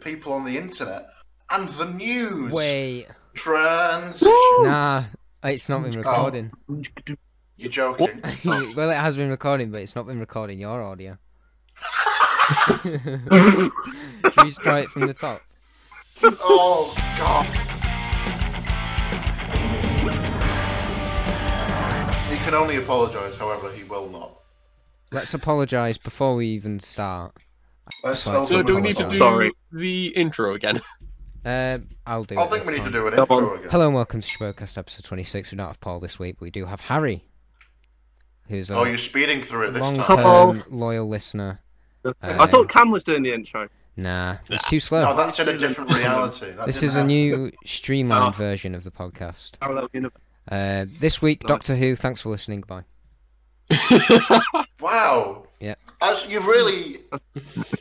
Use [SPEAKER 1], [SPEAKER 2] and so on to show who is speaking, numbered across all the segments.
[SPEAKER 1] people on the internet and the news.
[SPEAKER 2] Wait,
[SPEAKER 1] Transition.
[SPEAKER 2] nah, it's not
[SPEAKER 1] Oh.
[SPEAKER 2] been recording.
[SPEAKER 1] You're joking.
[SPEAKER 2] well, it has been recording, but it's not been recording your audio. Should we just try it from the top?
[SPEAKER 1] oh god. He can only apologise, however, he will not.
[SPEAKER 2] Let's apologise before we even start.
[SPEAKER 1] Let's
[SPEAKER 2] Sorry.
[SPEAKER 1] open
[SPEAKER 2] Oh,
[SPEAKER 3] So do we need to
[SPEAKER 1] apologise.
[SPEAKER 3] do
[SPEAKER 4] Sorry.
[SPEAKER 3] the intro again?
[SPEAKER 2] Uh, I'll do
[SPEAKER 1] I
[SPEAKER 2] it.
[SPEAKER 1] think
[SPEAKER 2] that's
[SPEAKER 1] we need to
[SPEAKER 2] fine.
[SPEAKER 1] do an
[SPEAKER 4] Come on.
[SPEAKER 1] intro again.
[SPEAKER 2] Hello and welcome to Showcast episode 26. We don't have Paul this week, but we do have Harry, who's
[SPEAKER 1] Oh,
[SPEAKER 2] a
[SPEAKER 1] you're speeding through it this
[SPEAKER 2] long
[SPEAKER 1] time.
[SPEAKER 4] Hello.
[SPEAKER 2] term loyal listener.
[SPEAKER 4] I
[SPEAKER 2] Um,
[SPEAKER 4] thought Cam was doing the intro.
[SPEAKER 2] Nah, it's too slow.
[SPEAKER 1] No, that's in a different reality. That
[SPEAKER 2] This
[SPEAKER 1] didn't
[SPEAKER 2] is a
[SPEAKER 1] happen.
[SPEAKER 2] new streamlined
[SPEAKER 4] Oh.
[SPEAKER 2] version of the podcast.
[SPEAKER 4] Oh, that was in a-
[SPEAKER 2] Uh, this week,
[SPEAKER 4] Nice.
[SPEAKER 2] Doctor Who. Thanks for listening. Bye.
[SPEAKER 1] Wow.
[SPEAKER 2] Yeah.
[SPEAKER 1] As you've really,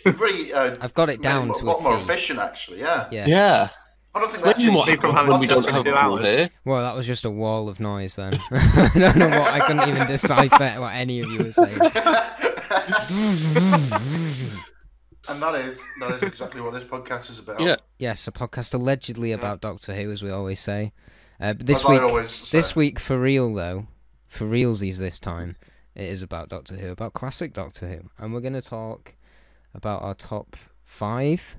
[SPEAKER 1] you've really uh,
[SPEAKER 2] I've got it down
[SPEAKER 1] made it
[SPEAKER 2] to
[SPEAKER 1] a
[SPEAKER 2] a
[SPEAKER 1] lot more
[SPEAKER 2] T.
[SPEAKER 1] efficient, actually. Yeah.
[SPEAKER 2] Yeah.
[SPEAKER 3] Yeah.
[SPEAKER 1] I don't think
[SPEAKER 3] Imagine what
[SPEAKER 1] actually-
[SPEAKER 4] from
[SPEAKER 3] happens when we don't
[SPEAKER 4] Podcast
[SPEAKER 3] have
[SPEAKER 4] for
[SPEAKER 3] a
[SPEAKER 4] two
[SPEAKER 3] wall
[SPEAKER 4] hours.
[SPEAKER 3] here.
[SPEAKER 2] Well, that was just a wall of noise then. I don't know what. I couldn't even decipher what any of you were saying.
[SPEAKER 1] and that is that is exactly what this podcast is about.
[SPEAKER 3] Yeah.
[SPEAKER 2] yes, a podcast allegedly about Doctor Who, as we always say. Uh, but this
[SPEAKER 1] As I
[SPEAKER 2] week,
[SPEAKER 1] always say.
[SPEAKER 2] this week for real though, for realsies this time, it is about Doctor Who, about classic Doctor Who, and we're going to talk about our top five.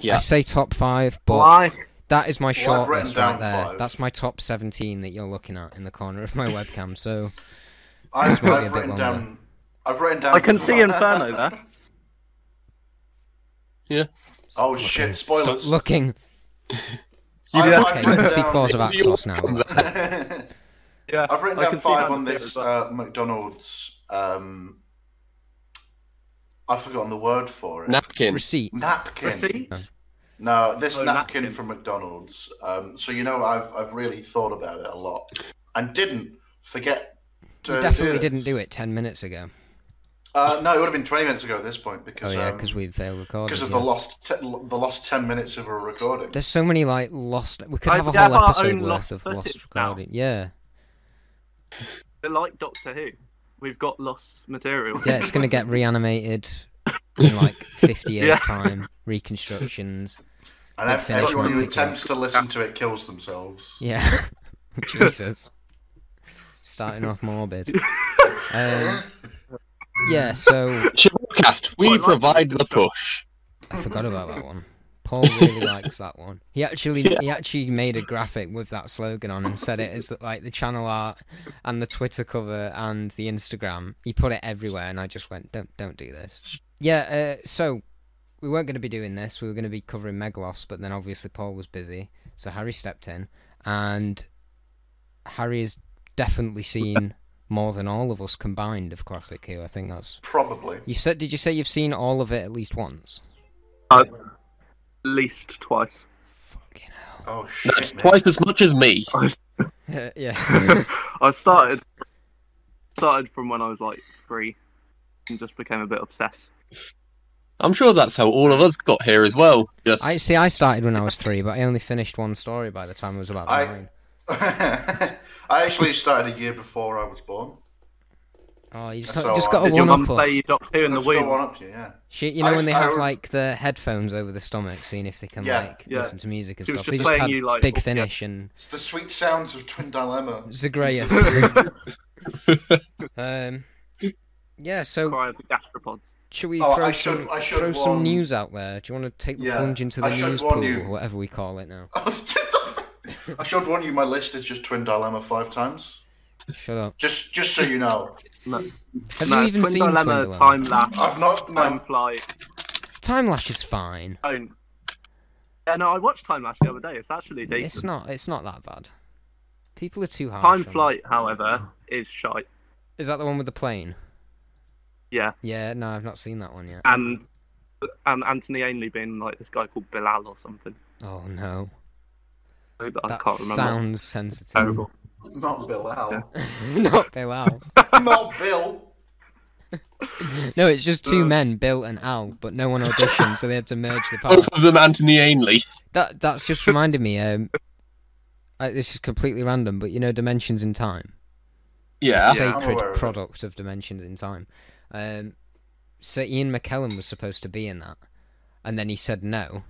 [SPEAKER 2] I
[SPEAKER 3] Yeah.
[SPEAKER 2] say top five, but
[SPEAKER 4] Why?
[SPEAKER 2] That is my
[SPEAKER 1] Well, I've
[SPEAKER 2] short
[SPEAKER 1] written
[SPEAKER 2] list right
[SPEAKER 1] down
[SPEAKER 2] there.
[SPEAKER 1] five.
[SPEAKER 2] That's my top 17 that you're looking at in the corner of my webcam. So,
[SPEAKER 1] I've,
[SPEAKER 2] might be a
[SPEAKER 1] I've
[SPEAKER 2] bit
[SPEAKER 1] written
[SPEAKER 2] longer.
[SPEAKER 1] down. I've written down.
[SPEAKER 4] I can see Inferno there.
[SPEAKER 1] Oh shit!
[SPEAKER 2] stop
[SPEAKER 1] Spoilers.
[SPEAKER 2] looking.
[SPEAKER 1] I've,
[SPEAKER 2] Okay,
[SPEAKER 1] I've
[SPEAKER 2] you
[SPEAKER 1] written
[SPEAKER 2] can see
[SPEAKER 1] down-
[SPEAKER 2] claws of
[SPEAKER 3] What do you
[SPEAKER 2] Axos now.
[SPEAKER 3] want?
[SPEAKER 2] that's it.
[SPEAKER 4] Yeah,
[SPEAKER 1] I've written
[SPEAKER 4] I
[SPEAKER 1] down
[SPEAKER 4] can see
[SPEAKER 1] five
[SPEAKER 4] that
[SPEAKER 1] on
[SPEAKER 4] in the
[SPEAKER 1] this
[SPEAKER 4] theatre as
[SPEAKER 1] uh, McDonald's. Um, I've forgotten the word for it.
[SPEAKER 3] Napkin.
[SPEAKER 2] Receipt.
[SPEAKER 1] napkin.
[SPEAKER 4] Receipt?
[SPEAKER 1] No, this
[SPEAKER 4] Oh,
[SPEAKER 1] napkin,
[SPEAKER 4] napkin.
[SPEAKER 1] from McDonald's. Um, so you know, I've I've really thought about it a lot, and didn't forget. To
[SPEAKER 2] You
[SPEAKER 1] do
[SPEAKER 2] definitely
[SPEAKER 1] this.
[SPEAKER 2] didn't do it 10 minutes ago.
[SPEAKER 1] Uh, no, it would have been twenty minutes ago at this point
[SPEAKER 2] Oh,
[SPEAKER 1] because
[SPEAKER 2] yeah,
[SPEAKER 1] um,
[SPEAKER 2] because we failed recording.
[SPEAKER 1] because of
[SPEAKER 2] yeah.
[SPEAKER 1] the lost te- l- the lost ten minutes of a recording.
[SPEAKER 2] There's so many, like, lost. We could
[SPEAKER 4] I-
[SPEAKER 2] have a
[SPEAKER 4] we have
[SPEAKER 2] whole
[SPEAKER 4] our
[SPEAKER 2] episode
[SPEAKER 4] own
[SPEAKER 2] worth
[SPEAKER 4] lost
[SPEAKER 2] of lost
[SPEAKER 4] footage now.
[SPEAKER 2] recording. Yeah.
[SPEAKER 4] They're like Doctor Who. We've got lost material.
[SPEAKER 2] Yeah, it's going to get reanimated in, like, 50 years'
[SPEAKER 4] Yeah.
[SPEAKER 2] time. Reconstructions.
[SPEAKER 1] and ev-
[SPEAKER 2] finish
[SPEAKER 1] everyone
[SPEAKER 2] one
[SPEAKER 1] who
[SPEAKER 2] because-
[SPEAKER 1] attempts to listen to it kills themselves.
[SPEAKER 2] Yeah. Jesus. Starting off morbid. Um, yeah, so.
[SPEAKER 3] Shibbolcast. We
[SPEAKER 4] Quite like
[SPEAKER 3] provide
[SPEAKER 4] this
[SPEAKER 3] the
[SPEAKER 4] stuff.
[SPEAKER 3] push.
[SPEAKER 2] I forgot about that one. Paul really likes that one. He actually
[SPEAKER 3] Yeah.
[SPEAKER 2] he actually made a graphic with that slogan on and said it as like the channel art and the Twitter cover and the Instagram. He put it everywhere, and I just went, don't don't do this. Yeah. Uh, so we weren't going to be doing this. We were going to be covering Megalos, but then obviously Paul was busy, so Harry stepped in, and Harry has definitely seen more than all of us combined of classic Who. I think that's
[SPEAKER 1] Probably.
[SPEAKER 2] you said. Did you say you've seen all of it at least once?
[SPEAKER 4] Uh, at least twice.
[SPEAKER 2] Fucking hell.
[SPEAKER 1] Oh shit!
[SPEAKER 3] That's
[SPEAKER 1] mate.
[SPEAKER 3] twice as much as me.
[SPEAKER 4] I, was-
[SPEAKER 2] Uh, yeah.
[SPEAKER 4] I started started from when I was like three, and just became a bit obsessed.
[SPEAKER 3] I'm sure that's how all of us got here as well. Just
[SPEAKER 2] I see. I started when I was three, but I only finished one story by the time I was about
[SPEAKER 1] I-
[SPEAKER 2] nine.
[SPEAKER 1] I actually started a year before I was born.
[SPEAKER 2] Oh, you just,
[SPEAKER 1] That's
[SPEAKER 2] just
[SPEAKER 1] all
[SPEAKER 2] got
[SPEAKER 1] right.
[SPEAKER 2] a
[SPEAKER 4] Did your
[SPEAKER 2] one
[SPEAKER 4] mum
[SPEAKER 2] up
[SPEAKER 4] play
[SPEAKER 2] us.
[SPEAKER 4] you Doctor Who in the
[SPEAKER 1] Let's go
[SPEAKER 4] womb?
[SPEAKER 1] on up to you, yeah.
[SPEAKER 2] She, you know
[SPEAKER 1] I-
[SPEAKER 2] when they
[SPEAKER 1] I
[SPEAKER 2] have
[SPEAKER 1] re-
[SPEAKER 2] like the headphones over the stomach, seeing if they can
[SPEAKER 1] Yeah,
[SPEAKER 2] like
[SPEAKER 4] yeah.
[SPEAKER 2] listen to music and
[SPEAKER 4] She was
[SPEAKER 2] stuff. They
[SPEAKER 4] just
[SPEAKER 2] just
[SPEAKER 4] playing
[SPEAKER 2] had
[SPEAKER 4] you, like, oh,
[SPEAKER 2] Big
[SPEAKER 4] yeah.
[SPEAKER 2] Finish and
[SPEAKER 1] It's the sweet sounds of Twin Dilemma.
[SPEAKER 2] Zagreus. um, yeah. So
[SPEAKER 4] Cry of the gastropods.
[SPEAKER 2] should we
[SPEAKER 1] Oh,
[SPEAKER 2] throw
[SPEAKER 1] I should-
[SPEAKER 2] some
[SPEAKER 1] I should
[SPEAKER 2] throw some
[SPEAKER 1] warn-
[SPEAKER 2] news out there? Do you want to take the
[SPEAKER 1] Yeah,
[SPEAKER 2] plunge into the
[SPEAKER 1] I should
[SPEAKER 2] news
[SPEAKER 1] warn
[SPEAKER 2] pool,
[SPEAKER 1] you.
[SPEAKER 2] or whatever we call it now?
[SPEAKER 1] I should warn you, my list is just Twin Dilemma five times.
[SPEAKER 2] Shut up.
[SPEAKER 1] Just, just so you know,
[SPEAKER 4] No,
[SPEAKER 2] Have
[SPEAKER 4] no
[SPEAKER 2] you even
[SPEAKER 4] Twin
[SPEAKER 2] seen
[SPEAKER 4] Dilemma,
[SPEAKER 2] Twin Dilemma?
[SPEAKER 4] Time Lapse,
[SPEAKER 1] I've not. No,
[SPEAKER 4] Time Fly,
[SPEAKER 2] Time Lash is fine.
[SPEAKER 4] Own. Yeah, no, I watched Time Lapse the other day. It's actually decent.
[SPEAKER 2] It's not. It's not that bad. People are too harsh.
[SPEAKER 4] Time
[SPEAKER 2] on it.
[SPEAKER 4] Flight, however, is shite.
[SPEAKER 2] Is that the one with the plane?
[SPEAKER 4] Yeah,
[SPEAKER 2] Yeah, no, I've not seen that one yet.
[SPEAKER 4] and and Anthony Ainley being like this guy called Bilal or something.
[SPEAKER 2] Oh no,
[SPEAKER 4] I
[SPEAKER 2] that
[SPEAKER 4] can't remember.
[SPEAKER 2] sounds sensitive.
[SPEAKER 4] Terrible.
[SPEAKER 1] not Bill. Al.
[SPEAKER 2] not Bill Al.
[SPEAKER 1] not Bill.
[SPEAKER 2] No, it's just two
[SPEAKER 4] Uh.
[SPEAKER 2] men, Bill and Al, but no one auditioned, so they had to merge the panel.
[SPEAKER 3] both of them Anthony Ainley.
[SPEAKER 2] That that's just reminded me. Um, I, this is completely random, but you know, Dimensions in Time,
[SPEAKER 3] Yeah.
[SPEAKER 1] Yeah, I'm
[SPEAKER 2] sacred
[SPEAKER 1] aware of it.
[SPEAKER 2] product of Dimensions in Time. Um, so Ian McKellen was supposed to be in that, and then he said no.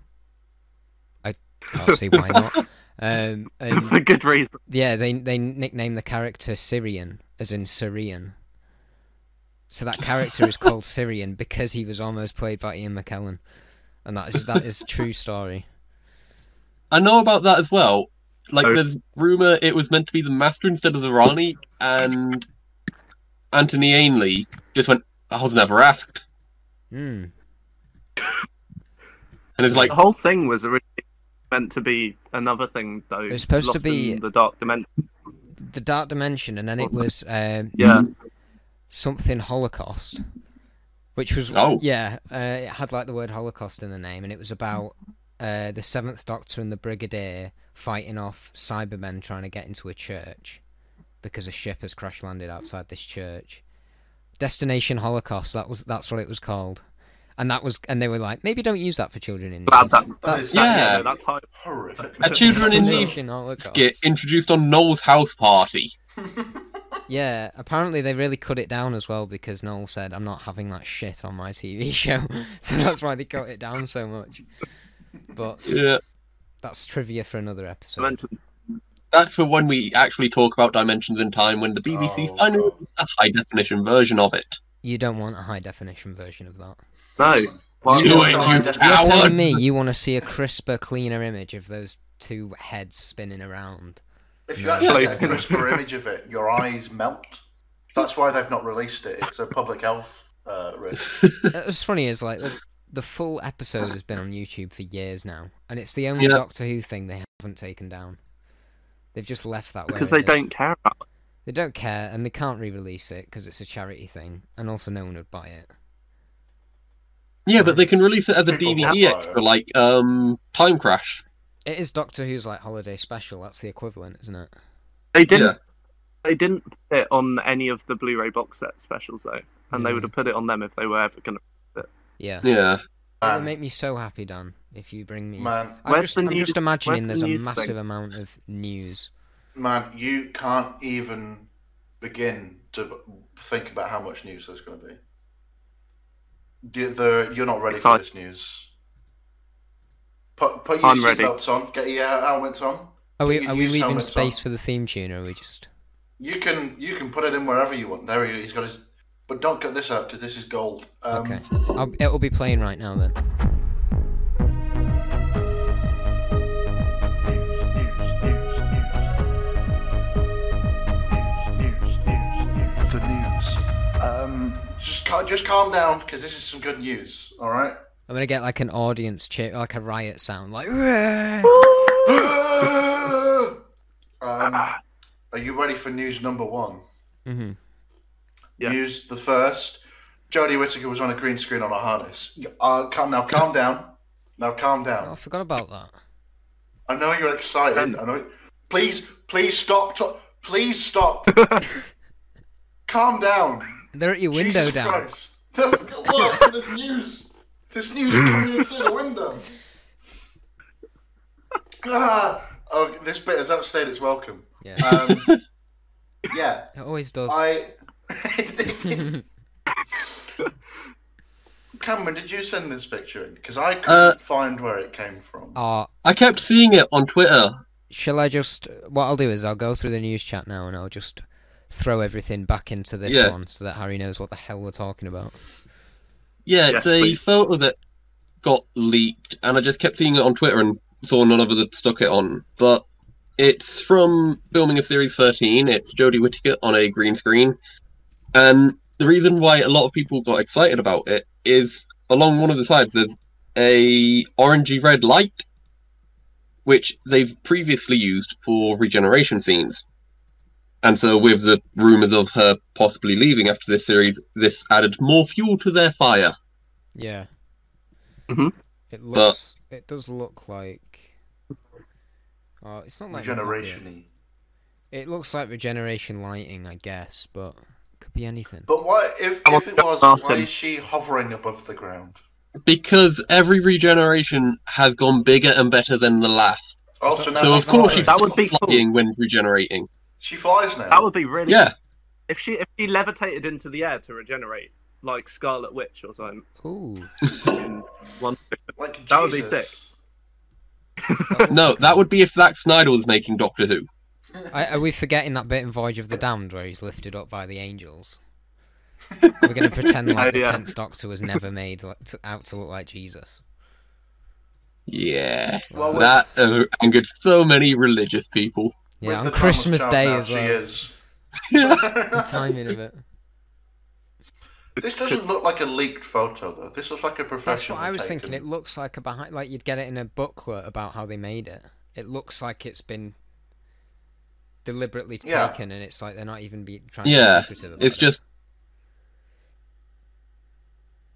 [SPEAKER 2] I can't see why not. Um, and
[SPEAKER 4] for good reason.
[SPEAKER 2] yeah, they they nicknamed the character Syrian, as in Syrian. So that character is called Syrian because he was almost played by Ian McKellen, and that is that is true story.
[SPEAKER 3] I know about that as well. Like,
[SPEAKER 4] Oh.
[SPEAKER 3] there's rumor it was meant to be the Master instead of the Rani, and Anthony Ainley just went, "I was never asked,"
[SPEAKER 2] Hmm.
[SPEAKER 3] and it's like,
[SPEAKER 4] the whole thing was originally meant to be another thing, though.
[SPEAKER 2] It was supposed to
[SPEAKER 4] Lost
[SPEAKER 2] be-
[SPEAKER 4] in the dark dimension.
[SPEAKER 2] The Dark Dimension, and then it was um,
[SPEAKER 4] Yeah,
[SPEAKER 2] something Holocaust, which was
[SPEAKER 3] Oh.
[SPEAKER 2] yeah, uh, it had like the word Holocaust in the name, and it was about uh, the Seventh Doctor and the Brigadier fighting off Cybermen trying to get into a church because a ship has crash landed outside this church. Destination Holocaust. That was that's what it was called, and that was and they were like maybe don't use that for children in.
[SPEAKER 4] bad that.
[SPEAKER 1] That
[SPEAKER 2] That's-
[SPEAKER 1] is
[SPEAKER 3] Yeah.
[SPEAKER 4] yeah, that type.
[SPEAKER 1] horrific.
[SPEAKER 3] A children in need.
[SPEAKER 2] Destination Holocaust.
[SPEAKER 3] get introduced on Noel's house party.
[SPEAKER 2] Yeah, apparently they really cut it down as well because Noel said, I'm not having that shit on my TV show. so that's why they cut it down so much. But
[SPEAKER 3] Yeah,
[SPEAKER 2] that's trivia for another episode.
[SPEAKER 4] dimensions.
[SPEAKER 3] that's for when we actually talk about Dimensions in Time when the BBC
[SPEAKER 1] Oh,
[SPEAKER 3] finally
[SPEAKER 1] God.
[SPEAKER 3] released a high definition version of it.
[SPEAKER 2] You don't want a high definition version of that.
[SPEAKER 4] No, why
[SPEAKER 1] You
[SPEAKER 4] would
[SPEAKER 1] know
[SPEAKER 4] I
[SPEAKER 1] it,
[SPEAKER 4] want
[SPEAKER 1] you
[SPEAKER 4] that?
[SPEAKER 2] You're
[SPEAKER 3] Howard!
[SPEAKER 2] telling me you want to see a crisper, cleaner image of those two heads spinning around.
[SPEAKER 1] If you actually
[SPEAKER 4] Yeah.
[SPEAKER 1] get a crisper image of it, your eyes melt. That's why they've not released it. It's a public health uh, risk.
[SPEAKER 2] It was funny is like the, the full episode has been on YouTube for years now, and it's the only
[SPEAKER 3] Yeah.
[SPEAKER 2] Doctor Who thing they haven't taken down. They've just left that where
[SPEAKER 4] because
[SPEAKER 2] it
[SPEAKER 4] they
[SPEAKER 2] is.
[SPEAKER 4] don't care about. It.
[SPEAKER 2] They don't care, and they can't re-release it because it's a charity thing, and also no one would buy it.
[SPEAKER 3] Yeah, but they can release it as a
[SPEAKER 1] People
[SPEAKER 3] DVD
[SPEAKER 1] have
[SPEAKER 3] extra, like um, Time Crash.
[SPEAKER 2] It is Doctor Who's like holiday special. That's the equivalent, isn't it?
[SPEAKER 4] They didn't.
[SPEAKER 3] Yeah.
[SPEAKER 4] They didn't put it on any of the Blu-ray box set specials though, and they would have put it on them if they were ever going to.
[SPEAKER 2] Yeah.
[SPEAKER 3] Yeah.
[SPEAKER 2] It would
[SPEAKER 1] Man,
[SPEAKER 2] make me so happy, Dan, if you bring me.
[SPEAKER 1] man,
[SPEAKER 2] I'm,
[SPEAKER 4] Where's
[SPEAKER 2] just,
[SPEAKER 4] the
[SPEAKER 2] I'm
[SPEAKER 4] news-
[SPEAKER 2] just imagining there's
[SPEAKER 4] where's the
[SPEAKER 2] a
[SPEAKER 4] news
[SPEAKER 2] massive
[SPEAKER 4] thing?
[SPEAKER 2] amount of news.
[SPEAKER 1] man, you can't even begin to think about how much news there's going to be. The, the, you're not ready for
[SPEAKER 4] Excited.
[SPEAKER 1] this news. Put, put your
[SPEAKER 4] I'm ready.
[SPEAKER 1] seatbelts on. Get your helmets on.
[SPEAKER 2] Are we
[SPEAKER 1] Get your
[SPEAKER 2] are we
[SPEAKER 1] news
[SPEAKER 2] leaving
[SPEAKER 1] helmets
[SPEAKER 2] space
[SPEAKER 1] on.
[SPEAKER 2] for the theme tune, or are we just?
[SPEAKER 1] You can you can put it in wherever you want. There he, he's got his. But don't cut this out because this is gold. Um,
[SPEAKER 2] Okay. I'll, it'll be playing right now then.
[SPEAKER 1] The news. Um, just cal- just calm down because this is some good news. All right.
[SPEAKER 2] I'm gonna get like an audience cheer, like a riot sound, like.
[SPEAKER 1] um,
[SPEAKER 3] Ah.
[SPEAKER 1] are you ready for news number one?
[SPEAKER 2] hmm
[SPEAKER 4] Yeah.
[SPEAKER 1] News the first. Jodie Whittaker was on a green screen on a harness. Uh, calm now. Calm down. Now calm
[SPEAKER 2] Oh, I
[SPEAKER 1] down.
[SPEAKER 2] forgot about that.
[SPEAKER 1] I know you're excited.
[SPEAKER 4] And-
[SPEAKER 1] I know. Please, please stop. To- please stop. calm down.
[SPEAKER 2] They're at your window,
[SPEAKER 1] Jesus
[SPEAKER 2] Dan.
[SPEAKER 1] Christ. Look, there's news. There's news coming in through the window. Ah, oh, this bit has outstayed its welcome.
[SPEAKER 2] Yeah,
[SPEAKER 1] Um, yeah,
[SPEAKER 2] it always does.
[SPEAKER 1] I. Cameron, did you send this picture in? Because I couldn't
[SPEAKER 3] Uh,
[SPEAKER 1] find where it came from.
[SPEAKER 2] Ah,
[SPEAKER 3] I kept seeing it on Twitter.
[SPEAKER 2] Shall I just? What I'll do is I'll go through the news chat now, and I'll just throw everything back into this
[SPEAKER 3] Yeah.
[SPEAKER 2] one, so that Harry knows what the hell we're talking about.
[SPEAKER 3] Yeah,
[SPEAKER 4] Yes,
[SPEAKER 3] it's a
[SPEAKER 4] please.
[SPEAKER 3] photo that got leaked, and I just kept seeing it on Twitter and saw none of us had stuck it on. But it's from filming a series 13. It's Jodie Whittaker on a green screen. And the reason why a lot of people got excited about it is along one of the sides there's a orangey red light, which they've previously used for regeneration scenes. And so, with the rumours of her possibly leaving after this series, this added more fuel to their fire.
[SPEAKER 2] Yeah.
[SPEAKER 4] Mhm.
[SPEAKER 2] It looks. It does look like. Oh, it's not like
[SPEAKER 1] Regeneration.
[SPEAKER 2] It looks like regeneration lighting, I guess, but could be anything.
[SPEAKER 1] But what if, if it was? Why
[SPEAKER 4] Martin.
[SPEAKER 1] is she hovering above the ground?
[SPEAKER 3] Because every regeneration has gone bigger and better than the last.
[SPEAKER 1] Oh,
[SPEAKER 2] So-
[SPEAKER 1] now
[SPEAKER 3] so,
[SPEAKER 1] she
[SPEAKER 3] of course, she's
[SPEAKER 1] flies.
[SPEAKER 4] That would be cool.
[SPEAKER 3] flying when regenerating.
[SPEAKER 1] She flies now.
[SPEAKER 4] That would be really.
[SPEAKER 3] Yeah,
[SPEAKER 4] If she if she levitated into the air to regenerate, like Scarlet Witch or something.
[SPEAKER 2] Ooh.
[SPEAKER 4] in one-
[SPEAKER 1] Like Jesus.
[SPEAKER 4] That would be
[SPEAKER 3] No, that would be if Zack Snyder was making Doctor Who.
[SPEAKER 2] Are, are we forgetting that bit in Voyage of the Damned where he's lifted up by the angels? We're going to pretend like
[SPEAKER 4] Oh,
[SPEAKER 2] the
[SPEAKER 4] yeah.
[SPEAKER 2] tenth Doctor was never made like, to, out to look like Jesus.
[SPEAKER 3] Yeah.
[SPEAKER 1] Well,
[SPEAKER 2] Well,
[SPEAKER 3] That uh, angered so many religious people.
[SPEAKER 1] With
[SPEAKER 2] yeah,
[SPEAKER 1] the
[SPEAKER 2] on
[SPEAKER 1] Thomas
[SPEAKER 2] Christmas
[SPEAKER 1] Child
[SPEAKER 2] Day
[SPEAKER 1] now,
[SPEAKER 2] as
[SPEAKER 1] she
[SPEAKER 2] well.
[SPEAKER 1] is.
[SPEAKER 2] The timing of it.
[SPEAKER 1] this doesn't look like a leaked photo though. This looks like a professional.
[SPEAKER 2] That's what I was thinking. It
[SPEAKER 1] taken-
[SPEAKER 2] looks like a behind, like you'd get it in a booklet about how they made it. It looks like it's been deliberately
[SPEAKER 1] Yeah.
[SPEAKER 2] taken, and it's like they're not even be, trying.
[SPEAKER 3] Yeah,
[SPEAKER 2] to be secretive about
[SPEAKER 3] It's
[SPEAKER 2] it.
[SPEAKER 3] just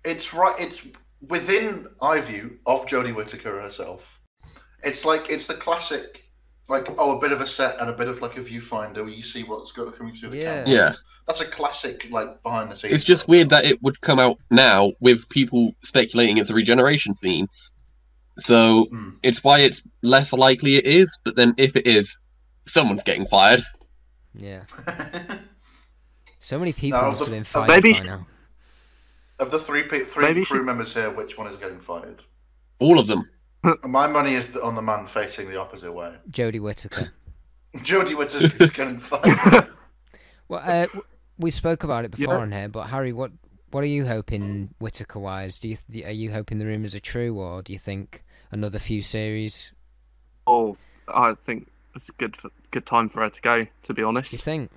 [SPEAKER 1] It's right. It's within eye view of Jodie Whittaker herself. It's like it's the classic, like oh, a bit of a set and a bit of like a viewfinder where you see what's go- coming through the
[SPEAKER 2] Yeah.
[SPEAKER 1] camera.
[SPEAKER 3] yeah.
[SPEAKER 1] That's a classic like behind the scenes.
[SPEAKER 3] It's just
[SPEAKER 1] photo.
[SPEAKER 3] weird that it would come out now with people speculating it's a regeneration scene. So
[SPEAKER 1] Hmm.
[SPEAKER 3] it's why it's less likely it is, but then if it is, someone's getting fired.
[SPEAKER 2] yeah.
[SPEAKER 1] Hmm.
[SPEAKER 2] So many people
[SPEAKER 1] No,
[SPEAKER 2] must
[SPEAKER 1] the-
[SPEAKER 2] have been
[SPEAKER 1] uh,
[SPEAKER 2] fired
[SPEAKER 4] maybe-
[SPEAKER 2] by now.
[SPEAKER 1] of the three pe- three
[SPEAKER 4] Maybe you
[SPEAKER 1] crew
[SPEAKER 4] should-
[SPEAKER 1] members here, which one is getting fired?
[SPEAKER 3] All of them.
[SPEAKER 1] My money is on the man facing the opposite way.
[SPEAKER 2] Jodie Whittaker.
[SPEAKER 1] Jodie Whittaker's getting fired.
[SPEAKER 2] Well, uh, w- we spoke about it
[SPEAKER 4] Yeah.
[SPEAKER 2] before on here, but Harry, what what are you hoping Whitaker wise? Do you th- are you hoping the rumors are true, or do you think another few series?
[SPEAKER 4] Oh, I think it's good for, good time for her to go. To be
[SPEAKER 2] Do you
[SPEAKER 4] honest,
[SPEAKER 2] think?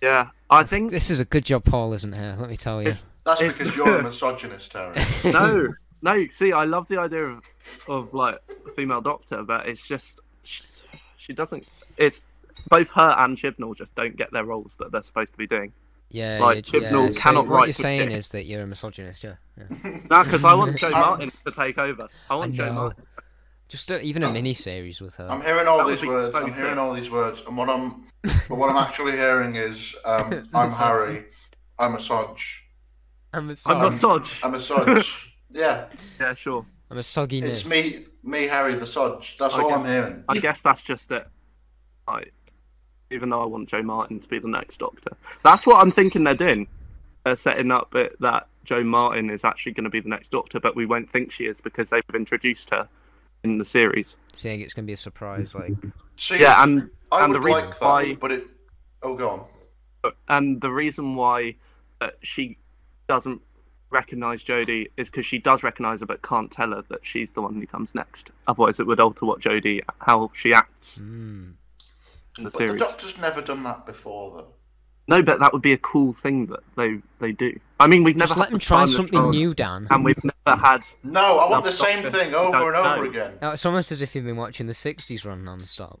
[SPEAKER 4] yeah, I
[SPEAKER 2] th-
[SPEAKER 4] think
[SPEAKER 2] this is a good job Paul isn't here. Let me tell you.
[SPEAKER 4] It's-
[SPEAKER 1] That's
[SPEAKER 4] It's-
[SPEAKER 1] because you're a misogynist, Harry.
[SPEAKER 4] no, no. See, I love the idea of, of like a female doctor, but it's just she, she doesn't. It's both her and Chibnall just don't get their roles that they're supposed to be doing.
[SPEAKER 2] Yeah,
[SPEAKER 4] Like,
[SPEAKER 2] you're-
[SPEAKER 4] Chibnall
[SPEAKER 2] so
[SPEAKER 4] cannot
[SPEAKER 2] What you're
[SPEAKER 4] write
[SPEAKER 2] saying
[SPEAKER 4] with it.
[SPEAKER 2] is that you're a misogynist, yeah. yeah.
[SPEAKER 4] No, because I want Joe
[SPEAKER 1] Um,
[SPEAKER 4] Martin to take over. I
[SPEAKER 2] I
[SPEAKER 4] want Joe
[SPEAKER 2] know.
[SPEAKER 4] Martin.
[SPEAKER 2] Just a, even a mini series with her.
[SPEAKER 1] I'm hearing all
[SPEAKER 4] That would
[SPEAKER 1] these
[SPEAKER 4] be
[SPEAKER 1] words. I'm
[SPEAKER 4] closer.
[SPEAKER 1] hearing all these words, and what I'm, but what I'm actually hearing is, um, I'm Harry. I'm a sog.
[SPEAKER 2] I'm a
[SPEAKER 4] I'm not
[SPEAKER 2] sog.
[SPEAKER 4] Sodge.
[SPEAKER 1] I'm a sog. yeah,
[SPEAKER 4] Yeah, sure.
[SPEAKER 2] I'm a soggy
[SPEAKER 1] it's
[SPEAKER 2] nurse.
[SPEAKER 1] me, me Harry the sog. That's
[SPEAKER 4] I
[SPEAKER 1] all I'm
[SPEAKER 4] guess-
[SPEAKER 1] hearing.
[SPEAKER 4] I guess that's just it. Like, even though I want Joe Martin to be the next Doctor, that's what I'm thinking they're doing. They're setting up it, that Joe Martin is actually going to be the next Doctor, but we won't think she is because they've introduced her in the series.
[SPEAKER 2] Saying it's gonna be a surprise, like
[SPEAKER 1] See,
[SPEAKER 4] Yeah, and
[SPEAKER 1] I
[SPEAKER 4] and the
[SPEAKER 1] would
[SPEAKER 4] reason
[SPEAKER 1] like that,
[SPEAKER 4] why-
[SPEAKER 1] but it. Oh, go on.
[SPEAKER 4] and the reason why uh, she doesn't recognize Jodie is because she does recognize her, but can't tell her that she's the one who comes next. Otherwise, it would alter what Jodie how she acts
[SPEAKER 2] mm,
[SPEAKER 4] in the
[SPEAKER 1] But the
[SPEAKER 4] series.
[SPEAKER 1] Doctor's never done that before, though.
[SPEAKER 4] No, but that would be a cool thing that they they do. I mean, we've never
[SPEAKER 2] just
[SPEAKER 4] had
[SPEAKER 2] let them
[SPEAKER 4] the
[SPEAKER 2] try
[SPEAKER 4] Timeless
[SPEAKER 2] something
[SPEAKER 4] Throne,
[SPEAKER 2] new, Dan.
[SPEAKER 4] and we've never had.
[SPEAKER 1] No, I want
[SPEAKER 4] No,
[SPEAKER 1] the same
[SPEAKER 4] Doctor,
[SPEAKER 1] thing
[SPEAKER 4] you
[SPEAKER 1] over
[SPEAKER 4] don't
[SPEAKER 1] and over
[SPEAKER 4] know.
[SPEAKER 1] again.
[SPEAKER 2] Now, it's almost as if you've been watching the '60s run non-stop.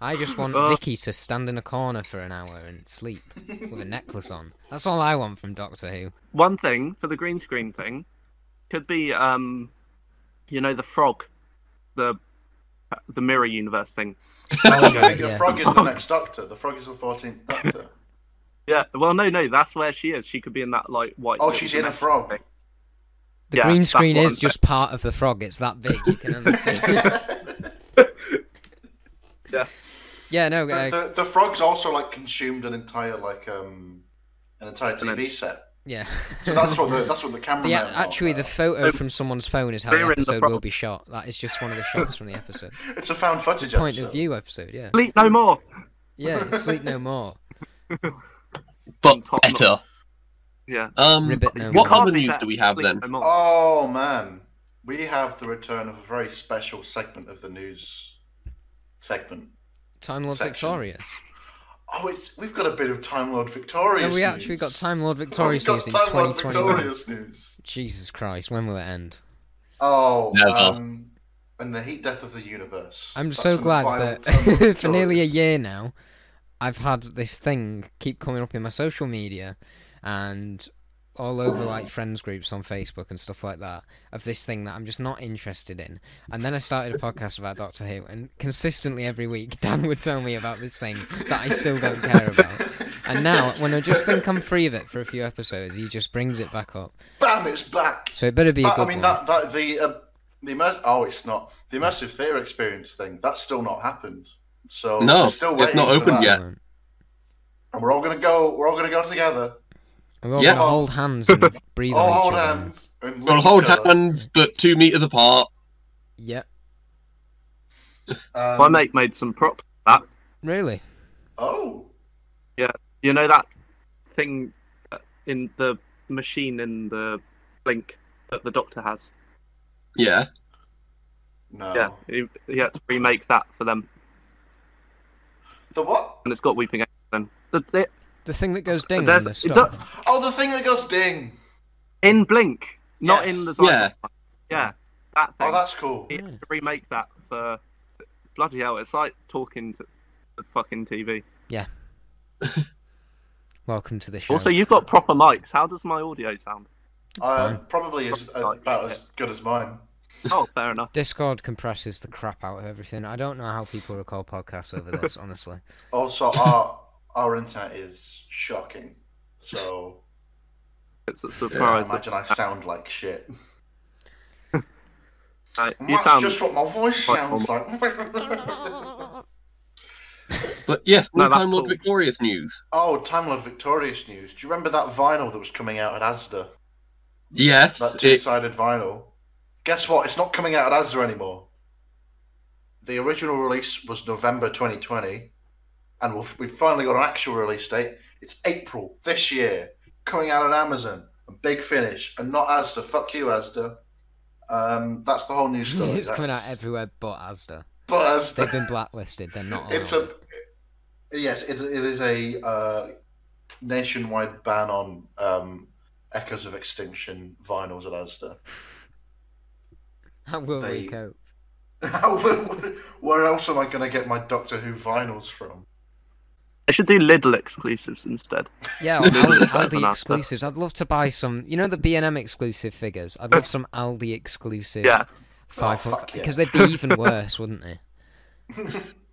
[SPEAKER 2] I just want
[SPEAKER 4] Uh.
[SPEAKER 2] Vicky to stand in a corner for an hour and sleep with a necklace on. That's all I want from Doctor Who.
[SPEAKER 4] One thing for the green screen thing could be, um, you know, the frog, the the mirror universe thing.
[SPEAKER 1] I think
[SPEAKER 2] Oh, yeah.
[SPEAKER 1] the frog is the next Doctor. The frog is the 14th Doctor.
[SPEAKER 4] Yeah. Well, no, no, that's where she is. She could be in that like white.
[SPEAKER 1] Oh,
[SPEAKER 4] little
[SPEAKER 1] she's in a
[SPEAKER 4] dimension
[SPEAKER 1] frog.
[SPEAKER 4] thing.
[SPEAKER 2] The
[SPEAKER 4] Yeah,
[SPEAKER 2] green
[SPEAKER 4] that's
[SPEAKER 2] screen
[SPEAKER 4] what
[SPEAKER 2] is
[SPEAKER 4] I'm
[SPEAKER 2] just part of the frog. It's that big. You can only see. yeah, no.
[SPEAKER 1] the,
[SPEAKER 2] Uh,
[SPEAKER 1] the, the frog's also like consumed an entire like um an entire
[SPEAKER 4] An
[SPEAKER 1] TV set.
[SPEAKER 2] yeah.
[SPEAKER 1] So that's what the that's what the camera.
[SPEAKER 2] The, actually, the photo
[SPEAKER 4] Um,
[SPEAKER 2] from someone's phone is how
[SPEAKER 4] they're
[SPEAKER 2] the
[SPEAKER 4] in the
[SPEAKER 2] episode
[SPEAKER 4] front.
[SPEAKER 2] will be shot. That is just one of the shots from the episode.
[SPEAKER 1] it's a found footage
[SPEAKER 2] Point
[SPEAKER 1] episode.
[SPEAKER 2] of view episode, yeah.
[SPEAKER 4] Sleep no more.
[SPEAKER 2] Yeah, it's Sleep No More.
[SPEAKER 3] But
[SPEAKER 4] Top notch.
[SPEAKER 3] better.
[SPEAKER 4] Yeah.
[SPEAKER 3] Um,
[SPEAKER 2] Ribbit no
[SPEAKER 3] what
[SPEAKER 2] more.
[SPEAKER 3] other
[SPEAKER 4] Can't be
[SPEAKER 3] news
[SPEAKER 4] that
[SPEAKER 3] do we have
[SPEAKER 4] Sleep
[SPEAKER 3] then?
[SPEAKER 4] No More.
[SPEAKER 1] Oh man, we have the return of a very special segment of the news segment.
[SPEAKER 2] Time Lord
[SPEAKER 1] Section.
[SPEAKER 2] Victorious.
[SPEAKER 1] Oh, it's we've got a bit of Time Lord Victorious.
[SPEAKER 2] Yeah, we
[SPEAKER 1] news.
[SPEAKER 2] actually got Time Lord
[SPEAKER 1] Oh,
[SPEAKER 2] Victorious
[SPEAKER 1] we've got
[SPEAKER 2] news in
[SPEAKER 1] Time Lord
[SPEAKER 2] 2021.
[SPEAKER 1] Victorious news.
[SPEAKER 2] Jesus Christ, when will it end?
[SPEAKER 1] Oh,
[SPEAKER 3] Never.
[SPEAKER 1] um, and the heat death of the universe.
[SPEAKER 2] I'm
[SPEAKER 1] That's
[SPEAKER 2] so
[SPEAKER 1] when the
[SPEAKER 2] glad
[SPEAKER 1] final Time Lord
[SPEAKER 2] that for nearly a
[SPEAKER 1] Victorious-
[SPEAKER 2] year now, I've had this thing keep coming up in my social media and all over like friends groups on Facebook and stuff like that of this thing that I'm just not interested in. And then I started a podcast about Doctor Who, and consistently every week Dan would tell me about this thing that I still don't care about. And now, when I just think I'm free of it for a few episodes, he just brings it back up.
[SPEAKER 1] Bam! It's back.
[SPEAKER 2] So it better be a
[SPEAKER 1] That-
[SPEAKER 2] good
[SPEAKER 1] I mean,
[SPEAKER 2] one.
[SPEAKER 1] that that the uh, the immersive. Oh, it's not the immersive theater experience thing. That's still not happened. So
[SPEAKER 3] No,
[SPEAKER 1] we're still
[SPEAKER 3] it's
[SPEAKER 1] waiting
[SPEAKER 3] not
[SPEAKER 1] for
[SPEAKER 3] opened
[SPEAKER 1] that.
[SPEAKER 3] yet.
[SPEAKER 1] and we're all gonna go. We're all gonna go together.
[SPEAKER 2] We're all
[SPEAKER 3] Yeah.
[SPEAKER 2] gonna hold hands and breathe on
[SPEAKER 1] all
[SPEAKER 2] each
[SPEAKER 1] hold
[SPEAKER 2] other.
[SPEAKER 1] hands. And
[SPEAKER 3] We'll
[SPEAKER 1] love
[SPEAKER 3] hold
[SPEAKER 1] each
[SPEAKER 4] uh,
[SPEAKER 1] other.
[SPEAKER 3] hands, but two meters apart.
[SPEAKER 2] Yep.
[SPEAKER 1] Um,
[SPEAKER 4] My mate made some props.
[SPEAKER 2] Really?
[SPEAKER 1] Oh,
[SPEAKER 4] You know that thing uh, in the machine in the blink that the doctor has.
[SPEAKER 3] Yeah.
[SPEAKER 1] no.
[SPEAKER 4] Yeah, he, he had to remake that for them,
[SPEAKER 1] The what?
[SPEAKER 4] and it's got weeping angels. Then the, the,
[SPEAKER 2] The thing that goes ding in
[SPEAKER 4] There's-
[SPEAKER 2] the
[SPEAKER 4] it
[SPEAKER 2] stuff.
[SPEAKER 1] Oh, the thing that goes ding. Oh,
[SPEAKER 4] in blink, not in the
[SPEAKER 1] Yes.
[SPEAKER 4] Zygon.
[SPEAKER 3] Yeah.
[SPEAKER 4] yeah, that thing.
[SPEAKER 1] Oh, that's cool.
[SPEAKER 4] He had to remake that for bloody hell. It's like talking to the fucking TV.
[SPEAKER 2] Welcome to the show.
[SPEAKER 4] Also, you've got proper mics. How does my audio sound?
[SPEAKER 1] Uh,
[SPEAKER 2] Fine.
[SPEAKER 1] probably is about as good as mine.
[SPEAKER 4] Oh, fair enough.
[SPEAKER 2] Discord compresses the crap out of everything. I don't know how people record podcasts over this, honestly.
[SPEAKER 1] Also, our our internet is shocking. So
[SPEAKER 4] It's a
[SPEAKER 1] I
[SPEAKER 4] surprise.
[SPEAKER 1] imagine I sound like shit.
[SPEAKER 4] Uh,
[SPEAKER 1] And
[SPEAKER 4] you
[SPEAKER 1] that's
[SPEAKER 4] sound
[SPEAKER 1] just what my voice
[SPEAKER 4] like-
[SPEAKER 1] sounds like.
[SPEAKER 3] But yes,
[SPEAKER 4] No,
[SPEAKER 3] more
[SPEAKER 4] that's
[SPEAKER 3] Time Lord
[SPEAKER 4] cool.
[SPEAKER 3] Victorious news.
[SPEAKER 1] oh, Time Lord Victorious news. Do you remember that vinyl that was coming out at Asda?
[SPEAKER 3] Yes,
[SPEAKER 1] That
[SPEAKER 3] it-
[SPEAKER 1] two-sided vinyl. Guess what? It's not coming out at Asda anymore. The original release was November 2020, and we've, we've finally got an actual release date. It's April this year, coming out at Amazon and Big Finish, and not Asda. Fuck you, Asda. Um, that's the whole new story.
[SPEAKER 2] it's coming out
[SPEAKER 1] That's-
[SPEAKER 2] everywhere but Asda.
[SPEAKER 1] But Asda.
[SPEAKER 2] They've been blacklisted. They're not.
[SPEAKER 1] it's
[SPEAKER 2] allowed.
[SPEAKER 1] a yes it, it is a uh, nationwide ban on um, echoes of extinction vinyls at asda
[SPEAKER 2] How will
[SPEAKER 1] they-
[SPEAKER 2] we cope?
[SPEAKER 1] Where- where else am i going to get my doctor who vinyls from
[SPEAKER 4] They should do Lidl exclusives instead.
[SPEAKER 2] Yeah, or Al-
[SPEAKER 4] Better than
[SPEAKER 2] Aldi
[SPEAKER 4] Asda.
[SPEAKER 2] exclusives. I'd love to buy some. You know the B and M exclusive figures. I'd love some Aldi exclusive.
[SPEAKER 4] Yeah.
[SPEAKER 2] Five
[SPEAKER 1] Oh, fuck yeah.
[SPEAKER 2] because they'd be even worse, wouldn't they?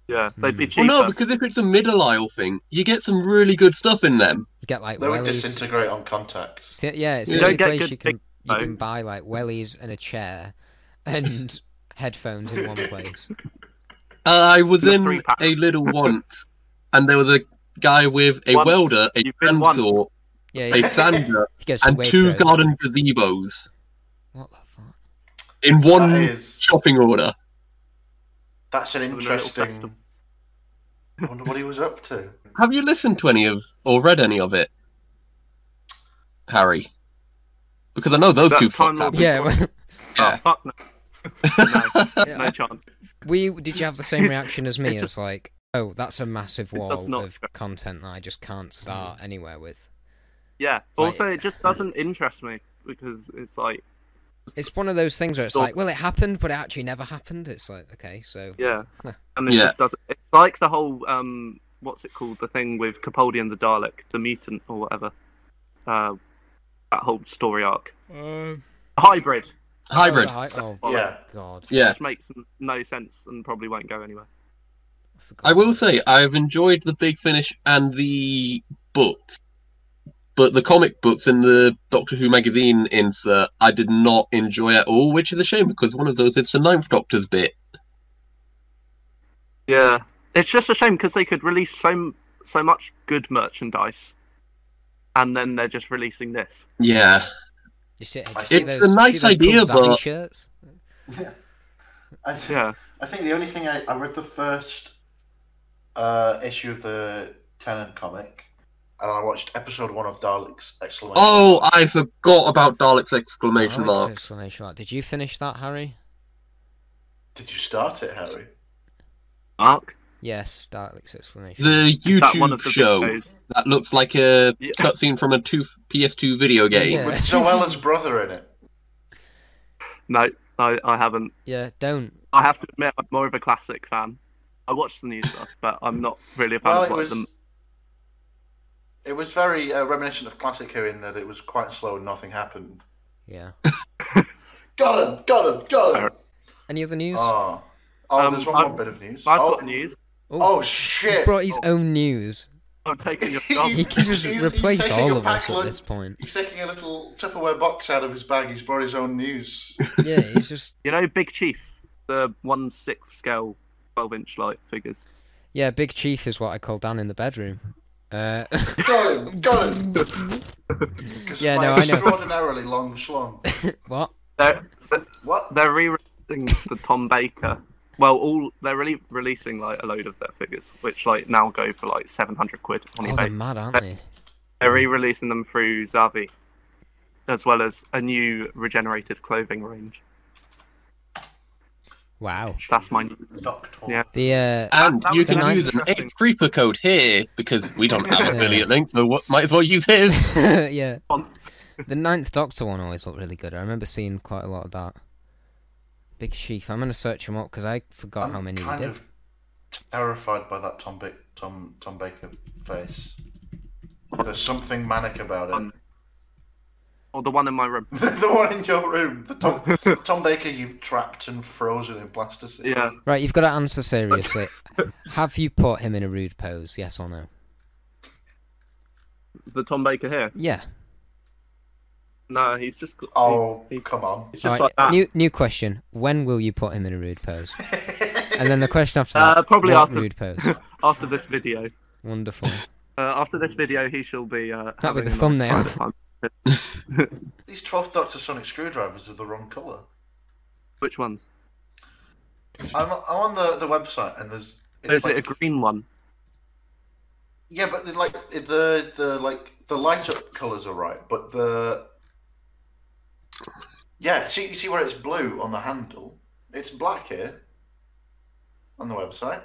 [SPEAKER 4] Yeah, they'd be
[SPEAKER 3] Mm. Well,
[SPEAKER 4] cheaper.
[SPEAKER 3] no, because if it's a middle aisle thing, you get some really good stuff in them.
[SPEAKER 2] You get like
[SPEAKER 1] they would
[SPEAKER 2] wellies.
[SPEAKER 1] disintegrate on contact
[SPEAKER 2] It's the- yeah, it's
[SPEAKER 3] You
[SPEAKER 2] the
[SPEAKER 3] don't
[SPEAKER 2] only
[SPEAKER 4] get
[SPEAKER 2] place
[SPEAKER 4] good
[SPEAKER 2] you can you
[SPEAKER 4] though.
[SPEAKER 2] can buy like wellies and a chair and headphones in one place.
[SPEAKER 3] Uh, I was
[SPEAKER 4] The
[SPEAKER 3] in
[SPEAKER 4] three pack.
[SPEAKER 3] a little once, and there was a guy with a
[SPEAKER 4] Once.
[SPEAKER 3] welder, a
[SPEAKER 4] You've been once.
[SPEAKER 3] bandsaw,
[SPEAKER 2] Yeah,
[SPEAKER 3] a
[SPEAKER 2] he,
[SPEAKER 3] sander,
[SPEAKER 2] he goes to
[SPEAKER 3] and two
[SPEAKER 2] Waitrose.
[SPEAKER 3] garden gazebos
[SPEAKER 2] What the fuck?
[SPEAKER 3] in
[SPEAKER 1] that
[SPEAKER 3] one
[SPEAKER 1] is
[SPEAKER 3] shopping order.
[SPEAKER 1] that's an
[SPEAKER 4] a little festival.
[SPEAKER 1] interesting i wonder what he was up to
[SPEAKER 3] Have you listened to any of or read any of it, Harry? Because I know those
[SPEAKER 4] That
[SPEAKER 3] two
[SPEAKER 4] Time
[SPEAKER 3] fucks
[SPEAKER 4] Lord-
[SPEAKER 3] have
[SPEAKER 2] Yeah, well,
[SPEAKER 3] Yeah.
[SPEAKER 4] Oh, fuck no. no, no
[SPEAKER 2] yeah,
[SPEAKER 4] chance.
[SPEAKER 2] we did you have the same
[SPEAKER 4] It's-
[SPEAKER 2] reaction as me?
[SPEAKER 4] it
[SPEAKER 2] As like, oh, that's a massive wall
[SPEAKER 4] does not
[SPEAKER 2] of
[SPEAKER 4] go. Mm.
[SPEAKER 2] content that I just can't start anywhere with.
[SPEAKER 4] Yeah.
[SPEAKER 2] Like-
[SPEAKER 4] Also, it just doesn't interest me because it's like,
[SPEAKER 2] It's one of those things where it's
[SPEAKER 4] Stop.
[SPEAKER 2] like, well, it happened, but it actually never happened. It's like, okay, so
[SPEAKER 4] yeah,
[SPEAKER 2] Huh.
[SPEAKER 4] and it
[SPEAKER 3] Yeah.
[SPEAKER 4] just doesn't. It's like the whole um, what's it called? The thing with Capaldi and the Dalek, the mutant or whatever. Uh, that whole story arc. Hybrid.
[SPEAKER 3] hybrid.
[SPEAKER 2] Oh, the hy- oh,
[SPEAKER 4] Well,
[SPEAKER 1] yeah
[SPEAKER 2] God.
[SPEAKER 3] Yeah,
[SPEAKER 4] Which makes n- no sense and probably won't go anywhere.
[SPEAKER 2] forgot
[SPEAKER 3] I will
[SPEAKER 2] about
[SPEAKER 3] say I've enjoyed the Big Finish and the books, but the comic books and the Doctor Who magazine insert I did not enjoy at all, which is a shame because one of those is the Ninth Doctor's bit.
[SPEAKER 4] Yeah, it's just a shame because they could release so so much good merchandise, and then they're just releasing this.
[SPEAKER 3] Yeah,
[SPEAKER 2] it. You see- did you
[SPEAKER 1] It's
[SPEAKER 2] see
[SPEAKER 3] a
[SPEAKER 2] those-
[SPEAKER 3] nice
[SPEAKER 2] see those cool
[SPEAKER 3] idea,
[SPEAKER 2] Zaddy
[SPEAKER 3] but-
[SPEAKER 2] shirts?
[SPEAKER 1] I,
[SPEAKER 4] Yeah,
[SPEAKER 1] I think the only thing I, I read the first uh, issue of the Tenant comic, and I watched episode one of Dalek's exclamation.
[SPEAKER 3] Oh, I forgot about Dalek's exclamation
[SPEAKER 2] Oh,
[SPEAKER 3] mark.
[SPEAKER 2] exclamation mark. Did you finish that, Harry?
[SPEAKER 1] Did you start it, Harry?
[SPEAKER 4] Mark.
[SPEAKER 2] Yes, Dalek's exclamation. mark.
[SPEAKER 3] The
[SPEAKER 4] Is that one
[SPEAKER 3] YouTube
[SPEAKER 4] of the
[SPEAKER 3] show
[SPEAKER 4] videos?
[SPEAKER 3] that looks like a
[SPEAKER 4] Yeah.
[SPEAKER 3] cutscene from a two PS2 video game.
[SPEAKER 2] Yeah.
[SPEAKER 1] With Zoella's brother in it.
[SPEAKER 4] No, I, I haven't.
[SPEAKER 2] Yeah, don't.
[SPEAKER 4] I have to admit, I'm more of a classic fan. I watch the new stuff, but I'm not really a fan
[SPEAKER 1] Well,
[SPEAKER 4] of
[SPEAKER 1] it
[SPEAKER 4] what
[SPEAKER 1] was.
[SPEAKER 4] them.
[SPEAKER 1] It was very uh, reminiscent of Classic Who in that it was quite slow and nothing happened.
[SPEAKER 2] Yeah.
[SPEAKER 1] Got him! Got him! Got him!
[SPEAKER 4] Fair.
[SPEAKER 2] Any other news?
[SPEAKER 1] Oh, oh
[SPEAKER 4] Um,
[SPEAKER 1] there's one
[SPEAKER 4] I've-
[SPEAKER 1] more bit of news.
[SPEAKER 4] I've
[SPEAKER 1] oh,
[SPEAKER 4] got news.
[SPEAKER 2] oh,
[SPEAKER 1] oh,
[SPEAKER 2] he's
[SPEAKER 1] shit!
[SPEAKER 2] brought his
[SPEAKER 4] Oh.
[SPEAKER 2] own news.
[SPEAKER 4] I'm taking your job.
[SPEAKER 2] He can just
[SPEAKER 1] He's- he's
[SPEAKER 2] replace
[SPEAKER 1] taking
[SPEAKER 2] all
[SPEAKER 1] a
[SPEAKER 2] of us
[SPEAKER 1] backload.
[SPEAKER 2] at this point.
[SPEAKER 1] He's taking a little Tupperware box out of his bag. He's brought his own news.
[SPEAKER 2] Yeah, he's just
[SPEAKER 4] you know, Big Chief, the one sixth scale, twelve inch light figures.
[SPEAKER 2] yeah. Big Chief is what I call Dan in the bedroom. Uh,
[SPEAKER 1] Got him, got him. 'Cause
[SPEAKER 2] Yeah,
[SPEAKER 1] my
[SPEAKER 2] no, I know.
[SPEAKER 1] extraordinarily long schlong.
[SPEAKER 2] what?
[SPEAKER 4] They're,
[SPEAKER 1] What?
[SPEAKER 4] they're re-releasing the Tom Baker. Well, all they're really releasing like a load of their figures, which like now go for like seven hundred quid on
[SPEAKER 2] Oh,
[SPEAKER 4] eBay.
[SPEAKER 2] they're mad, aren't they?
[SPEAKER 4] They're re-releasing them through Zavi, as well as a new regenerated clothing range.
[SPEAKER 2] Wow.
[SPEAKER 4] That's my news.
[SPEAKER 1] Doctor.
[SPEAKER 4] Yeah.
[SPEAKER 2] The uh,
[SPEAKER 3] And
[SPEAKER 4] That
[SPEAKER 3] you
[SPEAKER 4] was
[SPEAKER 3] can
[SPEAKER 2] nice.
[SPEAKER 3] use an eighth creeper code here because we don't have affiliate link, so what, might as well use his.
[SPEAKER 2] uh, yeah,
[SPEAKER 4] Once-
[SPEAKER 2] the Ninth Doctor one always looked really good. I remember seeing quite a lot of that. Big Sheaf. I'm gonna search them up because I forgot
[SPEAKER 1] I'm
[SPEAKER 2] how many we
[SPEAKER 1] kind
[SPEAKER 2] did.
[SPEAKER 1] of terrified by that Tom, ba- Tom Tom Baker face. There's something manic about it.
[SPEAKER 4] Um, Or the one in my room.
[SPEAKER 1] the one in your room, the Tom, Tom Baker you've trapped and frozen in plasticine.
[SPEAKER 4] Yeah.
[SPEAKER 2] Right, you've got to answer seriously. Have you put him in a rude pose? Yes or no?
[SPEAKER 4] The Tom Baker here.
[SPEAKER 2] Yeah.
[SPEAKER 4] No, he's just.
[SPEAKER 1] Oh,
[SPEAKER 4] he's, he's,
[SPEAKER 1] come on.
[SPEAKER 4] he's just
[SPEAKER 2] Alright,
[SPEAKER 4] like that.
[SPEAKER 2] New new question. When will you put him in a rude pose? And then the question after
[SPEAKER 4] Uh,
[SPEAKER 2] that.
[SPEAKER 4] probably
[SPEAKER 2] what
[SPEAKER 4] after-
[SPEAKER 2] rude pose.
[SPEAKER 4] After this video,
[SPEAKER 2] Wonderful.
[SPEAKER 4] uh, after this video, he shall be. Uh,
[SPEAKER 2] That'll be
[SPEAKER 4] having
[SPEAKER 2] the
[SPEAKER 4] a nice
[SPEAKER 2] thumbnail.
[SPEAKER 4] time,
[SPEAKER 1] These 12 Doctor Sonic screwdrivers are the wrong colour.
[SPEAKER 4] Which ones?
[SPEAKER 1] I'm, I'm on the, the website and there's. It's
[SPEAKER 4] Is
[SPEAKER 1] like,
[SPEAKER 4] it a green one?
[SPEAKER 1] Yeah, but the, like the the like the light up colours are right, but the yeah, see you see where it's blue on the handle, it's black here on the website.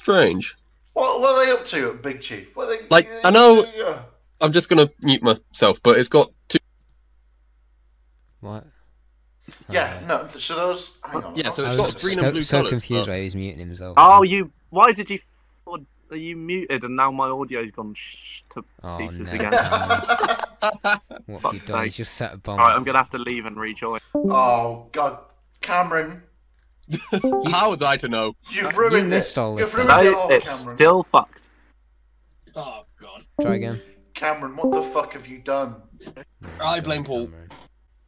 [SPEAKER 3] Strange.
[SPEAKER 1] What, what are they up to at Big Chief? What are they,
[SPEAKER 3] Like, I know- I'm just gonna mute myself, but it's got two.
[SPEAKER 2] What?
[SPEAKER 1] Yeah,
[SPEAKER 2] Alright.
[SPEAKER 1] no. So those. Hang on.
[SPEAKER 3] Um, Yeah, so
[SPEAKER 2] I
[SPEAKER 3] it's
[SPEAKER 2] was
[SPEAKER 3] got green and
[SPEAKER 2] so,
[SPEAKER 3] blue
[SPEAKER 2] so
[SPEAKER 3] colours,
[SPEAKER 2] confused
[SPEAKER 3] but-
[SPEAKER 2] why he was muting himself.
[SPEAKER 4] Oh, you. Why did you? f- Are you muted and now my audio's gone sh- to
[SPEAKER 2] Oh,
[SPEAKER 4] pieces
[SPEAKER 2] no.
[SPEAKER 4] again?
[SPEAKER 2] What have you
[SPEAKER 4] Fuck's
[SPEAKER 2] done?
[SPEAKER 4] sake.
[SPEAKER 2] He's just set a bomb.
[SPEAKER 4] Alright, I'm gonna have to leave and rejoin.
[SPEAKER 1] Oh God, Cameron,
[SPEAKER 3] How was I to know?
[SPEAKER 1] you've ruined
[SPEAKER 2] missed
[SPEAKER 1] it.
[SPEAKER 2] all this
[SPEAKER 1] You've ruined
[SPEAKER 2] stuff.
[SPEAKER 1] it
[SPEAKER 4] No,
[SPEAKER 1] all,
[SPEAKER 4] it's
[SPEAKER 1] Cameron.
[SPEAKER 4] still fucked.
[SPEAKER 3] Oh god.
[SPEAKER 2] Try again.
[SPEAKER 1] Cameron, what the fuck have you done?
[SPEAKER 2] No,
[SPEAKER 3] I
[SPEAKER 2] don't
[SPEAKER 3] blame
[SPEAKER 2] know,
[SPEAKER 3] Paul.
[SPEAKER 2] Cameron.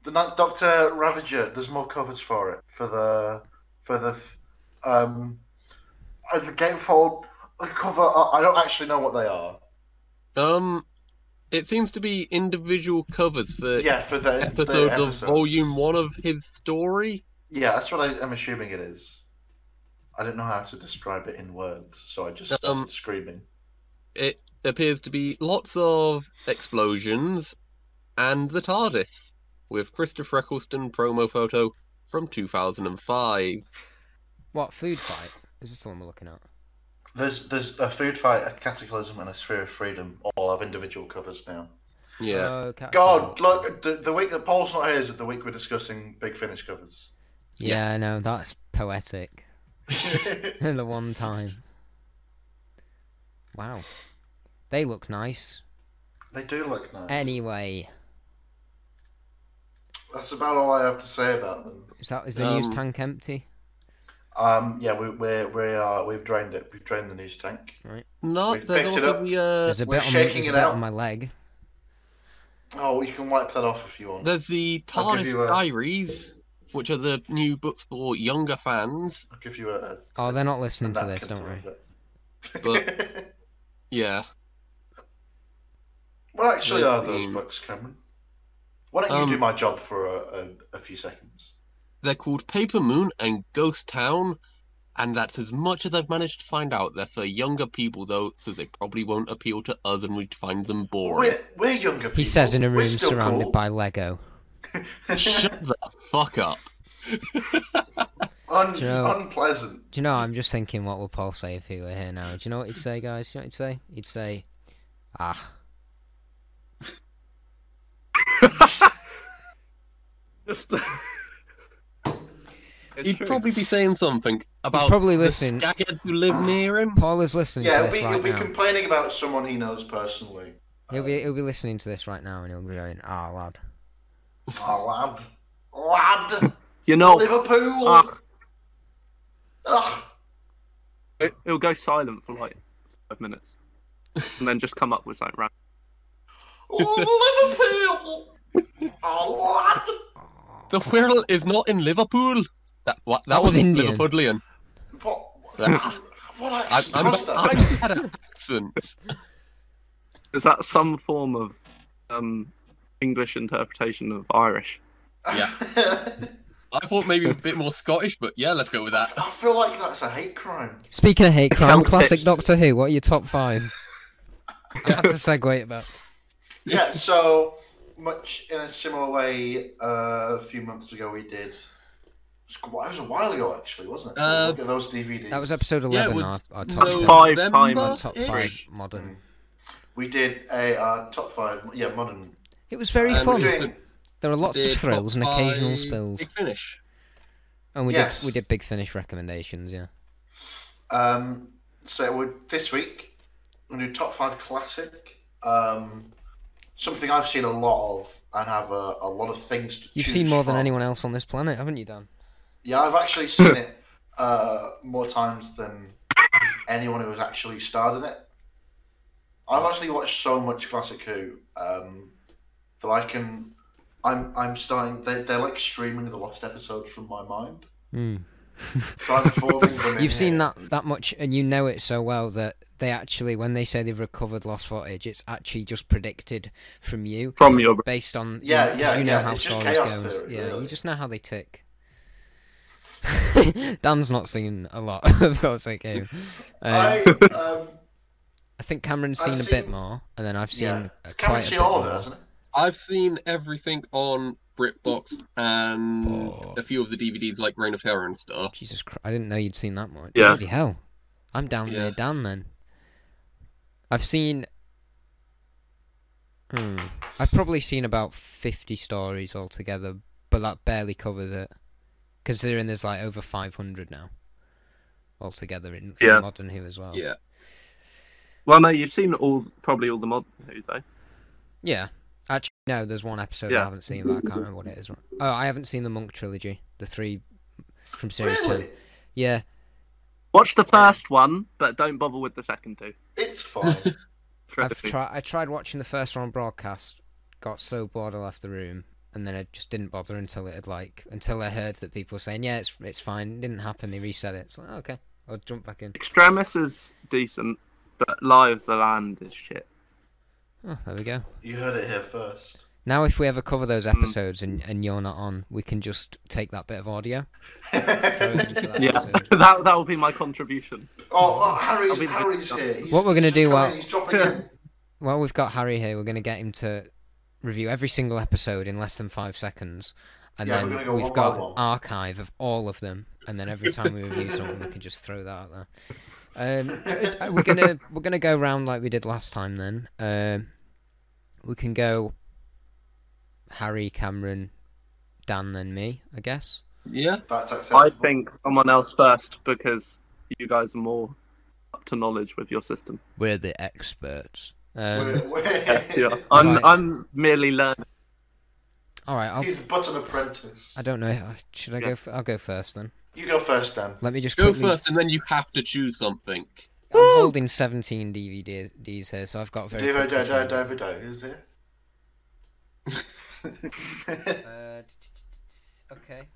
[SPEAKER 1] The Night Doctor Ravager. There's more covers for it. For the, for the, um, uh, the gatefold uh, cover. uh, I don't actually know what they are.
[SPEAKER 3] Um, it seems to be individual covers for
[SPEAKER 1] Yeah, for the the
[SPEAKER 3] episodes of
[SPEAKER 1] episodes.
[SPEAKER 3] Volume One of his story.
[SPEAKER 1] Yeah, that's what I, I'm assuming it is. I don't know how to describe it in words, so I just started
[SPEAKER 3] Um,
[SPEAKER 1] screaming.
[SPEAKER 3] It appears to be lots of explosions and the TARDIS with Christopher Eccleston promo photo from 2005.
[SPEAKER 2] What food fight? Is this the one we're looking at?
[SPEAKER 1] There's there's a food fight, a cataclysm, and a sphere of freedom. All have individual covers now.
[SPEAKER 3] Yeah.
[SPEAKER 1] Uh,
[SPEAKER 3] uh,
[SPEAKER 2] Oh, Captain
[SPEAKER 1] God,
[SPEAKER 2] Hook.
[SPEAKER 1] look, the, the week that Paul's not here is the week we're discussing Big Finish covers.
[SPEAKER 2] Yeah, I know that's poetic.
[SPEAKER 1] yeah,
[SPEAKER 2] the one time. Wow, they look nice.
[SPEAKER 1] they do look nice.
[SPEAKER 2] Anyway,
[SPEAKER 1] That's about all I have to say about them.
[SPEAKER 2] is that is the news
[SPEAKER 3] Um,
[SPEAKER 2] tank empty?
[SPEAKER 1] Um, yeah, we we we are we've drained it. We've drained the news tank.
[SPEAKER 3] Not
[SPEAKER 1] We've
[SPEAKER 3] there's
[SPEAKER 1] picked it
[SPEAKER 3] also
[SPEAKER 1] up.
[SPEAKER 3] the uh,
[SPEAKER 2] There's a
[SPEAKER 1] we're
[SPEAKER 2] bit, on, my-
[SPEAKER 1] shaking
[SPEAKER 2] there's a
[SPEAKER 1] it
[SPEAKER 2] bit
[SPEAKER 1] out.
[SPEAKER 2] on my leg.
[SPEAKER 1] Oh, you can wipe that off if you want.
[SPEAKER 3] there's the
[SPEAKER 1] I'll give
[SPEAKER 3] TARDIS
[SPEAKER 1] you a-
[SPEAKER 3] diaries, which are the new books for younger fans.
[SPEAKER 1] I'll give you a. a
[SPEAKER 2] Oh, they're not listening to
[SPEAKER 1] napkin
[SPEAKER 2] this, don't
[SPEAKER 1] to
[SPEAKER 2] worry.
[SPEAKER 1] wipe it.
[SPEAKER 3] Yeah.
[SPEAKER 1] what actually
[SPEAKER 3] They-
[SPEAKER 1] are those
[SPEAKER 3] they-
[SPEAKER 1] books, Cameron? Why don't you
[SPEAKER 3] Um,
[SPEAKER 1] do my job for a, a, a few seconds?
[SPEAKER 3] They're called Paper Moon and Ghost Town, and that's as much as I've managed to find out. They're for younger people, though, so they probably won't appeal to us and we'd find them boring.
[SPEAKER 1] We're, we're younger people.
[SPEAKER 2] He says in a
[SPEAKER 1] We're
[SPEAKER 2] room
[SPEAKER 1] still
[SPEAKER 2] surrounded
[SPEAKER 1] cool.
[SPEAKER 2] by Lego.
[SPEAKER 3] Shut the fuck up.
[SPEAKER 1] Un-
[SPEAKER 2] Joe.
[SPEAKER 1] unpleasant.
[SPEAKER 2] Do you know? I'm just thinking, what would Paul say if he were here now? Do you know what he'd say, guys? Do you know what he'd say? He'd say, "Ah,
[SPEAKER 4] Just. It's
[SPEAKER 3] He'd
[SPEAKER 4] true.
[SPEAKER 3] probably be saying something about
[SPEAKER 2] probably
[SPEAKER 3] the
[SPEAKER 2] listening.
[SPEAKER 3] Skagheads who live near him.
[SPEAKER 2] Paul is listening
[SPEAKER 1] Yeah,
[SPEAKER 2] to
[SPEAKER 1] he'll
[SPEAKER 2] this
[SPEAKER 1] be, he'll
[SPEAKER 2] right
[SPEAKER 1] be
[SPEAKER 2] now."
[SPEAKER 1] complaining about someone he knows personally.
[SPEAKER 2] He'll be he'll be listening to this right now, and he'll be going, "Ah, lad."
[SPEAKER 1] Oh, lad. Lad!
[SPEAKER 4] You know. ah,
[SPEAKER 1] Liverpool! Ugh.
[SPEAKER 4] Ugh, it, it'll go silent for like five minutes, and then just come up with something random.
[SPEAKER 1] Liverpool! Oh,
[SPEAKER 3] The Whirl is not in Liverpool. That what, that,
[SPEAKER 2] That was
[SPEAKER 3] was not
[SPEAKER 2] Indian.
[SPEAKER 3] Liverpudlian.
[SPEAKER 1] lad! What,
[SPEAKER 3] Yeah.
[SPEAKER 1] what
[SPEAKER 3] I,
[SPEAKER 1] actually
[SPEAKER 3] I'm,
[SPEAKER 1] was
[SPEAKER 3] I
[SPEAKER 1] that?
[SPEAKER 3] had an accent.
[SPEAKER 4] Is that some form of um, English interpretation of Irish?
[SPEAKER 3] Yeah. I thought maybe a bit more Scottish, but yeah, let's go with that.
[SPEAKER 1] I feel like that's a hate crime.
[SPEAKER 2] Speaking of hate crime,
[SPEAKER 4] Celtic.
[SPEAKER 2] classic Doctor Who. What are your top five? That's a segue about.
[SPEAKER 1] Yeah, so much in a similar way, uh, a few months ago we did. It was a while ago, actually, wasn't it?
[SPEAKER 3] Uh,
[SPEAKER 1] Look at those DVDs.
[SPEAKER 2] That was episode
[SPEAKER 3] Yeah,
[SPEAKER 2] eleven.
[SPEAKER 3] with
[SPEAKER 2] our, our top
[SPEAKER 4] no-
[SPEAKER 2] five.
[SPEAKER 4] Five time
[SPEAKER 2] Our
[SPEAKER 4] on
[SPEAKER 2] top
[SPEAKER 3] November-ish.
[SPEAKER 2] five
[SPEAKER 1] Hmm.
[SPEAKER 2] modern.
[SPEAKER 1] We did a uh, top five, yeah, modern.
[SPEAKER 2] It was very
[SPEAKER 3] And
[SPEAKER 1] We're
[SPEAKER 3] we
[SPEAKER 2] fun.
[SPEAKER 3] did-
[SPEAKER 1] doing-
[SPEAKER 2] There are lots
[SPEAKER 3] Did
[SPEAKER 2] of thrills and
[SPEAKER 3] top
[SPEAKER 2] occasional
[SPEAKER 3] five
[SPEAKER 2] spills.
[SPEAKER 3] Big finish.
[SPEAKER 2] And we
[SPEAKER 1] Yes.
[SPEAKER 2] did we did big finish recommendations. Yeah.
[SPEAKER 1] Um, so we're, this week, I'm going to do top five classic. Um, something I've seen a lot of and have a, a lot of things to
[SPEAKER 2] You've
[SPEAKER 1] choose
[SPEAKER 2] seen more than
[SPEAKER 1] from.
[SPEAKER 2] anyone else on this planet, haven't you, Dan?
[SPEAKER 1] Yeah, I've actually seen it uh, more times than anyone who has actually starred in it. I've actually watched so much classic Who um, that I can. I'm I'm starting. They they're like streaming the lost episodes from my mind.
[SPEAKER 2] Hmm.
[SPEAKER 1] So I'm forming them. in
[SPEAKER 2] You've seen
[SPEAKER 1] here.
[SPEAKER 2] that that much, and you know it so well that they actually, when they say they've recovered lost footage, it's actually just predicted from you,
[SPEAKER 4] From your
[SPEAKER 2] based on you
[SPEAKER 1] Yeah,
[SPEAKER 2] know, 'cause
[SPEAKER 1] yeah,
[SPEAKER 2] you know
[SPEAKER 1] yeah,
[SPEAKER 2] how
[SPEAKER 1] it's just
[SPEAKER 2] stories
[SPEAKER 1] chaos
[SPEAKER 2] goes.
[SPEAKER 1] theory,
[SPEAKER 2] yeah,
[SPEAKER 1] really.
[SPEAKER 2] you just know how they tick. Dan's not seen a lot of Classic Who. Uh,
[SPEAKER 1] I um,
[SPEAKER 2] I think Cameron's
[SPEAKER 1] I've
[SPEAKER 2] seen a bit
[SPEAKER 1] seen-
[SPEAKER 2] more, and then I've seen
[SPEAKER 1] yeah.
[SPEAKER 2] uh, quite
[SPEAKER 1] Cameron's
[SPEAKER 2] a
[SPEAKER 1] seen
[SPEAKER 2] bit
[SPEAKER 1] all of
[SPEAKER 2] more.
[SPEAKER 1] it, hasn't it?
[SPEAKER 3] I've seen everything on BritBox and
[SPEAKER 2] Oh.
[SPEAKER 3] a few of the DVDs like Reign of Terror and stuff.
[SPEAKER 2] Jesus Christ, I didn't know you'd seen that much.
[SPEAKER 4] Yeah.
[SPEAKER 2] Bloody hell. I'm down
[SPEAKER 3] Yeah.
[SPEAKER 2] near Dan then. I've seen. Hmm. I've probably seen about 50 stories altogether, but that barely covers it. Considering there's like over 500 now altogether in, in
[SPEAKER 4] Yeah.
[SPEAKER 2] Modern Who as well.
[SPEAKER 3] Yeah.
[SPEAKER 4] Well, no, you've seen all probably all the modern Who though.
[SPEAKER 2] Yeah. Actually, no, there's one episode I
[SPEAKER 4] Yeah.
[SPEAKER 2] haven't seen, but I can't remember what it is. Oh, I haven't seen the Monk trilogy, the three from series 10.
[SPEAKER 1] Really?
[SPEAKER 2] Yeah.
[SPEAKER 4] Watch the first one, but don't bother with the second two.
[SPEAKER 1] It's fine.
[SPEAKER 2] I've
[SPEAKER 4] Trilogy.
[SPEAKER 2] tried. I tried watching the first one on broadcast. Got so bored I left the room, and then I just didn't bother until it had like until I heard that people were saying, "Yeah, it's it's fine." It didn't happen. They reset it. It's like "Oh, okay, I'll jump back in.
[SPEAKER 4] Extremis is decent, but Lie of the Land is shit.
[SPEAKER 2] Oh, there we go.
[SPEAKER 1] you heard it here first.
[SPEAKER 2] Now, if we ever cover those episodes and, and you're not on, we can just take that bit of audio. throw it into that
[SPEAKER 4] Yeah,
[SPEAKER 2] episode.
[SPEAKER 4] that that will be my contribution.
[SPEAKER 1] Oh, oh Harry's,
[SPEAKER 4] I'll be the-
[SPEAKER 1] Harry's here. He's-
[SPEAKER 2] What we're gonna
[SPEAKER 1] he's
[SPEAKER 2] do
[SPEAKER 1] come
[SPEAKER 2] while-
[SPEAKER 1] in, he's dropping in.
[SPEAKER 2] Well, we've got Harry here. We're going to get him to review every single episode in less than five seconds. And
[SPEAKER 1] Yeah, we're
[SPEAKER 2] then
[SPEAKER 1] gonna go
[SPEAKER 2] we've
[SPEAKER 1] one by
[SPEAKER 2] got
[SPEAKER 1] one.
[SPEAKER 2] an archive of all of them. And then every time we review something, we can just throw that out there. Um, uh, we're gonna we're gonna go round like we did last time. Then um, we can go Harry, Cameron, Dan, then me. I guess.
[SPEAKER 3] Yeah.
[SPEAKER 1] That's acceptable.
[SPEAKER 4] I think someone else first because you guys are more up to knowledge with your system.
[SPEAKER 2] We're the experts. Um,
[SPEAKER 1] We're- we're-
[SPEAKER 4] Yes, yeah. I'm
[SPEAKER 2] Right.
[SPEAKER 4] I'm merely learning.
[SPEAKER 2] all right. I'll,
[SPEAKER 1] He's but an apprentice.
[SPEAKER 2] I don't know. Should I
[SPEAKER 4] Yeah.
[SPEAKER 2] go? F- I'll go first then.
[SPEAKER 1] You go first, Dan.
[SPEAKER 2] Let me just
[SPEAKER 3] Go
[SPEAKER 2] quickly
[SPEAKER 3] first, and then you have to choose something.
[SPEAKER 2] I'm holding 17 DVDs here, so I've got very.
[SPEAKER 1] Devo,
[SPEAKER 2] quickly
[SPEAKER 1] do,
[SPEAKER 2] trying-
[SPEAKER 1] do, do, do, is it?
[SPEAKER 2] Uh, t- t- t- okay.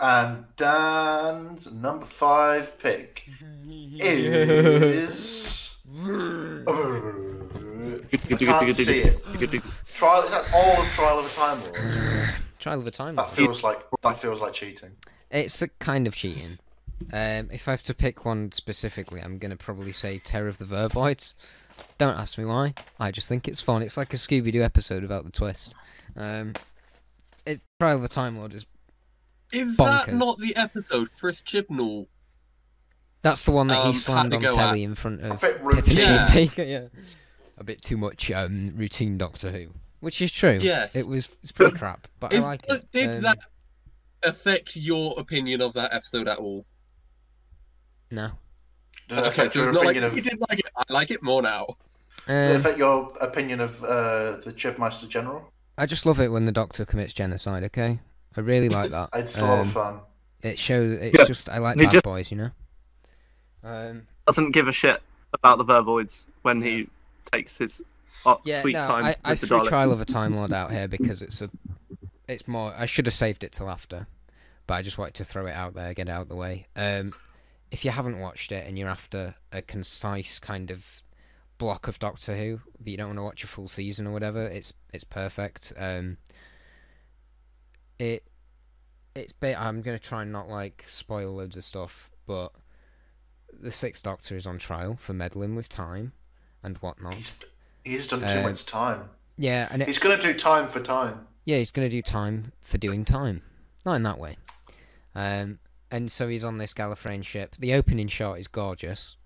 [SPEAKER 1] and Dan's number five pick is. I can't see it. Trial is that all of Trial of a Time Lord?
[SPEAKER 2] Trial of a Time.
[SPEAKER 1] That feels like that feels like cheating.
[SPEAKER 2] It's a kind of cheating. Um, if I have to pick one specifically, I'm gonna probably say Terror of the Verboids. Don't ask me why. I just think it's fun. It's like a Scooby Doo episode without the twist. Um, it, Trial of a Time Lord is
[SPEAKER 3] Is that
[SPEAKER 2] Bonkers.
[SPEAKER 3] not the episode Chris Chibnall?
[SPEAKER 2] that's the one that
[SPEAKER 3] Um,
[SPEAKER 2] he
[SPEAKER 3] had
[SPEAKER 2] slammed
[SPEAKER 3] to
[SPEAKER 2] on
[SPEAKER 3] go
[SPEAKER 2] telly in front of
[SPEAKER 1] bit
[SPEAKER 2] Pippin
[SPEAKER 1] routine.
[SPEAKER 2] yeah.
[SPEAKER 3] Yeah.
[SPEAKER 2] yeah. A bit too much um, routine Doctor Who, which is true.
[SPEAKER 3] Yes.
[SPEAKER 2] It was it's pretty crap, but I
[SPEAKER 3] Is-
[SPEAKER 2] like it.
[SPEAKER 3] Did
[SPEAKER 2] Um,
[SPEAKER 3] that affect your opinion of that episode at all?
[SPEAKER 2] No.
[SPEAKER 1] Does it
[SPEAKER 3] okay,
[SPEAKER 1] affect
[SPEAKER 3] so
[SPEAKER 1] your
[SPEAKER 3] it's not like
[SPEAKER 1] opinion
[SPEAKER 3] you
[SPEAKER 1] of?
[SPEAKER 3] did like it. I like it more now.
[SPEAKER 1] Does it
[SPEAKER 2] Um,
[SPEAKER 1] affect your opinion of uh, the Chipmaster General?
[SPEAKER 2] I just love it when the Doctor commits genocide. Okay, I really like that.
[SPEAKER 1] It's a lot of
[SPEAKER 2] um,
[SPEAKER 1] fun.
[SPEAKER 2] it shows. It's
[SPEAKER 4] Yeah.
[SPEAKER 2] just I like
[SPEAKER 4] And he
[SPEAKER 2] bad
[SPEAKER 4] just-
[SPEAKER 2] boys, you know. Um,
[SPEAKER 4] Doesn't give a shit about the Vervoids when he takes his uh,
[SPEAKER 2] yeah,
[SPEAKER 4] sweet
[SPEAKER 2] no,
[SPEAKER 4] time
[SPEAKER 2] I, I
[SPEAKER 4] with the
[SPEAKER 2] threw
[SPEAKER 4] Daleks.
[SPEAKER 2] Trial of a Time Lord out here because it's a, it's more. I should have saved it till after, but I just wanted to throw it out there, get it out of the way. Um, if you haven't watched it and you're after a concise kind of block of Doctor Who, if you don't want to watch a full season or whatever, it's it's perfect. Um, it it's ba- I'm gonna try and not like spoil loads of stuff, but the Sixth Doctor is on trial for meddling with time and whatnot.
[SPEAKER 1] He's he's done too
[SPEAKER 2] Uh,
[SPEAKER 1] much time.
[SPEAKER 2] yeah, and it,
[SPEAKER 1] He's gonna do time for time.
[SPEAKER 2] Yeah, he's going to do time for doing time. Not in that way. Um, and so he's on this Gallifreyan ship. The opening shot is gorgeous.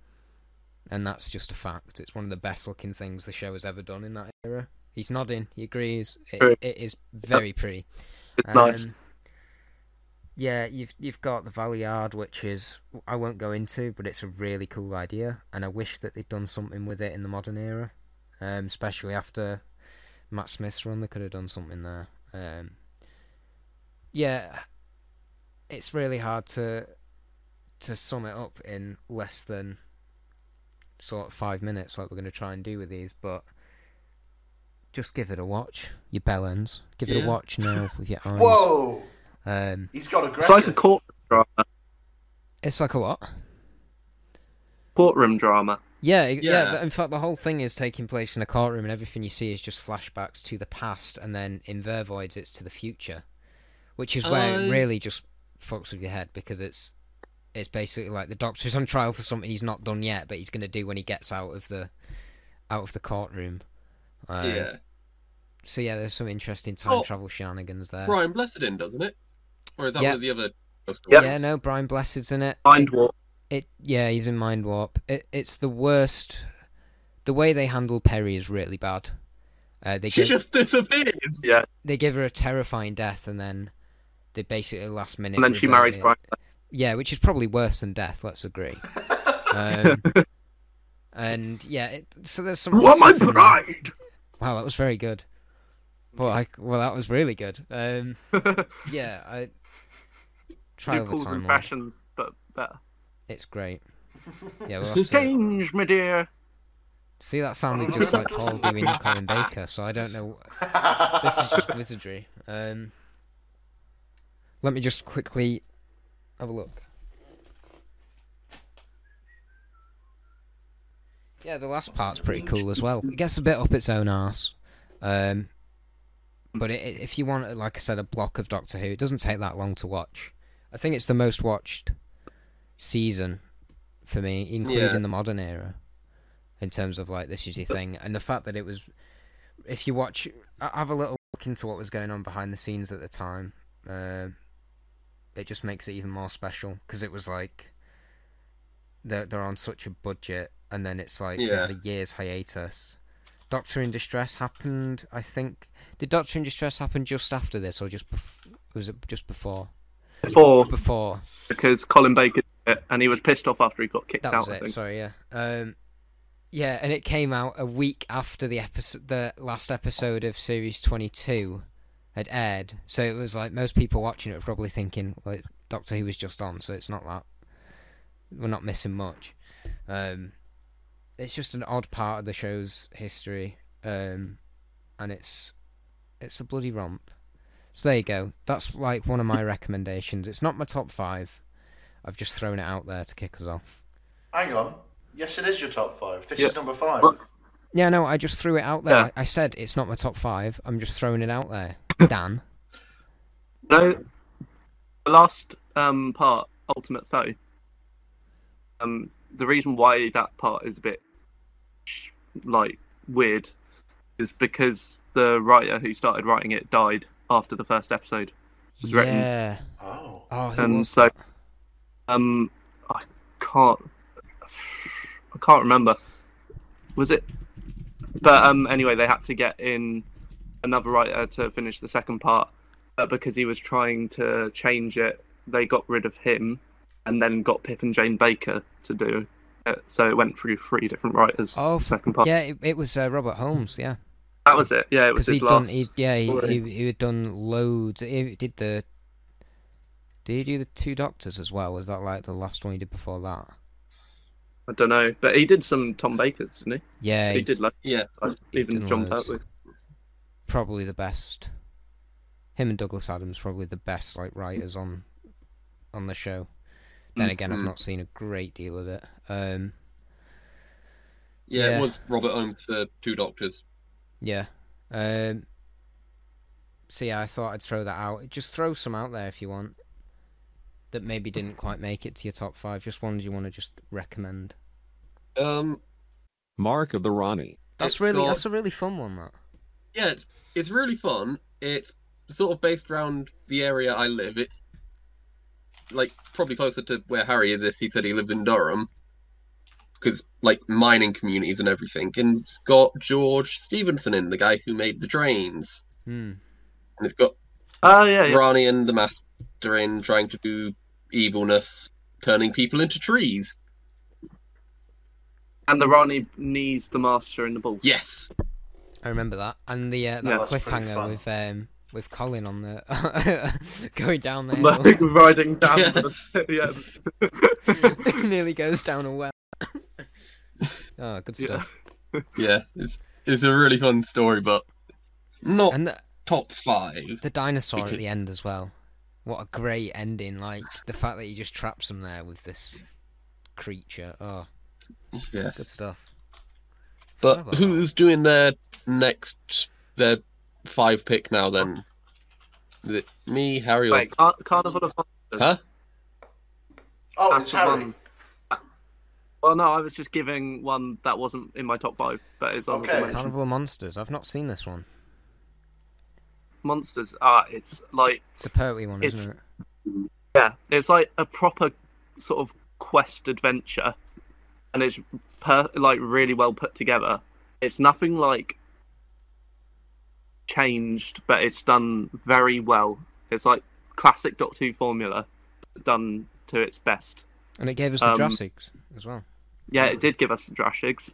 [SPEAKER 2] And that's just a fact. It's one of the best looking things the show has ever done in that era. He's nodding. He agrees.
[SPEAKER 4] True.
[SPEAKER 2] It, it is very pretty.
[SPEAKER 4] It's nice.
[SPEAKER 2] Um, Yeah, you've you've got the Valley Yard, which is I won't go into, but it's a really cool idea, and I wish that they'd done something with it in the modern era, um, especially after Matt Smith's run. They could have done something there. Um, yeah, it's really hard to to sum it up in less than sort of five minutes, like we're going to try and do with these, but. Just give it a watch, you bell ends. Give it
[SPEAKER 3] Yeah.
[SPEAKER 2] a watch now with your eyes.
[SPEAKER 1] Whoa!
[SPEAKER 2] Um,
[SPEAKER 1] He's got aggressive.
[SPEAKER 4] It's like a court drama.
[SPEAKER 2] it's like a what?
[SPEAKER 4] courtroom drama.
[SPEAKER 2] Yeah, it- yeah.
[SPEAKER 3] Yeah.
[SPEAKER 2] th- In fact, the whole thing is taking place in a courtroom, and everything you see is just flashbacks to the past, and then in Vervoids, it's to the future, which is where it
[SPEAKER 3] I-
[SPEAKER 2] really just fucks with your head because it's it's basically like the doctor's on trial for something he's not done yet, but he's going to do when he gets out of the out of the courtroom. Uh,
[SPEAKER 3] yeah.
[SPEAKER 2] So yeah, there's some interesting time
[SPEAKER 3] Oh.
[SPEAKER 2] travel shenanigans there.
[SPEAKER 3] Brian Blesseden, doesn't it? Or is that
[SPEAKER 2] Uh, Yeah.
[SPEAKER 3] one of the other?
[SPEAKER 4] Yep.
[SPEAKER 2] Yeah, no, Brian Blessed's in it.
[SPEAKER 4] Mind Warp.
[SPEAKER 2] It yeah, he's in Mind Warp. It, it's the worst. The way they handle Perry is really bad. Uh, they
[SPEAKER 3] She
[SPEAKER 2] give,
[SPEAKER 3] just disappeared.
[SPEAKER 2] they give her a terrifying death, and then they basically last minute.
[SPEAKER 4] And then she
[SPEAKER 2] revert
[SPEAKER 4] marries
[SPEAKER 2] it.
[SPEAKER 4] Brian.
[SPEAKER 2] Yeah, which is probably worse than death. Let's agree. Um, and yeah, it, so there's some.
[SPEAKER 4] What my
[SPEAKER 2] stuff in there.
[SPEAKER 4] pride!
[SPEAKER 2] Wow, that was very good. Well, I, well, that was really good. Um, yeah, I. Trial of the
[SPEAKER 4] Ducal's
[SPEAKER 2] Time Lord.
[SPEAKER 4] impressions, but better.
[SPEAKER 2] It's great. Yeah, we'll have to
[SPEAKER 4] Change, my dear.
[SPEAKER 2] See, that sounded just like Paul doing Colin Baker, so I don't know. This is just wizardry. Um, let me just quickly have a look. Yeah, the last part's pretty cool as well. It gets a bit up its own arse. Um, but it, it- if you want, like I said, a block of Doctor Who, it doesn't take that long to watch. I think it's the most watched season for me, including
[SPEAKER 3] Yeah.
[SPEAKER 2] the modern era, in terms of like this is your thing. And the fact that it was, if you watch, I- have a little look into what was going on behind the scenes at the time. Um it just makes it even more special because it was like they're, they're on such a budget, and then it's like they
[SPEAKER 3] Yeah.
[SPEAKER 2] had a year's hiatus. Doctor in Distress happened, I think. Did Doctor in Distress happen just after this, or just bef- was it just before?
[SPEAKER 4] Before,
[SPEAKER 2] Before
[SPEAKER 4] because Colin Baker did it, and he was pissed off after he got kicked
[SPEAKER 2] that
[SPEAKER 4] out,
[SPEAKER 2] was
[SPEAKER 4] I
[SPEAKER 2] it.
[SPEAKER 4] think.
[SPEAKER 2] Sorry, yeah, um, yeah, and it came out a week after the episode, the last episode of series twenty-two had aired. So it was like most people watching it were probably thinking, "Well, it- Doctor Who was just on, so it's not that we're not missing much." Um, it's just an odd part of the show's history, um, and it's it's a bloody romp. So there you go. That's like one of my recommendations. It's not my top five. I've just thrown it out there to kick us off.
[SPEAKER 1] Hang on. Yes, it is your top five. This
[SPEAKER 4] Yeah.
[SPEAKER 1] is number five.
[SPEAKER 4] Look.
[SPEAKER 2] Yeah, no, I just threw it out there.
[SPEAKER 4] Yeah.
[SPEAKER 2] I said it's not my top five. I'm just throwing it out there. Dan.
[SPEAKER 4] No, the last um, part, Ultimate Foe. Um, the reason why that part is a bit like weird is because the writer who started writing it died after the first episode. was written.
[SPEAKER 2] Yeah.
[SPEAKER 1] Oh.
[SPEAKER 2] Oh, who
[SPEAKER 4] and
[SPEAKER 2] was
[SPEAKER 4] so
[SPEAKER 2] that?
[SPEAKER 4] um i can't i can't remember was it but um anyway they had to get in another writer to finish the second part but because he was trying to change it they got rid of him and then got pip and jane baker to do it so it went through three different writers
[SPEAKER 2] Oh,
[SPEAKER 4] the second part
[SPEAKER 2] Yeah, it, it was uh, Robert Holmes. Yeah,
[SPEAKER 4] that was it yeah it was
[SPEAKER 2] because
[SPEAKER 4] his
[SPEAKER 2] he'd
[SPEAKER 4] last
[SPEAKER 2] done. He'd, yeah, he,
[SPEAKER 4] story.
[SPEAKER 2] he, he had done loads. He did the. Did he do the two doctors as well? Was that like the last one he did before that?
[SPEAKER 4] i don't know but he did some tom bakers didn't he
[SPEAKER 2] Yeah,
[SPEAKER 4] he
[SPEAKER 2] he's
[SPEAKER 4] did like
[SPEAKER 3] Yeah.
[SPEAKER 2] he'd
[SPEAKER 4] even
[SPEAKER 2] done
[SPEAKER 4] john
[SPEAKER 2] loads.
[SPEAKER 4] pertwee
[SPEAKER 2] probably the best. Him and Douglas Adams probably the best like writers on on the
[SPEAKER 4] Mm,
[SPEAKER 2] show. Then again, I've
[SPEAKER 3] Mhm.
[SPEAKER 2] not seen a great deal of it. Um,
[SPEAKER 3] Yeah,
[SPEAKER 2] Yeah.
[SPEAKER 3] it was Robert Holmes for two doctors.
[SPEAKER 2] Yeah. Um, so yeah, I thought I'd throw that out. Just throw some out there if you want that maybe didn't quite make it to your top five. Just ones you want to just recommend.
[SPEAKER 3] Um,
[SPEAKER 5] Mark of the Ronnie.
[SPEAKER 2] That's
[SPEAKER 3] it's
[SPEAKER 2] really
[SPEAKER 3] got-
[SPEAKER 2] that's a really fun one. That
[SPEAKER 3] yeah, it's, it's really fun. It's sort of based around the area I live. It's like probably closer to where Harry is if he said he lives in Durham, because like mining communities and everything. And it's got George Stevenson in, the guy who made the drains,
[SPEAKER 2] hmm.
[SPEAKER 3] and it's got
[SPEAKER 4] Oh yeah, yeah.
[SPEAKER 3] Rani and the Master in trying to do evilness, turning people into trees.
[SPEAKER 4] and the Ronnie knees the master in the balls.
[SPEAKER 3] Yes,
[SPEAKER 2] I remember that and the uh, that
[SPEAKER 4] Yeah,
[SPEAKER 1] that's pretty
[SPEAKER 2] cliffhanger
[SPEAKER 1] fun.
[SPEAKER 2] with um with Colin on the going down the
[SPEAKER 4] like
[SPEAKER 2] hill.
[SPEAKER 4] riding down. The... yeah.
[SPEAKER 2] nearly goes down a well. oh, good
[SPEAKER 4] Yeah.
[SPEAKER 2] stuff.
[SPEAKER 3] yeah, it's it's a really fun story, but not
[SPEAKER 2] And the,
[SPEAKER 3] top five.
[SPEAKER 2] the dinosaur at
[SPEAKER 3] Because-
[SPEAKER 2] the end as well. What a great ending! Like the fact that he just traps him there with this creature. Oh,
[SPEAKER 3] Yes,
[SPEAKER 2] good stuff.
[SPEAKER 3] but
[SPEAKER 2] about that.
[SPEAKER 3] who's doing their next their five pick now? Then Is it me, Harry, or
[SPEAKER 4] Wait, Car- Carnival of Monsters.
[SPEAKER 3] huh?
[SPEAKER 1] Oh,
[SPEAKER 4] That's
[SPEAKER 1] it's
[SPEAKER 4] the
[SPEAKER 1] Harry.
[SPEAKER 4] one. Well, no, I was just giving one that wasn't in my top five, but it's on
[SPEAKER 1] Okay.
[SPEAKER 4] the mention.
[SPEAKER 2] Carnival of Monsters. I've not seen this one.
[SPEAKER 4] monsters. Ah, it's like
[SPEAKER 2] It's a poetry one,
[SPEAKER 4] It's-
[SPEAKER 2] isn't it?
[SPEAKER 4] yeah, it's like a proper sort of quest adventure, and it's per- like really well put together. It's nothing like changed, but it's done very well. It's like classic Doctor Who formula but done to its best.
[SPEAKER 2] And it gave us the
[SPEAKER 4] Um,
[SPEAKER 2] Jurassics as well.
[SPEAKER 4] Yeah, it did give us the Drashigs,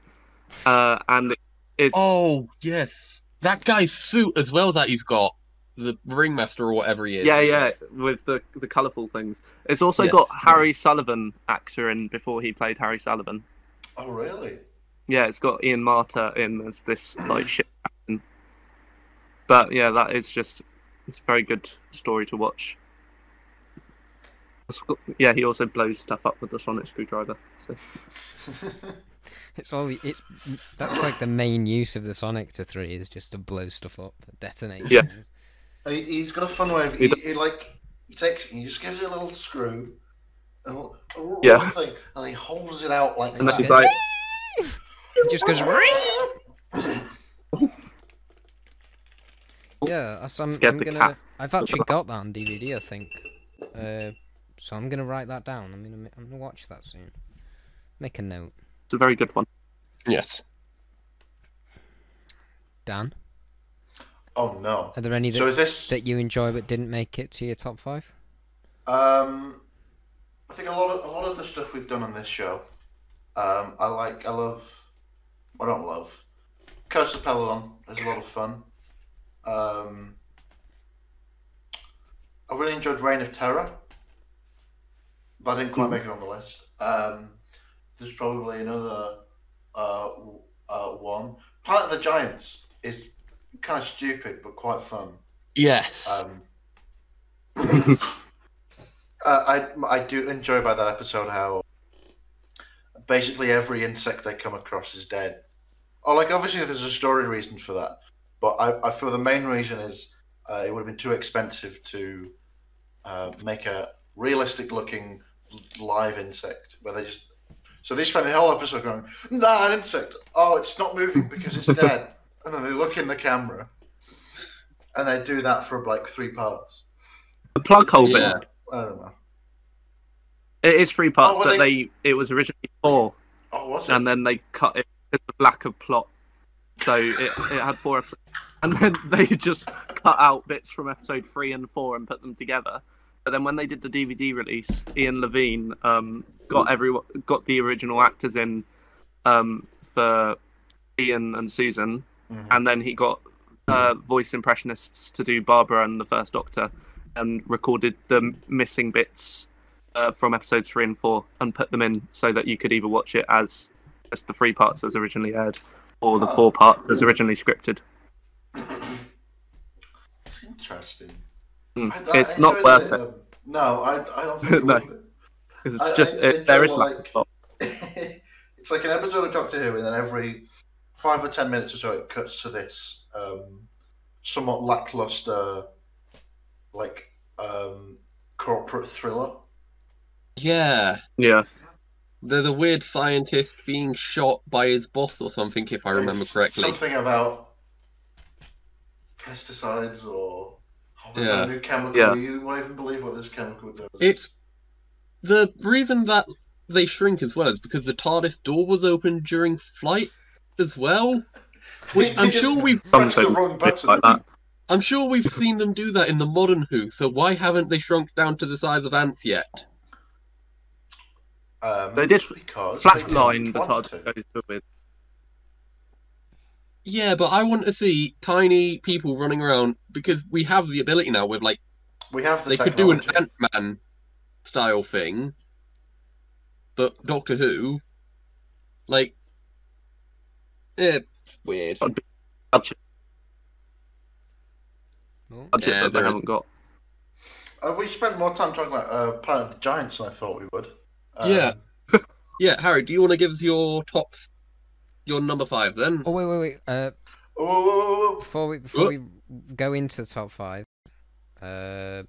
[SPEAKER 4] uh, and
[SPEAKER 3] Oh yes, that guy's suit as well that he's got the ringmaster or whatever he is.
[SPEAKER 4] Yeah, yeah, with the the colourful things. It's also
[SPEAKER 3] Yes.
[SPEAKER 4] got Harry Sullivan actor in before he played Harry Sullivan.
[SPEAKER 1] Oh, really?
[SPEAKER 4] Yeah, it's got Ian Marta in as this like ship captain. But yeah, that is just it's a very good story to watch. It's got- Yeah, he also blows stuff up with the sonic screwdriver. So.
[SPEAKER 2] It's all. It's that's like the main use of the Sonic to three is just to blow stuff up, detonate.
[SPEAKER 4] Yeah.
[SPEAKER 2] things.
[SPEAKER 1] And he, he's got a fun way of
[SPEAKER 4] He
[SPEAKER 1] he,
[SPEAKER 4] does.
[SPEAKER 1] he like he takes he just gives it a little screw, and a little
[SPEAKER 4] Yeah.
[SPEAKER 1] thing, and he holds it out like
[SPEAKER 4] And then
[SPEAKER 1] that.
[SPEAKER 4] he's like,
[SPEAKER 2] It just goes. "Ring!" yeah, that's, I'm,
[SPEAKER 4] Scared
[SPEAKER 2] I'm
[SPEAKER 4] the
[SPEAKER 2] gonna.
[SPEAKER 4] cat.
[SPEAKER 2] I've actually got that on DVD, I think. Uh, so I'm gonna write that down. I'm gonna. ma- I'm gonna watch that soon. Make a note,
[SPEAKER 4] it's a very good one.
[SPEAKER 3] Yes.
[SPEAKER 2] Dan.
[SPEAKER 1] oh no.
[SPEAKER 2] Are there any that,
[SPEAKER 1] So is this?
[SPEAKER 2] that you enjoy but didn't make it to your top five?
[SPEAKER 1] Um, I think a lot of a lot of the stuff we've done on this show, um, I like. I love. I don't love. Curse of Peladon is a lot of fun. Um, I really enjoyed Reign of Terror, but I didn't quite make it on the list. Um, there's probably another uh, w- uh, one. Planet of the Giants is kind of stupid but quite fun.
[SPEAKER 3] Yes.
[SPEAKER 1] Um, uh, I I do enjoy about that episode how basically every insect they come across is dead. Oh, like obviously there's a story reason for that, but I, I feel the main reason is uh, it would have been too expensive to uh, make a realistic looking live insect where they just so they spend the whole episode going nah an insect oh it's not moving because it's dead and then they look in the camera and they do that for like three parts.
[SPEAKER 4] The plug hole bits.
[SPEAKER 3] Yeah.
[SPEAKER 1] I don't know.
[SPEAKER 4] It is three parts,
[SPEAKER 1] Oh, well,
[SPEAKER 4] but they... it was originally four.
[SPEAKER 1] Oh, what's it?
[SPEAKER 4] and then they cut it because of lack of plot. So it, it had four episodes, and then they just cut out bits from episode three and four and put them together. But then when they did the DVD release, Ian Levine um, got everyone got the original actors in um, for Ian and Susan,
[SPEAKER 1] Mhm.
[SPEAKER 4] and then he got uh, voice impressionists to do Barbara and the First Doctor, and recorded the m- missing bits uh, from episodes three and four and put them in so that you could either watch it as just the three parts as originally aired or the
[SPEAKER 1] Oh.
[SPEAKER 4] four parts as originally scripted.
[SPEAKER 1] It's interesting.
[SPEAKER 4] Mm.
[SPEAKER 1] I- I
[SPEAKER 4] It's not
[SPEAKER 1] enjoyed
[SPEAKER 4] worth
[SPEAKER 1] it.
[SPEAKER 4] it.
[SPEAKER 1] um, No, I, I don't think it
[SPEAKER 4] No.
[SPEAKER 1] would.
[SPEAKER 4] It's
[SPEAKER 1] I- I
[SPEAKER 4] just it, there
[SPEAKER 1] enjoy,
[SPEAKER 4] is lack
[SPEAKER 1] like-
[SPEAKER 4] of plot.
[SPEAKER 1] it it's like an episode of Doctor Who, and then every five or ten minutes or so, it cuts to this um, somewhat lackluster, like um, corporate thriller.
[SPEAKER 3] Yeah.
[SPEAKER 4] Yeah.
[SPEAKER 3] They're the weird scientist being shot by his boss or something, if I remember
[SPEAKER 1] It's
[SPEAKER 3] correctly.
[SPEAKER 1] Something about pesticides or oh, we've
[SPEAKER 3] Yeah.
[SPEAKER 1] got a new chemical.
[SPEAKER 4] Yeah.
[SPEAKER 1] You won't even believe what this chemical does.
[SPEAKER 3] It's the reason that they shrink as well is because the TARDIS door was open during flight as well. we- I'm sure we've-
[SPEAKER 1] pressed the
[SPEAKER 4] Something
[SPEAKER 1] wrong
[SPEAKER 4] Bits
[SPEAKER 1] button.
[SPEAKER 4] like that.
[SPEAKER 3] I'm sure we've seen them do that in the modern Who, so why haven't they shrunk down to the size of ants yet?
[SPEAKER 1] Um,
[SPEAKER 4] They did
[SPEAKER 1] because they didn't
[SPEAKER 4] Flatline the
[SPEAKER 1] want
[SPEAKER 4] TARDIS
[SPEAKER 1] to.
[SPEAKER 4] goes to with.
[SPEAKER 3] Yeah, but I want to see tiny people running around because we have the ability now with like
[SPEAKER 1] We have the
[SPEAKER 3] they could do an
[SPEAKER 1] technology.
[SPEAKER 3] Ant Man style thing, but Doctor Who, like, eh, it's weird.
[SPEAKER 4] budget,
[SPEAKER 2] Oh,
[SPEAKER 4] budget
[SPEAKER 3] Yeah,
[SPEAKER 4] that they
[SPEAKER 3] there is-
[SPEAKER 4] haven't got.
[SPEAKER 1] Uh, we spent more time talking about uh, Planet of the Giants than I thought we would. Um,
[SPEAKER 3] Yeah. Yeah, Harry, do you want to give us your top, your number five then?
[SPEAKER 2] oh, wait, wait, wait. Uh,
[SPEAKER 1] Oh, oh, oh, oh,
[SPEAKER 2] before we before we go into the top five, uh,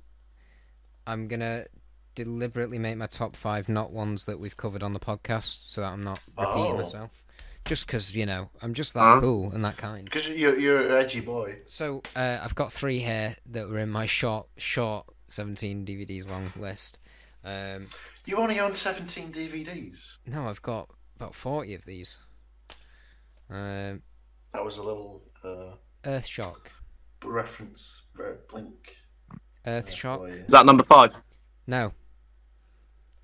[SPEAKER 2] I'm gonna deliberately make my top five not ones that we've covered on the podcast, so that I'm not repeating
[SPEAKER 1] Oh.
[SPEAKER 2] myself. Just because you know I'm just that
[SPEAKER 4] Huh?
[SPEAKER 2] cool and that kind.
[SPEAKER 1] because you're, you're an edgy boy.
[SPEAKER 2] So uh, I've got three here that were in my short short 17 DVDs long list. Um,
[SPEAKER 1] You only own 17 DVDs.
[SPEAKER 2] no, I've got about 40 of these. Um,
[SPEAKER 1] That was a little uh,
[SPEAKER 2] Earth Shock.
[SPEAKER 1] reference, uh, blink.
[SPEAKER 2] Earth
[SPEAKER 1] uh,
[SPEAKER 2] Shock.
[SPEAKER 1] for you.
[SPEAKER 4] Is that number five?
[SPEAKER 2] No.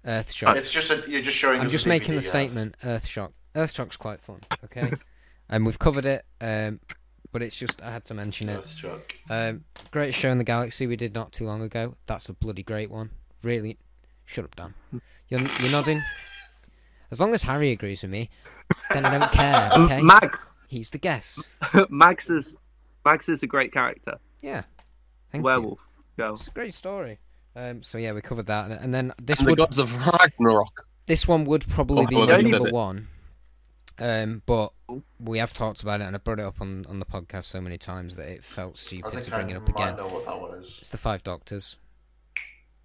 [SPEAKER 2] Earth Shock.
[SPEAKER 1] It's just a, you're just showing.
[SPEAKER 2] I'm
[SPEAKER 1] us
[SPEAKER 2] just
[SPEAKER 1] a
[SPEAKER 2] making
[SPEAKER 1] DVD
[SPEAKER 2] the
[SPEAKER 1] you have.
[SPEAKER 2] statement. Earth Shock. Earth Shock's quite fun. Okay. and we've covered it. Um, but it's just I had to mention it.
[SPEAKER 1] Earth Shock.
[SPEAKER 2] Um, great show in the galaxy we did not too long ago. That's a bloody great one. Really, shut up, Dan. You're, you're nodding. As long as Harry agrees with me, then I don't care.
[SPEAKER 4] M-
[SPEAKER 2] Okay,
[SPEAKER 4] Max,
[SPEAKER 2] he's the guest.
[SPEAKER 4] Max is Max is a great character.
[SPEAKER 2] Yeah, thank you.
[SPEAKER 4] Werewolf girl.
[SPEAKER 2] It's a great story. Um, so yeah, we covered that, and- and then this
[SPEAKER 3] And the
[SPEAKER 2] would
[SPEAKER 3] gods of Ragnarok.
[SPEAKER 2] this one would probably
[SPEAKER 3] Oh,
[SPEAKER 2] be
[SPEAKER 3] well,
[SPEAKER 2] my
[SPEAKER 4] there you
[SPEAKER 2] number
[SPEAKER 3] have it.
[SPEAKER 2] one. Um, but we have talked about it, and I brought it up on, on the podcast so many times that it felt
[SPEAKER 1] I
[SPEAKER 2] stupid
[SPEAKER 1] think
[SPEAKER 2] to
[SPEAKER 1] I
[SPEAKER 2] bring it up
[SPEAKER 1] might
[SPEAKER 2] again.
[SPEAKER 1] know what that one is.
[SPEAKER 2] It's the Five Doctors.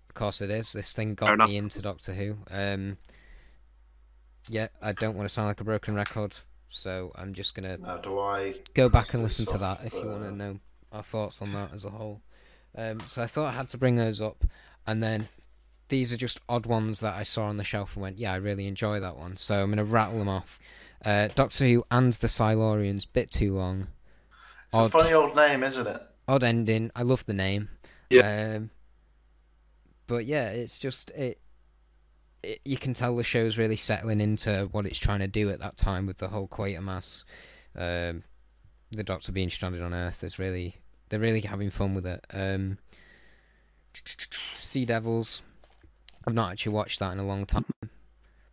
[SPEAKER 2] Of course it is. This thing
[SPEAKER 4] Fair
[SPEAKER 2] got
[SPEAKER 4] enough.
[SPEAKER 2] me into Doctor Who. Um, yeah, I don't want to sound like a broken record, so I'm just gonna
[SPEAKER 1] Now, do I?
[SPEAKER 2] go back and listen to that
[SPEAKER 1] Soft,
[SPEAKER 2] if you want
[SPEAKER 1] uh,
[SPEAKER 2] to know our thoughts on that as a whole. Um, so I thought I had to bring those up, and then these are just odd ones that I saw on the shelf and went, yeah, I really enjoy that one. So I'm gonna rattle them off. Uh, Doctor Who and the Silurians, bit too long.
[SPEAKER 1] It's a funny old name, isn't it?
[SPEAKER 2] odd ending. I love the name. Yeah. Um, but yeah, it's just it, it. You can tell the show's really settling into what it's trying to do at that time with the whole Quatermass. Um, the Doctor being stranded on Earth is really they're really having fun with it. Um, sea Devils. I've not actually watched that in a long time,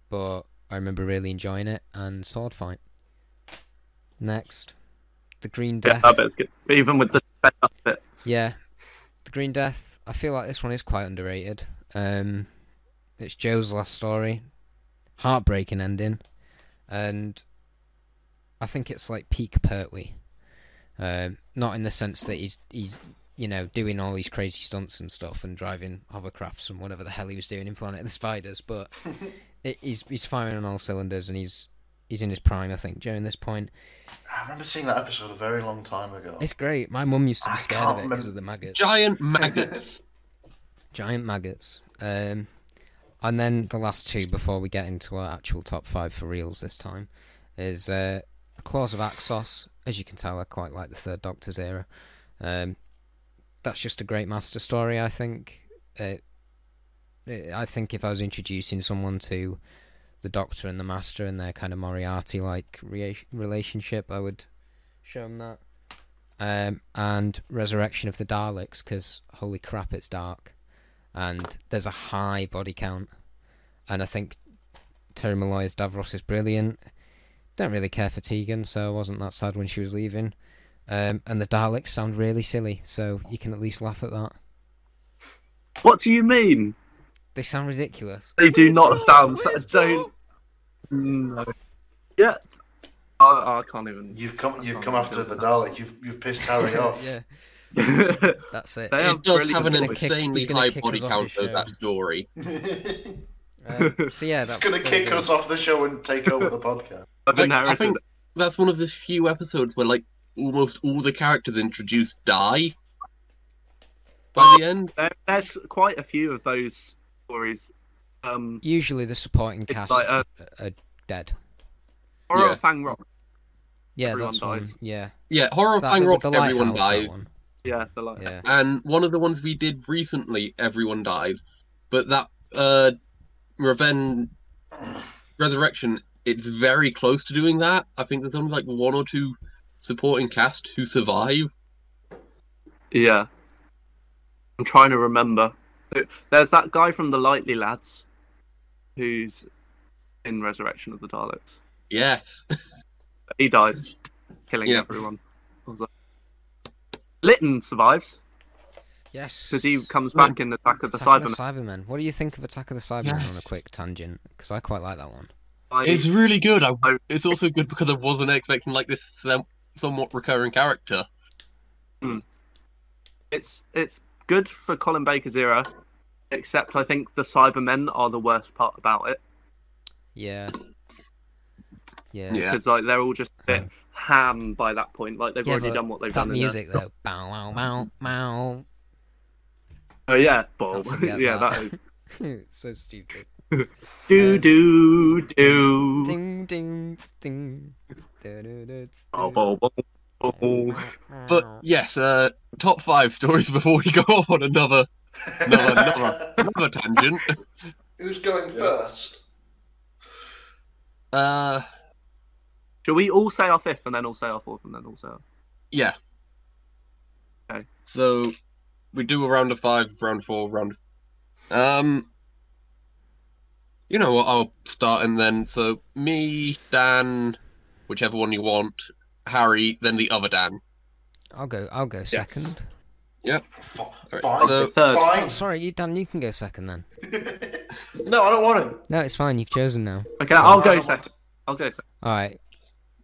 [SPEAKER 2] but I remember really enjoying it. And Sword Fight. Next, the Green
[SPEAKER 4] Yeah,
[SPEAKER 2] Death.
[SPEAKER 4] that bit's good. Even with the fed up bit.
[SPEAKER 2] Yeah. The Green Death, I feel like this one is quite underrated. Um, it's Joe's last story. Heartbreaking ending. And I think it's like peak Pertwee. Um, not in the sense that he's he's you know, doing all these crazy stunts and stuff and driving hovercrafts and whatever the hell he was doing in Planet of the Spiders, but it, he's he's firing on all cylinders and he's he's in his prime, I think, during this point.
[SPEAKER 1] I remember seeing that episode a very long time ago.
[SPEAKER 2] It's great. My mum used to
[SPEAKER 1] I
[SPEAKER 2] be scared of
[SPEAKER 1] can't
[SPEAKER 2] it because
[SPEAKER 1] remem-
[SPEAKER 2] of the maggots.
[SPEAKER 3] Giant maggots.
[SPEAKER 2] giant maggots. Um, and then the last two before we get into our actual top five for reels this time is uh, the Claws of Axos. As you can tell, I quite like the Third Doctor's era. Um, that's just a great master story, I think. Uh, it- I think if I was introducing someone to the Doctor and the Master and their kind of Moriarty-like rea- relationship, I would show them that. Um, and Resurrection of the Daleks, because holy crap, it's dark and there's a high body count. And I think Terry Malloy's Davros is brilliant. Don't really care for Tegan, so I wasn't that sad when she was leaving. Um, and the Daleks sound really silly, so you can at least laugh at that.
[SPEAKER 4] What do you mean?
[SPEAKER 2] They sound ridiculous.
[SPEAKER 4] They do not sound. Don't. No. Yeah. I, I can't even.
[SPEAKER 1] You've come.
[SPEAKER 3] Oh,
[SPEAKER 1] You've come after the Dalek. You've you've pissed Harry off.
[SPEAKER 2] yeah, that's it.
[SPEAKER 4] They
[SPEAKER 3] It
[SPEAKER 4] have
[SPEAKER 3] does
[SPEAKER 4] really
[SPEAKER 3] have an
[SPEAKER 2] gonna kick-
[SPEAKER 3] insanely
[SPEAKER 2] he's gonna
[SPEAKER 3] high
[SPEAKER 2] kick
[SPEAKER 3] body
[SPEAKER 2] us off
[SPEAKER 3] count
[SPEAKER 2] his
[SPEAKER 3] though,
[SPEAKER 2] show.
[SPEAKER 3] that story.
[SPEAKER 1] it's
[SPEAKER 2] Um, so yeah, that's
[SPEAKER 1] gonna kick us off the show and take over the podcast.
[SPEAKER 4] I've
[SPEAKER 3] Like, I
[SPEAKER 4] inherited
[SPEAKER 3] think that's one of the few episodes where like almost all the characters introduced die by the end.
[SPEAKER 4] There, there's quite a few of those stories. Um,
[SPEAKER 2] Usually the supporting
[SPEAKER 4] it's
[SPEAKER 2] cast
[SPEAKER 4] like uh,
[SPEAKER 2] are dead.
[SPEAKER 4] Horror
[SPEAKER 3] Yeah.
[SPEAKER 4] of Fang Rock.
[SPEAKER 2] Yeah,
[SPEAKER 4] Everyone
[SPEAKER 2] that's one.
[SPEAKER 4] dies.
[SPEAKER 2] Yeah,
[SPEAKER 3] Yeah, horror of
[SPEAKER 2] That-
[SPEAKER 3] Fang
[SPEAKER 2] the-
[SPEAKER 3] Rock,
[SPEAKER 2] the
[SPEAKER 3] everyone
[SPEAKER 2] lighthouse, that
[SPEAKER 3] dies.
[SPEAKER 2] one.
[SPEAKER 4] Yeah, the like.
[SPEAKER 2] Yeah,
[SPEAKER 3] And one of the ones we did recently, everyone dies. But that uh Reven Resurrection, it's very close to doing that. I think there's only like one or two supporting cast who survive.
[SPEAKER 4] Yeah. I'm trying to remember. There's that guy from the Lightly Lads who's in Resurrection of the Daleks.
[SPEAKER 3] Yes.
[SPEAKER 4] He dies, killing
[SPEAKER 3] Yeah.
[SPEAKER 4] everyone. I was like- Litton survives
[SPEAKER 2] yes.
[SPEAKER 4] because he comes back in Attack of the
[SPEAKER 2] Attack of
[SPEAKER 4] Cybermen.
[SPEAKER 2] Cybermen. What do you think of Attack of the Cybermen on a
[SPEAKER 3] Yes.
[SPEAKER 2] quick tangent? Because I quite like that one.
[SPEAKER 3] It's really good. I,
[SPEAKER 4] I-
[SPEAKER 3] it's also good because I wasn't expecting like this sem- somewhat recurring character.
[SPEAKER 4] it's it's good for Colin Baker's era, except I think the Cybermen are the worst part about it
[SPEAKER 2] Yeah. Yeah.
[SPEAKER 3] Yeah.
[SPEAKER 4] because like they're all just a bit ham by that point. Like they've
[SPEAKER 2] Yeah,
[SPEAKER 4] already
[SPEAKER 2] but
[SPEAKER 4] done what they've
[SPEAKER 2] That
[SPEAKER 4] done. in there.
[SPEAKER 2] music though. Bow wow wow wow.
[SPEAKER 4] Oh yeah, ball.
[SPEAKER 2] Can't forget
[SPEAKER 4] yeah,
[SPEAKER 2] that.
[SPEAKER 4] that is
[SPEAKER 2] so stupid.
[SPEAKER 4] do
[SPEAKER 2] Um,
[SPEAKER 4] do do.
[SPEAKER 2] Ding ding ding. Du-du-du-du.
[SPEAKER 4] Oh, ball, ball, ball.
[SPEAKER 3] But yes, uh, top five stories before we go off on another No, no, another tangent.
[SPEAKER 1] Who's going first?
[SPEAKER 3] Uh,
[SPEAKER 4] Shall we all say our fifth and then all say our fourth and then all say our...
[SPEAKER 3] yeah.
[SPEAKER 4] Okay.
[SPEAKER 3] So we do a round of five, round four, round. Um. You know what? I'll start and then so me, Dan, whichever one you want, Harry, then the other Dan.
[SPEAKER 2] I'll go. I'll go second.
[SPEAKER 1] F-
[SPEAKER 3] Alright,
[SPEAKER 1] Fine.
[SPEAKER 3] so-
[SPEAKER 4] Third.
[SPEAKER 2] Oh,
[SPEAKER 1] Fine.
[SPEAKER 2] sorry, you Dan. You can go second then.
[SPEAKER 1] no, I don't want him.
[SPEAKER 2] No, it's fine. You've chosen now.
[SPEAKER 4] Okay, I'll
[SPEAKER 1] I
[SPEAKER 4] go
[SPEAKER 1] don't want
[SPEAKER 4] second. I'll go second.
[SPEAKER 2] All right,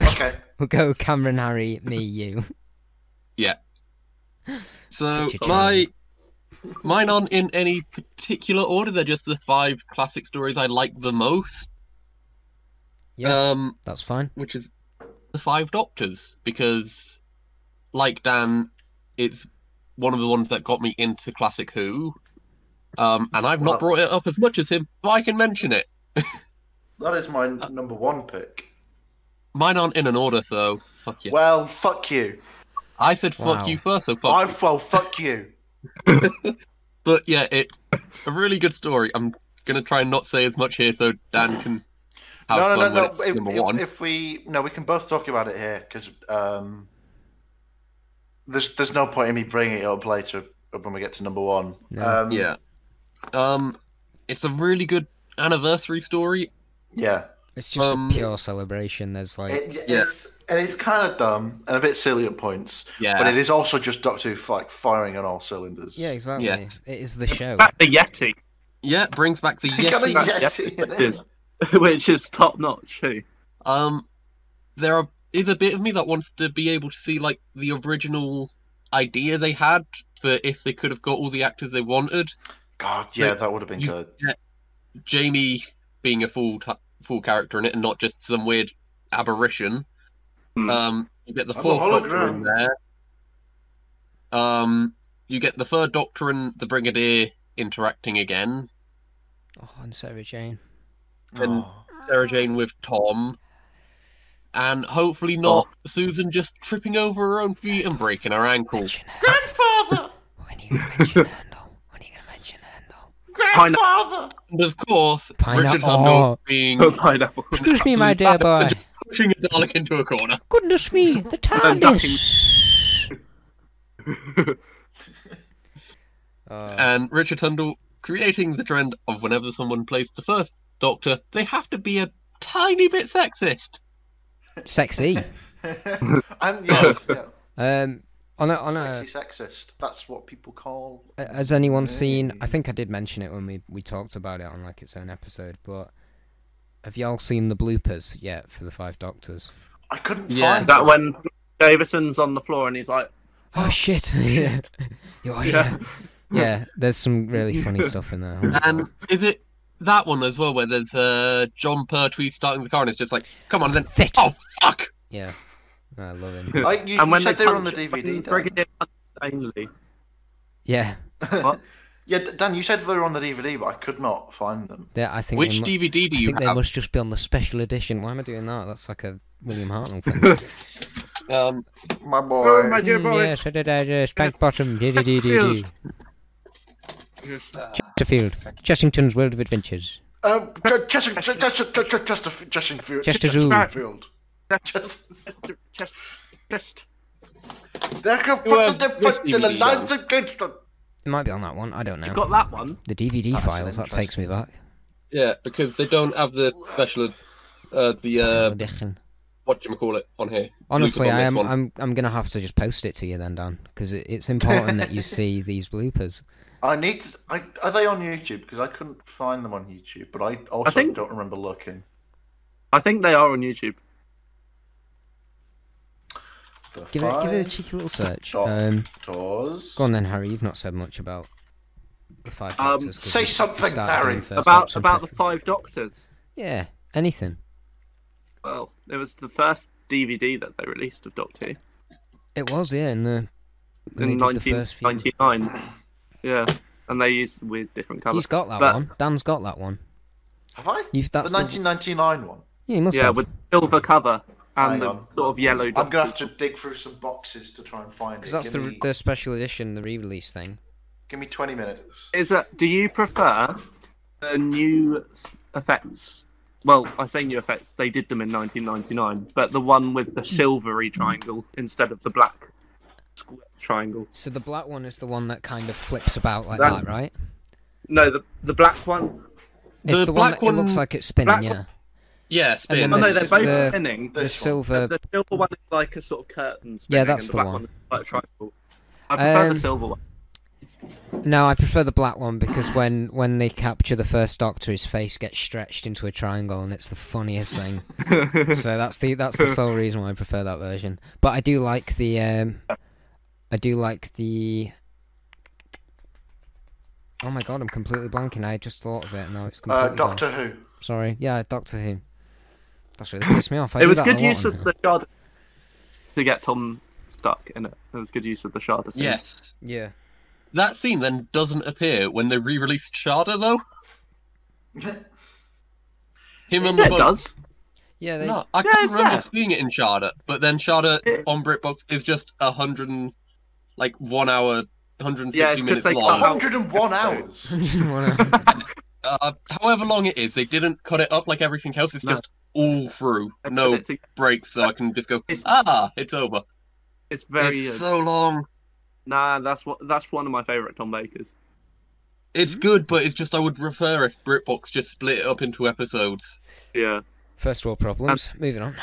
[SPEAKER 1] Okay.
[SPEAKER 2] we'll go. Cameron, Harry, me, you.
[SPEAKER 3] So
[SPEAKER 2] Such a
[SPEAKER 3] my mine aren't in any particular order. They're just the five classic stories I like the most.
[SPEAKER 2] Yeah.
[SPEAKER 3] Um,
[SPEAKER 2] That's fine.
[SPEAKER 3] which is the Five Doctors, because, like Dan, it's one of the ones that got me into classic Who, um, and I've
[SPEAKER 1] Well-
[SPEAKER 3] not brought it up as much as him, but I can mention it.
[SPEAKER 1] That is my
[SPEAKER 3] Uh,
[SPEAKER 1] n- number one pick.
[SPEAKER 3] Mine aren't in an order, so fuck you.
[SPEAKER 1] Well, fuck you.
[SPEAKER 3] I said fuck
[SPEAKER 2] Wow.
[SPEAKER 3] you first, so fuck.
[SPEAKER 1] I
[SPEAKER 3] you.
[SPEAKER 1] well, fuck you.
[SPEAKER 3] But yeah, it's a really good story. I'm gonna try and not say as much here, so Dan can have
[SPEAKER 1] no, no,
[SPEAKER 3] fun
[SPEAKER 1] no,
[SPEAKER 3] when
[SPEAKER 1] no.
[SPEAKER 3] it's
[SPEAKER 1] If,
[SPEAKER 3] number
[SPEAKER 1] if-
[SPEAKER 3] one.
[SPEAKER 1] if we no, we can both talk about it here because um, there's there's no point in me bringing it up later when we get to number one.
[SPEAKER 2] No.
[SPEAKER 1] Um,
[SPEAKER 3] Yeah. Um, it's a really good anniversary story.
[SPEAKER 1] yeah.
[SPEAKER 2] It's just
[SPEAKER 3] Um,
[SPEAKER 2] a pure celebration. There's like
[SPEAKER 1] It,
[SPEAKER 3] Yeah.
[SPEAKER 1] It's and it's kind of dumb and a bit silly at points,
[SPEAKER 3] Yeah.
[SPEAKER 1] but it is also just Doctor Who like firing on all cylinders.
[SPEAKER 2] Yeah, exactly.
[SPEAKER 3] Yes.
[SPEAKER 2] It is the show.
[SPEAKER 4] Back the Yeti,
[SPEAKER 3] Yeah, it brings back the
[SPEAKER 1] Got a Yeti
[SPEAKER 3] Yeti.
[SPEAKER 1] in
[SPEAKER 4] which
[SPEAKER 1] it.
[SPEAKER 4] is which is top notch too.
[SPEAKER 3] Um, there are, is a bit of me that wants to be able to see like the original idea they had for if they could have got all the actors they wanted.
[SPEAKER 1] God, yeah, that would have been
[SPEAKER 3] You-
[SPEAKER 1] good.
[SPEAKER 3] Jamie being a full ti full character in it and not just some weird aberration.
[SPEAKER 4] Hmm.
[SPEAKER 3] Um, you get the
[SPEAKER 1] I'm a
[SPEAKER 3] fourth Doctor in
[SPEAKER 1] hologram.
[SPEAKER 3] there. Um, you get the third Doctor and the Brigadier interacting again.
[SPEAKER 2] Oh, and Sarah Jane.
[SPEAKER 3] and-
[SPEAKER 1] Oh.
[SPEAKER 3] Sarah Jane with Tom, and hopefully not Susan just tripping over her own feet and breaking her ankle.
[SPEAKER 2] Mention her. When are you gonna mention Handel? When are you gonna mention Handel?
[SPEAKER 4] Pineapple.
[SPEAKER 3] And of course,
[SPEAKER 2] Pina-
[SPEAKER 3] Richard
[SPEAKER 2] Oh.
[SPEAKER 3] Handel being
[SPEAKER 4] Pineapple.
[SPEAKER 2] Excuse me, my dear
[SPEAKER 3] absolute
[SPEAKER 2] boy.
[SPEAKER 3] bastard, just pushing a Dalek into a corner.
[SPEAKER 2] Goodness me, the
[SPEAKER 4] I'm ducking.
[SPEAKER 2] TARDIS. Uh,
[SPEAKER 3] And Richard Handel creating the trend of whenever someone plays the first Doctor, they have to be a tiny bit sexist.
[SPEAKER 2] sexy.
[SPEAKER 1] and yeah, yeah.
[SPEAKER 2] Um, on a, on a,
[SPEAKER 1] sexy sexist. That's what people call.
[SPEAKER 2] has anyone seen? I think I did mention it when we we talked about it on like its own episode, but Have y'all seen the bloopers yet for the Five Doctors?
[SPEAKER 1] I couldn't
[SPEAKER 3] Yeah.
[SPEAKER 1] find
[SPEAKER 4] That
[SPEAKER 1] them.
[SPEAKER 4] when Davison's on the floor and he's like,
[SPEAKER 2] Oh shit! yeah, You're
[SPEAKER 4] yeah,
[SPEAKER 2] here. yeah. There's some really funny stuff in there.
[SPEAKER 3] And is it that one as well where there's uh, John Pertwee starting the car and it's just like, come on then.
[SPEAKER 2] Thick.
[SPEAKER 3] Oh, fuck!
[SPEAKER 2] Yeah, I love him.
[SPEAKER 1] I, you,
[SPEAKER 4] and
[SPEAKER 1] you
[SPEAKER 4] when
[SPEAKER 1] said
[SPEAKER 4] they,
[SPEAKER 1] they, were on the
[SPEAKER 4] punch- when
[SPEAKER 1] DVD. Dan.
[SPEAKER 4] Brigadier Stanley,
[SPEAKER 2] Yeah,
[SPEAKER 4] What?
[SPEAKER 1] yeah, D- Dan, you said they were on the DVD, but I could not find them.
[SPEAKER 2] they- I think.
[SPEAKER 3] Which
[SPEAKER 2] they mu-
[SPEAKER 3] DVD do
[SPEAKER 2] I
[SPEAKER 3] you
[SPEAKER 2] think they
[SPEAKER 3] have?
[SPEAKER 2] must just be on the special edition. Why am I doing that? That's like a William Hartnell thing.
[SPEAKER 3] Um,
[SPEAKER 1] My boy.
[SPEAKER 4] Oh, my dear
[SPEAKER 2] Mm,
[SPEAKER 4] boy.
[SPEAKER 2] yes, I did, I did, Spank Bottom. dee, dee, dee, dee, dee. Chesterfield. Chessington's World of Adventures.
[SPEAKER 1] Um, Chester, Chester, Chester, Chester, Chesterfield.
[SPEAKER 2] Chester Zoo.
[SPEAKER 1] Chesterfield. Chester-
[SPEAKER 4] Just, just
[SPEAKER 1] They have
[SPEAKER 3] You
[SPEAKER 1] put
[SPEAKER 3] have
[SPEAKER 1] the,
[SPEAKER 3] this
[SPEAKER 1] put the
[SPEAKER 3] DVD,
[SPEAKER 1] lines against them.
[SPEAKER 2] It might be on that one. I don't know.
[SPEAKER 4] you got that one.
[SPEAKER 2] The DVD
[SPEAKER 1] That's an
[SPEAKER 2] files. That takes me back.
[SPEAKER 3] yeah, because they don't have the special, uh, the uh,
[SPEAKER 2] Edition.
[SPEAKER 3] what do you call it on here?
[SPEAKER 2] Honestly,
[SPEAKER 3] Blueprint on
[SPEAKER 2] I
[SPEAKER 3] this
[SPEAKER 2] am.
[SPEAKER 3] one.
[SPEAKER 2] I'm. I'm gonna have to just post it to you then, Dan, because it, it's important that you see these bloopers.
[SPEAKER 1] I need. To, I, are they on YouTube? Because I couldn't find them on YouTube, but I also
[SPEAKER 4] think-
[SPEAKER 1] don't remember looking.
[SPEAKER 4] I think they are on YouTube.
[SPEAKER 1] The
[SPEAKER 2] Give it. Give it a
[SPEAKER 1] Five
[SPEAKER 2] cheeky little search.
[SPEAKER 1] Doc-
[SPEAKER 2] Um,
[SPEAKER 1] Doctors.
[SPEAKER 2] go on then, Harry. You've not said much about the five
[SPEAKER 4] Um,
[SPEAKER 2] doctors. 'cause
[SPEAKER 1] say
[SPEAKER 2] we
[SPEAKER 1] something,
[SPEAKER 2] started
[SPEAKER 1] Harry.
[SPEAKER 2] doing first
[SPEAKER 4] About
[SPEAKER 2] Doctor
[SPEAKER 4] about the
[SPEAKER 2] impressions.
[SPEAKER 4] five doctors.
[SPEAKER 2] Yeah. Anything.
[SPEAKER 4] Well, it was the first DVD that they released of Doctor Who
[SPEAKER 2] It was. Yeah. In the. when
[SPEAKER 4] in
[SPEAKER 2] they did the first few.
[SPEAKER 4] 1999. Yeah, and they used weird different colours.
[SPEAKER 2] He's got that
[SPEAKER 4] But-
[SPEAKER 2] one. Dan's got that one.
[SPEAKER 1] Have I?
[SPEAKER 2] You've- that's
[SPEAKER 1] the
[SPEAKER 2] the-
[SPEAKER 1] 1999 one.
[SPEAKER 2] Yeah, he must
[SPEAKER 4] Yeah,
[SPEAKER 2] have.
[SPEAKER 4] with silver cover
[SPEAKER 1] Hang
[SPEAKER 4] and the
[SPEAKER 1] on.
[SPEAKER 4] sort of yellow.
[SPEAKER 1] I'm gonna have
[SPEAKER 4] Doctor.
[SPEAKER 1] to dig through some boxes to try and find it.
[SPEAKER 2] Because that's
[SPEAKER 1] give,
[SPEAKER 2] the,
[SPEAKER 1] me,
[SPEAKER 2] the special edition, the re-release thing.
[SPEAKER 1] give me 20 minutes.
[SPEAKER 4] Is that? Do you prefer the new s- effects? Well, I say new effects. They did them in 1999, but the one with the silvery triangle instead of the black square triangle.
[SPEAKER 2] So the black one is the one that kind of flips about like
[SPEAKER 4] That's-
[SPEAKER 2] that, right?
[SPEAKER 4] No, the the black one.
[SPEAKER 2] It's the, one that
[SPEAKER 3] The black
[SPEAKER 2] it looks
[SPEAKER 3] one-
[SPEAKER 2] like it's spinning,
[SPEAKER 4] black
[SPEAKER 2] yeah.
[SPEAKER 3] Yeah, spin.
[SPEAKER 2] And
[SPEAKER 4] Oh no,
[SPEAKER 2] the
[SPEAKER 4] they're
[SPEAKER 2] s-
[SPEAKER 4] both
[SPEAKER 2] the-
[SPEAKER 4] spinning.
[SPEAKER 2] The
[SPEAKER 1] This
[SPEAKER 2] silver.
[SPEAKER 4] The silver one is like a sort of curtain.
[SPEAKER 2] Yeah,
[SPEAKER 4] spinning,
[SPEAKER 2] that's
[SPEAKER 4] and
[SPEAKER 2] the
[SPEAKER 4] the black
[SPEAKER 2] one.
[SPEAKER 4] one. is like a triangle. I prefer
[SPEAKER 2] Um,
[SPEAKER 4] the silver one.
[SPEAKER 2] No, I prefer the black one because when when they capture the first Doctor, his face gets stretched into a triangle, and it's the funniest thing. so that's the that's the sole reason why I prefer that version. But I do like the um, I do like the. Oh my god, I'm completely blanking. I just thought of it, and now it's completely
[SPEAKER 1] Uh,
[SPEAKER 2] gone.
[SPEAKER 1] Doctor Who.
[SPEAKER 2] Sorry, yeah, Doctor Who. That's really pissed me off. I
[SPEAKER 4] It
[SPEAKER 2] do
[SPEAKER 4] was
[SPEAKER 2] that
[SPEAKER 4] good
[SPEAKER 2] a lot on
[SPEAKER 4] use of
[SPEAKER 2] here.
[SPEAKER 4] the shard to get Tom stuck in it. It was good use of the shard. scene.
[SPEAKER 3] Yes.
[SPEAKER 2] Yeah.
[SPEAKER 3] That scene then doesn't appear when they re-released Sharda though. Him on
[SPEAKER 4] yeah,
[SPEAKER 3] the
[SPEAKER 4] it
[SPEAKER 3] boat.
[SPEAKER 4] does.
[SPEAKER 2] Yeah, they,
[SPEAKER 3] No, I
[SPEAKER 4] Yeah,
[SPEAKER 3] can't
[SPEAKER 4] it's
[SPEAKER 3] remember
[SPEAKER 4] there.
[SPEAKER 3] seeing it in Sharda, but then Sharda
[SPEAKER 4] It-
[SPEAKER 3] on BritBox is just a hundred and like one hour, hundred and
[SPEAKER 4] Yeah,
[SPEAKER 3] sixty
[SPEAKER 4] it's
[SPEAKER 3] minutes
[SPEAKER 4] 'cause they cut
[SPEAKER 3] long.
[SPEAKER 1] 101
[SPEAKER 4] out-
[SPEAKER 1] hours.
[SPEAKER 2] Whatever.
[SPEAKER 3] Uh, however long it is, they didn't cut it up like everything else. It's
[SPEAKER 4] No.
[SPEAKER 3] just all through,
[SPEAKER 4] They put
[SPEAKER 3] no
[SPEAKER 4] it together.
[SPEAKER 3] breaks, so I can just go.
[SPEAKER 4] It's-
[SPEAKER 3] Ah, it's over.
[SPEAKER 4] It's very.
[SPEAKER 3] it's
[SPEAKER 4] uh,
[SPEAKER 3] so long.
[SPEAKER 4] nah, that's what. That's one of my favorite Tom Bakers.
[SPEAKER 3] It's
[SPEAKER 4] Hmm?
[SPEAKER 3] good, but it's just I would prefer if BritBox just split it up into episodes.
[SPEAKER 4] Yeah.
[SPEAKER 2] First world problems.
[SPEAKER 4] Um,
[SPEAKER 2] Moving on.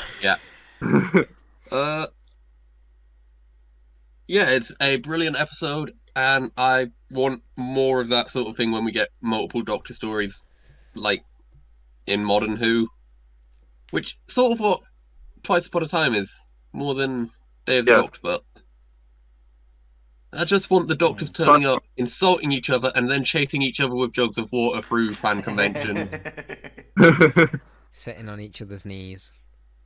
[SPEAKER 3] Uh, yeah, it's a brilliant episode, and I want more of that sort of thing when we get multiple Doctor stories, like in Modern Who, which sort of what Twice Upon a Time is more than Day of the
[SPEAKER 4] Yeah.
[SPEAKER 3] Doctor, but. I just want the doctors
[SPEAKER 4] Hmm.
[SPEAKER 3] turning up, insulting each other, and then chasing each other with jugs of water through fan conventions.
[SPEAKER 2] Sitting on each other's knees.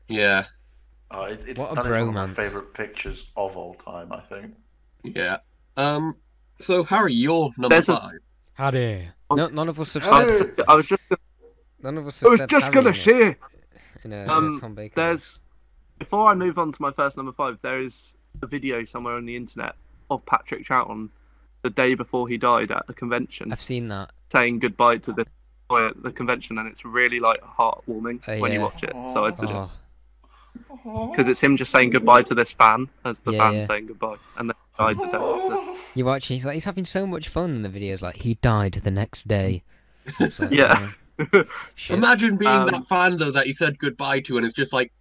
[SPEAKER 3] yeah,
[SPEAKER 1] Oh, it, it's,
[SPEAKER 2] What a
[SPEAKER 1] that is one of my
[SPEAKER 2] bromance.
[SPEAKER 1] favourite pictures of all time, I think.
[SPEAKER 3] yeah. Um. So Harry, you're number
[SPEAKER 4] There's a-
[SPEAKER 3] five.
[SPEAKER 2] Harry. No, none of us have
[SPEAKER 1] Harry.
[SPEAKER 2] said.
[SPEAKER 4] Um, I was just.
[SPEAKER 2] None of us
[SPEAKER 4] I
[SPEAKER 2] have
[SPEAKER 4] was
[SPEAKER 2] said
[SPEAKER 4] just
[SPEAKER 2] Harry
[SPEAKER 4] gonna
[SPEAKER 2] yet
[SPEAKER 4] say.
[SPEAKER 2] In a,
[SPEAKER 4] Um,
[SPEAKER 2] Tom Baker.
[SPEAKER 4] There's. Before I move on to my first number five, there is a video somewhere on the internet of Patrick Troughton the day before he died at a convention,
[SPEAKER 2] I've seen that.
[SPEAKER 4] saying goodbye to the uh, the convention, and it's really like heartwarming
[SPEAKER 2] Oh,
[SPEAKER 4] when you
[SPEAKER 2] yeah.
[SPEAKER 4] watch it. So I'd suggest
[SPEAKER 2] Oh,
[SPEAKER 4] because it's him just saying goodbye to this fan as the
[SPEAKER 2] Yeah,
[SPEAKER 4] fan
[SPEAKER 2] yeah.
[SPEAKER 4] saying goodbye, and then he died the day
[SPEAKER 1] Oh,
[SPEAKER 4] after.
[SPEAKER 2] you watch. He's like he's having so much fun in the videos. Like he died the next day. It's like,
[SPEAKER 4] Yeah.
[SPEAKER 2] oh, shit.
[SPEAKER 3] Imagine being
[SPEAKER 4] Um,
[SPEAKER 3] that fan though that he said goodbye to, and it's just like,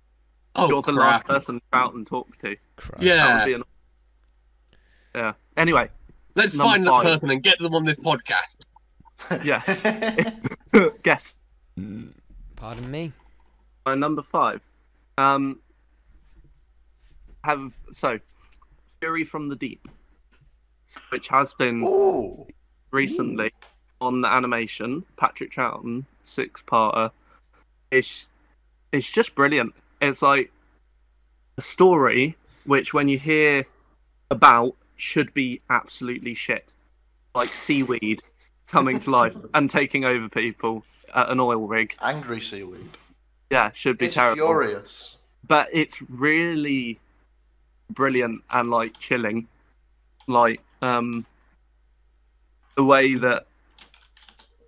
[SPEAKER 3] oh
[SPEAKER 4] You're the last
[SPEAKER 3] crap.
[SPEAKER 4] person Troughton talked to.
[SPEAKER 2] Christ.
[SPEAKER 4] That
[SPEAKER 3] yeah,
[SPEAKER 4] would be an... Yeah. Anyway,
[SPEAKER 3] let's
[SPEAKER 4] number
[SPEAKER 3] find
[SPEAKER 4] five.
[SPEAKER 3] that person and get them on this podcast.
[SPEAKER 4] yes. guess.
[SPEAKER 2] Pardon me.
[SPEAKER 4] My number five. Um, have so Fury from the Deep, which has been
[SPEAKER 1] Oh,
[SPEAKER 4] recently on the animation, Patrick Troughton, six parter. It's it's just brilliant. It's like a story which when you hear about should be absolutely shit. Like seaweed coming to life and taking over people at an oil rig.
[SPEAKER 1] angry seaweed.
[SPEAKER 4] Yeah, should be
[SPEAKER 1] It's
[SPEAKER 4] terrible
[SPEAKER 1] furious.
[SPEAKER 4] but it's really brilliant and like chilling like um the way that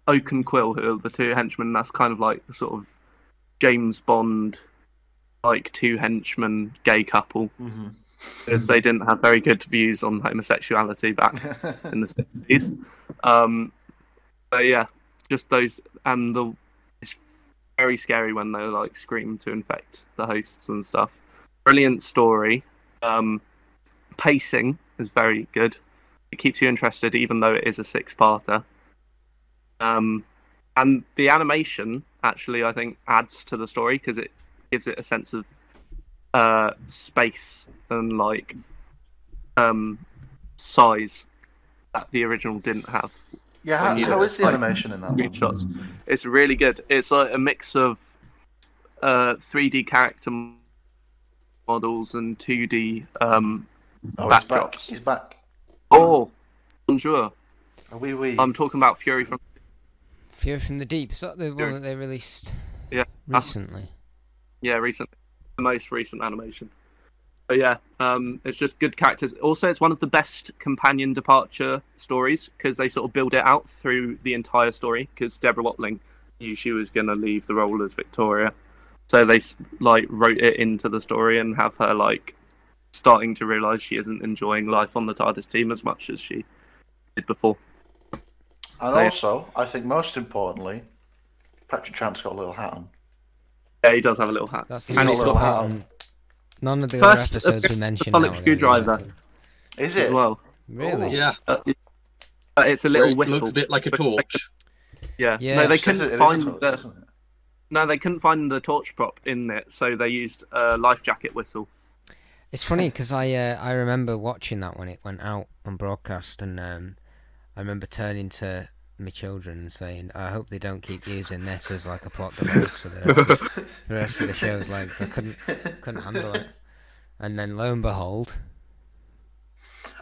[SPEAKER 4] oak and quill who are the two henchmen that's kind of like the sort of james bond like two henchmen gay couple because they didn't have very good views on homosexuality back
[SPEAKER 2] Mm-hmm.
[SPEAKER 4] in the 60s. Um, but yeah, just those, and the it's very scary when they like scream to infect the hosts and stuff. Brilliant story. Um, pacing is very good. It keeps you interested, even though it is a six-parter. Um, and the animation actually, I think, adds to the story because it gives it a sense of uh, space and like um, size that the original didn't have
[SPEAKER 1] yeah, how,
[SPEAKER 3] Yeah.
[SPEAKER 1] how is the
[SPEAKER 4] Like-
[SPEAKER 1] animation in that? One?
[SPEAKER 4] screenshots. It's really good. It's like a mix of uh, 3D character m- models and 2D. Um...
[SPEAKER 1] Oh, he's back.
[SPEAKER 4] Backdrops.
[SPEAKER 1] He's back.
[SPEAKER 4] Oh, bonjour!
[SPEAKER 1] Oh, wee wee.
[SPEAKER 4] I'm talking about Fury from.
[SPEAKER 2] Fear from the Deep. Is that the one
[SPEAKER 4] Fury-
[SPEAKER 2] that they released
[SPEAKER 4] Yeah.
[SPEAKER 2] recently?
[SPEAKER 4] Yeah, recent, the most recent animation. But yeah, um, it's just good characters. Also, it's one of the best companion departure stories because they sort of build it out through the entire story. Because Deborah Watling knew she was going to leave the role as Victoria, so they s- like wrote it into the story and have her like starting to realize she isn't enjoying life on the TARDIS team as much as she did before.
[SPEAKER 1] and
[SPEAKER 4] Sorry.
[SPEAKER 1] also, I think most importantly, Patrick Tramp's got a little hat on.
[SPEAKER 4] Yeah, he does have a little hat.
[SPEAKER 2] That's the
[SPEAKER 1] And
[SPEAKER 2] most
[SPEAKER 1] it's got a hat on.
[SPEAKER 2] important. None of the other
[SPEAKER 4] First
[SPEAKER 2] episodes we
[SPEAKER 4] appearance of
[SPEAKER 2] mentioned.
[SPEAKER 4] Sonic
[SPEAKER 2] now are
[SPEAKER 4] Screwdriver.
[SPEAKER 2] related.
[SPEAKER 1] Is
[SPEAKER 4] as
[SPEAKER 1] it?
[SPEAKER 4] well.
[SPEAKER 2] Really?
[SPEAKER 3] Yeah,
[SPEAKER 4] Uh, it- uh, it's a
[SPEAKER 3] where
[SPEAKER 4] little
[SPEAKER 3] it
[SPEAKER 4] whistle.
[SPEAKER 3] looks a bit like a
[SPEAKER 4] But-
[SPEAKER 3] torch.
[SPEAKER 4] Yeah.
[SPEAKER 2] Yeah.
[SPEAKER 4] No, they
[SPEAKER 1] It is-
[SPEAKER 4] couldn't
[SPEAKER 1] it is a
[SPEAKER 4] find
[SPEAKER 1] torch,
[SPEAKER 4] the
[SPEAKER 1] isn't it?
[SPEAKER 4] no, they couldn't find the torch prop in it, so they used a life jacket whistle.
[SPEAKER 2] It's funny because I uh, I remember watching that when it went out on broadcast, and um, I remember turning to my children and saying, "I hope they don't keep using this as like a plot device for the rest of, the, rest of the shows." Like I couldn't couldn't handle it, and then lo and behold,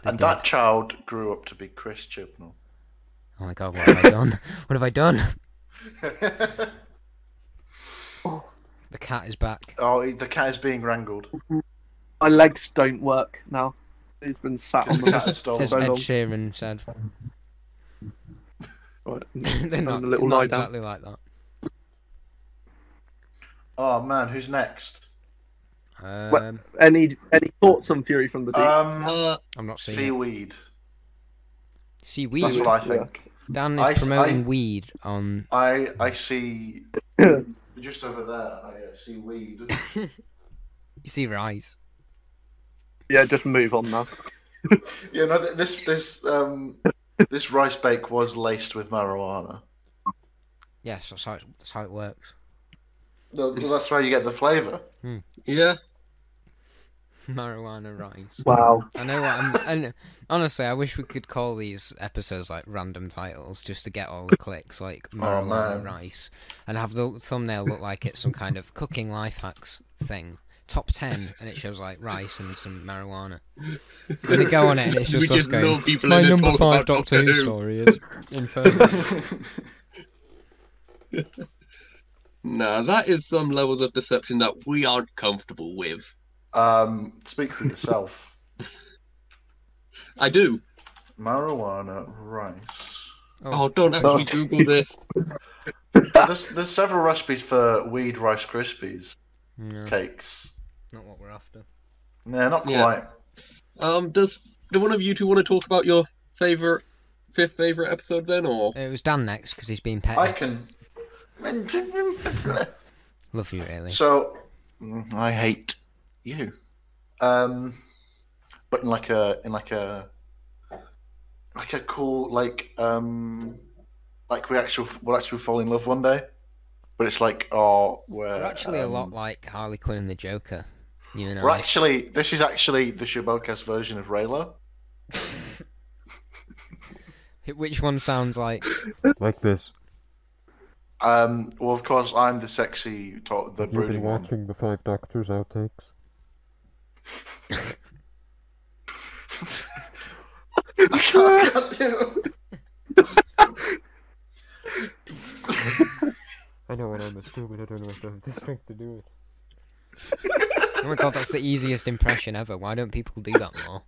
[SPEAKER 1] And that child grew up to be Chris Chibnall.
[SPEAKER 2] oh my god, what have I done? What have I done? The cat is back.
[SPEAKER 1] oh, he- the cat is being wrangled.
[SPEAKER 4] My legs don't work now. He's been sat on
[SPEAKER 1] Because
[SPEAKER 4] the
[SPEAKER 1] the cat has stolen.
[SPEAKER 2] As
[SPEAKER 4] so
[SPEAKER 2] Ed
[SPEAKER 4] long.
[SPEAKER 2] Sheeran said,
[SPEAKER 4] Right.
[SPEAKER 2] they're not,
[SPEAKER 4] a little
[SPEAKER 2] not
[SPEAKER 4] lie down.
[SPEAKER 2] exactly like that.
[SPEAKER 1] Oh man, who's next?
[SPEAKER 2] Um,
[SPEAKER 4] Well- Any any thoughts on Fury from the Deep?
[SPEAKER 1] Um,
[SPEAKER 3] Uh,
[SPEAKER 2] I'm not seeing it.
[SPEAKER 1] seaweed.
[SPEAKER 2] Seaweed.
[SPEAKER 1] That's what I think.
[SPEAKER 2] Dan
[SPEAKER 1] I
[SPEAKER 2] is
[SPEAKER 1] s- I-
[SPEAKER 2] promoting weed on.
[SPEAKER 1] I I see just over there. I uh, see weed.
[SPEAKER 2] You see rice.
[SPEAKER 4] yeah, just move on now.
[SPEAKER 1] You know th- this this um this rice bake was laced with marijuana.
[SPEAKER 2] Yes, that's how it, that's how it works.
[SPEAKER 1] No, That's where you get the flavour.
[SPEAKER 3] yeah,
[SPEAKER 2] Marijuana rice.
[SPEAKER 4] Wow.
[SPEAKER 2] I know what I'm. I know- honestly, I wish we could call these episodes like random titles just to get all the clicks, like marijuana
[SPEAKER 1] Oh, man.
[SPEAKER 2] rice, and have the thumbnail look like it's some kind of cooking life hacks thing. Top ten, and it shows like rice and some marijuana. And they go on it, and it's
[SPEAKER 3] we
[SPEAKER 2] just us
[SPEAKER 3] just know
[SPEAKER 2] going.
[SPEAKER 3] people
[SPEAKER 2] My
[SPEAKER 3] in it
[SPEAKER 2] number
[SPEAKER 3] talk
[SPEAKER 2] five
[SPEAKER 3] about
[SPEAKER 2] Doctor Who story is infernal.
[SPEAKER 3] Nah, that is some levels of deception that we aren't comfortable with.
[SPEAKER 1] Um, speak for yourself.
[SPEAKER 3] I do.
[SPEAKER 1] marijuana rice.
[SPEAKER 3] Oh, don't actually
[SPEAKER 4] Okay.
[SPEAKER 3] Google this.
[SPEAKER 1] There's there's several recipes for weed rice krispies
[SPEAKER 2] No,
[SPEAKER 1] cakes.
[SPEAKER 2] not what we're after.
[SPEAKER 1] No, not
[SPEAKER 3] Yeah.
[SPEAKER 1] quite.
[SPEAKER 3] Um, does do one of you two want to talk about your favorite, fifth favorite episode then, or
[SPEAKER 2] It was Dan next because he's been petty.
[SPEAKER 1] I can.
[SPEAKER 2] Love you, really.
[SPEAKER 1] So, mm, I hate you. Um, but in like a in like a like a cool like um like we actual we'll actually fall in love one day, But it's like, oh, we're,
[SPEAKER 2] We're actually a lot
[SPEAKER 1] um,
[SPEAKER 2] like Harley Quinn and the Joker. You and I.
[SPEAKER 1] We're actually this is actually the Shibocast version of Raylo.
[SPEAKER 2] Which one sounds like?
[SPEAKER 6] Like this.
[SPEAKER 1] Um, well, of course, I'm the sexy, to- the
[SPEAKER 6] Have you been
[SPEAKER 1] brooding one.
[SPEAKER 6] watching the Five Doctors outtakes?
[SPEAKER 1] I can't, I can't do. it.
[SPEAKER 6] I know when I'm a stupid, I don't know if I have the strength to do it.
[SPEAKER 2] Oh my god, that's the easiest impression ever. Why don't people do that more?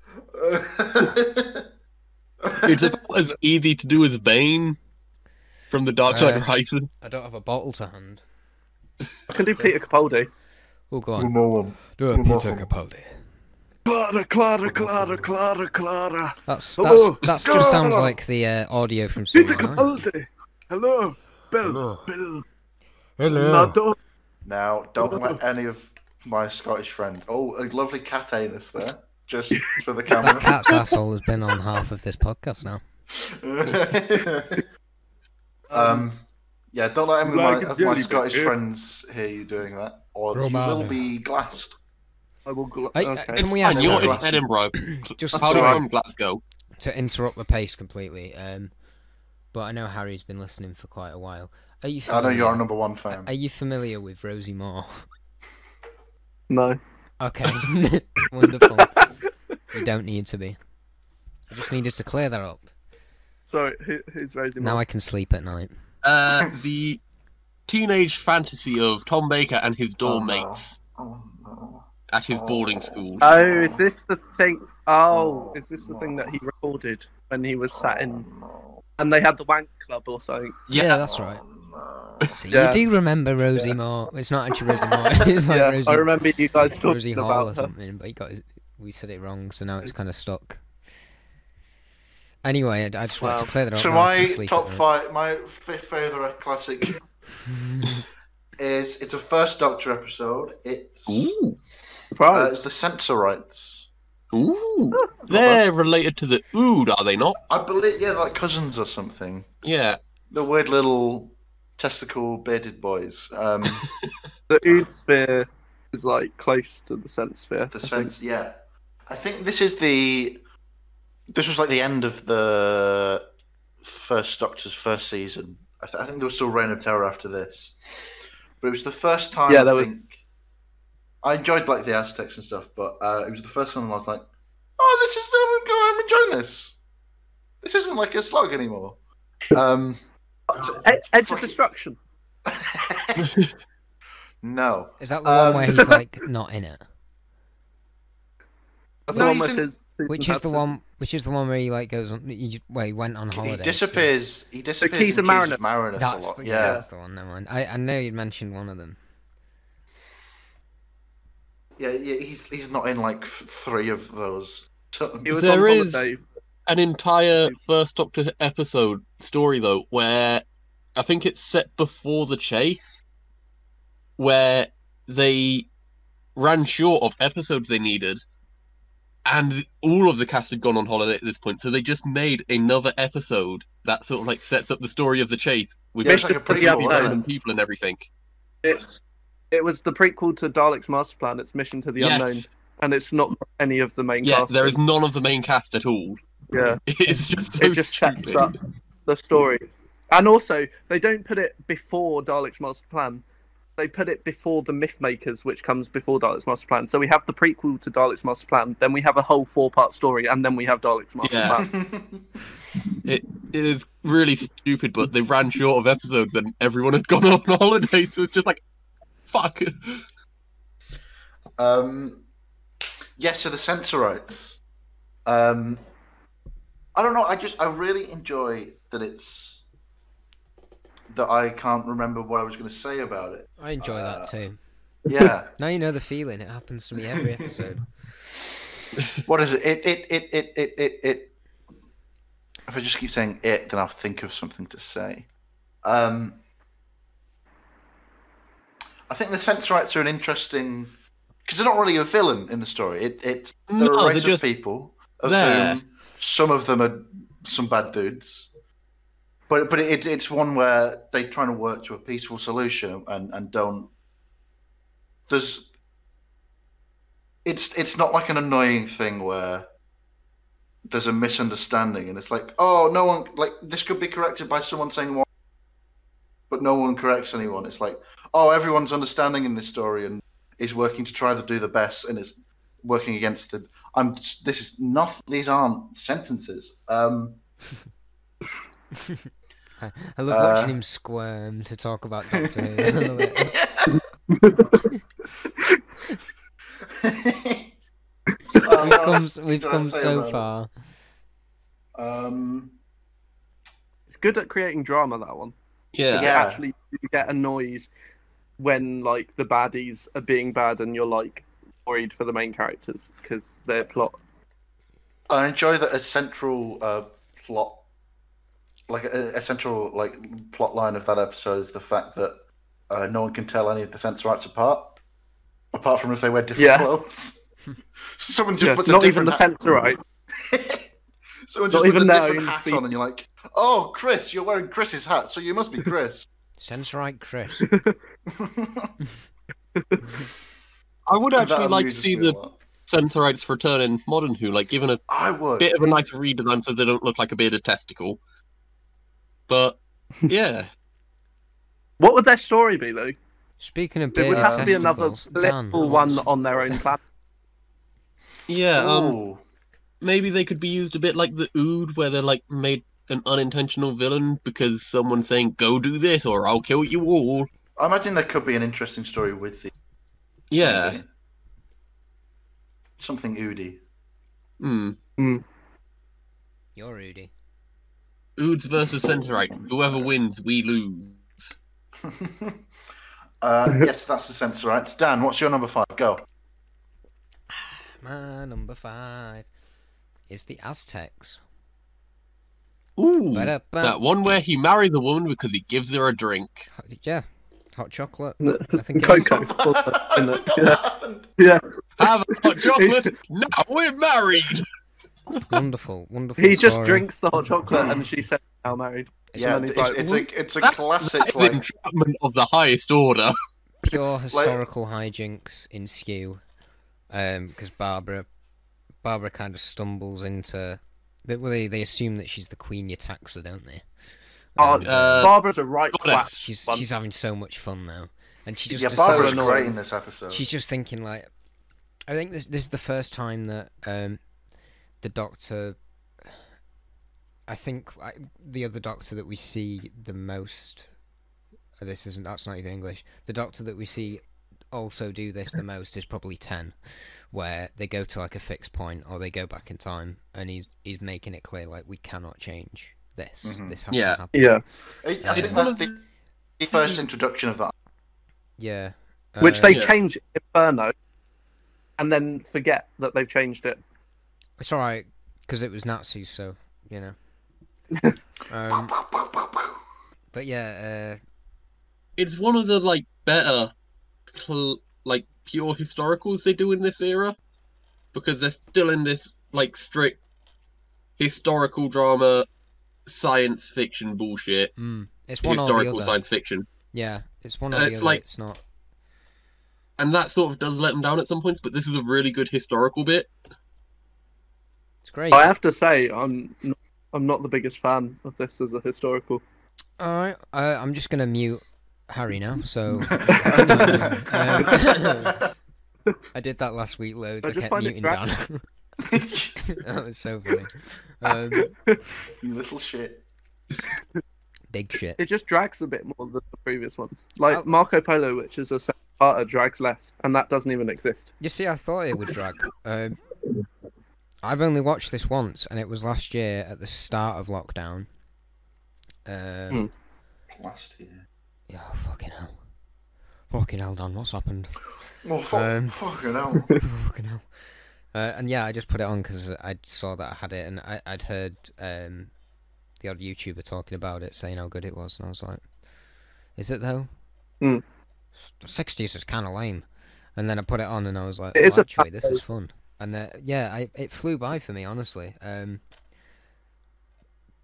[SPEAKER 3] It's about as easy to do as Bane from the Dark Knight
[SPEAKER 2] Uh,
[SPEAKER 3] Rises.
[SPEAKER 2] I don't have a bottle to hand.
[SPEAKER 4] I can do Peter Capaldi.
[SPEAKER 2] Oh, go
[SPEAKER 1] One
[SPEAKER 2] on.
[SPEAKER 1] more one.
[SPEAKER 2] Do
[SPEAKER 1] a Peter
[SPEAKER 2] Capaldi.
[SPEAKER 4] Clara, Clara, Clara, Clara, Clara.
[SPEAKER 2] That's that's
[SPEAKER 4] Hello,
[SPEAKER 2] that's just sounds
[SPEAKER 4] Clara.
[SPEAKER 2] like the uh, audio from
[SPEAKER 4] Peter
[SPEAKER 2] Superman.
[SPEAKER 4] Capaldi. Hello, Bill.
[SPEAKER 6] Hello.
[SPEAKER 4] Bill.
[SPEAKER 6] Hello.
[SPEAKER 4] Nado.
[SPEAKER 1] Now, don't let any of my Scottish friend. Oh, a lovely cat anus there, just for the
[SPEAKER 2] That
[SPEAKER 1] camera.
[SPEAKER 2] cat's asshole has been on half of this podcast now.
[SPEAKER 1] um, yeah, don't let any
[SPEAKER 4] like a
[SPEAKER 1] of my, my
[SPEAKER 4] jelly
[SPEAKER 1] Scottish
[SPEAKER 4] bit, eh?
[SPEAKER 1] friends hear you doing that, or you will
[SPEAKER 2] Romano.
[SPEAKER 1] be glassed.
[SPEAKER 4] I will. Gl-
[SPEAKER 2] I- I-
[SPEAKER 4] okay.
[SPEAKER 2] can we
[SPEAKER 3] And
[SPEAKER 2] ask
[SPEAKER 3] you're
[SPEAKER 1] Glasgow.
[SPEAKER 3] in Edinburgh.
[SPEAKER 2] just
[SPEAKER 3] How
[SPEAKER 2] sorry
[SPEAKER 3] from Glasgow?
[SPEAKER 2] to interrupt the pace completely? Um, but I know Harry's been listening for quite a while. Are you?
[SPEAKER 1] I know
[SPEAKER 2] Familiar,
[SPEAKER 1] you're our number one fan.
[SPEAKER 2] Are you familiar with Rosie Moore?
[SPEAKER 4] No.
[SPEAKER 2] Okay, wonderful. You don't need to be. I just needed to clear that up.
[SPEAKER 4] Sorry. Who, who's raising?
[SPEAKER 2] Now
[SPEAKER 4] my-
[SPEAKER 2] I can sleep at night.
[SPEAKER 3] Uh, the teenage fantasy of Tom Baker and his dorm
[SPEAKER 1] Oh,
[SPEAKER 2] Uh-huh.
[SPEAKER 1] no.
[SPEAKER 3] mates
[SPEAKER 1] Oh, no.
[SPEAKER 3] at his boarding school.
[SPEAKER 2] Uh,
[SPEAKER 4] Oh, is this the thing? Oh, is this the thing that he recorded when he was sat in? And they had the wank club or something.
[SPEAKER 3] yeah,
[SPEAKER 2] that's right.
[SPEAKER 1] No.
[SPEAKER 2] So
[SPEAKER 4] Oh, Yeah.
[SPEAKER 2] you do remember Rosie Moore? It's not actually Rosie Moore. It's like
[SPEAKER 4] yeah,
[SPEAKER 2] Rosie,
[SPEAKER 4] I remember you guys talking
[SPEAKER 2] Rosie Hall or
[SPEAKER 4] about her. Mm.
[SPEAKER 2] something. But he got his, we said it wrong, so now it's kind of stuck. Anyway, I I just wanted
[SPEAKER 4] Wow.
[SPEAKER 2] to clear that up.
[SPEAKER 1] So
[SPEAKER 2] now I can
[SPEAKER 1] my
[SPEAKER 2] sleep
[SPEAKER 1] top
[SPEAKER 2] at night.
[SPEAKER 1] five, my fifth favorite classic is it's a first Doctor episode. It's
[SPEAKER 3] Ooh,
[SPEAKER 1] uh, it's
[SPEAKER 4] Surprise.
[SPEAKER 1] the Sensorites.
[SPEAKER 3] ooh. They're related to the Ood, are they not?
[SPEAKER 1] I believe yeah, like cousins or something.
[SPEAKER 3] Yeah.
[SPEAKER 1] The weird little testicle bearded boys. Um,
[SPEAKER 4] The Ood sphere is like close to the sense sphere.
[SPEAKER 1] the
[SPEAKER 4] I think.
[SPEAKER 1] sense, yeah. I think this is the this was like the end of the first Doctor's first season. I, th- I think there was still Reign of Terror after this, but it was the first time.
[SPEAKER 4] Yeah,
[SPEAKER 1] I
[SPEAKER 4] there was-
[SPEAKER 1] think I enjoyed like the Aztecs and stuff, but uh, it was the first time I was like, "Oh, this is I'm enjoying this. This isn't like a slog anymore." Um,
[SPEAKER 4] Ed- E-, Edge of Destruction.
[SPEAKER 1] no.
[SPEAKER 2] Is that the
[SPEAKER 1] Um,
[SPEAKER 2] one where he's like not in it?
[SPEAKER 4] That's
[SPEAKER 1] No,
[SPEAKER 4] the
[SPEAKER 1] he's
[SPEAKER 4] one where
[SPEAKER 1] in-
[SPEAKER 4] Susan
[SPEAKER 2] Which
[SPEAKER 4] has
[SPEAKER 2] is the
[SPEAKER 4] this-
[SPEAKER 2] one? Which is the one where he like goes on? He, just- where he went on holiday.
[SPEAKER 1] He
[SPEAKER 2] so-
[SPEAKER 1] disappears. He disappears.
[SPEAKER 4] Keys
[SPEAKER 1] in
[SPEAKER 4] of Marinus.
[SPEAKER 1] Marinus a
[SPEAKER 2] That's
[SPEAKER 1] lot.
[SPEAKER 2] the,
[SPEAKER 1] yeah.
[SPEAKER 2] that's the one. Never mind. I, I know you'd mentioned one of them.
[SPEAKER 1] Yeah, yeah, he's he's not in like f- three of those.
[SPEAKER 4] He was
[SPEAKER 3] There
[SPEAKER 4] on
[SPEAKER 3] is-
[SPEAKER 4] holiday.
[SPEAKER 3] An entire First Doctor episode story, though, where I think it's set before the chase, where they ran short of episodes they needed, and all of the cast had gone on holiday at this point, so they just made another episode that sort of like sets up the story of the chase with
[SPEAKER 1] Yeah, it's
[SPEAKER 3] just
[SPEAKER 1] like a
[SPEAKER 3] completely
[SPEAKER 1] prequel,
[SPEAKER 4] isn't
[SPEAKER 3] random people and everything.
[SPEAKER 4] It's it was the prequel to Dalek's Master Plan. It's Mission to the
[SPEAKER 3] Yes.
[SPEAKER 4] Unknown, and it's not any of the main
[SPEAKER 3] Yeah,
[SPEAKER 4] cast.
[SPEAKER 3] there is none of the main cast at all.
[SPEAKER 4] Yeah,
[SPEAKER 3] It's just so
[SPEAKER 4] it just sets
[SPEAKER 3] stupid.
[SPEAKER 4] up the story, and also they don't put it before Dalek's Master Plan. They put it before the Mythmakers, which comes before Dalek's Master Plan. So we have the prequel to Dalek's Master Plan, then we have a whole four-part story, and then we have Dalek's Master
[SPEAKER 3] Yeah.
[SPEAKER 4] Plan.
[SPEAKER 3] It is really stupid, but they ran short of episodes and everyone had gone on holiday, so it's just like, fuck.
[SPEAKER 1] Um, yeah, so the Sensorites. Um, I don't know. I just I really enjoy that it's that I can't remember what I was going to say about it.
[SPEAKER 2] I enjoy
[SPEAKER 1] Uh,
[SPEAKER 2] that too.
[SPEAKER 1] Yeah,
[SPEAKER 2] Now you know the feeling. It happens to me every episode.
[SPEAKER 1] what is it? It it it it it it. it. If I just keep saying it, then I'll think of something to say. Um, I think the Sensorites are an interesting because they're not really a villain in the story. It, it's There are
[SPEAKER 3] No,
[SPEAKER 1] a
[SPEAKER 3] they're
[SPEAKER 1] race
[SPEAKER 3] just.
[SPEAKER 1] of people, of
[SPEAKER 3] there.
[SPEAKER 1] whom some of them are some bad dudes, But but it's it's one where they're trying to work to a peaceful solution and and don't. There's. It's it's not like an annoying thing where there's a misunderstanding and it's like oh no one like this could be corrected by someone saying one, but no one corrects anyone. It's like oh everyone's understanding in this story and is working to try to do the best and it's working against the. I'm this is not these aren't sentences. Um.
[SPEAKER 2] I I love watching
[SPEAKER 1] Uh,
[SPEAKER 2] him squirm to talk about Doctor Who. I love it.
[SPEAKER 1] Um,
[SPEAKER 2] We've come, we've
[SPEAKER 1] did I
[SPEAKER 2] come
[SPEAKER 1] say
[SPEAKER 2] so
[SPEAKER 1] about it?
[SPEAKER 2] far.
[SPEAKER 1] Um,
[SPEAKER 4] It's good at creating drama. That one.
[SPEAKER 3] Yeah.
[SPEAKER 4] Because it
[SPEAKER 1] Yeah.
[SPEAKER 4] actually you get annoyed when like the baddies are being bad and you're like worried for the main characters because their plot
[SPEAKER 1] I enjoy that a central uh, plot, like a, a central like plot line of that episode is the fact that uh, no one can tell any of the Sensorites apart, apart from if they wear different
[SPEAKER 4] Yeah.
[SPEAKER 1] clothes. Someone just
[SPEAKER 4] yeah,
[SPEAKER 1] puts a
[SPEAKER 4] not even
[SPEAKER 1] different
[SPEAKER 4] the
[SPEAKER 1] hat-
[SPEAKER 4] sensorite
[SPEAKER 1] Someone
[SPEAKER 4] not
[SPEAKER 1] just puts
[SPEAKER 4] even
[SPEAKER 1] a
[SPEAKER 4] their
[SPEAKER 1] different
[SPEAKER 4] own
[SPEAKER 1] hat
[SPEAKER 4] speech.
[SPEAKER 1] on, and you're like, "Oh, Chris, you're wearing Chris's hat, so you must be Chris."
[SPEAKER 2] Sensorite Chris.
[SPEAKER 3] I would
[SPEAKER 1] That
[SPEAKER 3] actually like to
[SPEAKER 1] amuses
[SPEAKER 3] see
[SPEAKER 1] me a
[SPEAKER 3] the
[SPEAKER 1] lot.
[SPEAKER 3] Sensorites return in Modern Who, like given a
[SPEAKER 1] I would.
[SPEAKER 3] bit of a nice redesign so they don't look like a bearded testicle. But yeah,
[SPEAKER 4] what would their story be though
[SPEAKER 2] Speaking of
[SPEAKER 4] there
[SPEAKER 2] beard
[SPEAKER 4] would have to be another
[SPEAKER 2] testicles, Dan,
[SPEAKER 4] little one
[SPEAKER 2] what's-
[SPEAKER 4] on their own planet
[SPEAKER 3] yeah. Um,
[SPEAKER 1] Ooh.
[SPEAKER 3] maybe they could be used a bit like the Ood, where they're like made an unintentional villain because someone's saying "Go do this, or I'll kill you all."
[SPEAKER 1] I imagine there could be an interesting story with the
[SPEAKER 3] Yeah.
[SPEAKER 1] something Udi.
[SPEAKER 3] Hmm.
[SPEAKER 2] You're Rudy.
[SPEAKER 3] Oods versus Sensorite. Whoever wins, we lose.
[SPEAKER 1] Uh, yes, that's the Sensorites. Dan, what's your number five? Go.
[SPEAKER 2] My number five is the Aztecs.
[SPEAKER 3] Ooh.
[SPEAKER 2] Ba-da-ba.
[SPEAKER 3] That one where he marries the woman because he gives her a drink.
[SPEAKER 2] Yeah, hot chocolate.
[SPEAKER 4] I
[SPEAKER 2] think it is.
[SPEAKER 1] I forgot
[SPEAKER 4] yeah.
[SPEAKER 1] that happened.
[SPEAKER 4] yeah
[SPEAKER 3] Have a hot chocolate. now we're married.
[SPEAKER 2] Wonderful, wonderful.
[SPEAKER 4] he just
[SPEAKER 2] story.
[SPEAKER 4] drinks the hot chocolate and she said now married
[SPEAKER 1] Yeah,
[SPEAKER 4] and
[SPEAKER 1] it's,
[SPEAKER 4] he's
[SPEAKER 1] it's,
[SPEAKER 4] like,
[SPEAKER 1] a it's a
[SPEAKER 3] That-
[SPEAKER 1] classic
[SPEAKER 3] It's
[SPEAKER 1] like
[SPEAKER 3] entrapment of the highest order.
[SPEAKER 2] pure historical hijinks ensue because Barbara Barbara kind of stumbles into they, well, they they assume that she's the queen of taxa, don't they?
[SPEAKER 4] Oh,
[SPEAKER 2] And,
[SPEAKER 3] Uh,
[SPEAKER 4] Barbara's a right
[SPEAKER 3] goddess.
[SPEAKER 4] twat
[SPEAKER 2] she's
[SPEAKER 4] fun.
[SPEAKER 2] she's having so much fun though, and she just
[SPEAKER 1] yeah.
[SPEAKER 2] decides-
[SPEAKER 1] Barbara's
[SPEAKER 4] annoying.
[SPEAKER 1] great in this episode.
[SPEAKER 2] She's just thinking like, I think this this is the first time that um, the doctor. I think I, the other doctor that we see the most. oh, This isn't. That's not even English. The doctor that we see also do this the most is probably ten, where they go to like a fixed point or they go back in time, and he's he's making it clear like we cannot change this.
[SPEAKER 1] Mhm.
[SPEAKER 2] This has
[SPEAKER 3] Yeah.
[SPEAKER 2] to happen.
[SPEAKER 4] yeah
[SPEAKER 1] I, I think that's the first introduction of that.
[SPEAKER 2] Yeah.
[SPEAKER 4] which
[SPEAKER 2] Uh,
[SPEAKER 4] they
[SPEAKER 3] yeah.
[SPEAKER 4] change Inferno and then forget that they've changed it
[SPEAKER 2] It's alright because it was Nazis, so you know. um, but yeah, uh,
[SPEAKER 3] It's one of the like better, cl- like pure historicals they do in this era, because they're still in this like strict historical drama, science fiction bullshit.
[SPEAKER 2] mm, it's one or the
[SPEAKER 3] historical
[SPEAKER 2] other.
[SPEAKER 3] science fiction,
[SPEAKER 2] Yeah, it's one or
[SPEAKER 3] Uh,
[SPEAKER 2] the
[SPEAKER 3] it's
[SPEAKER 2] other.
[SPEAKER 3] like-
[SPEAKER 2] It's not.
[SPEAKER 3] and that sort of does let them down at some points. But this is a really good historical bit.
[SPEAKER 2] It's great.
[SPEAKER 4] I have to say, I'm n- I'm not the biggest fan of this as a historical.
[SPEAKER 2] All right, uh, I'm just gonna mute Harry now. So I did that last week loads.
[SPEAKER 4] I
[SPEAKER 2] I, kept
[SPEAKER 4] just find it
[SPEAKER 2] muting Dan. that was so funny. Um,
[SPEAKER 1] you little shit.
[SPEAKER 2] big shit.
[SPEAKER 4] It just drags a bit more than the previous ones. Like
[SPEAKER 2] I'll-
[SPEAKER 4] Marco Polo, which is a starter, drags less, and that doesn't even exist.
[SPEAKER 2] You see, I thought it would drag. Um, I've only watched this once, and it was last year at the start of lockdown. Um,
[SPEAKER 1] Last year.
[SPEAKER 2] Yeah, fucking hell. Fucking hell, Don, what's happened?
[SPEAKER 1] Well, fuck,
[SPEAKER 2] Um,
[SPEAKER 1] fucking hell.
[SPEAKER 2] fucking hell. Uh, and yeah, I just put it on because I saw that I had it, and I, I'd heard um, the odd YouTuber talking about it, saying how good it was, and I was like, "Is it though?"
[SPEAKER 4] Hmm.
[SPEAKER 2] Sixties is kind of lame. And then I put it on, and I was like,
[SPEAKER 4] It is
[SPEAKER 2] "Oh,
[SPEAKER 4] a
[SPEAKER 2] actually, this is fun." And uh, yeah, I, it flew by for me, honestly. Um,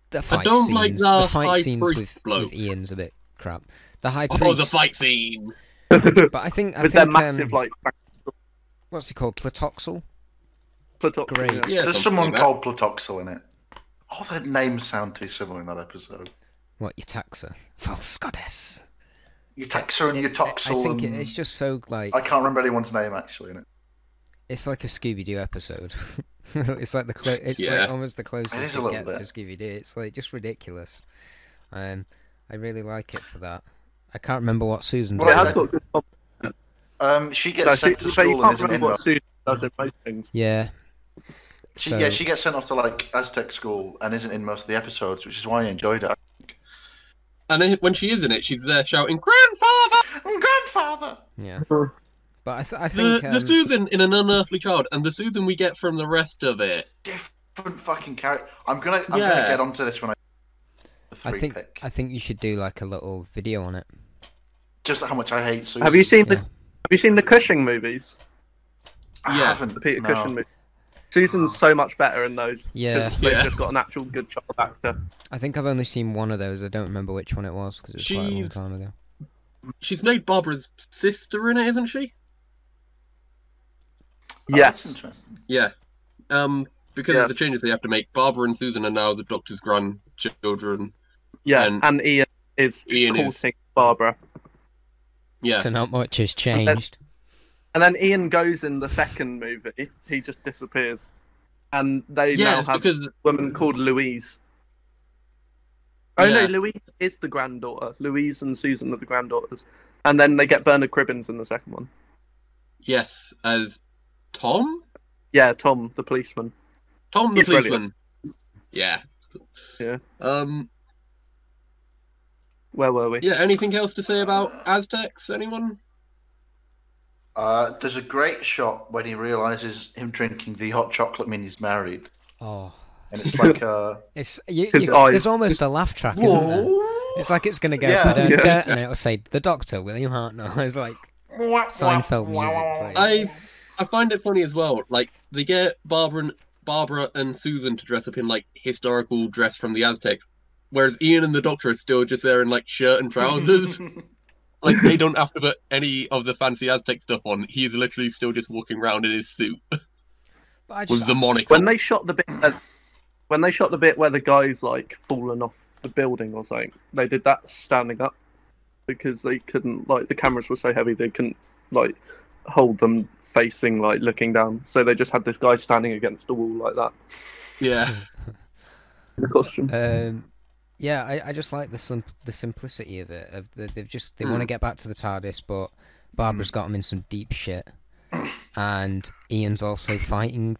[SPEAKER 2] the fight
[SPEAKER 3] don't
[SPEAKER 2] scenes,
[SPEAKER 3] like
[SPEAKER 2] the
[SPEAKER 3] the high
[SPEAKER 2] fight snes
[SPEAKER 3] priest
[SPEAKER 2] with,
[SPEAKER 3] bloke.
[SPEAKER 2] with Ian's a bit crap. The high priest,
[SPEAKER 3] Oh, the fight theme.
[SPEAKER 4] with
[SPEAKER 2] but I think I
[SPEAKER 4] their
[SPEAKER 2] think
[SPEAKER 4] massive
[SPEAKER 2] um,
[SPEAKER 4] like
[SPEAKER 2] what's he called, Tlatoxel?
[SPEAKER 4] Plutarch-
[SPEAKER 2] Great.
[SPEAKER 4] yeah.
[SPEAKER 3] Yeah,
[SPEAKER 1] There's someone
[SPEAKER 3] something like that.
[SPEAKER 1] called Platoxel in it. All their names sound too similar in that episode.
[SPEAKER 2] What your taxa? False goddess.
[SPEAKER 1] You Taxer and you
[SPEAKER 2] I- I
[SPEAKER 1] Toxel.
[SPEAKER 2] think it,
[SPEAKER 1] and-
[SPEAKER 2] it's just so like
[SPEAKER 1] I can't remember anyone's name actually in it.
[SPEAKER 2] it's like a Scooby Doo episode. it's like the clo- it's
[SPEAKER 3] Yeah.
[SPEAKER 2] like almost the closest
[SPEAKER 1] It
[SPEAKER 2] it,
[SPEAKER 1] is a little
[SPEAKER 2] gets
[SPEAKER 1] bit.
[SPEAKER 2] to Scooby Doo. It's like just ridiculous. Um, I really like it for that. I can't remember what Susan.
[SPEAKER 1] Well,
[SPEAKER 4] But it
[SPEAKER 2] does
[SPEAKER 4] has
[SPEAKER 2] though.
[SPEAKER 4] got good comp-
[SPEAKER 1] Um, she gets
[SPEAKER 4] though. She-
[SPEAKER 1] sent to
[SPEAKER 4] but you
[SPEAKER 1] school and
[SPEAKER 4] can't
[SPEAKER 1] isn't in
[SPEAKER 4] remember what
[SPEAKER 1] that.
[SPEAKER 4] Susan does in most things.
[SPEAKER 2] yeah.
[SPEAKER 1] She,
[SPEAKER 2] so-
[SPEAKER 1] Yeah, she gets sent off to like Aztec school and isn't in most of the episodes, which is why I enjoyed it.
[SPEAKER 3] And then when she is in it, she's there shouting, "Grandfather!"
[SPEAKER 1] Grandfather.
[SPEAKER 2] Yeah.
[SPEAKER 4] Sure.
[SPEAKER 2] But I, th- I
[SPEAKER 3] The,
[SPEAKER 2] think
[SPEAKER 3] the
[SPEAKER 2] um,
[SPEAKER 3] Susan in an unearthly child, and the Susan we get from the rest of it.
[SPEAKER 1] Different fucking character. I'm gonna. I'm gonna
[SPEAKER 3] Yeah.
[SPEAKER 1] get onto this when I. The three
[SPEAKER 2] I think
[SPEAKER 1] pick.
[SPEAKER 2] I think you should do like a little video on it.
[SPEAKER 1] Just how much I hate Susan.
[SPEAKER 4] Have you seen the
[SPEAKER 2] Yeah.
[SPEAKER 4] Have you seen the Cushing movies?
[SPEAKER 1] I
[SPEAKER 3] Yeah.
[SPEAKER 1] haven't.
[SPEAKER 4] The Peter
[SPEAKER 1] no.
[SPEAKER 4] Cushing movies. Susan's so much better in those. 'cause
[SPEAKER 2] Yeah.
[SPEAKER 4] They've
[SPEAKER 3] Yeah.
[SPEAKER 4] just got an actual good child actor.
[SPEAKER 2] I think I've only seen one of those. I don't remember which one it was because it was quite a long
[SPEAKER 3] She's-
[SPEAKER 2] time ago.
[SPEAKER 3] She's made Barbara's sister in it, isn't she?
[SPEAKER 1] Oh, that's
[SPEAKER 4] Yes.
[SPEAKER 1] interesting.
[SPEAKER 3] Yeah. Um, because
[SPEAKER 4] Yeah.
[SPEAKER 3] of the changes they have to make, Barbara and Susan are now the Doctor's grandchildren.
[SPEAKER 4] Yeah.
[SPEAKER 3] And-
[SPEAKER 4] And, Ian is
[SPEAKER 3] Ian is-
[SPEAKER 4] courting Barbara.
[SPEAKER 3] Yeah.
[SPEAKER 2] So not much has changed.
[SPEAKER 4] And then Ian goes in the second movie. He just disappears. And they
[SPEAKER 3] yeah,
[SPEAKER 4] now
[SPEAKER 3] it's
[SPEAKER 4] have
[SPEAKER 3] because
[SPEAKER 4] a woman called Louise. Oh
[SPEAKER 3] Yeah.
[SPEAKER 4] no, Louise is the granddaughter. Louise and Susan are the granddaughters. And then they get Bernard Cribbins in the second one.
[SPEAKER 3] yes, as Tom,
[SPEAKER 4] Yeah, Tom, the policeman.
[SPEAKER 3] Tom the
[SPEAKER 4] He's brilliant.
[SPEAKER 3] policeman. Yeah.
[SPEAKER 4] Yeah.
[SPEAKER 3] Um.
[SPEAKER 4] Where were we?
[SPEAKER 3] Yeah. Anything else to say about Aztecs? Anyone?
[SPEAKER 1] Uh, there's a great shot when he realizes him drinking the hot chocolate means he's married,
[SPEAKER 2] Oh,
[SPEAKER 1] and it's like uh,
[SPEAKER 2] it's you,
[SPEAKER 4] His
[SPEAKER 2] you,
[SPEAKER 4] eyes.
[SPEAKER 2] there's almost a laugh track, isn't there? It's like it's gonna go
[SPEAKER 1] Yeah.
[SPEAKER 2] "Ba-da-da,"
[SPEAKER 4] Yeah.
[SPEAKER 2] and it'll say the Doctor William Hartnell. It's like Seinfeld music. playing.
[SPEAKER 3] I I find it funny as well. Like they get Barbara and Barbara and Susan to dress up in like historical dress from the Aztecs, whereas Ian and the Doctor are still just there in like shirt and trousers. like they don't have to put any of the fancy Aztec stuff on. He's literally still just walking around in his suit
[SPEAKER 2] But I just,
[SPEAKER 3] with the monocle.
[SPEAKER 4] When they shot the bit, when they shot the bit where the guy's like fallen off the building or something, they did that standing up because they couldn't like the cameras were so heavy they couldn't like hold them facing like looking down. So they just had this guy standing against the wall like that.
[SPEAKER 3] Yeah.
[SPEAKER 4] in The costume.
[SPEAKER 2] um, yeah, I, I just like the sim- the simplicity of it. Of the, they've just they
[SPEAKER 4] Hmm.
[SPEAKER 2] want to get back to the TARDIS, but Barbara's got him in some deep shit, and Ian's also fighting.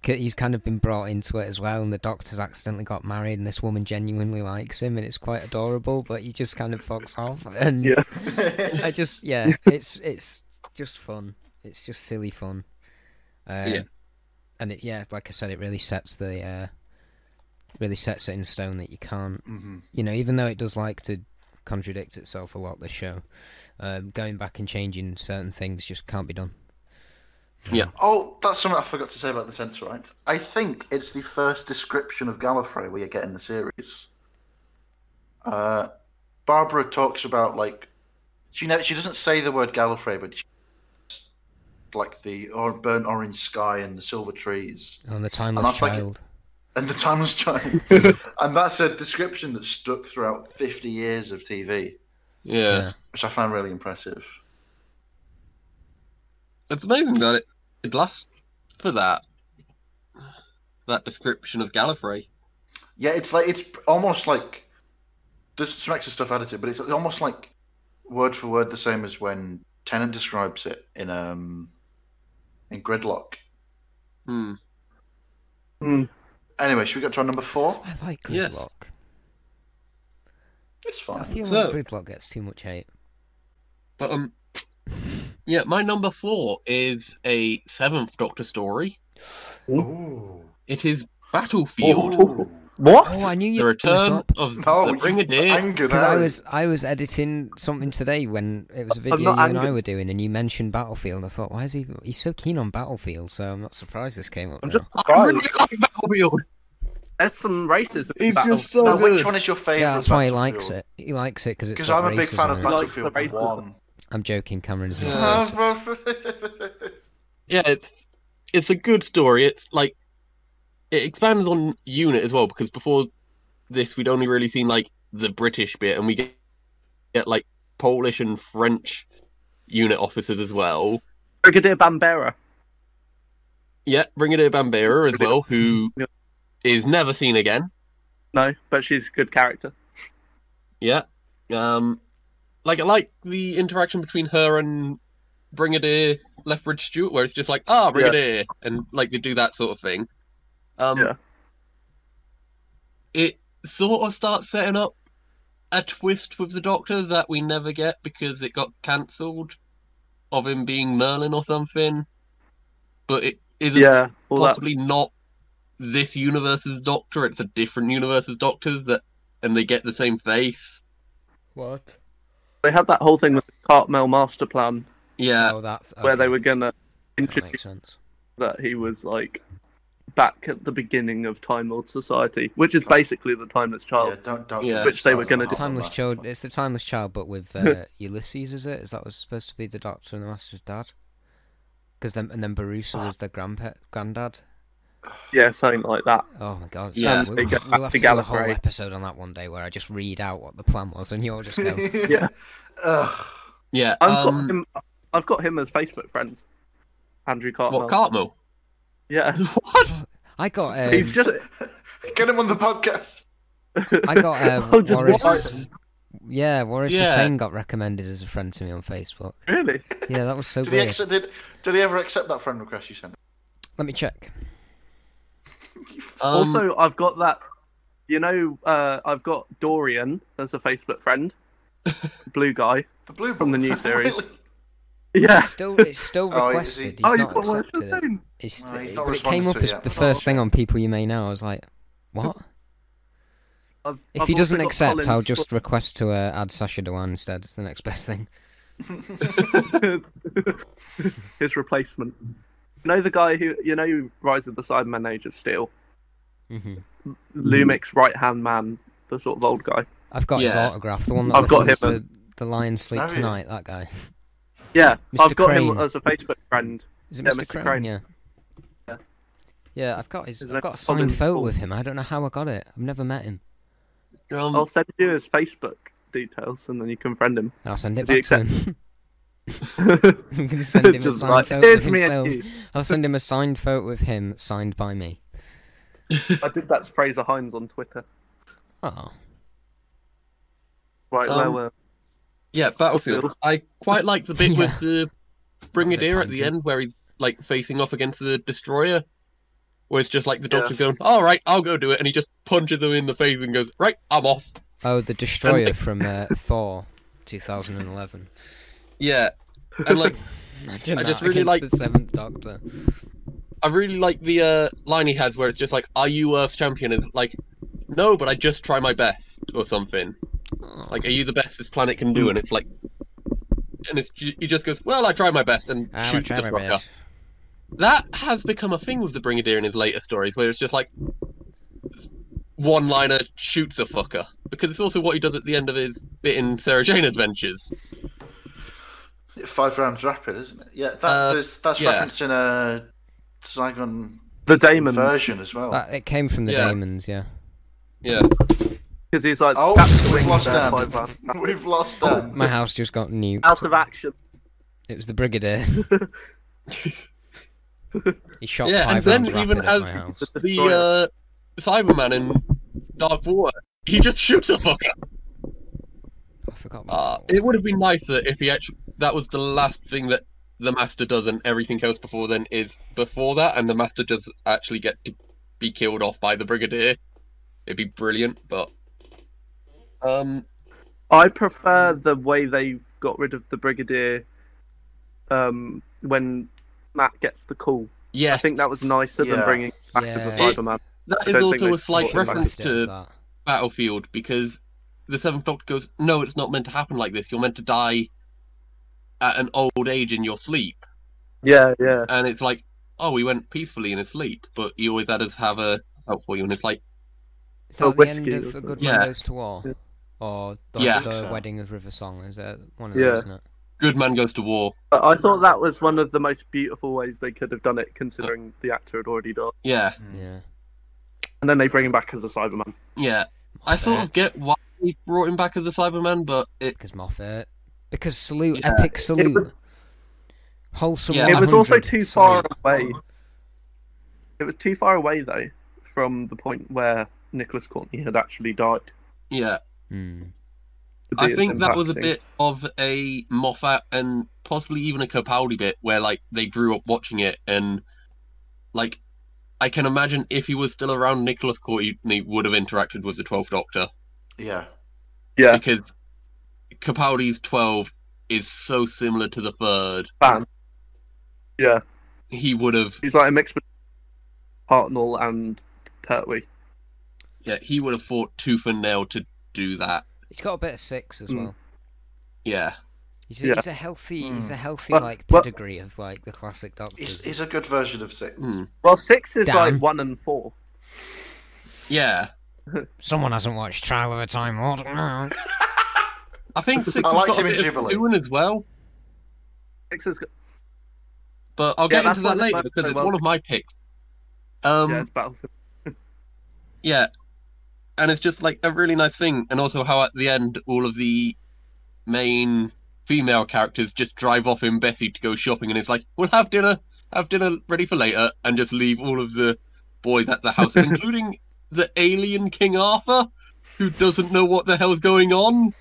[SPEAKER 2] k- He's kind of been brought into it as well, and the Doctor's accidentally got married, and this woman genuinely likes him, and it's quite adorable. But he just kind of fucks off, and
[SPEAKER 4] Yeah.
[SPEAKER 2] I just yeah, it's it's just fun. It's just silly fun. Um,
[SPEAKER 3] Yeah.
[SPEAKER 2] And it yeah, like I said, it really sets the uh, really sets it in stone that you can't
[SPEAKER 1] hmm
[SPEAKER 2] you know even though it does like to contradict itself a lot. This show, um, going back and changing certain things just can't be done.
[SPEAKER 1] Oh, that's something I forgot to say about the Sensorites. I think it's the first description of Gallifrey we get in the series. Uh, Barbara talks about like she never, she doesn't say the word Gallifrey, but she, like the or burnt orange sky and the silver trees
[SPEAKER 2] On the timeless
[SPEAKER 1] that's like-
[SPEAKER 2] child.
[SPEAKER 1] and the timeless child, and that's a description that stuck throughout fifty years of TV,
[SPEAKER 3] yeah.
[SPEAKER 2] Yeah.
[SPEAKER 1] which I found really impressive.
[SPEAKER 3] It's amazing that it, it lasts for that. That description of Gallifrey.
[SPEAKER 1] Yeah, it's like it's almost like there's some extra stuff added to it, but it's almost like word for word the same as when Tennant describes it in um in Gridlock.
[SPEAKER 3] Hmm.
[SPEAKER 4] Hmm.
[SPEAKER 1] Anyway, should we get to our number four?
[SPEAKER 2] I like
[SPEAKER 3] Yes.
[SPEAKER 2] Gridlock.
[SPEAKER 1] It's
[SPEAKER 2] I
[SPEAKER 1] fine.
[SPEAKER 2] feel
[SPEAKER 3] So-
[SPEAKER 2] like Gridlock gets too much hate.
[SPEAKER 3] But um, yeah, my number four is a seventh Doctor story.
[SPEAKER 1] Ooh.
[SPEAKER 3] It is Battlefield:
[SPEAKER 4] Oh. What?
[SPEAKER 2] Oh, I knew you.
[SPEAKER 3] The Return of
[SPEAKER 1] Oh,
[SPEAKER 3] the Brigadier.
[SPEAKER 1] angered
[SPEAKER 2] Because I
[SPEAKER 1] Harry.
[SPEAKER 2] was I was editing something today when it was a video you
[SPEAKER 4] not
[SPEAKER 2] and I
[SPEAKER 4] angry.
[SPEAKER 2] were doing, and you mentioned Battlefield. I thought, why is he? He's so keen on Battlefield, so I'm not surprised this came up.
[SPEAKER 4] I'm
[SPEAKER 2] now.
[SPEAKER 4] just
[SPEAKER 3] I really like Battlefield.
[SPEAKER 4] There's some racism. in
[SPEAKER 3] He's
[SPEAKER 4] that
[SPEAKER 3] just
[SPEAKER 4] film.
[SPEAKER 1] Now,
[SPEAKER 3] so
[SPEAKER 1] which one is your favourite?
[SPEAKER 2] Yeah, that's why he
[SPEAKER 1] Battlefield?
[SPEAKER 2] likes it. He likes it because it's
[SPEAKER 1] Because
[SPEAKER 2] got
[SPEAKER 1] I'm a big
[SPEAKER 2] racism
[SPEAKER 1] fan of
[SPEAKER 2] in it.
[SPEAKER 4] Like the
[SPEAKER 1] Battlefield
[SPEAKER 4] racism.
[SPEAKER 1] One.
[SPEAKER 2] I'm joking, Cameron's not
[SPEAKER 3] Yeah.
[SPEAKER 2] racist.
[SPEAKER 3] Yeah, it's it's a good story. It's like it expands on unit as well because before this we'd only really seen like the British bit, and we get, get like Polish and French unit officers as well.
[SPEAKER 4] Brigadier Bambera.
[SPEAKER 3] Yeah, Brigadier Bambera as well, who
[SPEAKER 4] Yeah.
[SPEAKER 3] is never seen again.
[SPEAKER 4] No, but she's a good character.
[SPEAKER 3] Yeah, um, like I like the interaction between her and Brigadier Leftbridge Stewart, where it's just like ah Brigadier, and like they do that sort of thing. Um,
[SPEAKER 4] Yeah.
[SPEAKER 3] it sort of starts setting up a twist with the Doctor that we never get because it got cancelled, of him being Merlin or something. But it isn't
[SPEAKER 4] Yeah, all that.
[SPEAKER 3] possibly not this universe's Doctor. It's a different universe's Doctor that, and they get the same face.
[SPEAKER 2] What?
[SPEAKER 4] They had that whole thing with the Cartmel Master Plan
[SPEAKER 3] Yeah,
[SPEAKER 2] Oh, that's
[SPEAKER 4] where they
[SPEAKER 2] okay,
[SPEAKER 4] were gonna
[SPEAKER 2] That
[SPEAKER 4] introduce
[SPEAKER 2] makes sense.
[SPEAKER 4] that he was like back at the beginning of Time Lord Society, which is basically the Timeless
[SPEAKER 1] yeah,
[SPEAKER 4] Child.
[SPEAKER 1] don't, don't,
[SPEAKER 3] Yeah.
[SPEAKER 4] Which they were gonna do.
[SPEAKER 2] Timeless Child. It's the Timeless Child, but with uh, Ulysses, is it? Is that was supposed to be the Doctor and the Master's dad? Because then and then
[SPEAKER 1] Ah.
[SPEAKER 2] Barusa was the grandpa, granddad.
[SPEAKER 4] Yeah, something like that.
[SPEAKER 2] Oh my god!
[SPEAKER 3] Yeah.
[SPEAKER 2] so
[SPEAKER 4] They
[SPEAKER 2] we'll,
[SPEAKER 4] go
[SPEAKER 2] we'll have
[SPEAKER 4] back
[SPEAKER 2] to
[SPEAKER 4] to
[SPEAKER 2] do a whole
[SPEAKER 4] Gallifrey.
[SPEAKER 2] episode on that one day where I just read out what the plan was, and you'll just go.
[SPEAKER 4] Yeah.
[SPEAKER 1] Ugh.
[SPEAKER 3] yeah.
[SPEAKER 4] I've
[SPEAKER 3] um,
[SPEAKER 4] got him. I've got him as Facebook friends. Andrew Cartmel.
[SPEAKER 3] What Cartmel?
[SPEAKER 4] yeah,
[SPEAKER 3] what?
[SPEAKER 2] I got. Um,
[SPEAKER 4] he's just.
[SPEAKER 1] Get him on the podcast.
[SPEAKER 2] I got.
[SPEAKER 4] Oh,
[SPEAKER 2] Um,
[SPEAKER 4] just
[SPEAKER 2] Warris,
[SPEAKER 4] Warris.
[SPEAKER 2] yeah, Warris
[SPEAKER 3] Yeah.
[SPEAKER 2] Hussain got recommended as a friend to me on Facebook.
[SPEAKER 4] Really?
[SPEAKER 2] Yeah, that was so
[SPEAKER 1] Did he,
[SPEAKER 2] weird.
[SPEAKER 1] accept, did, did he ever accept that friend request you sent? him?
[SPEAKER 2] Let me check.
[SPEAKER 3] Um,
[SPEAKER 4] also, I've got that. You know, uh, I've got Dorian as a Facebook friend. Blue guy.
[SPEAKER 1] The blue
[SPEAKER 4] From the new
[SPEAKER 1] Book.
[SPEAKER 4] series.
[SPEAKER 1] Really?
[SPEAKER 4] Yeah.
[SPEAKER 2] It's still, it's still
[SPEAKER 1] Oh, is he-
[SPEAKER 2] requested.
[SPEAKER 4] oh,
[SPEAKER 2] He's
[SPEAKER 4] you've
[SPEAKER 2] not
[SPEAKER 4] got what's
[SPEAKER 2] accepted
[SPEAKER 4] his
[SPEAKER 2] it.
[SPEAKER 4] name?
[SPEAKER 2] It's,
[SPEAKER 1] No, he's not
[SPEAKER 2] but it came
[SPEAKER 1] responded
[SPEAKER 2] up
[SPEAKER 1] to
[SPEAKER 2] as
[SPEAKER 1] yet.
[SPEAKER 2] the first thing on people you may know. I was like, what?
[SPEAKER 4] I've,
[SPEAKER 2] If
[SPEAKER 4] I've
[SPEAKER 2] he
[SPEAKER 4] also
[SPEAKER 2] doesn't
[SPEAKER 4] got
[SPEAKER 2] accept,
[SPEAKER 4] Colin's
[SPEAKER 2] I'll just request to uh, add Sasha Dewan instead. It's the next best thing.
[SPEAKER 4] his replacement. You know the guy who you know Rise of the Cybermen Age of Steel,
[SPEAKER 1] Mm-hmm.
[SPEAKER 2] hmm
[SPEAKER 4] Lumix right hand man, the sort of old guy.
[SPEAKER 2] I've got his
[SPEAKER 3] Yeah.
[SPEAKER 2] autograph. The one that
[SPEAKER 4] I've got
[SPEAKER 2] listens
[SPEAKER 4] him
[SPEAKER 2] to the Lion Sleep
[SPEAKER 1] Have you?
[SPEAKER 2] Tonight. That guy.
[SPEAKER 4] Yeah,
[SPEAKER 2] Mr.
[SPEAKER 4] I've got
[SPEAKER 2] Crane.
[SPEAKER 4] him as a Facebook friend.
[SPEAKER 2] Is it
[SPEAKER 4] Yeah,
[SPEAKER 2] Mr.
[SPEAKER 4] Mr.
[SPEAKER 2] Crane?
[SPEAKER 4] Crane.
[SPEAKER 2] Yeah.
[SPEAKER 4] Yeah.
[SPEAKER 2] Yeah, I've got his.
[SPEAKER 4] His
[SPEAKER 2] I've
[SPEAKER 4] name
[SPEAKER 2] got a
[SPEAKER 4] is
[SPEAKER 2] signed
[SPEAKER 4] Colin
[SPEAKER 2] photo
[SPEAKER 4] Ford.
[SPEAKER 2] with him. I don't know how I got it. I've never met him, Mm.
[SPEAKER 3] um,
[SPEAKER 4] I'll send you his Facebook details and then you can friend him.
[SPEAKER 2] and I'll send it
[SPEAKER 4] Does he
[SPEAKER 2] back to him. I'm gonna send him a
[SPEAKER 4] Just
[SPEAKER 2] signed
[SPEAKER 4] like,
[SPEAKER 2] photo of
[SPEAKER 4] "Here's me and
[SPEAKER 2] himself.
[SPEAKER 4] you."
[SPEAKER 2] I'll send him a signed photo with him, signed by me.
[SPEAKER 4] I did that to Fraser Hines on Twitter.
[SPEAKER 2] Oh,
[SPEAKER 4] Right
[SPEAKER 3] Um,
[SPEAKER 4] now, uh,
[SPEAKER 3] yeah, Battlefield. I quite like the bit
[SPEAKER 2] Yeah.
[SPEAKER 3] with the Brigadier at the
[SPEAKER 2] tangent.
[SPEAKER 3] end where he's like facing off against the destroyer. Where it's just like the
[SPEAKER 4] Yeah.
[SPEAKER 3] doctor's going, all right, I'll go do it, and he just punches him in the face and goes, right, I'm off.
[SPEAKER 2] oh, the destroyer from uh, Thor, 2011.
[SPEAKER 3] Yeah, and like
[SPEAKER 2] Imagine
[SPEAKER 3] I
[SPEAKER 2] that
[SPEAKER 3] just really
[SPEAKER 2] against
[SPEAKER 3] like-
[SPEAKER 2] the Seventh Doctor.
[SPEAKER 3] I really like the uh, line he has where it's just like, "Are you Earth's champion?" And it's like, "No, but I just try my best," or something.
[SPEAKER 2] Oh,
[SPEAKER 3] Like, "Are you the best this planet can do?" And it's like, and it's he just goes, "Well, I try my best," and
[SPEAKER 2] ah,
[SPEAKER 3] shoots
[SPEAKER 2] my
[SPEAKER 3] the
[SPEAKER 2] driver
[SPEAKER 3] rocker.
[SPEAKER 2] is-
[SPEAKER 3] That has become a thing with the Brigadier in his later stories, where it's just like one liner shoots a fucker because it's also what he does at the end of his bit in Sarah Jane Adventures.
[SPEAKER 1] Five rounds rapid, isn't it? Yeah, that,
[SPEAKER 3] Uh,
[SPEAKER 1] there's, that's
[SPEAKER 3] yeah.
[SPEAKER 1] referencing a Zygon
[SPEAKER 4] the Damon,
[SPEAKER 1] version as well.
[SPEAKER 2] That, it came from the
[SPEAKER 3] Yeah.
[SPEAKER 2] Damons, yeah.
[SPEAKER 3] Yeah,
[SPEAKER 4] because he's like,
[SPEAKER 1] Oh,
[SPEAKER 4] that's the
[SPEAKER 1] we've
[SPEAKER 4] wing
[SPEAKER 1] lost
[SPEAKER 4] there,
[SPEAKER 1] Dan.
[SPEAKER 4] five rounds.
[SPEAKER 1] We've lost them.
[SPEAKER 2] My house just got nuked.
[SPEAKER 4] out of action.
[SPEAKER 2] It was the Brigadier. he shot
[SPEAKER 3] yeah,
[SPEAKER 2] five
[SPEAKER 3] and then
[SPEAKER 2] rounds
[SPEAKER 3] even
[SPEAKER 2] rapid at
[SPEAKER 3] as
[SPEAKER 2] my house.
[SPEAKER 3] the uh, Cyberman in Dark Water, he just shoots a fucker.
[SPEAKER 2] I forgot. About
[SPEAKER 3] Uh,
[SPEAKER 2] that one.
[SPEAKER 3] it would have been nicer if he actually that was the last thing that the master does, and everything else before then is before that, and the master does actually get to be killed off by the brigadier. It'd be brilliant, but um,
[SPEAKER 4] I prefer the way they got rid of the brigadier um, when Matt gets the call.
[SPEAKER 3] yeah,
[SPEAKER 4] I think that was nicer
[SPEAKER 1] Yeah.
[SPEAKER 4] than bringing it back as a
[SPEAKER 2] Yeah.
[SPEAKER 4] Cyberman.
[SPEAKER 3] that
[SPEAKER 4] I
[SPEAKER 3] is
[SPEAKER 4] don't think
[SPEAKER 3] also
[SPEAKER 4] they
[SPEAKER 3] a slight
[SPEAKER 4] brought it back.
[SPEAKER 3] reference
[SPEAKER 2] Yeah, it was
[SPEAKER 3] to
[SPEAKER 2] that.
[SPEAKER 3] Battlefield because the Seventh Doctor goes, "No, it's not meant to happen like this. You're meant to die at an old age in your sleep."
[SPEAKER 4] Yeah, yeah.
[SPEAKER 3] and it's like, oh, we went peacefully in his sleep, but he always had us have a out for you, and it's like,
[SPEAKER 2] Is
[SPEAKER 4] Oh,
[SPEAKER 2] that the end
[SPEAKER 4] whiskey
[SPEAKER 2] of
[SPEAKER 4] or
[SPEAKER 2] A Good
[SPEAKER 3] something.
[SPEAKER 2] Man
[SPEAKER 3] Yeah.
[SPEAKER 2] Goes to War?
[SPEAKER 4] Yeah.
[SPEAKER 2] Or the,
[SPEAKER 3] Yeah.
[SPEAKER 2] the
[SPEAKER 1] So.
[SPEAKER 2] Wedding of River Song? Is that one of
[SPEAKER 4] Yeah.
[SPEAKER 2] those, isn't it?
[SPEAKER 3] Good man goes to war.
[SPEAKER 4] But I thought that was one of the most beautiful ways they could have done it, considering the actor had already died.
[SPEAKER 3] Yeah,
[SPEAKER 2] Yeah.
[SPEAKER 4] And then they bring him back as a Cyberman.
[SPEAKER 3] yeah. I sort of get why they brought him back as the Cyberman, but it
[SPEAKER 2] Because Moffat. Because Salute,
[SPEAKER 3] Yeah.
[SPEAKER 2] Epic Salute.
[SPEAKER 4] was-
[SPEAKER 2] Wholesome.
[SPEAKER 3] Yeah.
[SPEAKER 4] it was
[SPEAKER 2] 100
[SPEAKER 4] also too far
[SPEAKER 2] Salute.
[SPEAKER 4] away. It was too far away though from the point where Nicholas Courtney had actually died.
[SPEAKER 3] yeah.
[SPEAKER 2] Hmm.
[SPEAKER 4] to be
[SPEAKER 3] I
[SPEAKER 4] as
[SPEAKER 3] think that was a
[SPEAKER 4] impacting.
[SPEAKER 3] bit of a Moffat and possibly even a Capaldi bit where like they grew up watching it and like I can imagine if he was still around, Nicholas Courtney would have interacted with the Twelfth Doctor
[SPEAKER 1] Yeah.
[SPEAKER 4] Yeah,
[SPEAKER 3] because Capaldi's Twelve is so similar to the Third.
[SPEAKER 4] fan. Yeah,
[SPEAKER 3] He would have,
[SPEAKER 4] he's like a mix between Hartnell and Pertwee.
[SPEAKER 3] yeah, he would have fought tooth and nail to do that.
[SPEAKER 2] He's got a bit of six as
[SPEAKER 4] Hmm.
[SPEAKER 2] well.
[SPEAKER 3] Yeah,
[SPEAKER 2] He's a,
[SPEAKER 4] Yeah.
[SPEAKER 2] he's a healthy, he's
[SPEAKER 3] Mm.
[SPEAKER 2] a healthy
[SPEAKER 4] Well,
[SPEAKER 2] like
[SPEAKER 4] well-
[SPEAKER 2] pedigree of like the classic doctors.
[SPEAKER 1] He's, he's a good version of six.
[SPEAKER 3] Hmm.
[SPEAKER 4] Well, six is
[SPEAKER 2] Damn.
[SPEAKER 4] like one and four.
[SPEAKER 3] yeah.
[SPEAKER 2] Someone hasn't watched Trial of a Time Lord.
[SPEAKER 3] I think six
[SPEAKER 1] I
[SPEAKER 3] has
[SPEAKER 1] liked
[SPEAKER 3] got a
[SPEAKER 1] him in
[SPEAKER 3] bit of
[SPEAKER 1] Jubilee.
[SPEAKER 3] doing as well.
[SPEAKER 4] Six is
[SPEAKER 3] but I'll
[SPEAKER 4] Yeah,
[SPEAKER 3] get
[SPEAKER 4] that's
[SPEAKER 3] into that
[SPEAKER 4] what it
[SPEAKER 3] later
[SPEAKER 4] might
[SPEAKER 3] because
[SPEAKER 4] very
[SPEAKER 3] it's
[SPEAKER 4] well
[SPEAKER 3] one of my picks. Um,
[SPEAKER 4] yeah,
[SPEAKER 3] yeah.
[SPEAKER 4] it's Battlefield.
[SPEAKER 3] and it's just like a really nice thing, and also how at the end all of the main female characters just drive off in Bessie to go shopping, and it's like we'll have dinner, have dinner ready for later, and just leave all of the boys at the house, including the alien King Arthur, who doesn't know what the hell's going on.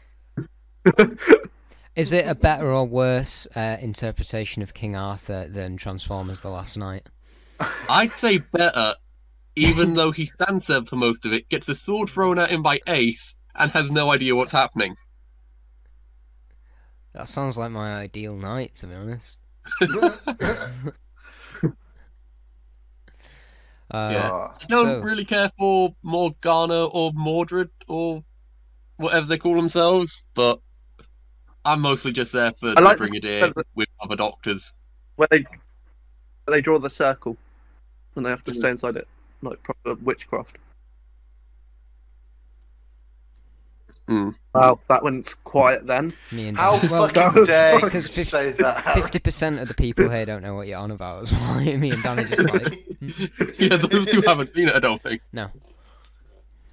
[SPEAKER 2] Is it a better or worse uh, interpretation of King Arthur than Transformers: The Last Night?
[SPEAKER 3] I'd say better, even though he stands there for most of it, gets a sword thrown at him by Ace, and has no idea what's happening.
[SPEAKER 2] That sounds like my ideal night, to be honest. Uh,
[SPEAKER 1] Ah.
[SPEAKER 3] I
[SPEAKER 2] So-
[SPEAKER 3] don't really care for Morgana or Mordred or whatever they call themselves, but I'm mostly just there for
[SPEAKER 4] I like
[SPEAKER 3] the
[SPEAKER 4] the
[SPEAKER 3] Brigadier
[SPEAKER 4] fact that-
[SPEAKER 3] with other doctors.
[SPEAKER 4] where they where they draw the circle and they have to stay inside it, like proper witchcraft.
[SPEAKER 3] Mm.
[SPEAKER 4] Wow, that one's quiet then.
[SPEAKER 2] Me and
[SPEAKER 1] How
[SPEAKER 2] Dan. Well,
[SPEAKER 4] that
[SPEAKER 1] fucking
[SPEAKER 4] was
[SPEAKER 1] dare
[SPEAKER 4] fucking
[SPEAKER 1] you
[SPEAKER 2] Because fif-
[SPEAKER 1] say that, Harry?
[SPEAKER 2] fifty percent of the people here don't know what you're on about. That's why me and Dan are just like,
[SPEAKER 3] yeah, those two haven't seen it, I don't think.
[SPEAKER 2] No.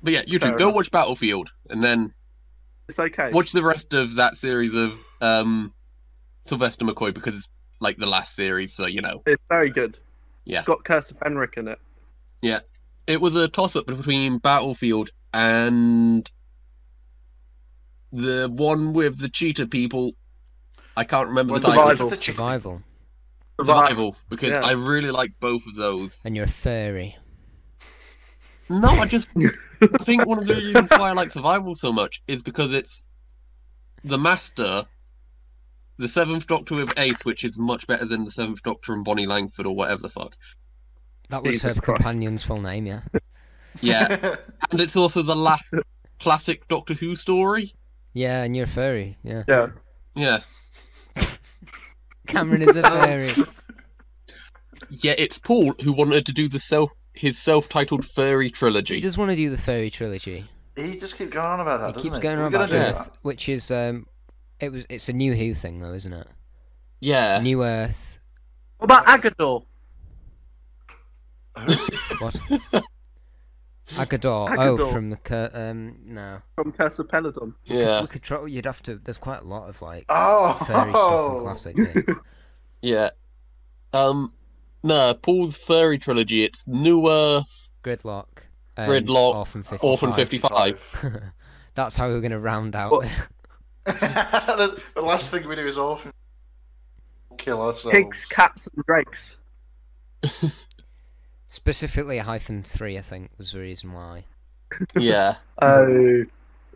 [SPEAKER 3] But yeah, you two
[SPEAKER 4] Fair
[SPEAKER 3] go
[SPEAKER 4] enough.
[SPEAKER 3] watch Battlefield and then
[SPEAKER 4] It's okay.
[SPEAKER 3] watch the rest of that series of um, Sylvester McCoy because it's like the last series, so you know.
[SPEAKER 4] It's very good.
[SPEAKER 3] Yeah.
[SPEAKER 4] It's got Curse of Fenric in it.
[SPEAKER 3] It was a toss up between Battlefield and the one with the cheetah people. I can't remember
[SPEAKER 1] What's
[SPEAKER 3] the title.
[SPEAKER 4] Survival.
[SPEAKER 1] the chick-
[SPEAKER 2] survival,
[SPEAKER 3] Survival, because
[SPEAKER 4] Yeah.
[SPEAKER 3] I really like both of those.
[SPEAKER 2] and you're a furry.
[SPEAKER 3] No, I just I think one of the reasons why I like Survival so much is because it's the Master, the Seventh Doctor with Ace, which is much better than the Seventh Doctor and Bonnie Langford or whatever the fuck.
[SPEAKER 2] That was
[SPEAKER 4] Jesus
[SPEAKER 2] her
[SPEAKER 4] Christ.
[SPEAKER 2] companion's full name, yeah.
[SPEAKER 3] Yeah, and it's also the last classic Doctor Who story.
[SPEAKER 2] Yeah, and you're a furry, yeah.
[SPEAKER 4] Yeah.
[SPEAKER 3] Yeah.
[SPEAKER 2] Cameron is a furry.
[SPEAKER 3] Yeah, it's Paul who wanted to do the self his self-titled furry
[SPEAKER 2] He
[SPEAKER 3] trilogy.
[SPEAKER 2] does want to do the furry trilogy.
[SPEAKER 1] he just keeps going on about that.
[SPEAKER 2] he
[SPEAKER 1] doesn't
[SPEAKER 2] keeps going
[SPEAKER 1] We're
[SPEAKER 2] on
[SPEAKER 1] gonna
[SPEAKER 2] about
[SPEAKER 1] do
[SPEAKER 2] Earth,
[SPEAKER 1] that.
[SPEAKER 2] which is um, it was it's a new Who thing though, isn't it?
[SPEAKER 3] Yeah,
[SPEAKER 2] New Earth.
[SPEAKER 4] What about Agador?
[SPEAKER 2] What? Agador. Oh,
[SPEAKER 4] Agador.
[SPEAKER 2] from the cur- um no.
[SPEAKER 4] From Curse of Peladon.
[SPEAKER 3] yeah,
[SPEAKER 2] We could try. You'd have to. There's quite a lot of like
[SPEAKER 1] Oh,
[SPEAKER 2] furry stuff in classic. yeah.
[SPEAKER 3] yeah. Um, no, Paul's furry trilogy. It's newer
[SPEAKER 2] Gridlock. Um,
[SPEAKER 3] Gridlock,
[SPEAKER 2] Orphan fifty.
[SPEAKER 3] Orphan fifty-five.
[SPEAKER 2] That's how we're gonna round out.
[SPEAKER 4] What?
[SPEAKER 1] the, the last thing we do is orphan. Kill ourselves.
[SPEAKER 4] Pigs, cats, and drakes.
[SPEAKER 2] Specifically, hyphen three. I think was the reason why.
[SPEAKER 3] Yeah,
[SPEAKER 4] Oh.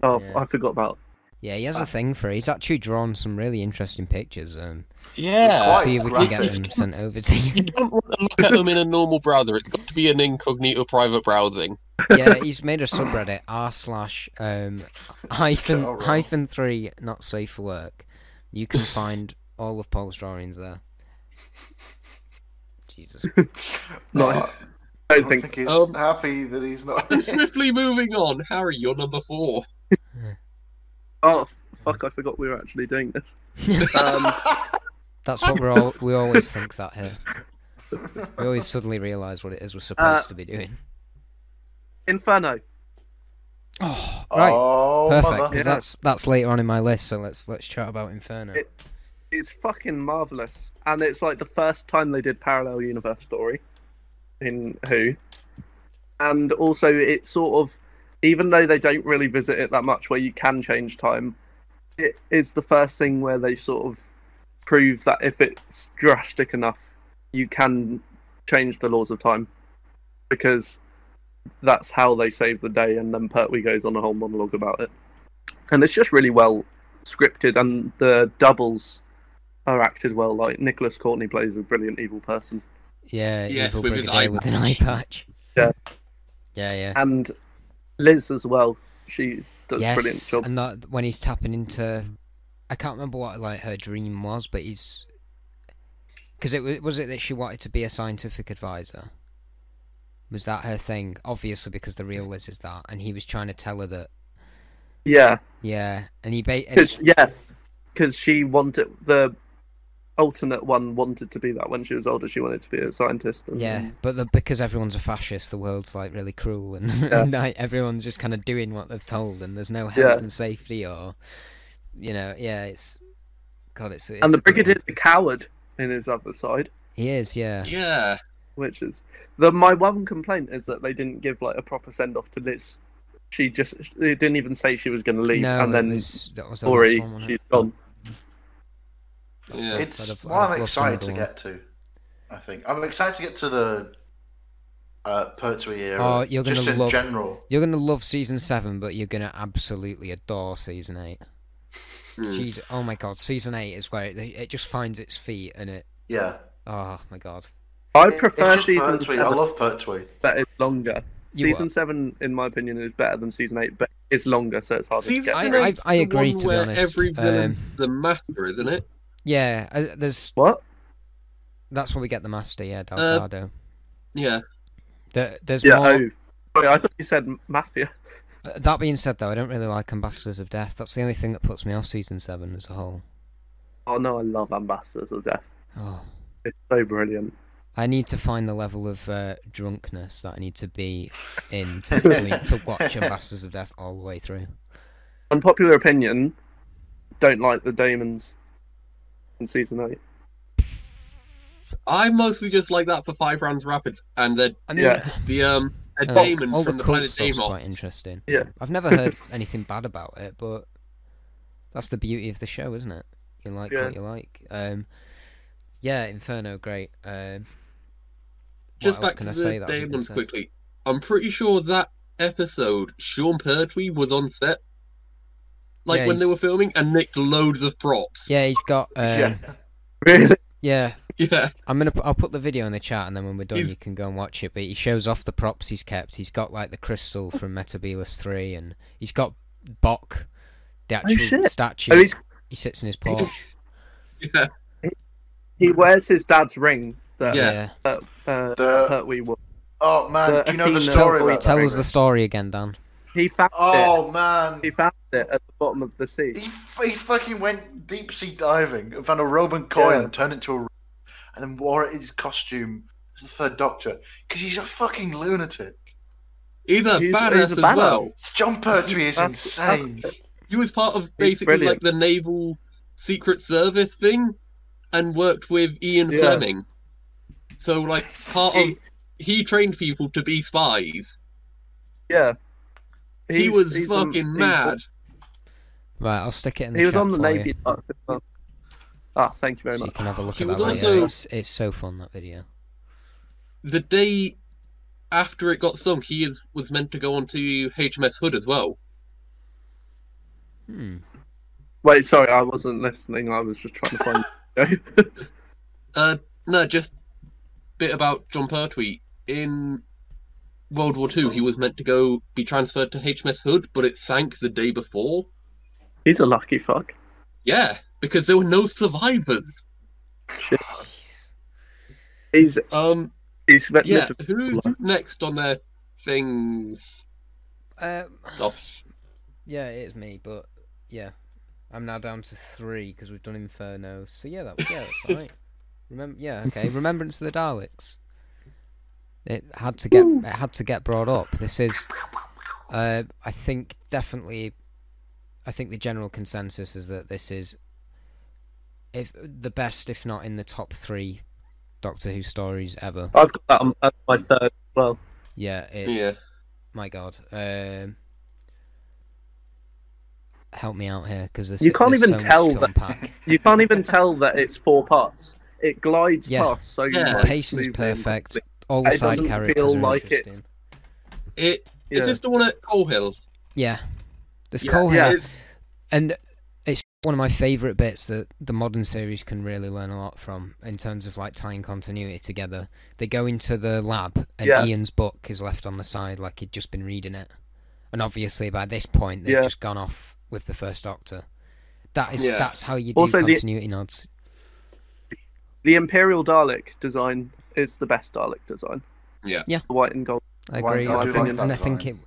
[SPEAKER 4] Oh,
[SPEAKER 2] Yeah.
[SPEAKER 4] I forgot about.
[SPEAKER 2] Yeah, he has
[SPEAKER 1] Ah.
[SPEAKER 2] a thing for it. He's actually drawn some really interesting pictures. Um,
[SPEAKER 3] yeah.
[SPEAKER 1] Quite
[SPEAKER 2] see if we can get
[SPEAKER 1] graphic.
[SPEAKER 2] them sent over to you.
[SPEAKER 3] You don't want to look at them in a normal browser. It's got to be an incognito private browsing.
[SPEAKER 2] yeah, he's made a subreddit r slash um hyphen
[SPEAKER 1] Scout roll.
[SPEAKER 2] hyphen three not safe for work. You can find all of Paul's drawings there. Jesus.
[SPEAKER 4] Nice. I
[SPEAKER 1] I
[SPEAKER 4] don't
[SPEAKER 1] don't
[SPEAKER 4] think.
[SPEAKER 1] think he's
[SPEAKER 3] Um,
[SPEAKER 1] happy that he's not.
[SPEAKER 3] Swiftly moving on, Harry, you're number four.
[SPEAKER 4] Oh f- fuck! I forgot we were actually doing this. Um,
[SPEAKER 2] That's what we're all we always think that here. We always suddenly realise what it is we're supposed to be doing.
[SPEAKER 4] Inferno.
[SPEAKER 2] Oh, right,
[SPEAKER 1] Oh,
[SPEAKER 2] perfect. Because
[SPEAKER 1] mother.
[SPEAKER 2] that's that's later on in my list. So let's let's chat about Inferno.
[SPEAKER 4] It- It's fucking marvelous, and it's like the first time they did parallel universe story in Who, and also it sort of, even though they don't really visit it that much, where you can change time, it is the first thing where they sort of prove that if it's drastic enough, you can change the laws of time, because that's how they save the day, and then Pertwee goes on a whole monologue about it, and it's just really well scripted, and the doubles are acted well. Like Nicholas Courtney plays a brilliant evil person,
[SPEAKER 2] yeah,
[SPEAKER 3] yes,
[SPEAKER 2] evil
[SPEAKER 3] with his
[SPEAKER 2] brigadier
[SPEAKER 3] eye
[SPEAKER 2] with an eye patch.
[SPEAKER 3] patch.
[SPEAKER 4] Yeah.
[SPEAKER 2] Yeah, yeah.
[SPEAKER 4] and Liz as well. She does a brilliant
[SPEAKER 2] yes,
[SPEAKER 4] job.
[SPEAKER 2] and that when he's tapping into, I can't remember what like her dream was, but he's because it was was it that she wanted to be a scientific advisor. Was that her thing? Obviously, because the real Liz is that, and he was trying to tell her that.
[SPEAKER 4] Yeah,
[SPEAKER 2] Yeah, and he ba- and
[SPEAKER 4] because yeah, because she wanted the alternate one wanted to be that when she was older. She wanted to be a scientist. and-
[SPEAKER 2] Yeah, but the, because everyone's a fascist, the world's like really cruel, and, and like, everyone's just kind of doing what they're told, and there's no health
[SPEAKER 4] Yeah.
[SPEAKER 2] and safety, or you know, yeah, it's God, it's, it's
[SPEAKER 4] and the
[SPEAKER 2] a good one.
[SPEAKER 4] brigadier's a coward in his other side.
[SPEAKER 2] He is, yeah,
[SPEAKER 3] Yeah.
[SPEAKER 4] which is the my one complaint is that they didn't give like a proper send off to Liz. She just they didn't even say she was going to leave,
[SPEAKER 2] no,
[SPEAKER 4] and then
[SPEAKER 2] it was, that was the last
[SPEAKER 4] sorry,
[SPEAKER 2] one, wasn't
[SPEAKER 4] she's
[SPEAKER 2] it?
[SPEAKER 4] gone.
[SPEAKER 3] yeah.
[SPEAKER 1] It's
[SPEAKER 2] I'd have- I'd
[SPEAKER 1] what
[SPEAKER 2] have
[SPEAKER 1] I'm
[SPEAKER 2] loved
[SPEAKER 1] excited
[SPEAKER 2] another
[SPEAKER 1] to
[SPEAKER 2] one.
[SPEAKER 1] get to. I think I'm excited to get to the uh, Pertwee era.
[SPEAKER 2] Oh, you're gonna
[SPEAKER 1] just in
[SPEAKER 2] love-
[SPEAKER 1] general.
[SPEAKER 2] You're gonna love season seven, but you're gonna absolutely adore season eight.
[SPEAKER 3] Mm.
[SPEAKER 2] Jeez, oh my God, season eight is where it, it just finds its feet, and it,
[SPEAKER 1] Yeah,
[SPEAKER 2] oh my God,
[SPEAKER 4] I
[SPEAKER 1] It- it's
[SPEAKER 4] prefer
[SPEAKER 1] just
[SPEAKER 4] season
[SPEAKER 1] Pertwee. I
[SPEAKER 4] seven
[SPEAKER 1] love Pertwee.
[SPEAKER 4] that is longer.
[SPEAKER 2] You
[SPEAKER 4] season
[SPEAKER 2] what?
[SPEAKER 4] seven, in my opinion, is better than season eight, but it's longer, so it's harder
[SPEAKER 3] Season
[SPEAKER 4] to get.
[SPEAKER 2] I-
[SPEAKER 4] through.
[SPEAKER 2] I-
[SPEAKER 3] eight's
[SPEAKER 2] I
[SPEAKER 3] the
[SPEAKER 2] agree,
[SPEAKER 3] one
[SPEAKER 2] to be
[SPEAKER 3] where
[SPEAKER 2] honest.
[SPEAKER 3] Every villain's
[SPEAKER 2] Um,
[SPEAKER 3] the master, isn't it?
[SPEAKER 2] yeah, uh, there's
[SPEAKER 4] What?
[SPEAKER 2] that's where we get the master, yeah,
[SPEAKER 3] Uh,
[SPEAKER 2] Delgado.
[SPEAKER 3] Yeah.
[SPEAKER 2] There, there's
[SPEAKER 4] Yeah.
[SPEAKER 2] more.
[SPEAKER 4] Oh, sorry, I thought you said mafia.
[SPEAKER 2] Uh, That being said, though, I don't really like Ambassadors of Death. That's the only thing that puts me off season seven as a whole.
[SPEAKER 4] Oh no, I love Ambassadors of Death.
[SPEAKER 2] Oh,
[SPEAKER 4] It's so brilliant.
[SPEAKER 2] I need to find the level of uh, drunkenness that I need to be in to, to, to watch Ambassadors of Death all the way through.
[SPEAKER 4] Unpopular opinion. Don't like the Damons in season eight.
[SPEAKER 3] I mostly just like that for five rounds rapids, and the
[SPEAKER 2] I mean,
[SPEAKER 4] Yeah.
[SPEAKER 3] the um the
[SPEAKER 2] uh,
[SPEAKER 3] Damon
[SPEAKER 2] all
[SPEAKER 3] from the,
[SPEAKER 2] the cult
[SPEAKER 3] planet
[SPEAKER 2] stuff's
[SPEAKER 3] Daemon.
[SPEAKER 2] quite interesting.
[SPEAKER 4] Yeah.
[SPEAKER 2] I've never heard anything bad about it, but that's the beauty of the show, isn't it? You like
[SPEAKER 4] Yeah.
[SPEAKER 2] what you like. Um, yeah, Inferno, great. Um, what
[SPEAKER 3] Just
[SPEAKER 2] else
[SPEAKER 3] back
[SPEAKER 2] can
[SPEAKER 3] to
[SPEAKER 2] I say
[SPEAKER 3] the
[SPEAKER 2] that I haven't
[SPEAKER 3] Damons
[SPEAKER 2] said?
[SPEAKER 3] quickly. I'm pretty sure that episode Sean Pertwee was on set, like
[SPEAKER 2] Yeah,
[SPEAKER 3] when they
[SPEAKER 2] he's-
[SPEAKER 3] were filming, and nicked loads of props.
[SPEAKER 2] Yeah, he's got. Um,
[SPEAKER 1] yeah,
[SPEAKER 4] Really?
[SPEAKER 2] yeah,
[SPEAKER 3] Yeah.
[SPEAKER 2] I'm gonna. pu- I'll put the video in the chat, and then when we're done,
[SPEAKER 3] He's-
[SPEAKER 2] you can go and watch it. But he shows off the props he's kept. He's got like the crystal from Metabolus Three, and he's got Bok, the actual
[SPEAKER 4] shit.
[SPEAKER 2] statue.
[SPEAKER 4] Oh, he's-
[SPEAKER 2] He sits in his porch.
[SPEAKER 3] Yeah.
[SPEAKER 4] He wears his dad's ring that
[SPEAKER 3] Yeah.
[SPEAKER 4] uh,
[SPEAKER 1] the
[SPEAKER 4] Pertwee wore.
[SPEAKER 1] oh man,
[SPEAKER 4] the
[SPEAKER 1] do you know the
[SPEAKER 4] Athena-
[SPEAKER 1] story
[SPEAKER 2] Tell,
[SPEAKER 1] about
[SPEAKER 2] tell
[SPEAKER 1] that?
[SPEAKER 2] us the story again, Dan.
[SPEAKER 4] He found it.
[SPEAKER 1] Oh man,
[SPEAKER 4] He found it at the bottom of the sea.
[SPEAKER 1] He, f- he fucking went deep sea diving and found a Roman coin
[SPEAKER 4] Yeah.
[SPEAKER 1] and turned it into a ring and then wore it in his costume as the third doctor because he's a fucking lunatic.
[SPEAKER 3] He's a
[SPEAKER 4] He's- he's a
[SPEAKER 3] badass as
[SPEAKER 4] badass.
[SPEAKER 3] well.
[SPEAKER 1] John Pertwee is
[SPEAKER 4] That's-
[SPEAKER 1] insane.
[SPEAKER 4] that's-
[SPEAKER 3] He was part of
[SPEAKER 4] He's
[SPEAKER 3] basically
[SPEAKER 4] brilliant.
[SPEAKER 3] like the naval secret service thing, and worked with Ian
[SPEAKER 4] Yeah.
[SPEAKER 3] Fleming. So like part of
[SPEAKER 1] He-
[SPEAKER 3] he trained people to be spies.
[SPEAKER 4] yeah.
[SPEAKER 3] he
[SPEAKER 4] He's-
[SPEAKER 3] was
[SPEAKER 4] he's on-
[SPEAKER 3] fucking
[SPEAKER 4] he's-
[SPEAKER 3] mad.
[SPEAKER 2] Right, I'll stick it in the
[SPEAKER 4] He was
[SPEAKER 2] chat
[SPEAKER 4] on the
[SPEAKER 2] for
[SPEAKER 4] Navy
[SPEAKER 2] you,
[SPEAKER 4] Dock as well. Ah, thank you very
[SPEAKER 2] so you
[SPEAKER 4] much.
[SPEAKER 2] can have a look
[SPEAKER 3] He
[SPEAKER 2] at
[SPEAKER 3] was
[SPEAKER 2] that later.
[SPEAKER 3] also-
[SPEAKER 2] It's, it's so fun that video.
[SPEAKER 3] The day after it got sunk, he is was meant to go on to HMS Hood as well.
[SPEAKER 2] Hmm.
[SPEAKER 4] Wait, sorry, I wasn't listening. I was just trying to find. the video.
[SPEAKER 3] Uh, no, just bit about John Pertwee. In World War Two, he was meant to go be transferred to HMS Hood, but it sank the day before.
[SPEAKER 4] he's a lucky fuck.
[SPEAKER 3] Yeah, because there were no survivors.
[SPEAKER 2] Jeez.
[SPEAKER 4] He's
[SPEAKER 3] Um,
[SPEAKER 4] He's rid
[SPEAKER 3] Yeah,
[SPEAKER 4] of-
[SPEAKER 3] who's next on their things?
[SPEAKER 2] Uh,
[SPEAKER 3] Stuff.
[SPEAKER 2] yeah, it is me, but yeah, I'm now down to three because we've done Inferno. So yeah, that yeah, that's alright. Remember, yeah, okay. Remembrance of the Daleks. It had to get it had to get brought up. This is, uh, I think definitely, I think the general consensus is that this is, if the best, if not in the top three, Doctor Who stories ever.
[SPEAKER 4] I've got that on as my third. as Well,
[SPEAKER 2] Yeah, it,
[SPEAKER 3] Yeah.
[SPEAKER 2] my god. Um, help me out here because
[SPEAKER 4] You can't even tell
[SPEAKER 2] to
[SPEAKER 4] that-
[SPEAKER 2] unpack.
[SPEAKER 4] you can't even tell that it's four parts. It glides
[SPEAKER 2] Yeah.
[SPEAKER 4] past so
[SPEAKER 3] Yeah.
[SPEAKER 4] much.
[SPEAKER 2] the pacing's
[SPEAKER 4] smoothly.
[SPEAKER 2] perfect. All the
[SPEAKER 4] It
[SPEAKER 2] side
[SPEAKER 4] doesn't
[SPEAKER 2] characters
[SPEAKER 4] feel
[SPEAKER 2] are
[SPEAKER 4] like
[SPEAKER 2] interesting.
[SPEAKER 4] it's-
[SPEAKER 3] It
[SPEAKER 4] Yeah.
[SPEAKER 3] is this the one at Coal Hill?
[SPEAKER 2] Yeah, there's
[SPEAKER 3] yeah,
[SPEAKER 2] Cole
[SPEAKER 3] yeah,
[SPEAKER 2] here,
[SPEAKER 3] it's-
[SPEAKER 2] and it's one of my favorite bits that the modern series can really learn a lot from in terms of like tying continuity together. They go into the lab, and
[SPEAKER 4] Yeah.
[SPEAKER 2] Ian's book is left on the side like he'd just been reading it, and obviously by this point they've
[SPEAKER 4] Yeah.
[SPEAKER 2] just gone off with the first Doctor. That is
[SPEAKER 3] Yeah.
[SPEAKER 2] that's how you do
[SPEAKER 4] Also the-
[SPEAKER 2] continuity nods.
[SPEAKER 4] The Imperial Dalek design is the best Dalek design.
[SPEAKER 3] Yeah.
[SPEAKER 2] Yeah.
[SPEAKER 4] The white and gold.
[SPEAKER 2] I
[SPEAKER 1] White
[SPEAKER 2] agree.
[SPEAKER 4] Dalek.
[SPEAKER 2] I
[SPEAKER 4] I do
[SPEAKER 2] think,
[SPEAKER 4] like that
[SPEAKER 2] and I think it,
[SPEAKER 1] line.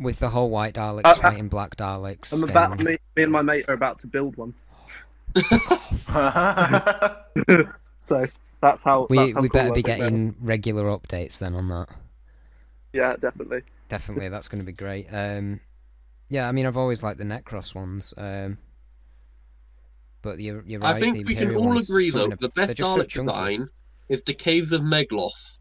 [SPEAKER 2] with the whole white Daleks
[SPEAKER 4] Uh, uh,
[SPEAKER 2] fighting black Daleks.
[SPEAKER 4] I'm
[SPEAKER 2] thing,
[SPEAKER 4] about me, me and my mate are about to build one. So that's how
[SPEAKER 2] we
[SPEAKER 4] that's how
[SPEAKER 2] we
[SPEAKER 4] cool
[SPEAKER 2] better
[SPEAKER 4] I
[SPEAKER 2] be
[SPEAKER 4] think they're.
[SPEAKER 2] getting regular updates then on that.
[SPEAKER 4] Yeah, definitely.
[SPEAKER 2] Definitely, that's going to be great. Um, yeah, I mean, I've always liked the Necros ones. Um, but you're, you're right.
[SPEAKER 3] I
[SPEAKER 2] the
[SPEAKER 3] think we can
[SPEAKER 2] Imperial
[SPEAKER 3] all
[SPEAKER 2] ones,
[SPEAKER 3] agree
[SPEAKER 2] some
[SPEAKER 3] though
[SPEAKER 2] of
[SPEAKER 3] the
[SPEAKER 2] they're
[SPEAKER 3] best
[SPEAKER 2] just so
[SPEAKER 3] Dalek
[SPEAKER 2] chunky.
[SPEAKER 3] design is the Caves of Meglos.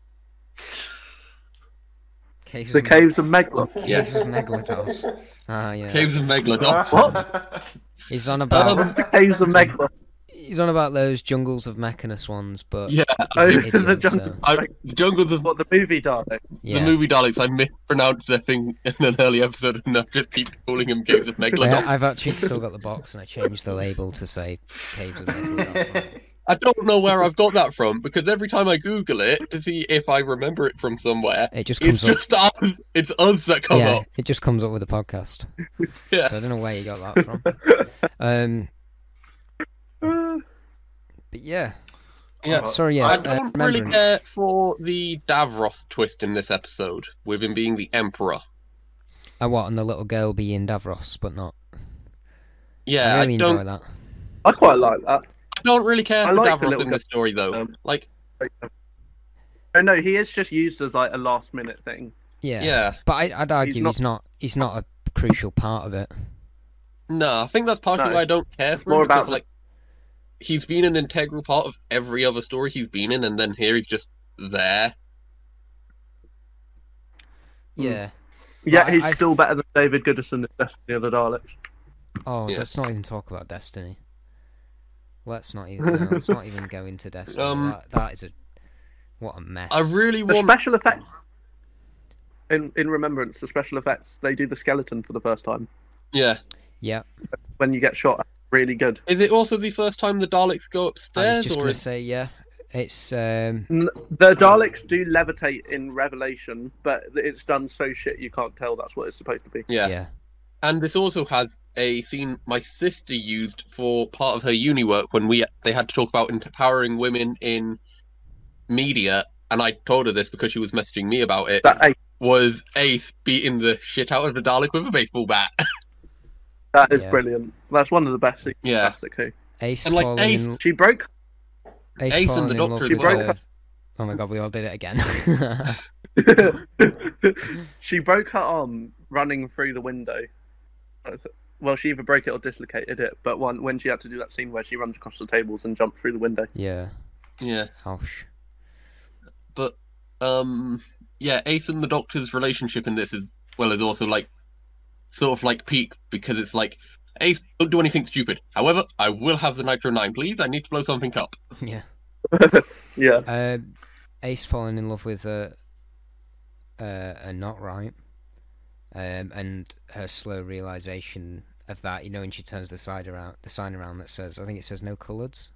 [SPEAKER 2] Caves
[SPEAKER 4] The
[SPEAKER 2] of-
[SPEAKER 4] caves of Megalon.
[SPEAKER 3] Yeah.
[SPEAKER 2] Caves of Megalodos. Ah, yeah.
[SPEAKER 3] Caves of Megalodox.
[SPEAKER 1] what?
[SPEAKER 2] He's on about
[SPEAKER 3] Um,
[SPEAKER 4] the caves of Megalon.
[SPEAKER 2] he's on about those jungles of Mechanus ones, but
[SPEAKER 3] Yeah,
[SPEAKER 4] Oh,
[SPEAKER 2] he's an
[SPEAKER 4] the
[SPEAKER 2] idiot,
[SPEAKER 4] jungle-
[SPEAKER 2] so,
[SPEAKER 3] I, the Jungle of
[SPEAKER 4] What the movie Dalek?
[SPEAKER 2] yeah.
[SPEAKER 3] The movie Daleks, I mispronounced their thing in an early episode, and I just keep calling them Caves of Megalodon.
[SPEAKER 2] Yeah, I've actually still got the box, and I changed the label to say "Caves of Megalodon."
[SPEAKER 3] I don't know where I've got that from because every time I Google it to see if I remember it from somewhere,
[SPEAKER 2] It just
[SPEAKER 3] it's
[SPEAKER 2] comes up.
[SPEAKER 3] just us. It's us that come
[SPEAKER 2] Yeah,
[SPEAKER 3] up.
[SPEAKER 2] it just comes up with the podcast.
[SPEAKER 3] Yeah.
[SPEAKER 2] So I don't know where you got that from. um, but yeah,
[SPEAKER 3] Yeah.
[SPEAKER 2] sorry, yeah.
[SPEAKER 3] I
[SPEAKER 2] uh,
[SPEAKER 3] don't really
[SPEAKER 2] remembrance.
[SPEAKER 3] care for the Davros twist in this episode, with him being the Emperor.
[SPEAKER 2] I what and the little girl being Davros, but not.
[SPEAKER 3] Yeah,
[SPEAKER 2] I
[SPEAKER 3] I,
[SPEAKER 2] really
[SPEAKER 3] don't.
[SPEAKER 2] enjoy that.
[SPEAKER 4] I quite like that.
[SPEAKER 3] I don't really care
[SPEAKER 4] I
[SPEAKER 3] for
[SPEAKER 4] like the
[SPEAKER 3] Davros
[SPEAKER 4] little
[SPEAKER 3] in
[SPEAKER 4] guy.
[SPEAKER 3] this story, though.
[SPEAKER 4] Um,
[SPEAKER 3] like,
[SPEAKER 4] Oh no, he is just used as like a last minute thing.
[SPEAKER 2] Yeah.
[SPEAKER 3] yeah.
[SPEAKER 2] But I, I'd argue he's
[SPEAKER 4] not-
[SPEAKER 2] not... he's not. a crucial part of it.
[SPEAKER 3] No, I think that's partially
[SPEAKER 4] No,
[SPEAKER 3] why I don't care
[SPEAKER 4] it's
[SPEAKER 3] for him.
[SPEAKER 4] more
[SPEAKER 3] because,
[SPEAKER 4] about the-
[SPEAKER 3] like, he's been an integral part of every other story he's been in, and then here he's just there.
[SPEAKER 4] Hmm.
[SPEAKER 2] Yeah.
[SPEAKER 4] Yeah,
[SPEAKER 2] I-
[SPEAKER 4] he's
[SPEAKER 2] I
[SPEAKER 4] still
[SPEAKER 2] th-
[SPEAKER 4] better than David Goodison in Destiny of the Daleks.
[SPEAKER 2] Oh,
[SPEAKER 3] Yeah.
[SPEAKER 2] let's not even talk about Destiny. Let's not even. no, let's not even go into Destiny.
[SPEAKER 3] Um,
[SPEAKER 2] that, that is a what a mess.
[SPEAKER 3] I really
[SPEAKER 4] The
[SPEAKER 3] want.
[SPEAKER 4] special effects in in Remembrance, the special effects they do the skeleton for the first time
[SPEAKER 3] Yeah.
[SPEAKER 2] Yeah.
[SPEAKER 4] when you get shot. Really good.
[SPEAKER 3] Is it also the first time the Daleks go
[SPEAKER 2] I was
[SPEAKER 3] upstairs,
[SPEAKER 2] just
[SPEAKER 3] or
[SPEAKER 2] gonna
[SPEAKER 3] is
[SPEAKER 2] say yeah. It's um.
[SPEAKER 4] N- The Daleks do levitate in Revelation, but it's done so shit you can't tell that's what it's supposed to be.
[SPEAKER 3] yeah.
[SPEAKER 2] Yeah.
[SPEAKER 3] And this also has a scene my sister used for part of her uni work when we they had to talk about empowering women in media, and I told her this because she was messaging me about it.
[SPEAKER 4] That hey,
[SPEAKER 3] was Ace beating the shit out of the Dalek with a baseball bat?
[SPEAKER 4] that is
[SPEAKER 2] Yeah.
[SPEAKER 4] brilliant. That's one of the best scenes in
[SPEAKER 3] Yeah.
[SPEAKER 4] classic Who.
[SPEAKER 2] Ace
[SPEAKER 3] And, like,
[SPEAKER 2] falling
[SPEAKER 3] Ace-
[SPEAKER 2] in
[SPEAKER 4] She broke
[SPEAKER 2] Ace,
[SPEAKER 3] Ace and
[SPEAKER 2] falling
[SPEAKER 3] the
[SPEAKER 2] in
[SPEAKER 3] Doctor
[SPEAKER 2] love
[SPEAKER 3] as
[SPEAKER 2] with
[SPEAKER 4] well.
[SPEAKER 2] her. Oh my god, we all did it again.
[SPEAKER 4] she broke her arm running through the window. That's- Well, she either broke it or dislocated it. But one when she had to do that scene where she runs across the tables and jumps through the window.
[SPEAKER 2] yeah.
[SPEAKER 3] Yeah,
[SPEAKER 2] Ouch.
[SPEAKER 3] but um, yeah, Ace and the Doctor's relationship in this is well is also like sort of like peak because it's like Ace don't do anything stupid. However, I will have the Nitro Nine, please. I need to blow something up.
[SPEAKER 2] Yeah.
[SPEAKER 4] Yeah,
[SPEAKER 2] Uh, Ace falling in love with a uh, a not right, um, and her slow realization of that. You know, when she turns the side around, the sign around that says, I think it says no coloureds.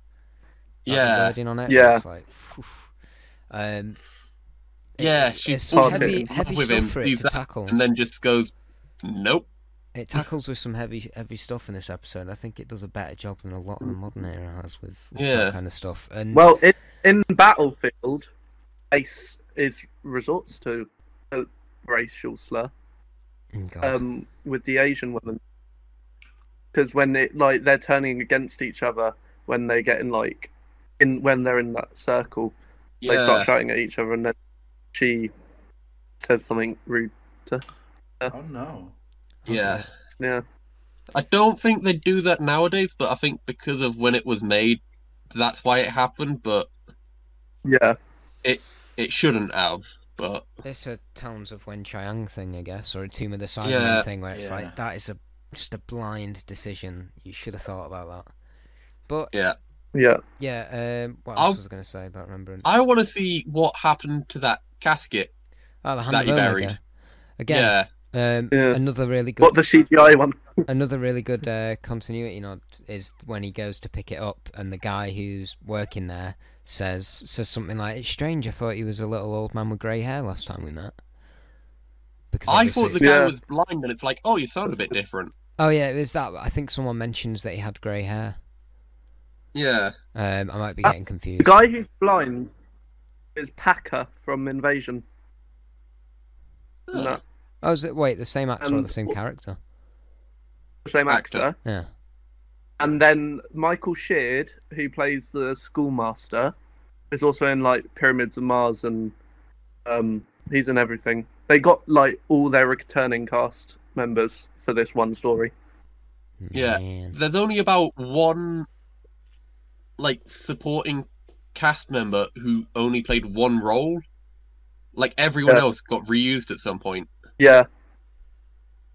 [SPEAKER 2] Like, the
[SPEAKER 3] Yeah,
[SPEAKER 2] Wording on it.
[SPEAKER 4] Yeah.
[SPEAKER 2] It's like. phew. Um. it-
[SPEAKER 3] Yeah,
[SPEAKER 2] it's
[SPEAKER 3] she's
[SPEAKER 2] some
[SPEAKER 4] hard to
[SPEAKER 2] heavy,
[SPEAKER 3] get in
[SPEAKER 2] heavy
[SPEAKER 3] love with
[SPEAKER 2] stuff
[SPEAKER 3] him,
[SPEAKER 2] for it
[SPEAKER 3] he's
[SPEAKER 2] to
[SPEAKER 3] that-
[SPEAKER 2] tackle.
[SPEAKER 3] and then just goes, nope.
[SPEAKER 2] It tackles with some heavy, heavy stuff in this episode. I think it does a better job than a lot of the modern era has with, with
[SPEAKER 3] Yeah.
[SPEAKER 2] Mm. that kind of stuff. And
[SPEAKER 4] Well, in, in Battlefield, Ace is resorts to a racial slur
[SPEAKER 2] Mm, God.
[SPEAKER 4] um, with the Asian women because when it like they're turning against each other when they get in like in when they're in that circle they
[SPEAKER 3] Yeah.
[SPEAKER 4] start shouting at each other and then she says something rude.
[SPEAKER 1] Oh no.
[SPEAKER 3] Yeah.
[SPEAKER 4] Yeah,
[SPEAKER 3] I don't think they do that nowadays, but I think because of when it was made, that's why it happened. But
[SPEAKER 4] yeah.
[SPEAKER 3] it shouldn't have. But
[SPEAKER 2] It's a Towns of Wen Chiang thing, I guess, or a Tomb of the Cybermen
[SPEAKER 3] Yeah.
[SPEAKER 2] thing, where it's
[SPEAKER 1] Yeah.
[SPEAKER 2] like that is a just a blind decision. You should have thought about that. But
[SPEAKER 4] Yeah,
[SPEAKER 2] yeah, um, what else
[SPEAKER 3] I'll-
[SPEAKER 2] was I going to say about remembrance?
[SPEAKER 3] I want to see what happened to that casket.
[SPEAKER 2] oh, the hand
[SPEAKER 3] that
[SPEAKER 2] of
[SPEAKER 3] you
[SPEAKER 2] Omega.
[SPEAKER 3] buried.
[SPEAKER 2] Again,
[SPEAKER 3] Yeah,
[SPEAKER 2] Um,
[SPEAKER 4] Yeah.
[SPEAKER 2] another really good,
[SPEAKER 4] what the CGI one?
[SPEAKER 2] another really good uh, continuity nod is when he goes to pick it up, and the guy who's working there says says something like, "It's strange. I thought he was a little old man with grey hair last time we met." Because
[SPEAKER 3] I
[SPEAKER 2] obviously
[SPEAKER 3] thought the
[SPEAKER 2] it's-
[SPEAKER 3] guy
[SPEAKER 4] Yeah.
[SPEAKER 3] was blind, and it's like, oh, you sound a bit different.
[SPEAKER 2] Oh yeah, it was that. I think someone mentions that he had grey hair.
[SPEAKER 3] Yeah,
[SPEAKER 2] Um, I might be
[SPEAKER 4] Uh,
[SPEAKER 2] getting confused.
[SPEAKER 4] The guy who's blind is Packer from Invasion. No,
[SPEAKER 2] Oh, is it, wait, the same actor or
[SPEAKER 4] Um,
[SPEAKER 2] the same character?
[SPEAKER 4] the same
[SPEAKER 3] Actor.
[SPEAKER 4] actor.
[SPEAKER 2] Yeah.
[SPEAKER 4] And then Michael Sheard, who plays the schoolmaster, is also in like Pyramids of Mars, and um, he's in everything. They got like all their returning cast members for this one story.
[SPEAKER 3] Yeah.
[SPEAKER 2] Man.
[SPEAKER 3] there's only about one, like supporting cast member who only played one role. Like everyone
[SPEAKER 4] Yeah.
[SPEAKER 3] else got reused at some point.
[SPEAKER 4] Yeah.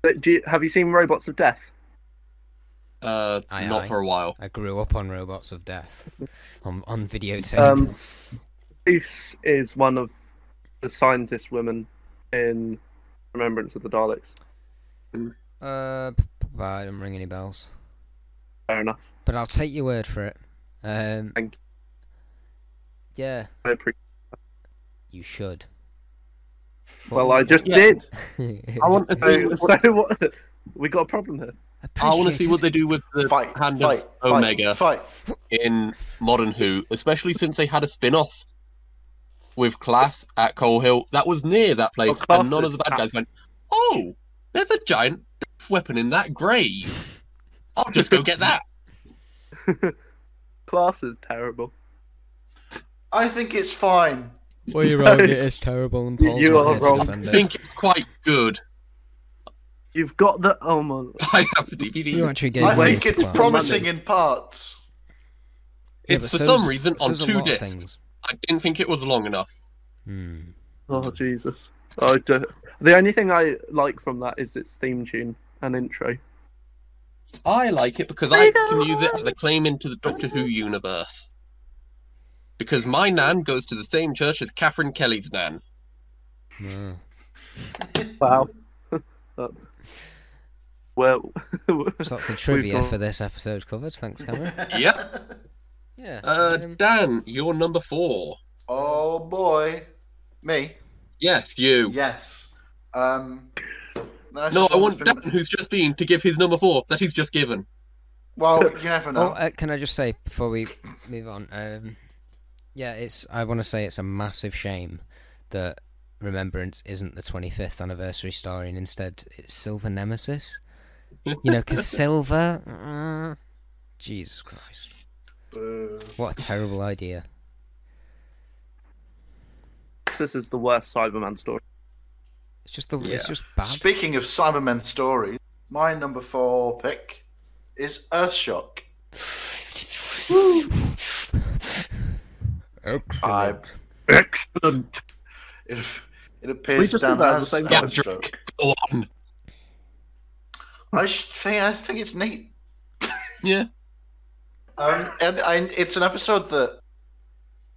[SPEAKER 4] But do you, have you seen Robots of Death?
[SPEAKER 3] Uh,
[SPEAKER 2] Aye,
[SPEAKER 3] not
[SPEAKER 2] aye.
[SPEAKER 3] for a while.
[SPEAKER 2] I grew up on Robots of Death on on videotape.
[SPEAKER 4] Um, Luce is one of the scientist women in Remembrance of the Daleks.
[SPEAKER 2] uh, p- p- I don't ring any bells,
[SPEAKER 4] Fair enough.
[SPEAKER 2] but I'll take your word for it. Um,
[SPEAKER 4] Thank
[SPEAKER 2] yeah,
[SPEAKER 4] I appre-
[SPEAKER 2] you should.
[SPEAKER 4] well, I just
[SPEAKER 3] Yeah.
[SPEAKER 4] did.
[SPEAKER 3] I want to
[SPEAKER 4] So,
[SPEAKER 3] do.
[SPEAKER 4] so what? We got a problem here.
[SPEAKER 3] I want to see what they do with the
[SPEAKER 1] Fight,
[SPEAKER 3] hand of
[SPEAKER 1] fight,
[SPEAKER 3] Omega.
[SPEAKER 1] fight, fight.
[SPEAKER 3] in Modern Who, especially since they had a spin-off with Class at Coal Hill that was near that place,
[SPEAKER 4] Oh, Class
[SPEAKER 3] and none of
[SPEAKER 4] is
[SPEAKER 3] the bad
[SPEAKER 4] at-
[SPEAKER 3] guys went, "Oh, there's a giant death weapon in that grave. I'll just go get that."
[SPEAKER 4] Class is terrible.
[SPEAKER 1] I think it's fine.
[SPEAKER 2] Well, you're wrong. It is terrible, and Paul's
[SPEAKER 4] You
[SPEAKER 2] not
[SPEAKER 4] are
[SPEAKER 2] here to
[SPEAKER 4] wrong.
[SPEAKER 2] defend
[SPEAKER 3] I
[SPEAKER 2] it.
[SPEAKER 3] think it's quite good.
[SPEAKER 4] You've got the oh my.
[SPEAKER 3] I have the DVD.
[SPEAKER 2] You actually gave
[SPEAKER 1] I
[SPEAKER 2] me
[SPEAKER 1] think
[SPEAKER 2] it,
[SPEAKER 1] it's
[SPEAKER 2] but-
[SPEAKER 1] promising in parts.
[SPEAKER 2] Yeah,
[SPEAKER 3] it's
[SPEAKER 2] but
[SPEAKER 3] for
[SPEAKER 2] so's-
[SPEAKER 3] some reason on
[SPEAKER 2] so's a
[SPEAKER 3] two
[SPEAKER 2] lot of
[SPEAKER 3] discs.
[SPEAKER 2] things.
[SPEAKER 3] I didn't think it was long enough.
[SPEAKER 2] Hmm.
[SPEAKER 4] Oh Jesus! I do. The only thing I like from that is its theme tune and intro.
[SPEAKER 3] I like it because I can use it as a claim into the Doctor Who universe. Because my nan goes to the same church as Catherine Kelly's nan.
[SPEAKER 2] Yeah.
[SPEAKER 4] Wow. Uh, well,
[SPEAKER 2] So that's the trivia
[SPEAKER 4] got-
[SPEAKER 2] for this episode covered. Thanks, Cameron.
[SPEAKER 3] Yep.
[SPEAKER 2] Yeah.
[SPEAKER 3] Uh,
[SPEAKER 2] um,
[SPEAKER 3] Dan, you're number four.
[SPEAKER 1] Oh boy, me.
[SPEAKER 3] Yes, you.
[SPEAKER 1] Yes. Um. that's
[SPEAKER 3] No,
[SPEAKER 1] just
[SPEAKER 3] I
[SPEAKER 1] one
[SPEAKER 3] want
[SPEAKER 1] that's
[SPEAKER 3] Dan,
[SPEAKER 1] been-
[SPEAKER 3] who's just been, to give his number four that he's just given.
[SPEAKER 1] Well, you never
[SPEAKER 2] Oh,
[SPEAKER 1] know.
[SPEAKER 2] uh, can I just say before we move on? Um, yeah, it's. I want to say it's a massive shame that Remembrance isn't the 25th anniversary story, and instead it's Silver Nemesis. You know, because Silver. uh, Jesus Christ!
[SPEAKER 1] Boo.
[SPEAKER 2] What a terrible idea.
[SPEAKER 4] this is the worst Cyberman story.
[SPEAKER 2] It's just the.
[SPEAKER 3] Yeah.
[SPEAKER 2] It's just bad.
[SPEAKER 1] Speaking of Cybermen stories, my number four pick is Earthshock.
[SPEAKER 6] Excellent.
[SPEAKER 4] Excellent.
[SPEAKER 1] It, it
[SPEAKER 4] We
[SPEAKER 1] appears
[SPEAKER 4] just
[SPEAKER 1] Dan
[SPEAKER 4] did that at the
[SPEAKER 1] has
[SPEAKER 4] same
[SPEAKER 1] a
[SPEAKER 4] time.
[SPEAKER 1] stroke.
[SPEAKER 3] Go on.
[SPEAKER 1] I sh- think I think it's neat.
[SPEAKER 3] Yeah.
[SPEAKER 1] Um, and I, it's an episode that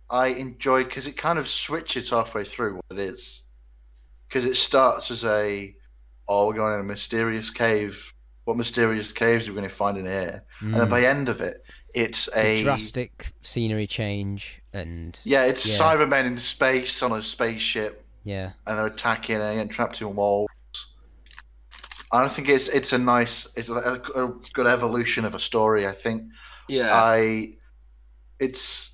[SPEAKER 1] I enjoy because it kind of switches halfway through what it is. Because it starts as a, oh, we're going in a mysterious cave. What mysterious caves are we going to find in here? And then
[SPEAKER 2] Mm.
[SPEAKER 1] by the end of it, it's
[SPEAKER 2] It's a
[SPEAKER 1] a
[SPEAKER 2] drastic scenery change, and
[SPEAKER 1] yeah, it's
[SPEAKER 2] yeah.
[SPEAKER 1] Cybermen in space on a spaceship.
[SPEAKER 2] yeah.
[SPEAKER 1] and they're attacking and getting trapped in walls. And I think it's it's a nice it's a, a good evolution of a story. I Uh, think
[SPEAKER 3] Yeah.
[SPEAKER 1] I it's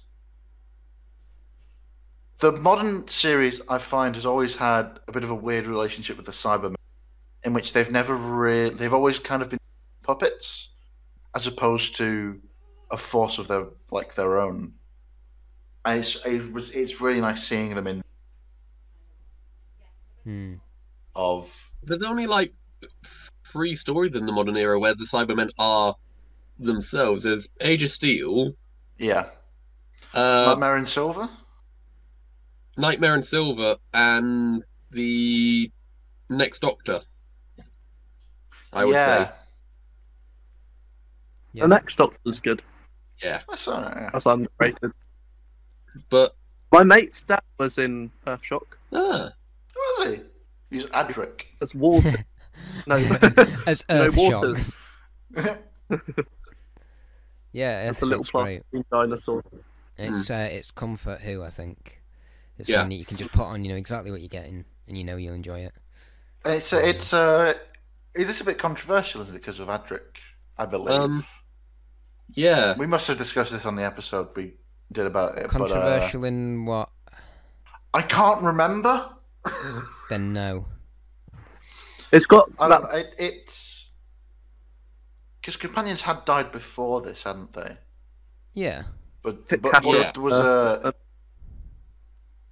[SPEAKER 1] the modern series I find has always had a bit of a weird relationship with the Cybermen, in which they've never really they've always kind of been puppets as opposed to a force of their like their own. And it's it was it's really nice seeing them in
[SPEAKER 2] Hmm.
[SPEAKER 1] of
[SPEAKER 3] There's only like three stories in the modern era where the Cybermen are themselves. There's Age of Steel,
[SPEAKER 1] yeah
[SPEAKER 3] uh,
[SPEAKER 1] Nightmare in Silver.
[SPEAKER 3] Nightmare and Silver, and the Next Doctor. I would
[SPEAKER 1] yeah,
[SPEAKER 3] say.
[SPEAKER 2] Yeah.
[SPEAKER 4] The next Doctor's good.
[SPEAKER 1] That's all right.
[SPEAKER 4] That's underrated.
[SPEAKER 3] But
[SPEAKER 4] My mate's dad was in Earthshock.
[SPEAKER 3] ah,
[SPEAKER 1] Who was he? He's Adric.
[SPEAKER 4] That's water. no,
[SPEAKER 2] As
[SPEAKER 4] no
[SPEAKER 2] Earth Shock.
[SPEAKER 4] waters.
[SPEAKER 2] Yeah, Earth
[SPEAKER 4] That's a little Hmm.
[SPEAKER 2] Shock's great.
[SPEAKER 4] plastic dinosaur.
[SPEAKER 2] It's uh, it's Comfort Who, I think. It's
[SPEAKER 3] Yeah.
[SPEAKER 2] one that you can just put on, you know exactly what you're getting, and you know you'll enjoy it.
[SPEAKER 1] And it's uh, it's uh, it is a bit controversial, isn't it? Because of Adric, I believe.
[SPEAKER 3] Um, yeah.
[SPEAKER 1] We must have discussed this on the episode we did about it. But, uh,
[SPEAKER 2] Controversial in what?
[SPEAKER 1] I can't remember.
[SPEAKER 2] Then no.
[SPEAKER 4] It's got
[SPEAKER 1] I
[SPEAKER 4] that
[SPEAKER 1] don't know. It, it's because companions had died before this, hadn't they?
[SPEAKER 2] Yeah.
[SPEAKER 1] But,
[SPEAKER 4] Pit
[SPEAKER 1] but
[SPEAKER 4] Cat-
[SPEAKER 1] what
[SPEAKER 3] Yeah.
[SPEAKER 1] it was
[SPEAKER 4] Uh,
[SPEAKER 1] uh,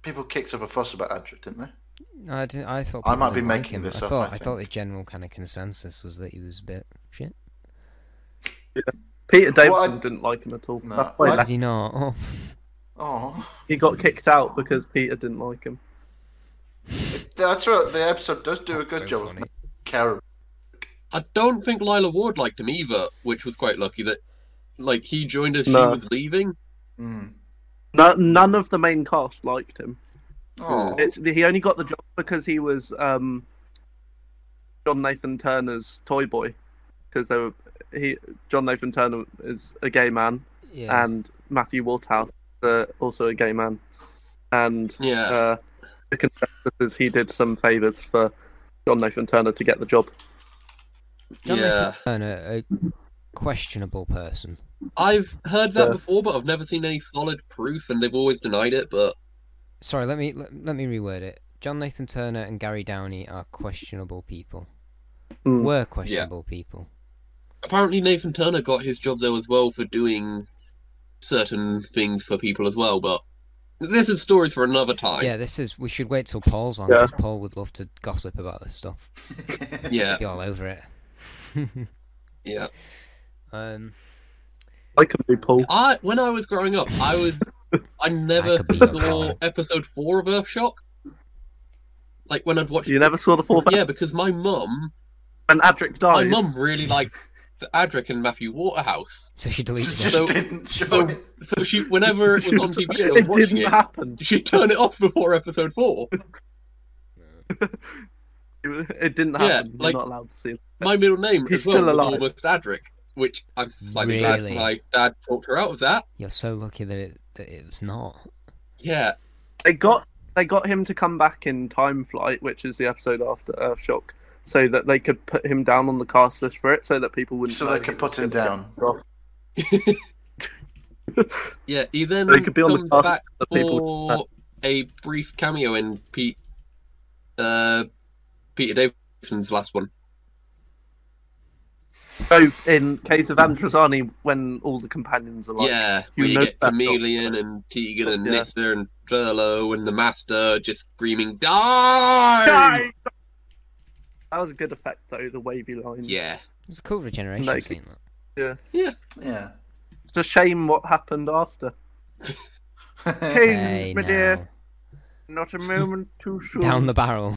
[SPEAKER 1] people kicked up a fuss about Adric, didn't they?
[SPEAKER 2] No, I, didn't, I thought
[SPEAKER 1] I
[SPEAKER 2] people
[SPEAKER 1] might be
[SPEAKER 2] didn't like
[SPEAKER 1] making
[SPEAKER 2] him.
[SPEAKER 1] this
[SPEAKER 2] I
[SPEAKER 1] up,
[SPEAKER 2] thought
[SPEAKER 1] I
[SPEAKER 2] I thought the
[SPEAKER 1] think.
[SPEAKER 2] general kind of consensus was that he was a bit shit.
[SPEAKER 4] Peter Davison
[SPEAKER 1] Well, I-
[SPEAKER 4] didn't like him at all.
[SPEAKER 1] No,
[SPEAKER 4] That's why
[SPEAKER 1] I-
[SPEAKER 4] that-
[SPEAKER 2] Did he not? Oh,
[SPEAKER 1] Oh,
[SPEAKER 4] he got kicked out because Peter didn't like him.
[SPEAKER 1] that's what the episode does do
[SPEAKER 2] that's
[SPEAKER 1] a
[SPEAKER 2] so
[SPEAKER 1] good job of
[SPEAKER 2] funny.
[SPEAKER 1] making care.
[SPEAKER 3] I don't think Lila Ward liked him either, which was quite lucky that, like, he joined as
[SPEAKER 4] No.
[SPEAKER 3] she was leaving.
[SPEAKER 1] Mm.
[SPEAKER 4] No, none of the main cast liked him.
[SPEAKER 1] Oh,
[SPEAKER 4] It's he only got the job because he was um, John Nathan Turner's toy boy, because they were he John Nathan Turner is a gay man
[SPEAKER 2] yeah.
[SPEAKER 4] and Matthew Waterhouse uh, also a gay man, and
[SPEAKER 3] Yeah.
[SPEAKER 4] uh, the consensus is he did some favors for John Nathan Turner to get the job.
[SPEAKER 2] John
[SPEAKER 3] yeah.
[SPEAKER 2] Nathan Turner, a questionable person.
[SPEAKER 3] I've heard that
[SPEAKER 4] Yeah.
[SPEAKER 3] before, but I've never seen any solid proof, and they've always denied it. But
[SPEAKER 2] Sorry, let me let, let me reword it. John Nathan Turner and Gary Downey are questionable people.
[SPEAKER 4] Mm.
[SPEAKER 2] Were questionable people.
[SPEAKER 3] apparently, Nathan Turner got his job there as well for doing certain things for people as well. But this is stories for another time.
[SPEAKER 2] Yeah, this is. We should wait till Paul's on
[SPEAKER 4] Yeah.
[SPEAKER 2] because Paul would love to gossip about this stuff.
[SPEAKER 3] yeah,
[SPEAKER 2] Be all over it.
[SPEAKER 3] yeah.
[SPEAKER 2] um,
[SPEAKER 4] I can be Paul.
[SPEAKER 3] I when I was growing up, I was I never
[SPEAKER 2] could be your
[SPEAKER 3] saw
[SPEAKER 2] father.
[SPEAKER 3] episode four of Earthshock. Like when I'd watch,
[SPEAKER 4] You never saw the fourth
[SPEAKER 3] yeah, because my mum,
[SPEAKER 4] when Adric
[SPEAKER 3] my
[SPEAKER 4] dies.
[SPEAKER 3] mum really liked Adric and Matthew Waterhouse.
[SPEAKER 2] so she
[SPEAKER 1] She
[SPEAKER 2] deleted
[SPEAKER 1] just
[SPEAKER 2] it.
[SPEAKER 3] So-
[SPEAKER 1] didn't show
[SPEAKER 3] so-
[SPEAKER 1] it.
[SPEAKER 3] So she, whenever it was on TV, and I was
[SPEAKER 4] it
[SPEAKER 3] watching
[SPEAKER 4] didn't
[SPEAKER 3] it.
[SPEAKER 4] happen.
[SPEAKER 3] She'd turn it off before episode four.
[SPEAKER 4] It didn't
[SPEAKER 3] Yeah,
[SPEAKER 4] happen.
[SPEAKER 3] like-
[SPEAKER 4] You're not allowed to see it.
[SPEAKER 3] My middle name
[SPEAKER 4] He's
[SPEAKER 3] as well
[SPEAKER 4] still
[SPEAKER 3] was
[SPEAKER 4] alive.
[SPEAKER 3] almost Adric, which I'm slightly glad
[SPEAKER 2] Really?
[SPEAKER 3] my dad talked her out of that.
[SPEAKER 2] You're so lucky that it that it was not.
[SPEAKER 3] Yeah,
[SPEAKER 4] They got they got him to come back in Time Flight, which is the episode after Earthshock, so that they could put him down on the cast list for it, so that people wouldn't.
[SPEAKER 1] So
[SPEAKER 4] know
[SPEAKER 1] they
[SPEAKER 4] he
[SPEAKER 1] could
[SPEAKER 4] was
[SPEAKER 1] put him
[SPEAKER 4] gonna
[SPEAKER 1] down.
[SPEAKER 4] get kicked off.
[SPEAKER 3] yeah. He then
[SPEAKER 4] They could be on the
[SPEAKER 3] comes
[SPEAKER 4] cast
[SPEAKER 3] back
[SPEAKER 4] list that people.
[SPEAKER 3] for a brief cameo in Pete, uh, Peter Davison's last one.
[SPEAKER 4] So in case of Androzani, when all the companions are like,
[SPEAKER 3] yeah,
[SPEAKER 4] you
[SPEAKER 3] where you
[SPEAKER 4] know
[SPEAKER 3] get
[SPEAKER 4] that
[SPEAKER 3] Chameleon and Tegan and
[SPEAKER 4] Yeah.
[SPEAKER 3] Nissa and Turlo and the Master just screaming "Die!"
[SPEAKER 4] "Die!" That was a good effect though, the wavy lines.
[SPEAKER 3] Yeah,
[SPEAKER 2] It was a cool regeneration
[SPEAKER 4] Like-
[SPEAKER 2] scene. That.
[SPEAKER 1] Yeah.
[SPEAKER 4] It's a shame what happened after. King,
[SPEAKER 2] Hey,
[SPEAKER 4] my
[SPEAKER 2] now.
[SPEAKER 4] dear, not a moment too soon.
[SPEAKER 2] Down the barrel.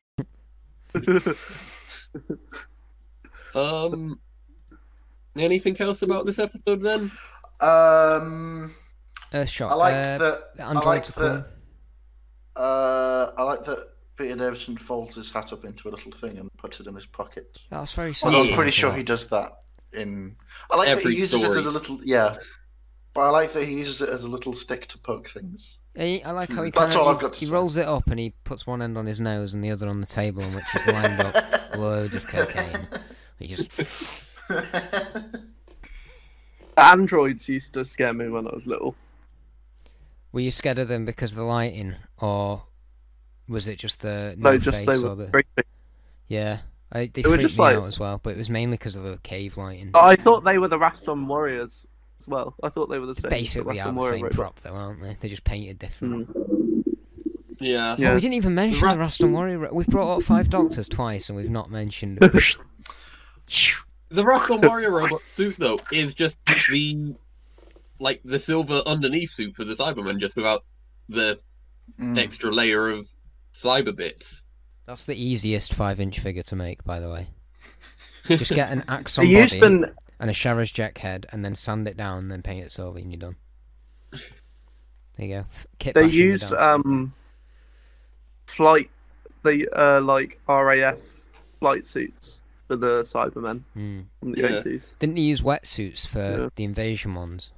[SPEAKER 3] Um, anything else about this episode then?
[SPEAKER 1] um,
[SPEAKER 2] Earth shock.
[SPEAKER 1] I like
[SPEAKER 2] uh,
[SPEAKER 1] that.
[SPEAKER 2] the
[SPEAKER 1] I
[SPEAKER 2] androids
[SPEAKER 1] like
[SPEAKER 2] are cool.
[SPEAKER 1] that. Uh, I like that Peter Davison folds his hat up into a little thing and puts it in his pocket.
[SPEAKER 2] That's very.
[SPEAKER 1] Although I'm
[SPEAKER 2] sensitive,
[SPEAKER 1] pretty sure
[SPEAKER 2] that.
[SPEAKER 1] he does that in. I like that
[SPEAKER 3] Every
[SPEAKER 1] he uses it
[SPEAKER 3] story.
[SPEAKER 1] as a little. Yeah, but I like that he uses it as a little stick to poke things.
[SPEAKER 2] He- I like how he
[SPEAKER 1] That's
[SPEAKER 2] kinda-
[SPEAKER 1] all
[SPEAKER 2] he-
[SPEAKER 1] I've got to
[SPEAKER 2] He
[SPEAKER 1] say.
[SPEAKER 2] rolls it up and he puts one end on his nose and the other on the table, on which is lined up loads of cocaine. He just
[SPEAKER 4] Androids used to scare me when I was little.
[SPEAKER 2] Were you scared of them because of the lighting, or was it just the
[SPEAKER 4] No,
[SPEAKER 2] no
[SPEAKER 4] just they
[SPEAKER 2] face
[SPEAKER 4] were
[SPEAKER 2] or the
[SPEAKER 4] creepy.
[SPEAKER 2] yeah? I, they
[SPEAKER 4] It was
[SPEAKER 2] freaked
[SPEAKER 4] just
[SPEAKER 2] me
[SPEAKER 4] like- Oh,
[SPEAKER 2] out as well, but it was mainly because of the cave lighting.
[SPEAKER 4] I thought they were the Raston Warriors as well. I thought they were the same.
[SPEAKER 2] Basically,
[SPEAKER 4] Raston
[SPEAKER 2] are the
[SPEAKER 4] Warrior
[SPEAKER 2] same
[SPEAKER 4] robot.
[SPEAKER 2] prop though, aren't they? They just painted different.
[SPEAKER 4] Mm.
[SPEAKER 3] Yeah.
[SPEAKER 2] Oh,
[SPEAKER 4] Yeah.
[SPEAKER 2] we didn't even mention
[SPEAKER 3] Ra-
[SPEAKER 2] the Raston Warrior. ro- We've brought up five doctors twice, and we've not mentioned. It's
[SPEAKER 3] The Russell Warrior robot suit though is just the like the silver underneath suit for the Cyberman, just without the
[SPEAKER 2] Hmm.
[SPEAKER 1] Mm.
[SPEAKER 3] extra layer of cyber bits.
[SPEAKER 2] That's the easiest five-inch figure to make, by the way. Just get an
[SPEAKER 4] They
[SPEAKER 2] axon body
[SPEAKER 4] used an
[SPEAKER 2] and a Shara's Jack head, and then sand it down, and then paint it silver, and you're done. There you go. Kit
[SPEAKER 4] they
[SPEAKER 2] bashing, you're
[SPEAKER 4] used
[SPEAKER 2] done.
[SPEAKER 4] um flight the uh like RAF flight suits for the Cybermen
[SPEAKER 2] Mm.
[SPEAKER 4] from the
[SPEAKER 3] Yeah.
[SPEAKER 4] eighties.
[SPEAKER 2] Didn't they use wetsuits for
[SPEAKER 4] Yeah.
[SPEAKER 2] the invasion ones?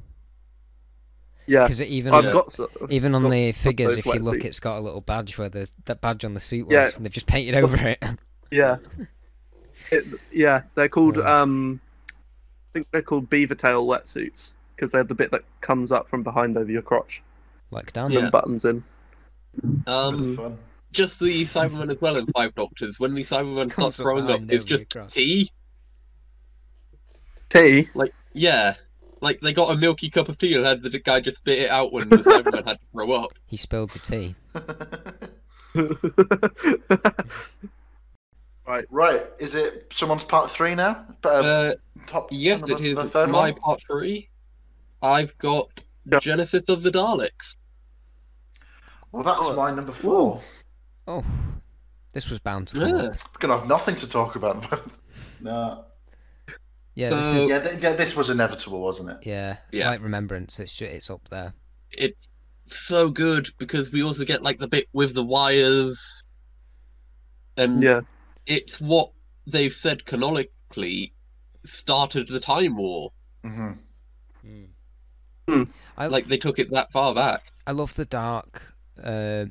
[SPEAKER 4] Yeah,
[SPEAKER 2] Because even
[SPEAKER 4] I've
[SPEAKER 2] on,
[SPEAKER 4] got so-
[SPEAKER 2] even on
[SPEAKER 4] got
[SPEAKER 2] the figures,
[SPEAKER 4] those
[SPEAKER 2] if you look,
[SPEAKER 4] wetsuits.
[SPEAKER 2] it's got a little badge where the that badge on the suit was,
[SPEAKER 4] Yeah.
[SPEAKER 2] and they've just painted over it.
[SPEAKER 4] yeah, it, yeah. They're called
[SPEAKER 2] Yeah.
[SPEAKER 4] um, I think they're called beaver tail wetsuits because they're the bit that comes up from behind over your crotch
[SPEAKER 2] like damn.
[SPEAKER 3] Yeah.
[SPEAKER 4] and buttons in.
[SPEAKER 1] Really
[SPEAKER 3] Um,
[SPEAKER 1] fun.
[SPEAKER 3] just the Cyberman as well in Five Doctors. When the Cyberman
[SPEAKER 2] Comes
[SPEAKER 3] starts
[SPEAKER 2] up
[SPEAKER 3] growing up,
[SPEAKER 2] behind
[SPEAKER 3] it's
[SPEAKER 2] over your
[SPEAKER 3] just
[SPEAKER 2] crotch.
[SPEAKER 3] tea.
[SPEAKER 4] T.
[SPEAKER 3] Like yeah, like they got a milky cup of tea and had the guy just spit it out when the Cyberman had to grow up.
[SPEAKER 2] He spilled the tea.
[SPEAKER 1] Right, is it someone's part three now? But, uh,
[SPEAKER 3] Uh,
[SPEAKER 1] top
[SPEAKER 3] Yes,
[SPEAKER 1] number-
[SPEAKER 3] it is
[SPEAKER 1] the third
[SPEAKER 3] my
[SPEAKER 1] one.
[SPEAKER 3] part three. I've got
[SPEAKER 4] Yeah.
[SPEAKER 3] Genesis of the Daleks.
[SPEAKER 1] Well, that's my number four.
[SPEAKER 2] Oh, this was bound to come
[SPEAKER 3] Yeah.
[SPEAKER 2] up.
[SPEAKER 1] I'm gonna have nothing to talk about. no.
[SPEAKER 2] Yeah,
[SPEAKER 3] So-
[SPEAKER 2] this is
[SPEAKER 1] Yeah, th- yeah, this was inevitable, wasn't it?
[SPEAKER 2] yeah,
[SPEAKER 3] Yeah.
[SPEAKER 2] like remembrance. It's ju- it's up there.
[SPEAKER 3] It's so good because we also get like the bit with the wires, and
[SPEAKER 4] Yeah,
[SPEAKER 3] it's what they've said canonically started the Time War.
[SPEAKER 1] hmm
[SPEAKER 4] Hmm.
[SPEAKER 2] I
[SPEAKER 3] Like they took it that far back.
[SPEAKER 2] I love the dark. Uh,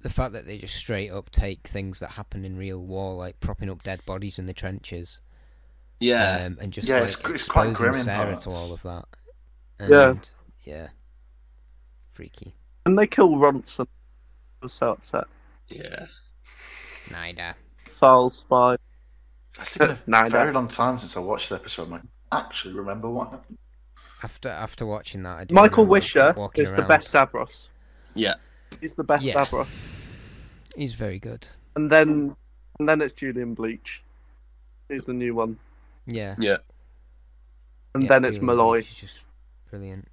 [SPEAKER 2] the fact that they just straight up take things that happen in real war, like propping up dead bodies in the trenches,
[SPEAKER 3] Yeah,
[SPEAKER 2] um, and just
[SPEAKER 1] Yeah,
[SPEAKER 2] like
[SPEAKER 1] it's gr- it's quite
[SPEAKER 2] exposing
[SPEAKER 1] grim in
[SPEAKER 2] Sarah
[SPEAKER 1] parts.
[SPEAKER 2] to all of that. And,
[SPEAKER 4] Yeah.
[SPEAKER 2] yeah, freaky.
[SPEAKER 4] and they kill Ronson. I was so upset.
[SPEAKER 3] yeah.
[SPEAKER 2] Nida.
[SPEAKER 4] Foul spy.
[SPEAKER 1] It's been a
[SPEAKER 4] Neither.
[SPEAKER 1] very long time since I watched the episode. and I actually remember what happened.
[SPEAKER 2] After after watching that, I do
[SPEAKER 4] Michael
[SPEAKER 2] remember
[SPEAKER 4] Wisher
[SPEAKER 2] walking
[SPEAKER 4] is the
[SPEAKER 2] around.
[SPEAKER 4] best Davros.
[SPEAKER 3] Yeah.
[SPEAKER 4] He's the best
[SPEAKER 2] Yeah.
[SPEAKER 4] Davros.
[SPEAKER 2] He's very good.
[SPEAKER 4] And then and then it's Julian Bleach. He's the new one.
[SPEAKER 2] Yeah.
[SPEAKER 4] And
[SPEAKER 2] Yeah,
[SPEAKER 4] then it's
[SPEAKER 2] Julian
[SPEAKER 4] Malloy.
[SPEAKER 2] Leach is just brilliant.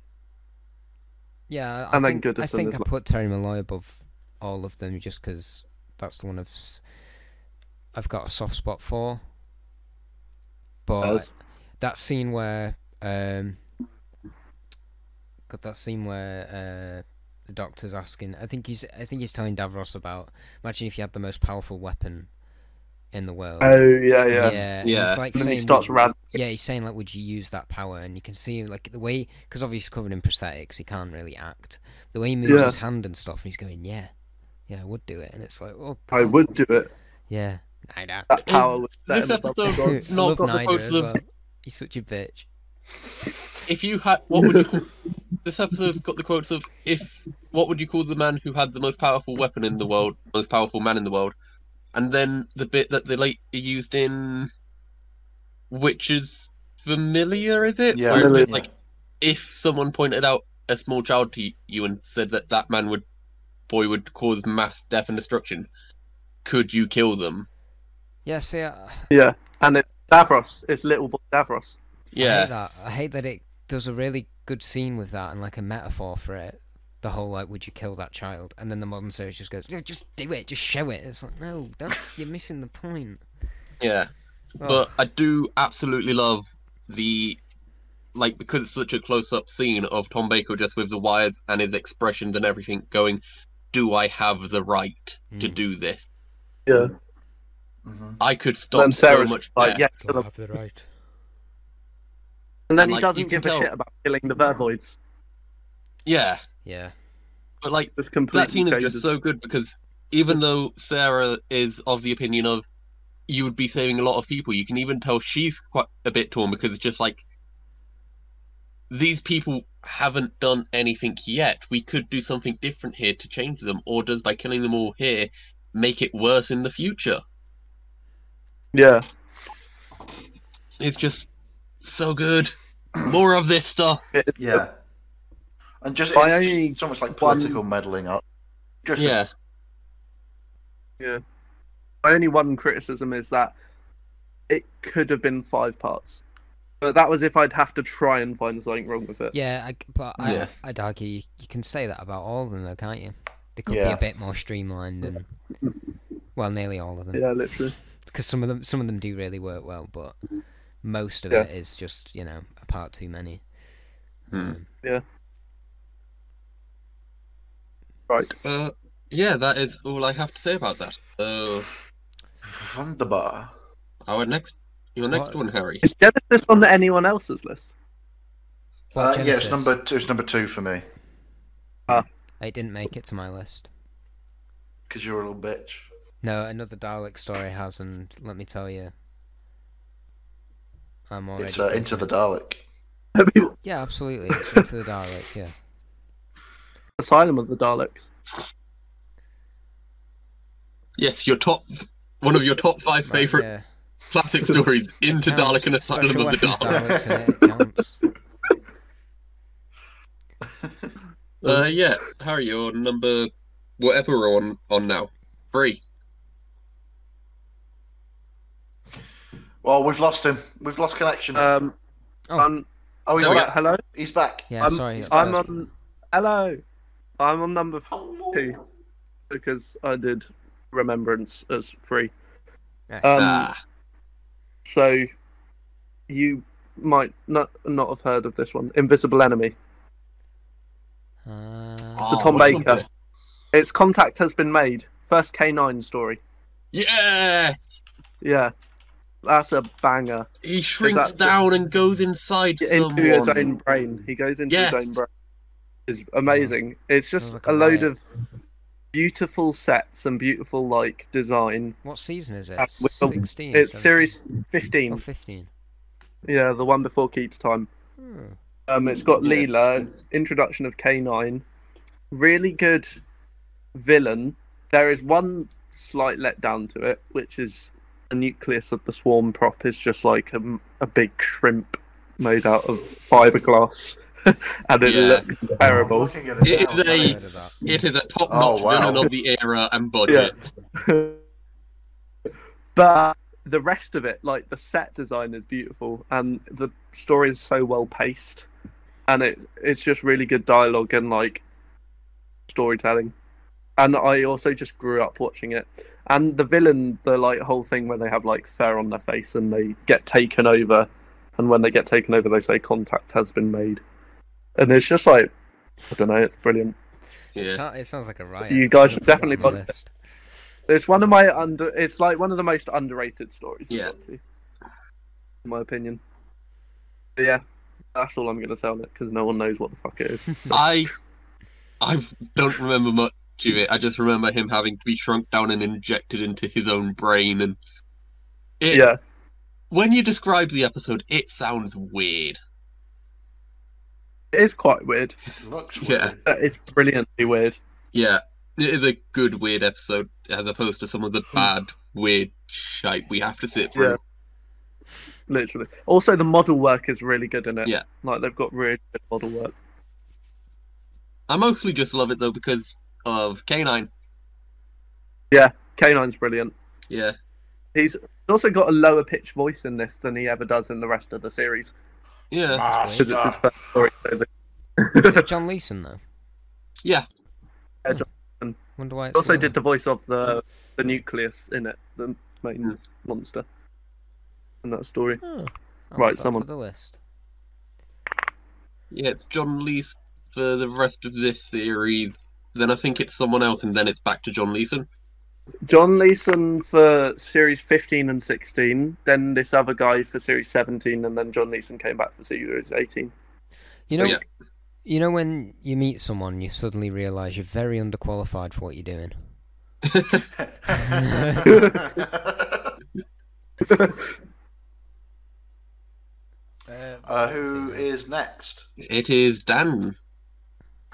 [SPEAKER 2] Yeah, I
[SPEAKER 4] And then
[SPEAKER 2] think, I,
[SPEAKER 4] Goodison
[SPEAKER 2] think
[SPEAKER 4] as
[SPEAKER 2] I
[SPEAKER 4] well.
[SPEAKER 2] put Terry Malloy above all of them just because that's the one I've, s- I've got a soft spot for. But
[SPEAKER 4] As-
[SPEAKER 2] that scene where. Um, got that scene where. Uh, the doctor's asking. I think he's. I think he's telling Davros about. Imagine if you had the most powerful weapon in the world.
[SPEAKER 4] Oh yeah, yeah.
[SPEAKER 2] yeah. and
[SPEAKER 3] Yeah.
[SPEAKER 2] It's like
[SPEAKER 4] And then he
[SPEAKER 2] saying,
[SPEAKER 4] starts
[SPEAKER 2] "Would-
[SPEAKER 4] ran
[SPEAKER 2] yeah, he's saying like, would you use that power? And you can see like the way, because obviously he's covered in prosthetics, he can't really act. The way he moves
[SPEAKER 4] Yeah.
[SPEAKER 2] his hand and stuff, and he's going, yeah, yeah, I would do it. And it's like, oh,
[SPEAKER 4] I
[SPEAKER 2] God.
[SPEAKER 4] would do it.
[SPEAKER 2] Yeah, I know.
[SPEAKER 4] That power was set
[SPEAKER 3] This
[SPEAKER 4] in above
[SPEAKER 3] episode-
[SPEAKER 4] the gods.
[SPEAKER 3] Not
[SPEAKER 2] Love
[SPEAKER 3] got the
[SPEAKER 2] Nida
[SPEAKER 3] photos
[SPEAKER 2] as
[SPEAKER 3] of-
[SPEAKER 2] well. He's such a bitch.
[SPEAKER 3] If you had, what would you? Call... this episode's got the quotes of if what would you call the man who had the most powerful weapon in the world, most powerful man in the world, and then the bit that they later used in, which is familiar, is it?
[SPEAKER 1] Yeah,
[SPEAKER 3] Where it's a bit
[SPEAKER 1] yeah.
[SPEAKER 3] like if someone pointed out a small child to you and said that that man would, boy would cause mass death and destruction, could you kill them?
[SPEAKER 2] Yeah, see, I,
[SPEAKER 4] Yeah. And it's Davros. It's little boy Davros.
[SPEAKER 2] I hate
[SPEAKER 3] Yeah,
[SPEAKER 2] that. I hate that it does a really good scene with that and like a metaphor for it. The whole like, would you kill that child? And then the modern series just goes, yeah, just do it, just show it. It's like, no, don't, you're missing the point.
[SPEAKER 3] yeah.
[SPEAKER 2] Ugh.
[SPEAKER 4] Oh.
[SPEAKER 3] But I do absolutely love the like because it's such a close up scene of Tom Baker just with the wires and his expressions and everything going, Do I have the right to
[SPEAKER 2] Mm.
[SPEAKER 3] do this?
[SPEAKER 4] Yeah.
[SPEAKER 1] hmm
[SPEAKER 3] I could stop
[SPEAKER 4] Then
[SPEAKER 3] so
[SPEAKER 4] Sarah's
[SPEAKER 3] much
[SPEAKER 4] like,
[SPEAKER 3] death.
[SPEAKER 4] yeah. kill
[SPEAKER 6] Don't
[SPEAKER 4] him.
[SPEAKER 6] have the right.
[SPEAKER 4] And then
[SPEAKER 3] And,
[SPEAKER 4] he
[SPEAKER 3] like,
[SPEAKER 4] doesn't
[SPEAKER 3] you can
[SPEAKER 4] give a
[SPEAKER 3] tell-
[SPEAKER 4] shit about killing the Vervoids.
[SPEAKER 3] Yeah.
[SPEAKER 2] yeah.
[SPEAKER 3] But like
[SPEAKER 4] Just completely
[SPEAKER 3] that scene is
[SPEAKER 4] changes-
[SPEAKER 3] just so good because even though Sarah is of the opinion of you would be saving a lot of people, you can even tell she's quite a bit torn because it's just like these people haven't done anything yet. We could do something different here to change them, or does by killing them all here make it worse in the future?
[SPEAKER 4] Yeah.
[SPEAKER 3] It's just so good. More of this stuff.
[SPEAKER 1] Yeah. And just,
[SPEAKER 4] By
[SPEAKER 1] it's
[SPEAKER 4] only
[SPEAKER 1] just so much like
[SPEAKER 4] one-
[SPEAKER 1] political meddling up. Just
[SPEAKER 3] Yeah.
[SPEAKER 4] My only one criticism is that it could have been five parts, but that was if I'd have to try and find something wrong with it.
[SPEAKER 2] Yeah, I, but I,
[SPEAKER 3] Yeah.
[SPEAKER 2] I'd argue you, you can say that about all of them, though, can't you? They could be
[SPEAKER 1] Yeah.
[SPEAKER 2] a bit more streamlined and well, nearly all of them,
[SPEAKER 4] Yeah, literally.
[SPEAKER 2] because some of them some of them do really work well, but most of
[SPEAKER 4] Yeah.
[SPEAKER 2] it is just you know a part too many.
[SPEAKER 3] Hmm.
[SPEAKER 2] Um,
[SPEAKER 4] Right.
[SPEAKER 3] Uh, yeah, that is all I have to say about that. So,
[SPEAKER 1] Vanderbar.
[SPEAKER 3] our next, your next
[SPEAKER 2] What?
[SPEAKER 3] one, Harry.
[SPEAKER 4] Is Genesis on anyone else's list?
[SPEAKER 1] Uh,
[SPEAKER 2] what,
[SPEAKER 1] yeah, it's
[SPEAKER 2] Genesis?
[SPEAKER 1] number two, it's number two for me
[SPEAKER 2] It didn't make it to my list.
[SPEAKER 1] because you're a little bitch.
[SPEAKER 2] No, another Dalek story has, and let me tell you, I'm already
[SPEAKER 1] It's uh, into the Dalek.
[SPEAKER 4] Maybe
[SPEAKER 2] yeah, absolutely, it's into the Dalek. Yeah,
[SPEAKER 4] Asylum of the Daleks.
[SPEAKER 3] Yes, your top, one of your top five
[SPEAKER 2] Right,
[SPEAKER 3] favorite
[SPEAKER 2] yeah.
[SPEAKER 3] classic stories, Into
[SPEAKER 2] Counts.
[SPEAKER 3] Dalek and Asylum
[SPEAKER 2] Special
[SPEAKER 3] of the
[SPEAKER 2] weapons
[SPEAKER 3] Dalek.
[SPEAKER 2] Daleks in it, it counts.
[SPEAKER 3] Uh, yeah, Harry, your number, whatever we're on on now, three.
[SPEAKER 1] Well, we've lost him. We've lost connection.
[SPEAKER 4] Um,
[SPEAKER 2] Oh.
[SPEAKER 4] I'm-
[SPEAKER 1] oh, he's
[SPEAKER 3] no,
[SPEAKER 1] back.
[SPEAKER 4] hello.
[SPEAKER 1] He's back.
[SPEAKER 2] Yeah,
[SPEAKER 4] I'm-
[SPEAKER 2] sorry. it's
[SPEAKER 4] I'm
[SPEAKER 2] Bert.
[SPEAKER 4] on. Hello. I'm on number f-
[SPEAKER 1] Oh,
[SPEAKER 4] two because I did Remembrance as free.
[SPEAKER 2] Nice.
[SPEAKER 4] Um,
[SPEAKER 3] ah,
[SPEAKER 4] So you might not not have heard of this one, Invisible Enemy.
[SPEAKER 2] Uh,
[SPEAKER 4] It's a
[SPEAKER 3] Ah,
[SPEAKER 4] Tom
[SPEAKER 3] what's
[SPEAKER 4] Baker.
[SPEAKER 3] that?
[SPEAKER 4] Its contact has been made. First K9 story.
[SPEAKER 3] Yes,
[SPEAKER 4] Yeah. That's a banger.
[SPEAKER 3] he shrinks
[SPEAKER 4] that-
[SPEAKER 3] down and goes inside someone.
[SPEAKER 4] Into his own brain. He goes into
[SPEAKER 3] Yes.
[SPEAKER 4] his own brain. It's amazing. It's just
[SPEAKER 2] Sounds like
[SPEAKER 4] a
[SPEAKER 2] a
[SPEAKER 4] load
[SPEAKER 2] riot.
[SPEAKER 4] of beautiful sets and beautiful like design.
[SPEAKER 2] what season is it?
[SPEAKER 4] Uh, with the-
[SPEAKER 2] 16?
[SPEAKER 4] It's
[SPEAKER 2] 17?
[SPEAKER 4] series
[SPEAKER 2] Oh,
[SPEAKER 4] 15.
[SPEAKER 2] 15.
[SPEAKER 4] Yeah, the one before Keats time.
[SPEAKER 2] Hmm.
[SPEAKER 4] Um, it's got
[SPEAKER 3] Yeah.
[SPEAKER 4] Leela, it's introduction of K9. Really good villain. There is one slight letdown to it, which is the nucleus of the swarm prop is just like a, m- a big shrimp made out of fiberglass, and it
[SPEAKER 3] Yeah.
[SPEAKER 4] looks terrible.
[SPEAKER 1] Looking at it
[SPEAKER 3] It
[SPEAKER 1] now,
[SPEAKER 3] is
[SPEAKER 1] that
[SPEAKER 2] a-
[SPEAKER 3] It is a top-notch
[SPEAKER 1] Oh, wow.
[SPEAKER 3] villain of the era and budget.
[SPEAKER 4] but the rest of it, like the set design, is beautiful, and the story is so well paced, and it it's just really good dialogue and like storytelling. And I also just grew up watching it, and the villain, the like whole thing where they have like fur on their face and they get taken over, and when they get taken over, they say contact has been made, and it's just like I don't know, it's brilliant.
[SPEAKER 2] It,
[SPEAKER 3] Yeah.
[SPEAKER 2] sou- it sounds like a riot.
[SPEAKER 4] You guys should
[SPEAKER 2] Put that on
[SPEAKER 4] definitely
[SPEAKER 2] the
[SPEAKER 4] put-
[SPEAKER 2] list.
[SPEAKER 4] It's one of my under. It's like one of the most underrated stories. I've
[SPEAKER 3] Yeah.
[SPEAKER 4] got to, in my opinion. But yeah, that's all I'm gonna say on it because no one knows what the fuck it is.
[SPEAKER 3] I I don't remember much of it. I just remember him having to be shrunk down and injected into his own brain and it,
[SPEAKER 4] yeah,
[SPEAKER 3] when you describe the episode it sounds weird.
[SPEAKER 4] it is quite weird.
[SPEAKER 1] Looks
[SPEAKER 3] Yeah.
[SPEAKER 1] weird.
[SPEAKER 4] Uh, It's brilliantly weird.
[SPEAKER 3] Yeah. It is a good weird episode as opposed to some of the bad weird shite we have to sit through.
[SPEAKER 4] Yeah. Literally. Also, the model work is really good in it.
[SPEAKER 3] Yeah.
[SPEAKER 4] Like they've got really good model work.
[SPEAKER 3] I mostly just love it though because of K9.
[SPEAKER 4] Canine's brilliant.
[SPEAKER 3] Yeah.
[SPEAKER 4] He's also got a lower pitch voice in this than he ever does in the rest of the series
[SPEAKER 3] Yeah.
[SPEAKER 4] because it's his first story. So the-
[SPEAKER 2] Is it John Leeson, though?
[SPEAKER 3] Yeah.
[SPEAKER 4] Yeah,
[SPEAKER 2] Hmm.
[SPEAKER 4] John Leeson.
[SPEAKER 2] Wonder why it's
[SPEAKER 4] also
[SPEAKER 2] lower.
[SPEAKER 4] did the voice of the the nucleus in it, the main monster in that story.
[SPEAKER 2] Oh, I'll
[SPEAKER 4] Right,
[SPEAKER 2] add that to
[SPEAKER 4] someone-
[SPEAKER 2] the list.
[SPEAKER 3] Yeah, it's John Leeson for the rest of this series. Then I think it's someone else and then it's back to John Leeson.
[SPEAKER 4] John Leeson for series fifteen and sixteen, then this other guy for series seventeen, and then John Leeson came back for series eighteen.
[SPEAKER 2] You
[SPEAKER 3] So,
[SPEAKER 2] know,
[SPEAKER 3] yeah.
[SPEAKER 2] you know when you meet someone, you suddenly realise you're very underqualified for what you're doing.
[SPEAKER 1] Uh,
[SPEAKER 7] Uh,
[SPEAKER 1] Uh, who is next?
[SPEAKER 3] It is Dan.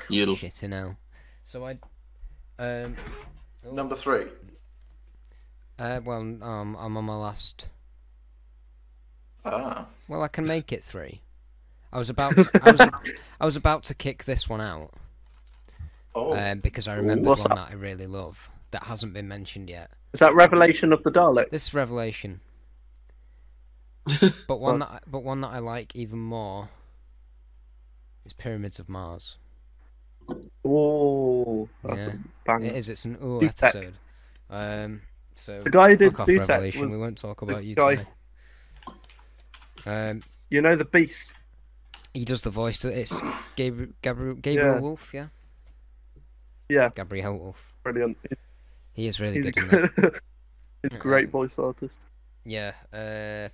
[SPEAKER 3] You'll
[SPEAKER 2] Shit, in hell.
[SPEAKER 7] So I. Um, oh,
[SPEAKER 1] Number three.
[SPEAKER 2] Uh, well, um, I'm on my last.
[SPEAKER 1] Ah.
[SPEAKER 2] Well, I can make it three. I was about to, I was I was about to kick this one out
[SPEAKER 1] Oh.
[SPEAKER 2] um, because I remembered
[SPEAKER 4] What's
[SPEAKER 2] one
[SPEAKER 4] that?
[SPEAKER 2] that I really love that hasn't been mentioned yet.
[SPEAKER 4] Is that Revelation of the Daleks?
[SPEAKER 2] This is Revelation, but one that I, but one that I like even more is Pyramids of Mars.
[SPEAKER 4] Oh, that's
[SPEAKER 2] Yeah.
[SPEAKER 4] a bang.
[SPEAKER 2] It is. It's an ooh
[SPEAKER 4] Dutech.
[SPEAKER 2] episode. Um, so
[SPEAKER 4] The guy who did
[SPEAKER 2] fuck off
[SPEAKER 4] Sutek
[SPEAKER 2] Revelation.
[SPEAKER 4] was
[SPEAKER 2] We won't talk
[SPEAKER 4] this
[SPEAKER 2] about you
[SPEAKER 4] guy.
[SPEAKER 2] today. Um,
[SPEAKER 4] You know the Beast.
[SPEAKER 2] he does the voice. It's Gabriel Gabriel, Gabriel
[SPEAKER 4] Yeah.
[SPEAKER 2] Wolf. Yeah.
[SPEAKER 4] Yeah.
[SPEAKER 2] Gabriel Wolf.
[SPEAKER 4] Brilliant.
[SPEAKER 2] He is really
[SPEAKER 4] He's a,
[SPEAKER 2] good. In that.
[SPEAKER 4] he's a great voice artist.
[SPEAKER 2] Yeah. Uh,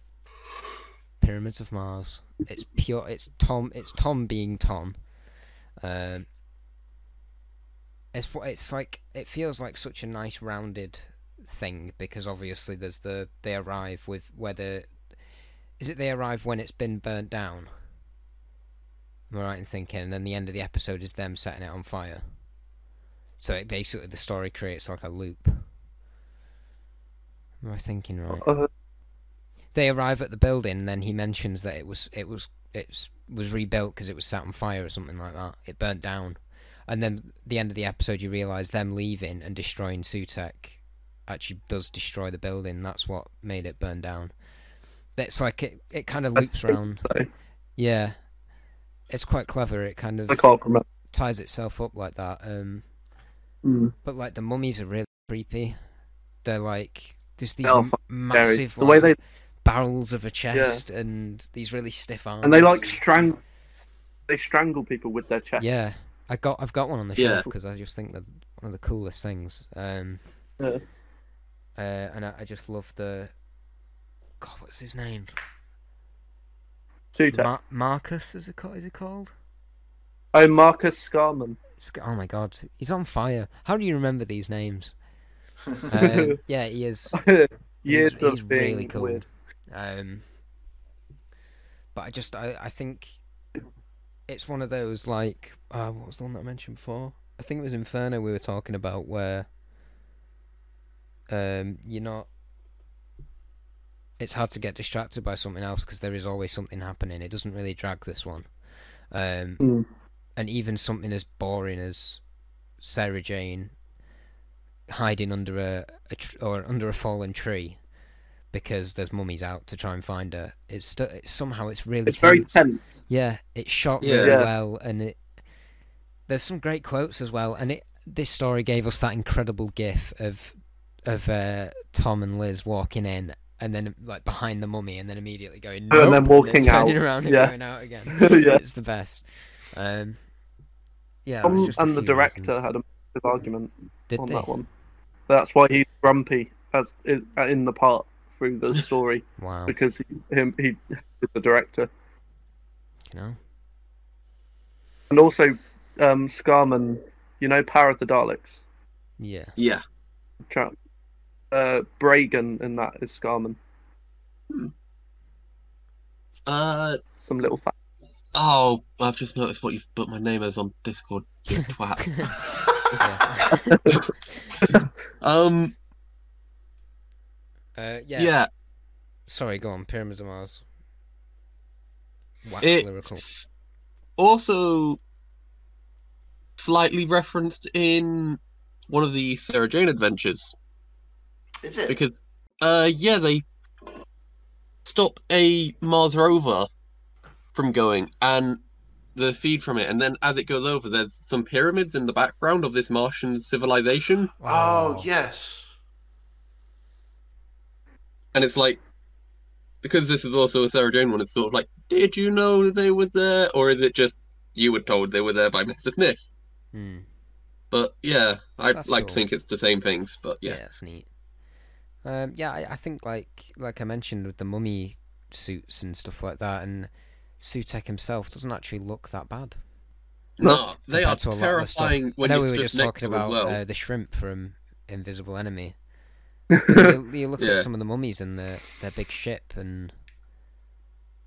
[SPEAKER 2] Pyramids of Mars. It's pure. It's Tom. It's Tom being Tom. Um, it's wha- it's like it feels like such a nice rounded thing because obviously there's the they arrive with whether is it they arrive when it's been burnt down. Am I right in thinking? And then the end of the episode is them setting it on fire. So it basically the story creates like a loop. Am I thinking right?
[SPEAKER 4] Uh,
[SPEAKER 2] they arrive at the building and then he mentions that it was it was it was rebuilt because it was set on fire or something like that it burnt down and then the end of the episode you realize them leaving and destroying sutek actually does destroy the building that's what made it burn down it's like it, it kind of
[SPEAKER 4] I
[SPEAKER 2] loops
[SPEAKER 4] think
[SPEAKER 2] around
[SPEAKER 4] so.
[SPEAKER 2] yeah it's quite clever it kind of
[SPEAKER 4] I can't remember.
[SPEAKER 2] ties itself up like that um
[SPEAKER 4] Mm.
[SPEAKER 2] but like the mummies are really creepy they're like just these
[SPEAKER 4] They are
[SPEAKER 2] m-
[SPEAKER 4] fucking Scary.
[SPEAKER 2] massive
[SPEAKER 4] The way
[SPEAKER 2] like,
[SPEAKER 4] they
[SPEAKER 2] barrels of a chest and these really stiff arms.
[SPEAKER 4] and they like strangle. They strangle people with their chests.
[SPEAKER 2] Yeah, I got I've got one on the
[SPEAKER 3] Yeah.
[SPEAKER 2] shelf because I just think that's one of the coolest things. Um,
[SPEAKER 4] Yeah.
[SPEAKER 2] uh, and I, I just love the. God, what's his name?
[SPEAKER 4] Sutek.
[SPEAKER 2] Mar- Marcus is it called? Is he called?
[SPEAKER 4] oh, Marcus Scarman.
[SPEAKER 2] Sc- Oh my God, he's on fire! How do you remember these names? Um, yeah, he is.
[SPEAKER 4] Years
[SPEAKER 2] he's,
[SPEAKER 4] of
[SPEAKER 2] he's
[SPEAKER 4] being
[SPEAKER 2] really cool.
[SPEAKER 4] weird.
[SPEAKER 2] Um, but I just I, I think it's one of those like uh, what was the one that I mentioned before? I think it was Inferno we were talking about where um you're not. It's hard to get distracted by something else because there is always something happening. It doesn't really drag this one. Um,
[SPEAKER 4] Mm.
[SPEAKER 2] and even something as boring as Sarah Jane hiding under a, a tr- or under a fallen tree because there's mummies out to try and find her. It's, st- it's somehow it's really
[SPEAKER 4] It's very
[SPEAKER 2] tense.
[SPEAKER 4] tense.
[SPEAKER 2] Yeah, it's shot
[SPEAKER 3] Yeah.
[SPEAKER 2] really
[SPEAKER 4] Yeah.
[SPEAKER 2] well, and it there's some great quotes as well. And it this story gave us that incredible gif of of uh, Tom and Liz walking in, and then like behind the mummy, and then immediately going
[SPEAKER 4] And then
[SPEAKER 2] "Nope,"
[SPEAKER 4] walking
[SPEAKER 2] turning
[SPEAKER 4] out.
[SPEAKER 2] around and
[SPEAKER 4] Yeah.
[SPEAKER 2] going out again.
[SPEAKER 4] Yeah.
[SPEAKER 2] It's the best. Um, yeah, it was
[SPEAKER 4] Um,
[SPEAKER 2] just a
[SPEAKER 4] and the
[SPEAKER 2] few
[SPEAKER 4] director
[SPEAKER 2] reasons.
[SPEAKER 4] had a massive argument
[SPEAKER 2] did
[SPEAKER 4] on
[SPEAKER 2] they?
[SPEAKER 4] that one. That's why he's grumpy as in, in the part through the story
[SPEAKER 2] Wow,
[SPEAKER 4] because he, him he the director
[SPEAKER 2] you know,
[SPEAKER 4] and also um, Scarman. You know, Power of the Daleks.
[SPEAKER 2] yeah,
[SPEAKER 3] yeah.
[SPEAKER 4] Chap. Uh, Bragan and that is Scarman.
[SPEAKER 3] Uh
[SPEAKER 4] Some little fact.
[SPEAKER 3] oh, I've just noticed what you've put my name as on Discord. You twat.
[SPEAKER 2] yeah.
[SPEAKER 3] um
[SPEAKER 2] Uh, yeah.
[SPEAKER 3] yeah.
[SPEAKER 2] Sorry, go on. Pyramids of Mars. Wax lyrical.
[SPEAKER 3] It's also slightly referenced in one of the Sarah Jane adventures
[SPEAKER 1] Is it?
[SPEAKER 3] because uh yeah they stop a Mars rover from going and the feed from it and then as it goes over there's some pyramids in the background of this Martian civilization
[SPEAKER 1] Oh yes.
[SPEAKER 3] and it's like because this is also a Sarah Jane one it's sort of like did you know they were there or is it just you were told they were there by Mr. Smith
[SPEAKER 2] Hmm.
[SPEAKER 3] but yeah I'd
[SPEAKER 2] That's
[SPEAKER 3] like
[SPEAKER 2] cool.
[SPEAKER 3] to think it's the same things but yeah,
[SPEAKER 2] that's neat. Um, yeah, I, I think like like I mentioned with the mummy suits and stuff like that, and Sutek himself doesn't actually look that bad.
[SPEAKER 3] no they
[SPEAKER 2] compared
[SPEAKER 3] are
[SPEAKER 2] to a lot of the stuff.
[SPEAKER 3] terrifying when
[SPEAKER 2] I know
[SPEAKER 3] you're
[SPEAKER 2] we were
[SPEAKER 3] just
[SPEAKER 2] just
[SPEAKER 3] next
[SPEAKER 2] talking
[SPEAKER 3] to them as
[SPEAKER 2] about
[SPEAKER 3] well.
[SPEAKER 2] uh, the shrimp from Invisible Enemy. you, you look
[SPEAKER 3] Yeah.
[SPEAKER 2] at some of the mummies and the, their big ship, and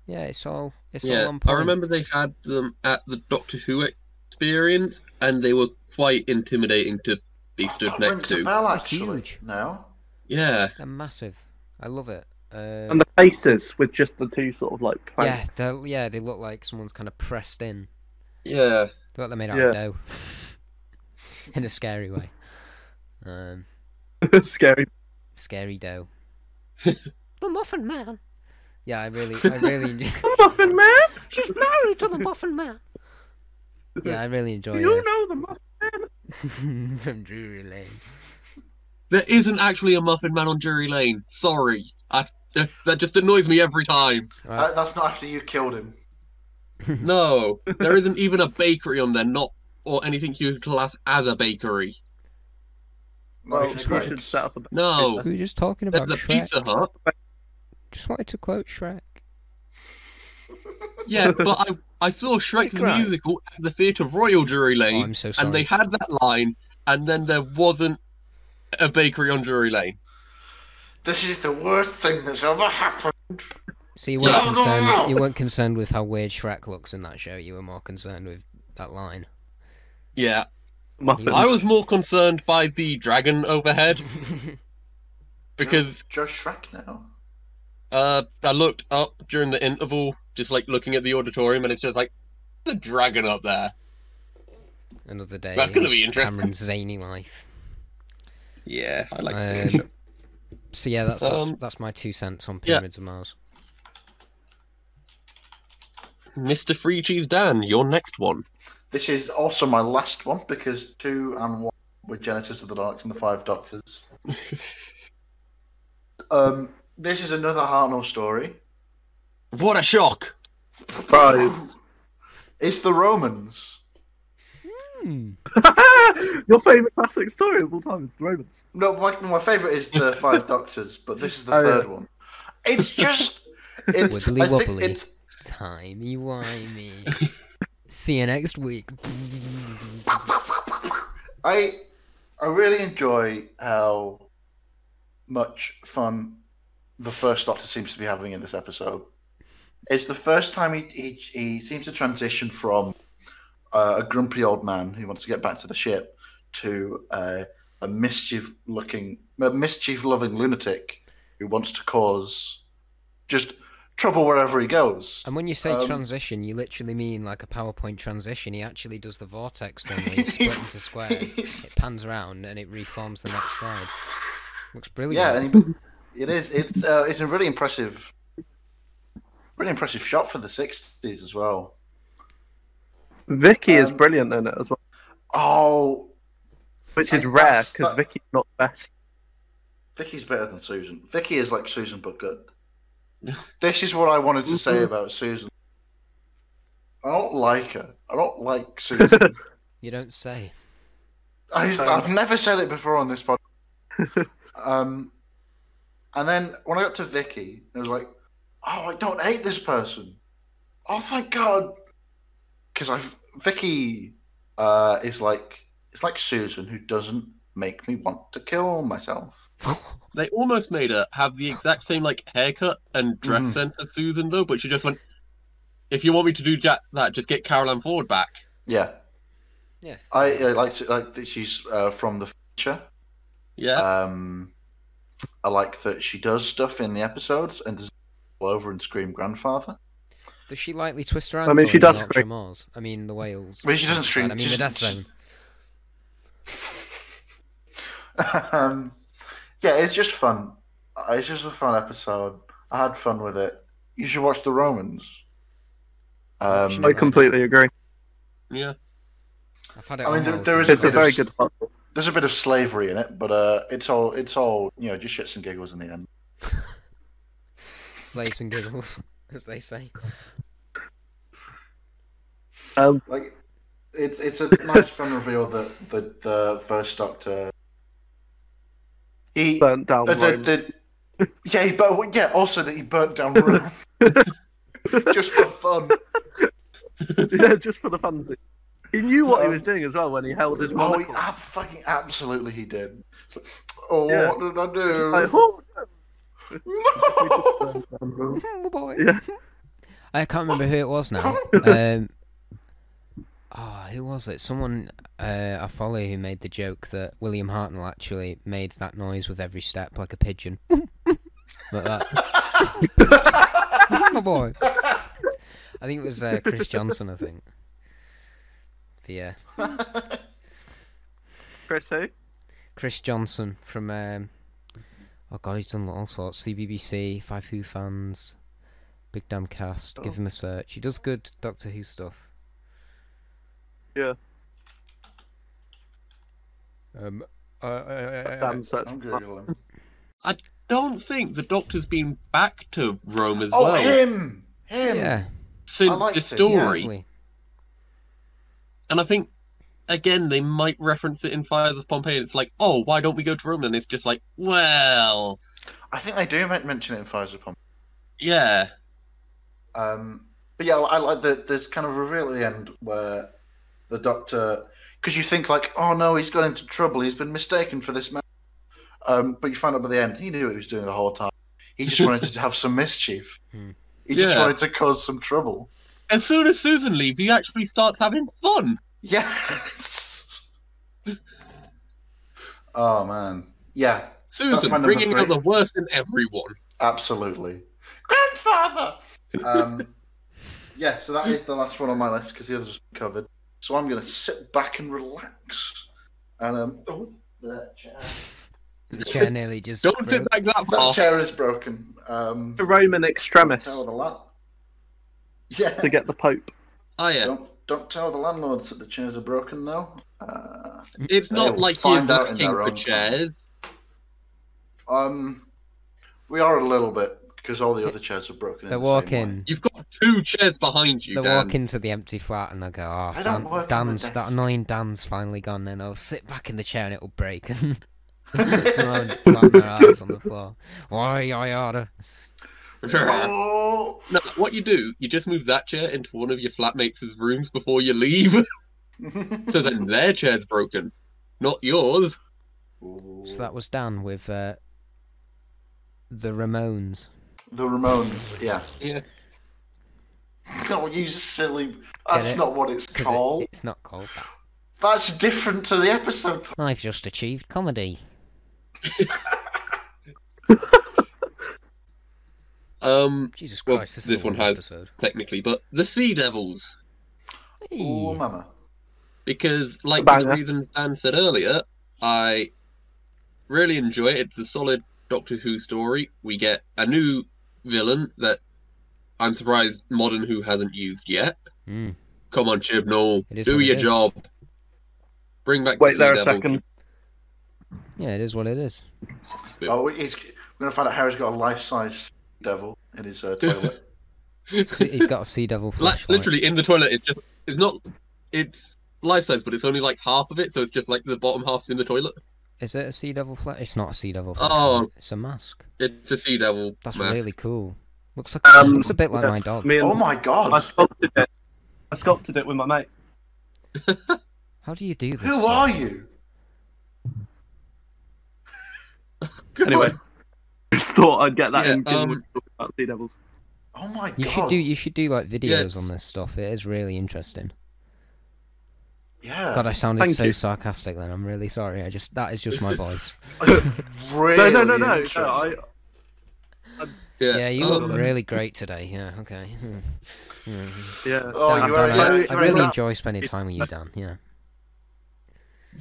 [SPEAKER 2] Yeah, it's all it's all
[SPEAKER 3] Yeah,
[SPEAKER 2] on
[SPEAKER 3] I
[SPEAKER 2] point.
[SPEAKER 3] remember they had them at the Doctor Who experience, and they were quite intimidating to be stood
[SPEAKER 1] That
[SPEAKER 3] next
[SPEAKER 1] rings a
[SPEAKER 3] to.
[SPEAKER 1] bell,
[SPEAKER 2] That's
[SPEAKER 1] actually.
[SPEAKER 2] huge.
[SPEAKER 1] Now,
[SPEAKER 3] Yeah,
[SPEAKER 2] They're massive. I love it.
[SPEAKER 4] And
[SPEAKER 2] Um,
[SPEAKER 4] the faces with just the two sort of like
[SPEAKER 2] yeah,
[SPEAKER 4] planks.
[SPEAKER 2] they yeah, they look like someone's kind of pressed in.
[SPEAKER 3] yeah.
[SPEAKER 2] They look like they're made out of dough, in a scary way. Um,
[SPEAKER 4] Scary.
[SPEAKER 2] scary dough. the Muffin Man. Yeah, I really, I really, enjoy-
[SPEAKER 4] The Muffin Man.
[SPEAKER 2] she's married to the Muffin Man. Yeah, I really enjoy
[SPEAKER 4] you
[SPEAKER 2] it
[SPEAKER 4] know the Muffin Man.
[SPEAKER 2] from Drury Lane.
[SPEAKER 3] There isn't actually a Muffin Man on Jury Lane. Sorry, I, that that just annoys me every time.
[SPEAKER 1] Uh, that's not after you killed him.
[SPEAKER 3] No, there isn't even a bakery on there, not or anything you could class as a bakery.
[SPEAKER 1] No,
[SPEAKER 4] we
[SPEAKER 1] it's
[SPEAKER 4] should- we
[SPEAKER 1] great.
[SPEAKER 4] should set up a
[SPEAKER 3] No,
[SPEAKER 2] we were just talking
[SPEAKER 3] the,
[SPEAKER 2] about
[SPEAKER 3] Oh. the
[SPEAKER 2] Shrek.
[SPEAKER 3] Pizza Hut.
[SPEAKER 2] Just wanted to quote Shrek.
[SPEAKER 3] Yeah, but I I saw Shrek the
[SPEAKER 2] Right.
[SPEAKER 3] musical at the Theatre Royal Drury
[SPEAKER 2] Oh,
[SPEAKER 3] Lane,
[SPEAKER 2] I'm so sorry.
[SPEAKER 3] and they had that line, and then there wasn't a bakery on Drury Lane.
[SPEAKER 1] This is the worst thing that's ever happened.
[SPEAKER 2] So you weren't
[SPEAKER 1] Yeah.
[SPEAKER 2] concerned. You weren't concerned with how weird Shrek looks in that show. You were more concerned with that line.
[SPEAKER 3] Yeah,
[SPEAKER 4] Muffin.
[SPEAKER 3] I was more concerned by the dragon overhead because
[SPEAKER 1] Joe Shrek now.
[SPEAKER 3] uh, I looked up during the interval, just like looking at the auditorium, and it's just like the dragon up there.
[SPEAKER 2] Another day.
[SPEAKER 3] That's gonna be interesting.
[SPEAKER 2] Cameron's zany life.
[SPEAKER 3] Yeah, I like.
[SPEAKER 2] Um,
[SPEAKER 3] the
[SPEAKER 2] So yeah, that's that's,
[SPEAKER 3] Um,
[SPEAKER 2] that's my two cents on
[SPEAKER 3] yeah.
[SPEAKER 2] pyramids of Mars.
[SPEAKER 3] Mr. Free Cheese Dan, your next one.
[SPEAKER 1] This is also my last one because two and one were Genesis of the Darks and the Five Doctors. um, this is another Hartnell story.
[SPEAKER 3] What a shock!
[SPEAKER 4] surprised.
[SPEAKER 1] It's the Romans.
[SPEAKER 4] Your favourite classic story of all time is the Romans.
[SPEAKER 1] No, my, my favorite is the Five Doctors, but this is the
[SPEAKER 4] Oh, yeah.
[SPEAKER 1] third one. It's just. It's,
[SPEAKER 2] Wibbly
[SPEAKER 1] I think
[SPEAKER 2] wobbly.
[SPEAKER 1] it's
[SPEAKER 2] Timey wimey. See you next week.
[SPEAKER 1] I I really enjoy how much fun the first Doctor seems to be having in this episode. It's the first time he he, he seems to transition from uh, a grumpy old man who wants to get back to the ship to uh, a mischief looking, a mischief loving lunatic who wants to cause just trouble wherever he goes.
[SPEAKER 2] And when you say
[SPEAKER 1] Um,
[SPEAKER 2] transition, you literally mean like a PowerPoint transition. He actually does the vortex thing where you split into squares. It pans around and it reforms the next side. Looks brilliant.
[SPEAKER 1] Yeah, and he- it is. It's uh, it's a really impressive, really impressive shot for the sixties as well.
[SPEAKER 4] Vicky is
[SPEAKER 1] Um,
[SPEAKER 4] brilliant in it as well,
[SPEAKER 1] Oh,
[SPEAKER 4] which is
[SPEAKER 1] I-
[SPEAKER 4] rare
[SPEAKER 1] that's-
[SPEAKER 4] because
[SPEAKER 1] that-
[SPEAKER 4] Vicky's not the best.
[SPEAKER 1] Vicky's better than Susan. Vicky is like Susan, but good. this is what I wanted to say about Susan. I don't like her. I don't like Susan.
[SPEAKER 2] You don't say.
[SPEAKER 1] I just, I've never said it before on this podcast. um, and then when I got to Vicky, it was like, "Oh, I don't hate this person. Oh, thank God." Because I, Vicky, uh, is like it's like Susan who doesn't make me want to kill myself.
[SPEAKER 3] They almost made her have the exact same like haircut and dress
[SPEAKER 1] Mhm.
[SPEAKER 3] sense as Susan though, but she just went. If you want me to do ja- that, just get Caroline Ford back.
[SPEAKER 1] Yeah,
[SPEAKER 2] Yeah.
[SPEAKER 1] I, I like to, like that she's uh, from the future.
[SPEAKER 3] Yeah,
[SPEAKER 1] Um, I like that she does stuff in the episodes and does all over and scream grandfather.
[SPEAKER 2] Does she lightly twist around?
[SPEAKER 4] I mean, she does scream.
[SPEAKER 2] Mars. I mean, the whales.
[SPEAKER 1] I mean, she doesn't scream,
[SPEAKER 2] I mean, the
[SPEAKER 1] she just-
[SPEAKER 2] Death Zone.
[SPEAKER 1] um, yeah, it's just fun. Uh, It's just a fun episode. I had fun with it. You should watch the Romans. Um,
[SPEAKER 4] I completely agree.
[SPEAKER 3] yeah.
[SPEAKER 2] I've had it.
[SPEAKER 1] I mean, there-
[SPEAKER 2] on hold.
[SPEAKER 1] there is
[SPEAKER 4] It's a
[SPEAKER 1] bit of
[SPEAKER 4] very
[SPEAKER 1] s-
[SPEAKER 4] good part.
[SPEAKER 1] there's a bit of slavery in it, but uh, it's all it's all you know, just shits and giggles in the end.
[SPEAKER 2] slaves and giggles, as they say.
[SPEAKER 4] Um,
[SPEAKER 1] Like, it's it's a nice fun reveal that the the first Doctor. He
[SPEAKER 4] burnt down
[SPEAKER 1] Uh,
[SPEAKER 4] Rome.
[SPEAKER 1] the, the, yeah, he burnt, yeah, also that he burnt down Rome. Just for fun.
[SPEAKER 4] yeah, just for the funsy. He knew what he was doing as well when he held his
[SPEAKER 1] Um, Oh, he,
[SPEAKER 4] monocle.
[SPEAKER 1] ab- fucking absolutely he did. It's like, Oh,
[SPEAKER 4] Yeah.
[SPEAKER 1] what did I do?
[SPEAKER 4] Like, oh,
[SPEAKER 1] No!
[SPEAKER 2] Oh boy.
[SPEAKER 4] Yeah.
[SPEAKER 2] I can't remember who it was now. Um, oh, who was it? Someone uh, I follow who made the joke that William Hartnell actually made that noise with every step, like a pigeon, like that. My boy. I think it was uh, Chris Johnson. I think. But yeah,
[SPEAKER 4] Chris, who?
[SPEAKER 2] Chris Johnson from. Um, oh God, he's done all sorts. CBBC, Five Who fans, Big Damn Cast. Give
[SPEAKER 4] Oh.
[SPEAKER 2] him a search. He does good Doctor Who stuff.
[SPEAKER 4] Yeah.
[SPEAKER 7] Um, uh, uh, uh,
[SPEAKER 4] Dan said-
[SPEAKER 1] I'm googling.
[SPEAKER 3] Don't think the Doctor's been back to Rome as
[SPEAKER 1] Oh,
[SPEAKER 3] well
[SPEAKER 1] him, him.
[SPEAKER 2] Yeah,
[SPEAKER 1] I
[SPEAKER 3] since
[SPEAKER 1] liked
[SPEAKER 3] the
[SPEAKER 1] it,
[SPEAKER 3] story,
[SPEAKER 2] exactly.
[SPEAKER 3] and I think again they might reference it in Fires of Pompeii. It's like, oh, why don't we go to Rome? And it's just like, well,
[SPEAKER 1] I think they do men- mention it in Fires Upon.
[SPEAKER 3] yeah,
[SPEAKER 1] Um, but yeah, I like that. There's kind of a real end where the doctor, because you think like, oh no, he's got into trouble. He's been mistaken for this man. Um, but you find out by the end, he knew what he was doing the whole time. He just wanted to have some mischief.
[SPEAKER 2] Hmm.
[SPEAKER 1] He just
[SPEAKER 3] Yeah.
[SPEAKER 1] wanted to cause some trouble.
[SPEAKER 3] As soon as Susan leaves, he actually starts having fun.
[SPEAKER 1] Yes. oh man. Yeah, That's my
[SPEAKER 3] Susan
[SPEAKER 1] number
[SPEAKER 3] bringing out
[SPEAKER 1] three.
[SPEAKER 3] the worst in everyone.
[SPEAKER 1] absolutely. Grandfather. Um, yeah. So that is the last one on my list because the others are covered. So I'm gonna sit back and relax. And um, oh, that chair.
[SPEAKER 2] The chair nearly just.
[SPEAKER 3] Don't sit
[SPEAKER 2] broke.
[SPEAKER 3] back that
[SPEAKER 1] That
[SPEAKER 3] far.
[SPEAKER 1] chair is broken. Um,
[SPEAKER 4] Oh. The Roman extremis
[SPEAKER 1] Don't tell the land. Yeah.
[SPEAKER 4] to get the Pope.
[SPEAKER 3] Oh yeah,
[SPEAKER 1] Don't don't tell the landlords that the chairs are broken now. Uh,
[SPEAKER 3] it's
[SPEAKER 1] will
[SPEAKER 3] not like he's
[SPEAKER 1] find out in
[SPEAKER 3] looking
[SPEAKER 1] their
[SPEAKER 3] for
[SPEAKER 1] own time.
[SPEAKER 3] chairs.
[SPEAKER 1] um, we are a little bit because all the other chairs are broken. in
[SPEAKER 2] They're
[SPEAKER 1] the same
[SPEAKER 2] walking.
[SPEAKER 1] way.
[SPEAKER 3] You've got two chairs behind you,
[SPEAKER 2] They
[SPEAKER 3] Dan.
[SPEAKER 2] walk into the empty flat and they go, "Oh,
[SPEAKER 1] I don't
[SPEAKER 2] Dan,
[SPEAKER 1] work on the
[SPEAKER 2] Dan's that
[SPEAKER 1] desk."
[SPEAKER 2] annoying Dan's finally gone." Then I'll sit back in the chair and it'll break. and they'll flap their arms on the floor. Why, I oughta.
[SPEAKER 1] Oh!
[SPEAKER 3] no, what you do, you just move that chair into one of your flatmates' rooms before you leave. so then their chair's broken, not yours.
[SPEAKER 2] So that was Dan with uh, the Ramones.
[SPEAKER 1] the Ramones. Yeah.
[SPEAKER 3] Yeah.
[SPEAKER 1] Oh, you silly. That's
[SPEAKER 2] it?
[SPEAKER 1] not what it's
[SPEAKER 2] 'Cause it-
[SPEAKER 1] called.
[SPEAKER 2] it's not called that.
[SPEAKER 1] That's different to the episode.
[SPEAKER 2] I've just achieved comedy.
[SPEAKER 3] Um,
[SPEAKER 2] Jesus
[SPEAKER 3] Well,
[SPEAKER 2] Christ, this, is
[SPEAKER 3] this
[SPEAKER 2] a
[SPEAKER 3] one
[SPEAKER 2] long
[SPEAKER 3] has-
[SPEAKER 2] episode.
[SPEAKER 3] technically, but the Sea Devils.
[SPEAKER 1] Oh,
[SPEAKER 2] Hey.
[SPEAKER 1] mama.
[SPEAKER 3] because like for the
[SPEAKER 4] Banger.
[SPEAKER 3] reason Dan said earlier, I really enjoy it. It's a solid Doctor Who story. We get a new villain that I'm surprised Modern Who hasn't used yet.
[SPEAKER 2] Mm.
[SPEAKER 3] Come on, Chibnall,
[SPEAKER 2] It is
[SPEAKER 3] do
[SPEAKER 2] what it
[SPEAKER 3] your
[SPEAKER 2] is.
[SPEAKER 3] job. Bring back.
[SPEAKER 4] Wait
[SPEAKER 3] the
[SPEAKER 4] there a
[SPEAKER 3] Sea Devils.
[SPEAKER 4] second.
[SPEAKER 2] Yeah, it is what it is.
[SPEAKER 1] Oh, he's, we're going to find out Harry's got a life size devil in his uh, toilet.
[SPEAKER 2] Se- He's got a sea devil
[SPEAKER 3] Like,
[SPEAKER 2] flashlight.
[SPEAKER 3] literally in the toilet. It's just it's not it's life size, but it's only like half of it, so it's just like the bottom half's in the toilet.
[SPEAKER 2] Is it a sea devil flash? It's not a sea devil flashlight.
[SPEAKER 3] Oh.
[SPEAKER 2] It's a mask.
[SPEAKER 3] It's a sea devil.
[SPEAKER 2] That's
[SPEAKER 3] mask.
[SPEAKER 2] really cool. Looks like
[SPEAKER 4] Um,
[SPEAKER 2] looks a bit like
[SPEAKER 4] yeah.
[SPEAKER 2] my dog.
[SPEAKER 4] Me and
[SPEAKER 1] oh my god.
[SPEAKER 4] I sculpted it. I sculpted it with my mate.
[SPEAKER 2] How do you do this?
[SPEAKER 1] Who
[SPEAKER 2] stuff?
[SPEAKER 1] are you?
[SPEAKER 3] Good
[SPEAKER 4] Anyway,
[SPEAKER 3] one.
[SPEAKER 4] just thought I'd get that
[SPEAKER 3] Yeah,
[SPEAKER 4] in, in
[SPEAKER 3] um,
[SPEAKER 4] with- about Sea Devils.
[SPEAKER 1] Oh my god.
[SPEAKER 2] You should do you should do like
[SPEAKER 3] Yeah.
[SPEAKER 2] videos on this stuff. It is really interesting.
[SPEAKER 1] Yeah.
[SPEAKER 2] God, I sounded
[SPEAKER 4] Thank
[SPEAKER 2] so
[SPEAKER 4] you.
[SPEAKER 2] sarcastic then. I'm really sorry. I just that is just my voice.
[SPEAKER 1] Oh, really
[SPEAKER 4] No, no, no, no. no
[SPEAKER 1] interesting.
[SPEAKER 4] I,
[SPEAKER 3] yeah,
[SPEAKER 2] Yeah, you
[SPEAKER 3] um,
[SPEAKER 2] look really great today. Yeah, okay. Hmm. Hmm.
[SPEAKER 4] yeah.
[SPEAKER 1] Oh,
[SPEAKER 2] Dan,
[SPEAKER 1] you
[SPEAKER 2] Dan,
[SPEAKER 1] are.
[SPEAKER 2] I,
[SPEAKER 1] yeah,
[SPEAKER 2] I
[SPEAKER 1] you are
[SPEAKER 2] really
[SPEAKER 1] right.
[SPEAKER 2] enjoy spending time with you, Dan. Yeah.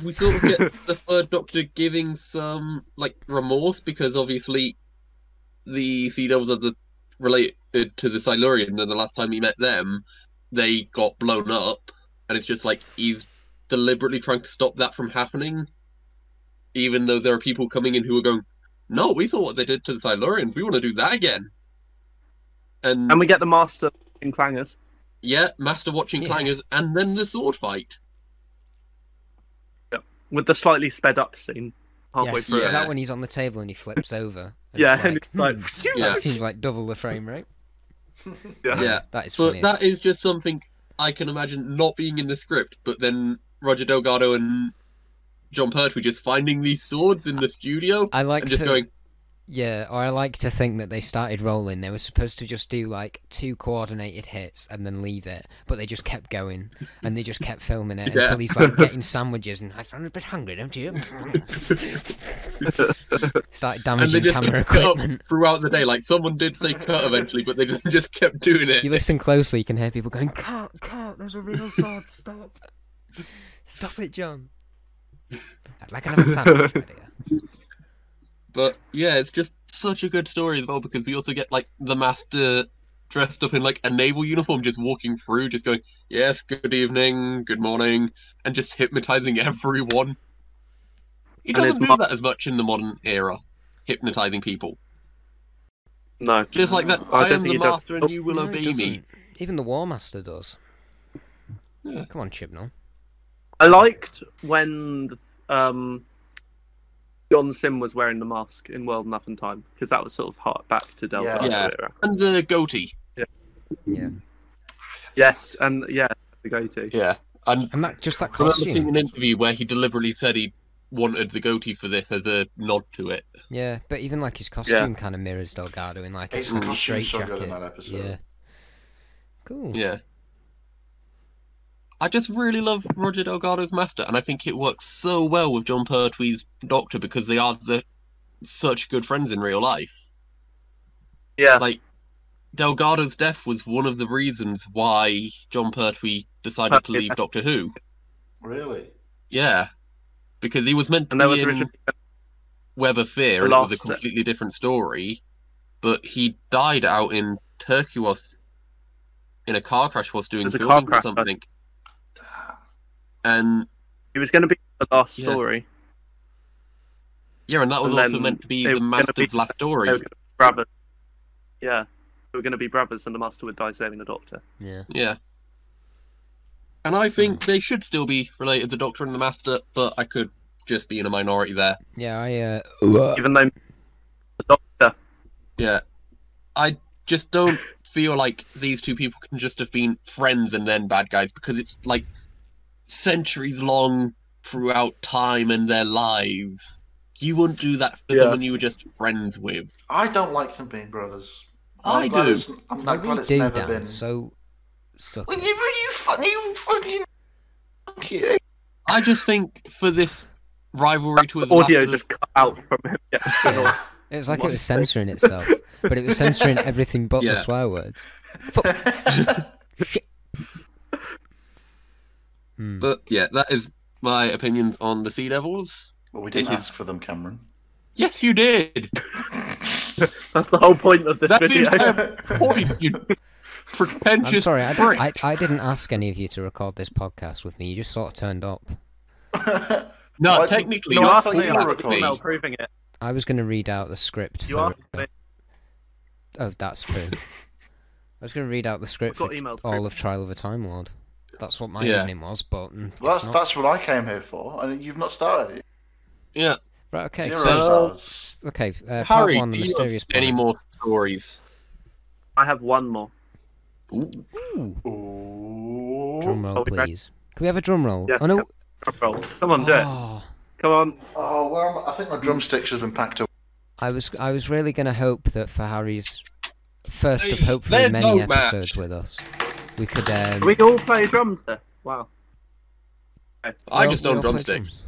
[SPEAKER 3] we sort of get the third doctor giving some like remorse because obviously the sea devils are the, related to the silurians and the last time he met them they got blown up and it's just like he's deliberately trying to stop that from happening even though there are people coming in who are going no we saw what they did to the silurians we want to do that again and,
[SPEAKER 4] And we get the master in clangers.
[SPEAKER 3] yeah master watching
[SPEAKER 2] Yeah.
[SPEAKER 3] clangers and then the sword fight
[SPEAKER 4] with the slightly sped up scene halfway
[SPEAKER 2] Yes,
[SPEAKER 4] through.
[SPEAKER 2] is
[SPEAKER 3] Yeah.
[SPEAKER 2] that when he's on the table and he flips over? And
[SPEAKER 4] Yeah,
[SPEAKER 2] it's
[SPEAKER 4] and
[SPEAKER 2] like,
[SPEAKER 4] it's like,
[SPEAKER 2] "Hmm,
[SPEAKER 4] phew."
[SPEAKER 3] Yeah.
[SPEAKER 2] that seems like double the frame rate.
[SPEAKER 4] Yeah.
[SPEAKER 3] yeah
[SPEAKER 2] That is
[SPEAKER 3] But
[SPEAKER 2] funny.
[SPEAKER 3] that is just something I can imagine not being in the script, but then Roger Delgado and John Pertwee just finding these swords in the studio
[SPEAKER 2] I like
[SPEAKER 3] and just
[SPEAKER 2] to
[SPEAKER 3] going,
[SPEAKER 2] Yeah, or I like to think that they started rolling. They were supposed to just do like two coordinated hits and then leave it, but they just kept going and they just kept filming it
[SPEAKER 3] Yeah.
[SPEAKER 2] until he's like getting sandwiches and I found a bit hungry, don't you? started
[SPEAKER 3] and they
[SPEAKER 2] damaging
[SPEAKER 3] just
[SPEAKER 2] camera
[SPEAKER 3] kept cut
[SPEAKER 2] equipment.
[SPEAKER 3] up throughout the day. Like someone did say cut eventually, but they just- just kept doing
[SPEAKER 2] If you
[SPEAKER 3] it.
[SPEAKER 2] listen closely, you can hear people going, "Cut, cut! There's a real sword. Stop, stop it, John." I'd like another fan idea.
[SPEAKER 3] But yeah, it's just such a good story as well because we also get like the master dressed up in like a naval uniform, just walking through, just going, "Yes, good evening, good morning," and just hypnotizing everyone. He
[SPEAKER 4] And
[SPEAKER 3] doesn't
[SPEAKER 4] it's
[SPEAKER 3] do
[SPEAKER 4] mo-
[SPEAKER 3] that as much in the modern era, hypnotizing people.
[SPEAKER 4] No.
[SPEAKER 3] Just like that,
[SPEAKER 4] I
[SPEAKER 3] I,
[SPEAKER 4] don't
[SPEAKER 3] am
[SPEAKER 4] think
[SPEAKER 3] the
[SPEAKER 4] he does.
[SPEAKER 3] master, and you will
[SPEAKER 2] No, it
[SPEAKER 3] obey me.
[SPEAKER 2] doesn't. Even the War Master does.
[SPEAKER 3] Yeah.
[SPEAKER 2] Come on, Chibnall.
[SPEAKER 4] I liked when um, John Sim was wearing the mask in World Enough and Time because that was sort of hark back to Del
[SPEAKER 1] Yeah.
[SPEAKER 4] Rey
[SPEAKER 3] Yeah.
[SPEAKER 4] era.
[SPEAKER 3] And the goatee.
[SPEAKER 4] Yes, and yeah, the goatee.
[SPEAKER 3] Yeah, and
[SPEAKER 2] And that just that
[SPEAKER 3] I remember seeing
[SPEAKER 2] costume.
[SPEAKER 3] an interview where he deliberately said he wanted the goatee for this as a nod to it.
[SPEAKER 2] Yeah, but even like his costume kind of mirrors Delgado in like
[SPEAKER 1] His
[SPEAKER 2] a
[SPEAKER 1] costume's
[SPEAKER 2] straight
[SPEAKER 1] so
[SPEAKER 2] jacket.
[SPEAKER 1] good in that episode.
[SPEAKER 2] Yeah. Cool.
[SPEAKER 3] Yeah. I just really love Roger Delgado's Master, and I think it works so well with John Pertwee's Doctor because they are the, such good friends in real life.
[SPEAKER 4] Yeah,
[SPEAKER 3] Like, Delgado's death was one of the reasons why John Pertwee decided to leave Doctor Who.
[SPEAKER 1] Really?
[SPEAKER 3] Yeah. Because he was meant to
[SPEAKER 4] and there was
[SPEAKER 3] be in
[SPEAKER 4] originally
[SPEAKER 3] Web of Fear,
[SPEAKER 4] The
[SPEAKER 3] and it was a
[SPEAKER 4] last-
[SPEAKER 3] completely different story. But he died out in Turkey whilst in a car crash whilst doing
[SPEAKER 4] There's a
[SPEAKER 3] filming
[SPEAKER 4] car
[SPEAKER 3] or
[SPEAKER 4] crash, I-
[SPEAKER 3] something. And
[SPEAKER 4] it was going to be the last
[SPEAKER 3] Yeah.
[SPEAKER 4] story.
[SPEAKER 3] yeah, and that was
[SPEAKER 4] And
[SPEAKER 3] also
[SPEAKER 4] then
[SPEAKER 3] meant to be
[SPEAKER 4] they
[SPEAKER 3] the
[SPEAKER 4] were gonna
[SPEAKER 3] master's
[SPEAKER 4] be-
[SPEAKER 3] last story.
[SPEAKER 4] They were gonna be brothers. Yeah, they were going to be brothers, and the Master would die saving the Doctor.
[SPEAKER 2] Yeah.
[SPEAKER 3] Yeah. And
[SPEAKER 4] Hmm.
[SPEAKER 3] I think they should still be related, the Doctor and the Master, but I could just be in a minority there.
[SPEAKER 2] Yeah, I uh
[SPEAKER 4] Even though the Doctor,
[SPEAKER 3] Yeah. I just don't feel like these two people can just have been friends and then bad guys because it's like centuries long throughout time and their lives. You wouldn't do that for
[SPEAKER 4] Yeah.
[SPEAKER 3] someone you were just friends with.
[SPEAKER 1] I don't like them being brothers.
[SPEAKER 3] I
[SPEAKER 1] glad
[SPEAKER 3] do.
[SPEAKER 1] it's- I'm
[SPEAKER 2] I
[SPEAKER 1] not glad
[SPEAKER 2] really
[SPEAKER 1] it's
[SPEAKER 2] do
[SPEAKER 1] never
[SPEAKER 2] Dan,
[SPEAKER 1] been.
[SPEAKER 2] so suck
[SPEAKER 1] Well,
[SPEAKER 2] it.
[SPEAKER 1] you, you, fu- you fucking. fuck you.
[SPEAKER 3] I just think for this rivalry to his
[SPEAKER 4] audio
[SPEAKER 3] master-
[SPEAKER 4] just cut out from him. Yeah,
[SPEAKER 2] Yeah. It was like it was censoring itself, but it was censoring everything but the
[SPEAKER 3] Yeah.
[SPEAKER 2] swear words. Hmm.
[SPEAKER 3] But yeah, that is my opinions on the Sea Devils.
[SPEAKER 1] well, we didn't
[SPEAKER 3] It is-
[SPEAKER 1] ask for them, Cameron.
[SPEAKER 3] Yes, you did.
[SPEAKER 4] That's the whole point of this
[SPEAKER 3] That's the
[SPEAKER 4] video.
[SPEAKER 3] entire point. You pretentious
[SPEAKER 2] I'm sorry, I, d-
[SPEAKER 3] prick.
[SPEAKER 2] I, I didn't ask any of you to record this podcast with me. You just sort of turned up.
[SPEAKER 3] No,
[SPEAKER 1] Well, I-
[SPEAKER 3] technically,
[SPEAKER 1] no,
[SPEAKER 4] You
[SPEAKER 3] you're
[SPEAKER 1] I
[SPEAKER 4] asked
[SPEAKER 1] thought
[SPEAKER 4] me
[SPEAKER 1] you were
[SPEAKER 3] forced to
[SPEAKER 4] about
[SPEAKER 1] recording.
[SPEAKER 3] be.
[SPEAKER 4] email proving it.
[SPEAKER 2] I was going to read out the script
[SPEAKER 4] You
[SPEAKER 2] for.
[SPEAKER 4] asked me.
[SPEAKER 2] Oh, that's true. I was going to read out the script for
[SPEAKER 4] got emails
[SPEAKER 2] all
[SPEAKER 4] through.
[SPEAKER 2] of Trial of a Time Lord. That's what my
[SPEAKER 3] Yeah.
[SPEAKER 2] evening was, but mm,
[SPEAKER 1] Well, that's
[SPEAKER 2] it's not.
[SPEAKER 1] that's what I came here for, and you've not started. it.
[SPEAKER 3] Yeah,
[SPEAKER 2] right. Okay,
[SPEAKER 1] Zero
[SPEAKER 2] so
[SPEAKER 1] stars.
[SPEAKER 2] okay, uh, part
[SPEAKER 3] Harry,
[SPEAKER 2] one, the
[SPEAKER 3] do you
[SPEAKER 2] mysterious
[SPEAKER 3] have any
[SPEAKER 2] planet.
[SPEAKER 3] more stories?
[SPEAKER 4] I have one more.
[SPEAKER 2] Ooh,
[SPEAKER 1] Ooh.
[SPEAKER 2] drum roll,
[SPEAKER 4] Are we ready?
[SPEAKER 2] please. Can we have a drum roll?
[SPEAKER 4] Yes,
[SPEAKER 2] oh no!
[SPEAKER 4] Drum roll. Come on, do
[SPEAKER 3] Ah.
[SPEAKER 4] it.
[SPEAKER 2] Oh,
[SPEAKER 4] Come on.
[SPEAKER 1] Oh well, I think my drumsticks has been packed up.
[SPEAKER 2] I was I was really going to hope that for Harry's first of
[SPEAKER 3] Hey,
[SPEAKER 2] hopefully
[SPEAKER 3] there's
[SPEAKER 2] many
[SPEAKER 3] no match.
[SPEAKER 2] episodes with us, we could. Um,
[SPEAKER 4] Do we all play drums there? Wow.
[SPEAKER 3] I
[SPEAKER 2] well,
[SPEAKER 3] just
[SPEAKER 2] we
[SPEAKER 3] own
[SPEAKER 2] all play
[SPEAKER 3] drumsticks.
[SPEAKER 2] drums.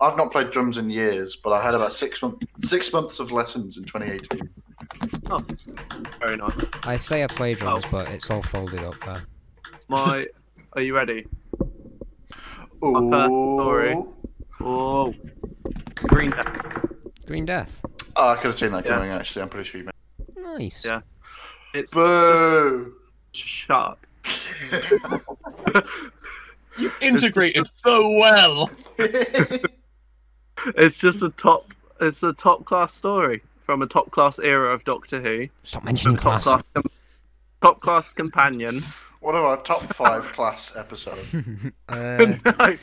[SPEAKER 1] I've not played drums in years, but I had about six month, six months of lessons in 2018.
[SPEAKER 4] Very nice.
[SPEAKER 2] I say I play drums,
[SPEAKER 4] Oh.
[SPEAKER 2] but it's all folded up there.
[SPEAKER 4] My. Are you ready?
[SPEAKER 1] Ooh.
[SPEAKER 4] first story. Oh. Green Day.
[SPEAKER 2] Green Death.
[SPEAKER 1] Oh, I could have seen that
[SPEAKER 4] Yeah.
[SPEAKER 1] coming. Actually, I'm pretty sure you. Made...
[SPEAKER 2] Nice.
[SPEAKER 4] Yeah. It's
[SPEAKER 1] Boo!
[SPEAKER 4] sharp.
[SPEAKER 3] You integrated so well.
[SPEAKER 4] It's just a top. It's a top class story from a top class era of Doctor Who.
[SPEAKER 2] Stop
[SPEAKER 4] A
[SPEAKER 2] mentioning
[SPEAKER 4] top
[SPEAKER 2] class.
[SPEAKER 4] class. com- top class companion.
[SPEAKER 1] One of our top five class episodes.
[SPEAKER 2] Uh,
[SPEAKER 4] No.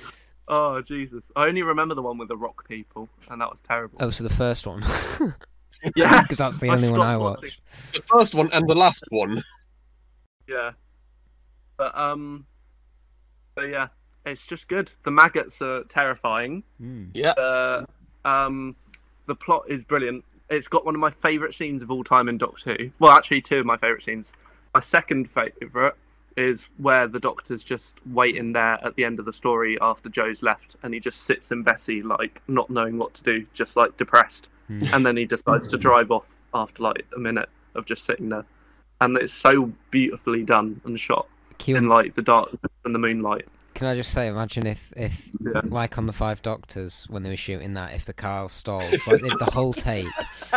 [SPEAKER 4] Oh Jesus! I only remember the one with the rock people, and that was terrible.
[SPEAKER 2] oh, so the first one, because
[SPEAKER 4] Yeah,
[SPEAKER 2] that's the
[SPEAKER 4] I
[SPEAKER 2] only one
[SPEAKER 4] stopped
[SPEAKER 2] I
[SPEAKER 4] watching.
[SPEAKER 2] watched.
[SPEAKER 3] The first one and the last one.
[SPEAKER 4] yeah. But um, so yeah, it's just good. The maggots are terrifying.
[SPEAKER 2] Mm.
[SPEAKER 3] Yeah.
[SPEAKER 4] The um, the uh, plot is brilliant. It's got one of my favourite scenes of all time in Doctor Who. Well, actually, two of my favourite scenes. My second favourite is where the Doctor's just waiting there at the end of the story after Joe's left, and he just sits in Bessie, like not knowing what to do, just like depressed.
[SPEAKER 2] Hmm.
[SPEAKER 4] And then he decides to drive off after like a minute of just sitting there. And it's so beautifully done and shot in
[SPEAKER 2] Kewan,
[SPEAKER 4] like the darkness and the moonlight.
[SPEAKER 2] can I just say, imagine if, if
[SPEAKER 4] Yeah.
[SPEAKER 2] like on the Five Doctors when they were shooting that, if the car stalls, like they did the whole take,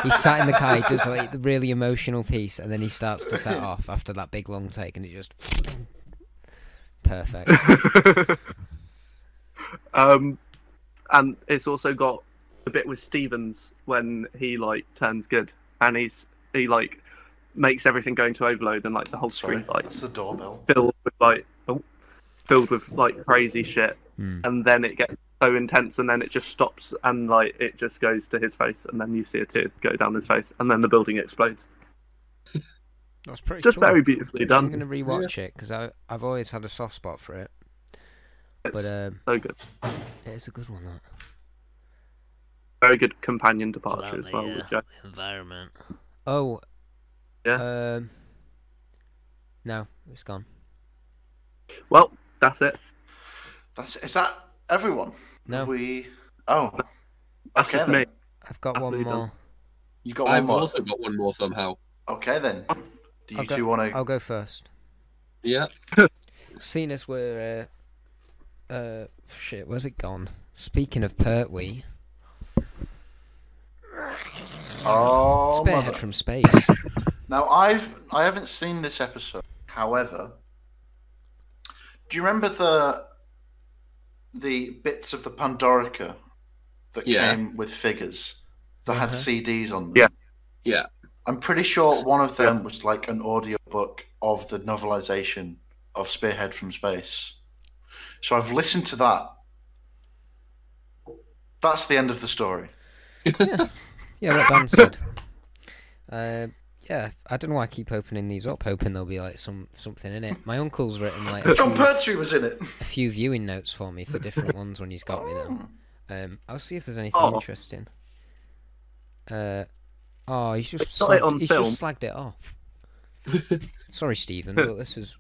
[SPEAKER 2] he sat in the car, he does like the really emotional piece, and then he starts to set off after that big long take, and it just perfect.
[SPEAKER 4] um, and it's also got a bit with Stevens when he like turns good and he's he like makes everything going to overload and like the whole
[SPEAKER 1] Sorry,
[SPEAKER 4] screen's like
[SPEAKER 1] that's the doorbell.
[SPEAKER 4] filled with like oh, filled with like crazy shit
[SPEAKER 2] Hmm.
[SPEAKER 4] and then it gets so intense and then it just stops and like it just goes to his face and then you see a tear go down his face and then the building explodes
[SPEAKER 2] That's pretty.
[SPEAKER 4] just
[SPEAKER 2] cool.
[SPEAKER 4] very beautifully
[SPEAKER 2] I'm
[SPEAKER 4] done
[SPEAKER 2] gonna rewatch it because I I've always had a soft spot for it,
[SPEAKER 4] it's
[SPEAKER 2] but um,
[SPEAKER 4] so good
[SPEAKER 2] it is a good one. That.
[SPEAKER 4] very good companion
[SPEAKER 8] About
[SPEAKER 4] departure as
[SPEAKER 8] the,
[SPEAKER 4] well
[SPEAKER 8] uh,
[SPEAKER 4] with Joe.
[SPEAKER 8] the environment.
[SPEAKER 2] Oh.
[SPEAKER 4] Yeah.
[SPEAKER 2] Um. No, it's gone.
[SPEAKER 4] well that's it
[SPEAKER 1] That's is that everyone?
[SPEAKER 2] No,
[SPEAKER 1] We oh
[SPEAKER 4] that's
[SPEAKER 1] okay
[SPEAKER 4] just
[SPEAKER 1] then.
[SPEAKER 4] me
[SPEAKER 2] I've got
[SPEAKER 4] That's
[SPEAKER 2] one
[SPEAKER 4] really done.
[SPEAKER 2] more.
[SPEAKER 1] You got one
[SPEAKER 3] I've
[SPEAKER 1] more.
[SPEAKER 3] also got one more somehow.
[SPEAKER 1] Okay then. Do you
[SPEAKER 2] I'll go-
[SPEAKER 1] two want to?
[SPEAKER 2] I'll go first.
[SPEAKER 3] Yeah.
[SPEAKER 2] Seeing as we're uh, uh, shit, where's it gone? Speaking of Pertwee,
[SPEAKER 1] Oh,
[SPEAKER 2] Spearhead
[SPEAKER 1] mother.
[SPEAKER 2] from Space.
[SPEAKER 1] Now I've I haven't seen this episode. However, do you remember the the bits of the Pandorica that
[SPEAKER 3] Yeah.
[SPEAKER 1] came with figures that had
[SPEAKER 2] Uh-huh.
[SPEAKER 1] CDs on them?
[SPEAKER 4] Yeah.
[SPEAKER 3] Yeah.
[SPEAKER 1] I'm pretty sure one of them was like an audiobook of the novelization of Spearhead from Space. So I've listened to that. That's the end of the story.
[SPEAKER 2] yeah, what Dan said. Uh, yeah, I don't know why I keep opening these up, hoping there'll be like some something in it. My uncle's written like a
[SPEAKER 1] John
[SPEAKER 2] few,
[SPEAKER 1] Pertwee was in it.
[SPEAKER 2] a few viewing notes for me for different ones when he's got me them. Um, I'll see if there's anything
[SPEAKER 4] Oh.
[SPEAKER 2] interesting. Uh, oh, he's just
[SPEAKER 4] They've got it
[SPEAKER 2] slagged,
[SPEAKER 4] on
[SPEAKER 2] he's just slagged it off. Sorry, Stephen, but this is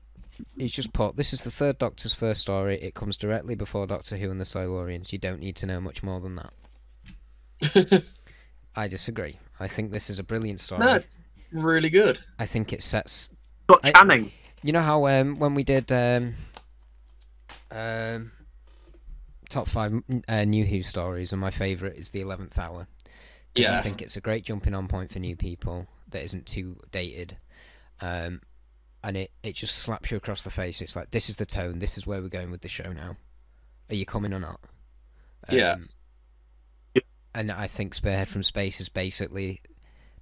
[SPEAKER 2] he's just put. This is the third Doctor's first story. It comes directly before Doctor Who and the Silurians. You don't need to know much more than that. I disagree. I think this is a brilliant story.
[SPEAKER 3] No, it's really good.
[SPEAKER 2] I think it sets
[SPEAKER 4] got
[SPEAKER 2] I-
[SPEAKER 4] Channing
[SPEAKER 2] you know how um, when we did um, um, top five uh, new Who stories, and my favourite is the Eleventh Hour. 'Cause I
[SPEAKER 3] Yeah.
[SPEAKER 2] think it's a great jumping on point for new people that isn't too dated, um, and it it just slaps you across the face. It's like this is the tone. This is where we're going with the show now. Are you coming or not? Um,
[SPEAKER 3] Yeah.
[SPEAKER 4] Yeah.
[SPEAKER 2] And I think Spearhead from Space is basically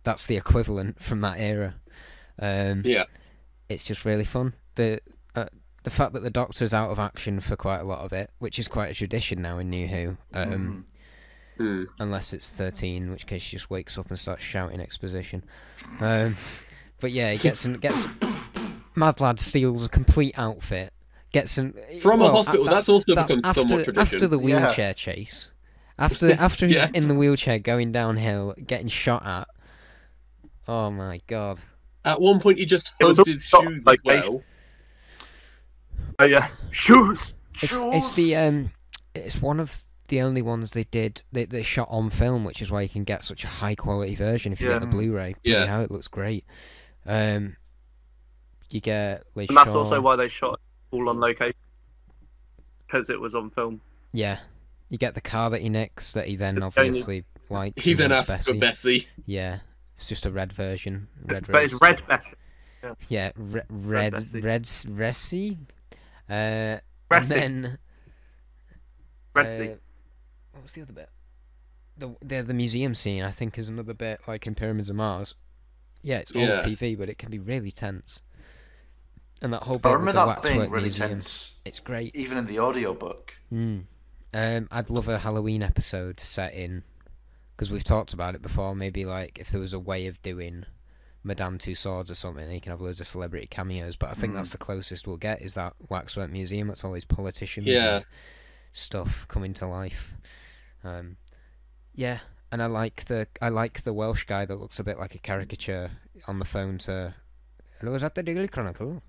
[SPEAKER 2] that's the equivalent from that era. Um,
[SPEAKER 3] Yeah.
[SPEAKER 2] it's just really fun. The uh, the fact that the Doctor's out of action for quite a lot of it, which is quite a tradition now in New Who,
[SPEAKER 3] Mm.
[SPEAKER 2] um,
[SPEAKER 3] Hmm.
[SPEAKER 2] unless it's thirteen, in which case she just wakes up and starts shouting exposition. Um, but yeah, he gets and gets Mad Lad steals a complete outfit, gets an
[SPEAKER 3] From a
[SPEAKER 2] well,
[SPEAKER 3] hospital, that's also become
[SPEAKER 2] after,
[SPEAKER 3] somewhat tradition.
[SPEAKER 2] after the
[SPEAKER 1] Yeah.
[SPEAKER 2] wheelchair chase. After after he's
[SPEAKER 3] Yeah.
[SPEAKER 2] in the wheelchair going downhill, getting shot at. Oh my god.
[SPEAKER 3] At one point, he just
[SPEAKER 4] It was
[SPEAKER 3] hugs his
[SPEAKER 4] all-
[SPEAKER 3] shoes
[SPEAKER 4] like,
[SPEAKER 3] as well.
[SPEAKER 4] oh yeah shoes
[SPEAKER 2] It's, it's the um, it's one of the only ones they did they, they shot on film, which is why you can get such a high quality version if you get the
[SPEAKER 4] Yeah.
[SPEAKER 2] Blu-ray.
[SPEAKER 3] Yeah.
[SPEAKER 2] how it looks great. Um, you get Liz
[SPEAKER 4] And that's
[SPEAKER 2] Shaw.
[SPEAKER 4] also why they shot all on location because it was on film.
[SPEAKER 2] yeah, you get the car that he nicks that he then
[SPEAKER 4] Only-
[SPEAKER 2] obviously likes.
[SPEAKER 3] He
[SPEAKER 2] and
[SPEAKER 3] then
[SPEAKER 2] loves
[SPEAKER 3] asked for Bessie.
[SPEAKER 2] Yeah, it's just a red version. Red
[SPEAKER 4] but it's
[SPEAKER 2] rose.
[SPEAKER 4] Red Bessie.
[SPEAKER 2] Yeah, re- red
[SPEAKER 4] Bessie.
[SPEAKER 2] red s- Resi. Uh, and
[SPEAKER 4] Bessie.
[SPEAKER 2] then
[SPEAKER 4] Bessie.
[SPEAKER 2] Uh, what was the other bit? The, the the museum scene, I think, is another bit like in Pyramids of Mars. Yeah, it's old
[SPEAKER 3] Yeah.
[SPEAKER 2] TV, but it can be really tense. And that whole bit
[SPEAKER 1] I
[SPEAKER 2] with
[SPEAKER 1] remember
[SPEAKER 2] the
[SPEAKER 1] that
[SPEAKER 2] waxwork
[SPEAKER 1] being really
[SPEAKER 2] museum,
[SPEAKER 1] tense,
[SPEAKER 2] it's great.
[SPEAKER 1] even in the audiobook.
[SPEAKER 2] Mm. Um, I'd love a Halloween episode set in because we've talked about it before. Maybe like if there was a way of doing Madame Two Swords or something, then you can have loads of celebrity cameos. But I
[SPEAKER 1] Mm.
[SPEAKER 2] think that's the closest we'll get is that waxwork museum. It's all these politicians, and
[SPEAKER 3] Yeah.
[SPEAKER 2] stuff coming to life. Um, yeah, and I like the I like the Welsh guy that looks a bit like a caricature on the phone to. Hello, is that the Daily Chronicle?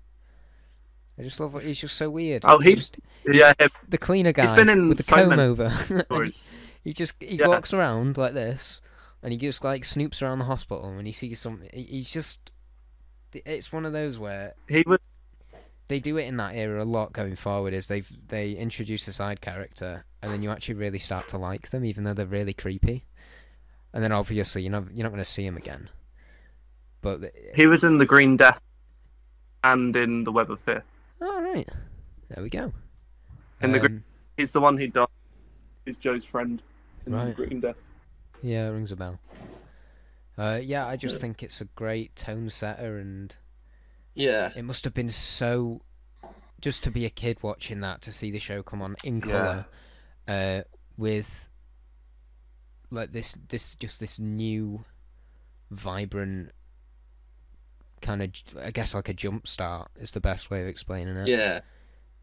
[SPEAKER 2] I just love. He's just so weird.
[SPEAKER 4] Oh, he's-
[SPEAKER 2] just-
[SPEAKER 4] Yeah,
[SPEAKER 2] the cleaner guy
[SPEAKER 4] been in
[SPEAKER 2] with the
[SPEAKER 4] so
[SPEAKER 2] comb
[SPEAKER 4] many
[SPEAKER 2] over. And
[SPEAKER 4] stories.
[SPEAKER 2] he just he
[SPEAKER 4] Yeah.
[SPEAKER 2] walks around like this, and he just like snoops around the hospital, and he sees something. He's just. It's one of those where
[SPEAKER 4] he was
[SPEAKER 2] they do it in that era a lot going forward is they they introduce a side character and then you actually really start to like them even though they're really creepy and then obviously you're not you're not going to see him again but th-
[SPEAKER 4] he was in the Green Death and in the Web of Fear.
[SPEAKER 2] all right there we go
[SPEAKER 4] In the gr-
[SPEAKER 2] Um,
[SPEAKER 4] He's the one who died. He's Joe's friend in the
[SPEAKER 2] Right.
[SPEAKER 4] Green Death.
[SPEAKER 2] yeah rings a bell uh, yeah i just think it's a great tone setter and
[SPEAKER 3] Yeah.
[SPEAKER 2] it must have been so just to be a kid watching that to see the show come on in
[SPEAKER 1] Yeah.
[SPEAKER 2] color uh, with like this this just this new vibrant kind of i guess like a jump start is the best way of explaining it
[SPEAKER 3] Yeah.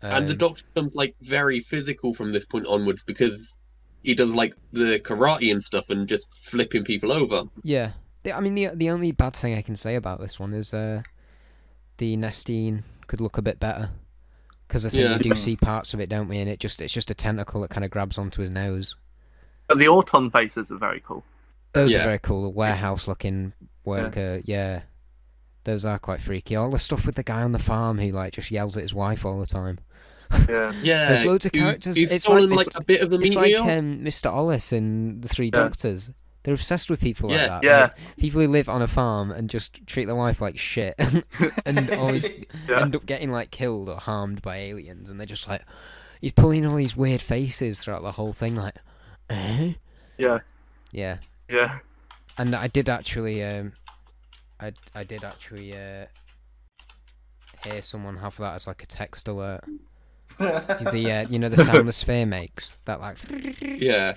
[SPEAKER 3] and the
[SPEAKER 2] Um,
[SPEAKER 3] doctor becomes like very physical from this point onwards because he does like the karate and stuff and just flipping people over.
[SPEAKER 2] yeah The- i mean the the only bad thing i can say about this one is uh the nestine could look a bit better because i think
[SPEAKER 3] Yeah.
[SPEAKER 2] we do see parts of it don't we and it just it's just a tentacle that kind of grabs onto his nose
[SPEAKER 4] But the Auton faces are very cool.
[SPEAKER 2] Those are
[SPEAKER 3] Yeah.
[SPEAKER 2] very cool. The warehouse looking worker, yeah. Those are quite freaky. All the stuff with the guy on the farm who like just yells at his wife all the time.
[SPEAKER 4] Yeah.
[SPEAKER 3] Yeah,
[SPEAKER 2] There's loads of
[SPEAKER 3] he-
[SPEAKER 2] characters.
[SPEAKER 3] He's
[SPEAKER 2] It's
[SPEAKER 3] stolen
[SPEAKER 2] like-
[SPEAKER 3] like,
[SPEAKER 2] it's-
[SPEAKER 3] a bit of the
[SPEAKER 2] It's
[SPEAKER 3] meat
[SPEAKER 2] like
[SPEAKER 3] meal.
[SPEAKER 2] um, Mr. Ollis in The Three
[SPEAKER 4] Yeah.
[SPEAKER 2] Doctors. They're obsessed with people like
[SPEAKER 3] Yeah.
[SPEAKER 2] that.
[SPEAKER 4] Yeah.
[SPEAKER 2] like, people who live on a farm and just treat their wife like shit and always
[SPEAKER 4] Yeah.
[SPEAKER 2] end up getting like killed or harmed by aliens. And they're just like, he's pulling all these weird faces throughout the whole thing. Like, eh?
[SPEAKER 4] Yeah.
[SPEAKER 2] Yeah.
[SPEAKER 4] Yeah.
[SPEAKER 2] and I did actually, um, I I did actually uh, hear someone have that as like a text alert. The uh, you know the sound the sphere makes that like
[SPEAKER 3] Yeah,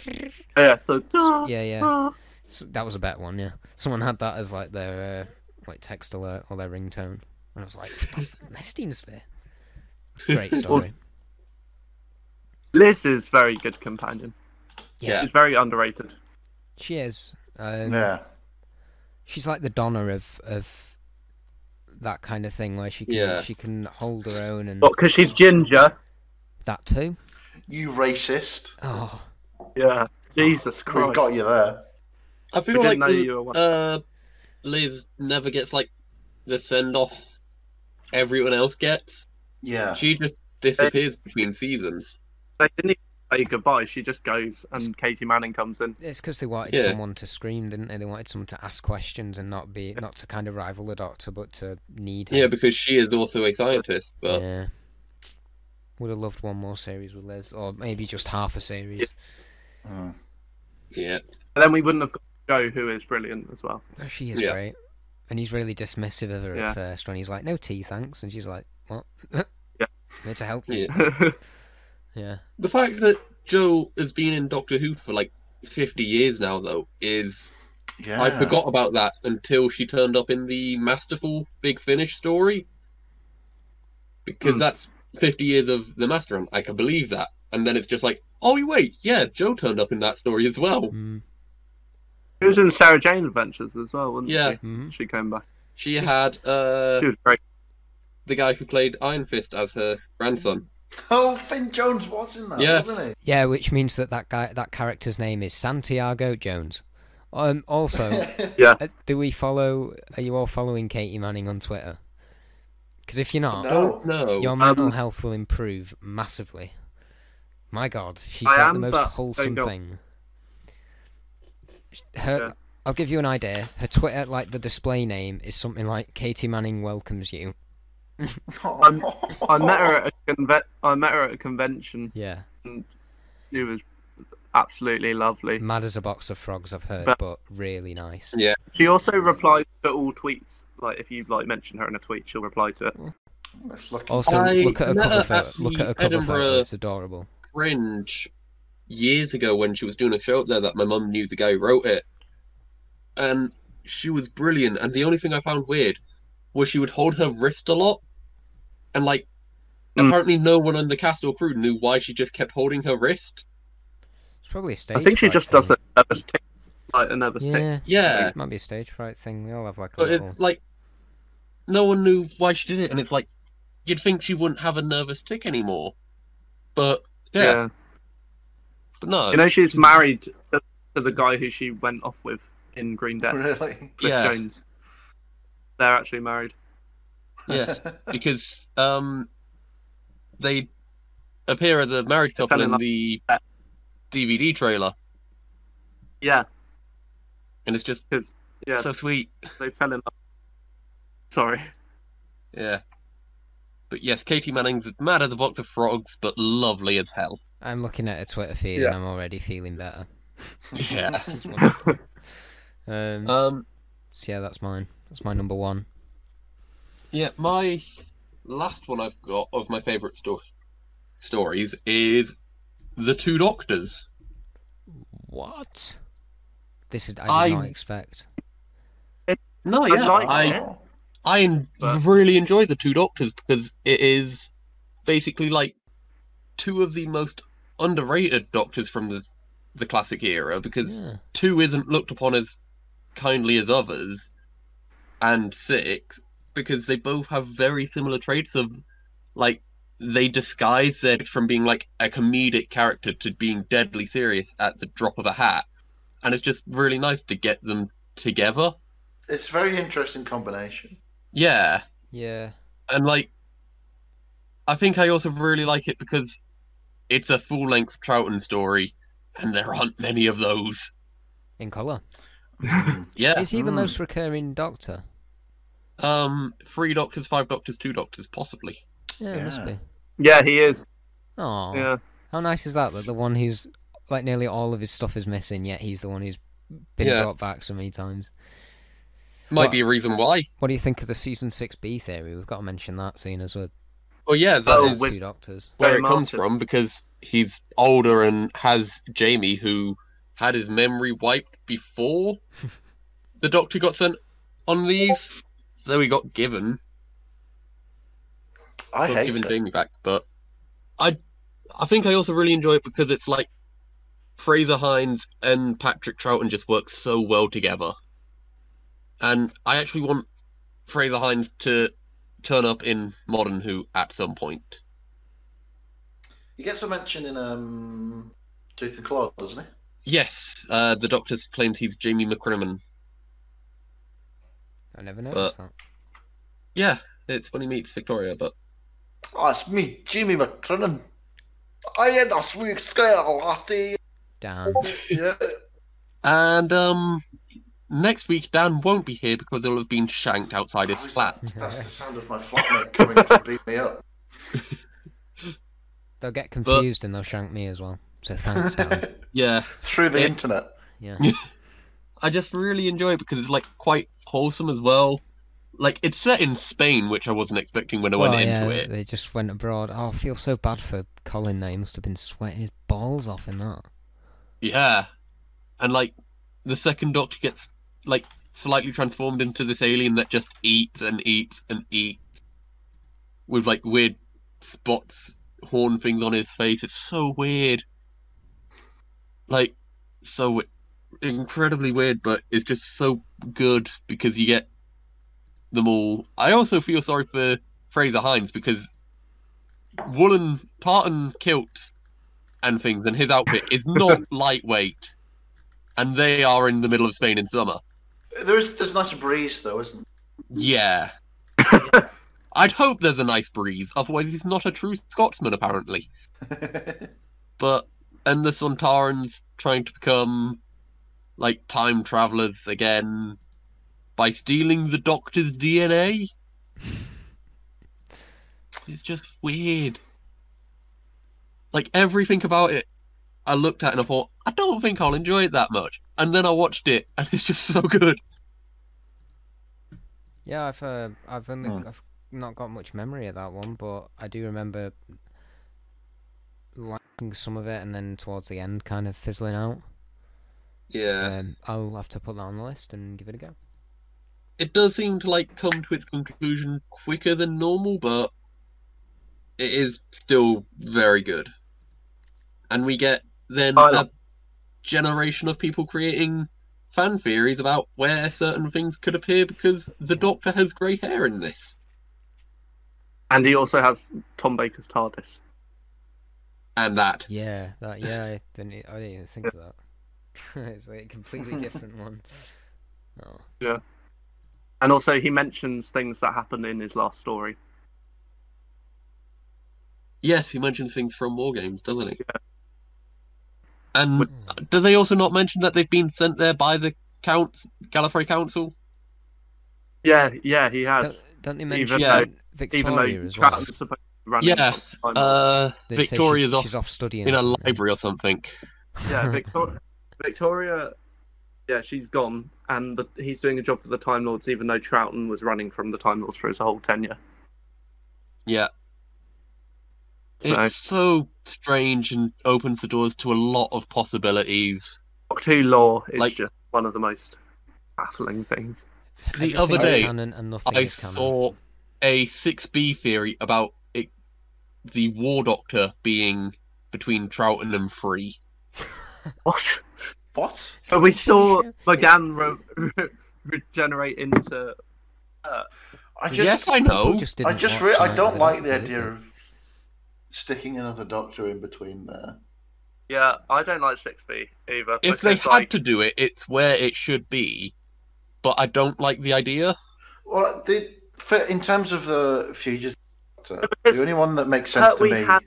[SPEAKER 4] Yeah. So,
[SPEAKER 2] yeah yeah
[SPEAKER 4] Ah.
[SPEAKER 2] S that was a better one yeah someone had that as like their uh, like text alert or their ringtone and I was like that's the nesting sphere. Great story.
[SPEAKER 4] Liz is very good companion.
[SPEAKER 3] Yeah.
[SPEAKER 4] She's very underrated.
[SPEAKER 2] Mm. Cheers. Um,
[SPEAKER 1] yeah.
[SPEAKER 2] she's like the Donna of of that kind of thing where she can
[SPEAKER 3] Yeah.
[SPEAKER 2] she can hold her own and
[SPEAKER 4] But because she's ginger.
[SPEAKER 2] that too.
[SPEAKER 1] You racist.
[SPEAKER 2] Oh.
[SPEAKER 4] Yeah. Jesus Christ.
[SPEAKER 1] We've got you there.
[SPEAKER 3] I
[SPEAKER 4] We
[SPEAKER 3] feel
[SPEAKER 4] didn't
[SPEAKER 3] like
[SPEAKER 4] know you were one.
[SPEAKER 3] uh, Liz never gets like the send off everyone else gets.
[SPEAKER 1] Yeah.
[SPEAKER 3] She just disappears between seasons.
[SPEAKER 4] they didn't even say goodbye. She just goes, and Katie Manning comes in.
[SPEAKER 2] It's because they wanted
[SPEAKER 3] Yeah.
[SPEAKER 2] someone to scream, didn't they? They wanted someone to ask questions and not be not to kind of rival the doctor, but to need
[SPEAKER 3] Yeah,
[SPEAKER 2] him.
[SPEAKER 3] because she is also a scientist, but
[SPEAKER 2] yeah. Would have loved one more series with Liz, or maybe just half a series.
[SPEAKER 1] Mm.
[SPEAKER 3] yeah,
[SPEAKER 4] And then we wouldn't have got Joe, who is brilliant as well.
[SPEAKER 2] Oh, she is
[SPEAKER 3] Yeah.
[SPEAKER 2] great, and he's really dismissive of her
[SPEAKER 4] Yeah.
[SPEAKER 2] at first when he's like, "No tea, thanks," and she's like, "What?
[SPEAKER 4] Yeah.
[SPEAKER 2] Here to help you."
[SPEAKER 3] yeah.
[SPEAKER 2] Yeah.
[SPEAKER 3] The fact that Joe has been in Doctor Who for like 50 years now, though, is
[SPEAKER 1] Yeah.
[SPEAKER 3] I forgot about that until she turned up in the Masterful Big Finish story. Because
[SPEAKER 4] Hmm.
[SPEAKER 3] that's 50 years of the Master, and I can believe that. And then it's just like, oh, wait, yeah, Joe turned up in that story as well.
[SPEAKER 2] Mm.
[SPEAKER 4] She was in Sarah Jane Adventures as well, wasn't
[SPEAKER 3] Yeah.
[SPEAKER 4] she?
[SPEAKER 2] Mhm.
[SPEAKER 4] She came back.
[SPEAKER 3] She
[SPEAKER 2] Just-
[SPEAKER 3] had uh,
[SPEAKER 4] She was great.
[SPEAKER 3] the guy who played Iron Fist as her grandson.
[SPEAKER 1] Oh, Finn Jones was in that,
[SPEAKER 3] Yeah.
[SPEAKER 1] wasn't
[SPEAKER 2] Yeah, which means that that guy, that character's name is Santiago Jones. Um. Also.
[SPEAKER 1] he?
[SPEAKER 2] Uh, do we follow? Are you all following Katie Manning on Twitter? Because if you're not,
[SPEAKER 1] No.
[SPEAKER 3] Don't know.
[SPEAKER 2] your
[SPEAKER 4] Um,
[SPEAKER 2] mental health will improve massively. My God, she's
[SPEAKER 4] I
[SPEAKER 2] like the
[SPEAKER 4] am,
[SPEAKER 2] most
[SPEAKER 4] but
[SPEAKER 2] wholesome
[SPEAKER 4] don't go.
[SPEAKER 2] thing. Her,
[SPEAKER 4] Yeah.
[SPEAKER 2] I'll give you an idea. Her Twitter, like the display name, is something like "Katie Manning welcomes you."
[SPEAKER 3] Oh,
[SPEAKER 4] I met her at a conve- I met her at a convention.
[SPEAKER 2] Yeah,
[SPEAKER 4] She was absolutely lovely.
[SPEAKER 2] mad as a box of frogs, I've heard,
[SPEAKER 4] But-
[SPEAKER 2] but really nice.
[SPEAKER 3] Yeah.
[SPEAKER 4] She also replies to all tweets. Like if you like mention her in a tweet, she'll reply to it.
[SPEAKER 1] That's lucky.
[SPEAKER 2] Also,
[SPEAKER 3] I
[SPEAKER 2] look at her
[SPEAKER 3] met her
[SPEAKER 2] cover
[SPEAKER 3] at
[SPEAKER 2] photo. Look
[SPEAKER 3] the
[SPEAKER 2] at her cover photo;
[SPEAKER 3] Edinburgh-
[SPEAKER 2] it's adorable.
[SPEAKER 3] cringe years ago when she was doing a show up there that my mum knew the guy who wrote it. And she was brilliant. And the only thing I found weird was she would hold her wrist a lot. And, like,
[SPEAKER 4] Mm.
[SPEAKER 3] apparently no one on the cast or crew knew why she just kept holding her wrist.
[SPEAKER 2] It's probably a stage.
[SPEAKER 4] I think she
[SPEAKER 2] fright
[SPEAKER 4] just
[SPEAKER 2] thing.
[SPEAKER 4] does it. as a tick. like another stick.
[SPEAKER 2] Yeah.
[SPEAKER 3] Yeah,
[SPEAKER 2] It might be a stage fright thing. We all have like a
[SPEAKER 3] but
[SPEAKER 4] oh.
[SPEAKER 2] little.
[SPEAKER 3] if like no one knew why she did it, and it's like you'd think she wouldn't have a nervous tick anymore, but yeah, but no,
[SPEAKER 4] You know, she's married to to the guy who she went off with in Green Death, Cliff
[SPEAKER 1] Really?
[SPEAKER 3] Yeah.
[SPEAKER 4] Jones. They're actually married.
[SPEAKER 3] yes, because um, they appear as a married
[SPEAKER 4] They fell
[SPEAKER 3] couple
[SPEAKER 4] in
[SPEAKER 3] in
[SPEAKER 4] love.
[SPEAKER 3] the DVD trailer,
[SPEAKER 4] Yeah,
[SPEAKER 3] and it's just
[SPEAKER 4] yeah,
[SPEAKER 3] so sweet.
[SPEAKER 4] they fell in love. Sorry.
[SPEAKER 3] Yeah. But yes, Katie Manning's mad at the box of frogs, but lovely as hell.
[SPEAKER 2] I'm looking at her Twitter feed
[SPEAKER 4] Yeah.
[SPEAKER 2] and I'm already feeling better.
[SPEAKER 3] Yeah.
[SPEAKER 2] This is wonderful. um,
[SPEAKER 3] um,
[SPEAKER 2] so yeah, that's mine. That's my number one.
[SPEAKER 3] Yeah, my last one I've got of my favourite sto- stories is The Two Doctors.
[SPEAKER 2] What? This is, I did
[SPEAKER 3] I-
[SPEAKER 2] not expect.
[SPEAKER 3] No,
[SPEAKER 4] I
[SPEAKER 3] yeah,
[SPEAKER 4] like
[SPEAKER 3] I,
[SPEAKER 4] it.
[SPEAKER 1] Oh.
[SPEAKER 3] I en-
[SPEAKER 4] but-
[SPEAKER 3] really enjoy The Two Doctors because it is basically like two of the most underrated doctors from the, the classic era because
[SPEAKER 2] Yeah.
[SPEAKER 3] two isn't looked upon as kindly as others, and six because they both have very similar traits of like they disguise their from being like a comedic character to being deadly serious at the drop of a hat, and it's just really nice to get them together.
[SPEAKER 1] It's a very interesting combination.
[SPEAKER 3] Yeah,
[SPEAKER 2] Yeah.
[SPEAKER 3] and like I think I also really like it because it's a full length Troughton story, and there aren't many of those.
[SPEAKER 2] In colour.
[SPEAKER 3] Yeah.
[SPEAKER 2] Is he the
[SPEAKER 1] Mm.
[SPEAKER 2] most recurring doctor?
[SPEAKER 3] Um, three doctors, five doctors, two doctors, possibly.
[SPEAKER 2] Yeah, it must
[SPEAKER 1] Yeah.
[SPEAKER 2] be.
[SPEAKER 4] Yeah, he is.
[SPEAKER 2] Oh,
[SPEAKER 4] Yeah,
[SPEAKER 2] how nice is that? That the one who's like nearly all of his stuff is missing, yet he's the one who's been
[SPEAKER 3] Yeah.
[SPEAKER 2] brought back so many times.
[SPEAKER 3] Might
[SPEAKER 2] Well-
[SPEAKER 3] be a reason why.
[SPEAKER 2] What do you think of the season six B theory? We've got to mention that soon as we're
[SPEAKER 3] Oh yeah, that
[SPEAKER 4] Oh,
[SPEAKER 3] is
[SPEAKER 4] with-
[SPEAKER 2] two doctors.
[SPEAKER 3] where
[SPEAKER 4] Barry
[SPEAKER 3] it comes
[SPEAKER 4] Martin.
[SPEAKER 3] from because he's older and has Jamie, who had his memory wiped before the Doctor got sent on these. So he got given,
[SPEAKER 1] I
[SPEAKER 3] got
[SPEAKER 1] hate
[SPEAKER 3] given
[SPEAKER 1] it.
[SPEAKER 3] Jamie back. But I, I think I also really enjoy it because it's like Fraser Hines and Patrick Troughton just work so well together, and I actually want Fraser Hines to turn up in Modern Who at some point.
[SPEAKER 1] He gets a mention in um, Tooth and Claw, doesn't he?
[SPEAKER 3] Yes, uh, the doctor claims he's Jamie McCrimmon.
[SPEAKER 2] I never noticed that.
[SPEAKER 3] Yeah, it's when he meets Victoria, but
[SPEAKER 1] Oh, it's me, Jimmy McCrennan. I had a sweet scale, laddie.
[SPEAKER 2] Damn.
[SPEAKER 1] Yeah.
[SPEAKER 3] and um, next week Dan won't be here because he'll have been shanked outside his
[SPEAKER 1] Oh, is
[SPEAKER 3] flat.
[SPEAKER 1] that- That's the sound of my flatmate coming to beat me up.
[SPEAKER 2] They'll get confused and they'll shank me as well. So thanks, Alan.
[SPEAKER 3] Yeah,
[SPEAKER 1] Through the
[SPEAKER 3] Yeah.
[SPEAKER 1] internet.
[SPEAKER 2] Yeah.
[SPEAKER 3] I just really enjoy it because it's like quite wholesome as well. Like it's set in Spain, which I wasn't expecting when I
[SPEAKER 2] Well,
[SPEAKER 3] went
[SPEAKER 2] yeah,
[SPEAKER 3] into it.
[SPEAKER 2] they just went abroad. Oh, I feel so bad for Colin. There, he must have been sweating his balls off in that.
[SPEAKER 3] Yeah, and like the second Doctor gets like slightly transformed into this alien that just eats and eats and eats with like weird spots, horn things on his face. It's so weird, like so w- incredibly weird, but it's just so good because you get them all. I also feel sorry for Fraser Hines because woolen tartan kilts and things and his outfit is not lightweight and they are in the middle of spain in summer
[SPEAKER 1] There is, there's a nice breeze, though, isn't
[SPEAKER 3] yeah i'd hope there's a nice breeze otherwise he's not a true scotsman apparently
[SPEAKER 1] there?
[SPEAKER 3] but and the santarans trying to become like time travelers again by stealing the doctor's dna it's just weird like everything about it i looked at and i thought i don't think i'll enjoy it that much and then i watched it and it's just so good
[SPEAKER 2] Yeah, I've uh, I've only
[SPEAKER 1] Hmm.
[SPEAKER 2] I've not got much memory of that one, but I do remember liking some of it, and then towards the end, kind of fizzling out.
[SPEAKER 3] yeah
[SPEAKER 2] Um, I'll have to put that on the list and give it a go.
[SPEAKER 3] it does seem to like come to its conclusion quicker than normal, but it is still very good. And we get then
[SPEAKER 4] I
[SPEAKER 3] a
[SPEAKER 4] like-
[SPEAKER 3] generation of people creating fan theories about where certain things could appear because the Doctor has grey hair in this,
[SPEAKER 4] And he also has Tom Baker's TARDIS.
[SPEAKER 3] and that
[SPEAKER 2] Yeah, that. Yeah, I didn't. e- I didn't even think of that. it's like a completely different one. Oh,
[SPEAKER 4] And also, he mentions things that happened in his last story.
[SPEAKER 3] yes, he mentions things from war games, doesn't he? And
[SPEAKER 4] Would-
[SPEAKER 3] do they also not mention that they've been sent there by the Counts Gallifrey Council?
[SPEAKER 4] Yeah, yeah, he has.
[SPEAKER 2] don't, don't they mention
[SPEAKER 4] even
[SPEAKER 3] though-
[SPEAKER 2] Victoria
[SPEAKER 4] Even though
[SPEAKER 2] as well?
[SPEAKER 4] Chapman's supposed to run
[SPEAKER 3] Yeah, Uh,
[SPEAKER 2] They say she's-
[SPEAKER 3] Victoria's off
[SPEAKER 2] she's off studying
[SPEAKER 3] in a
[SPEAKER 2] or something.
[SPEAKER 3] library or something.
[SPEAKER 4] yeah, Victoria, Victoria, yeah, she's gone, and the, he's doing a job for the Time Lords, even though Troughton was running from the Time Lords for his whole tenure.
[SPEAKER 3] Yeah,
[SPEAKER 4] So
[SPEAKER 3] it's so strange and opens the doors to a lot of possibilities.
[SPEAKER 4] Doctor Who lore is
[SPEAKER 3] Like-
[SPEAKER 4] just one of the most baffling things.
[SPEAKER 3] The
[SPEAKER 2] Everything
[SPEAKER 3] other
[SPEAKER 2] is
[SPEAKER 3] day,
[SPEAKER 2] canon and nothing
[SPEAKER 3] I
[SPEAKER 2] is canon.
[SPEAKER 3] saw a 6B theory about it, the War Doctor being between Troughton and Free.
[SPEAKER 4] What?
[SPEAKER 1] What?
[SPEAKER 4] So we saw
[SPEAKER 2] It's-
[SPEAKER 4] Magan re- re- regenerate into.
[SPEAKER 1] I just,
[SPEAKER 3] yes, I
[SPEAKER 2] People
[SPEAKER 3] know.
[SPEAKER 2] Just
[SPEAKER 1] I
[SPEAKER 2] didn't
[SPEAKER 1] just,
[SPEAKER 2] watch
[SPEAKER 1] re- I
[SPEAKER 2] Night
[SPEAKER 1] don't
[SPEAKER 2] the
[SPEAKER 1] like
[SPEAKER 2] Doctor,
[SPEAKER 1] the
[SPEAKER 2] did
[SPEAKER 1] idea
[SPEAKER 2] they?
[SPEAKER 1] of sticking another Doctor in between there.
[SPEAKER 4] Yeah, I don't like Six B either.
[SPEAKER 3] If
[SPEAKER 4] because,
[SPEAKER 3] they had
[SPEAKER 4] like,
[SPEAKER 3] to do it, it's where it should be. But I don't like the idea.
[SPEAKER 1] Well, the for, in terms of the fugitive Doctor,
[SPEAKER 4] because
[SPEAKER 1] the only one that makes sense
[SPEAKER 4] Kurt,
[SPEAKER 1] to
[SPEAKER 4] we
[SPEAKER 1] me.
[SPEAKER 4] had-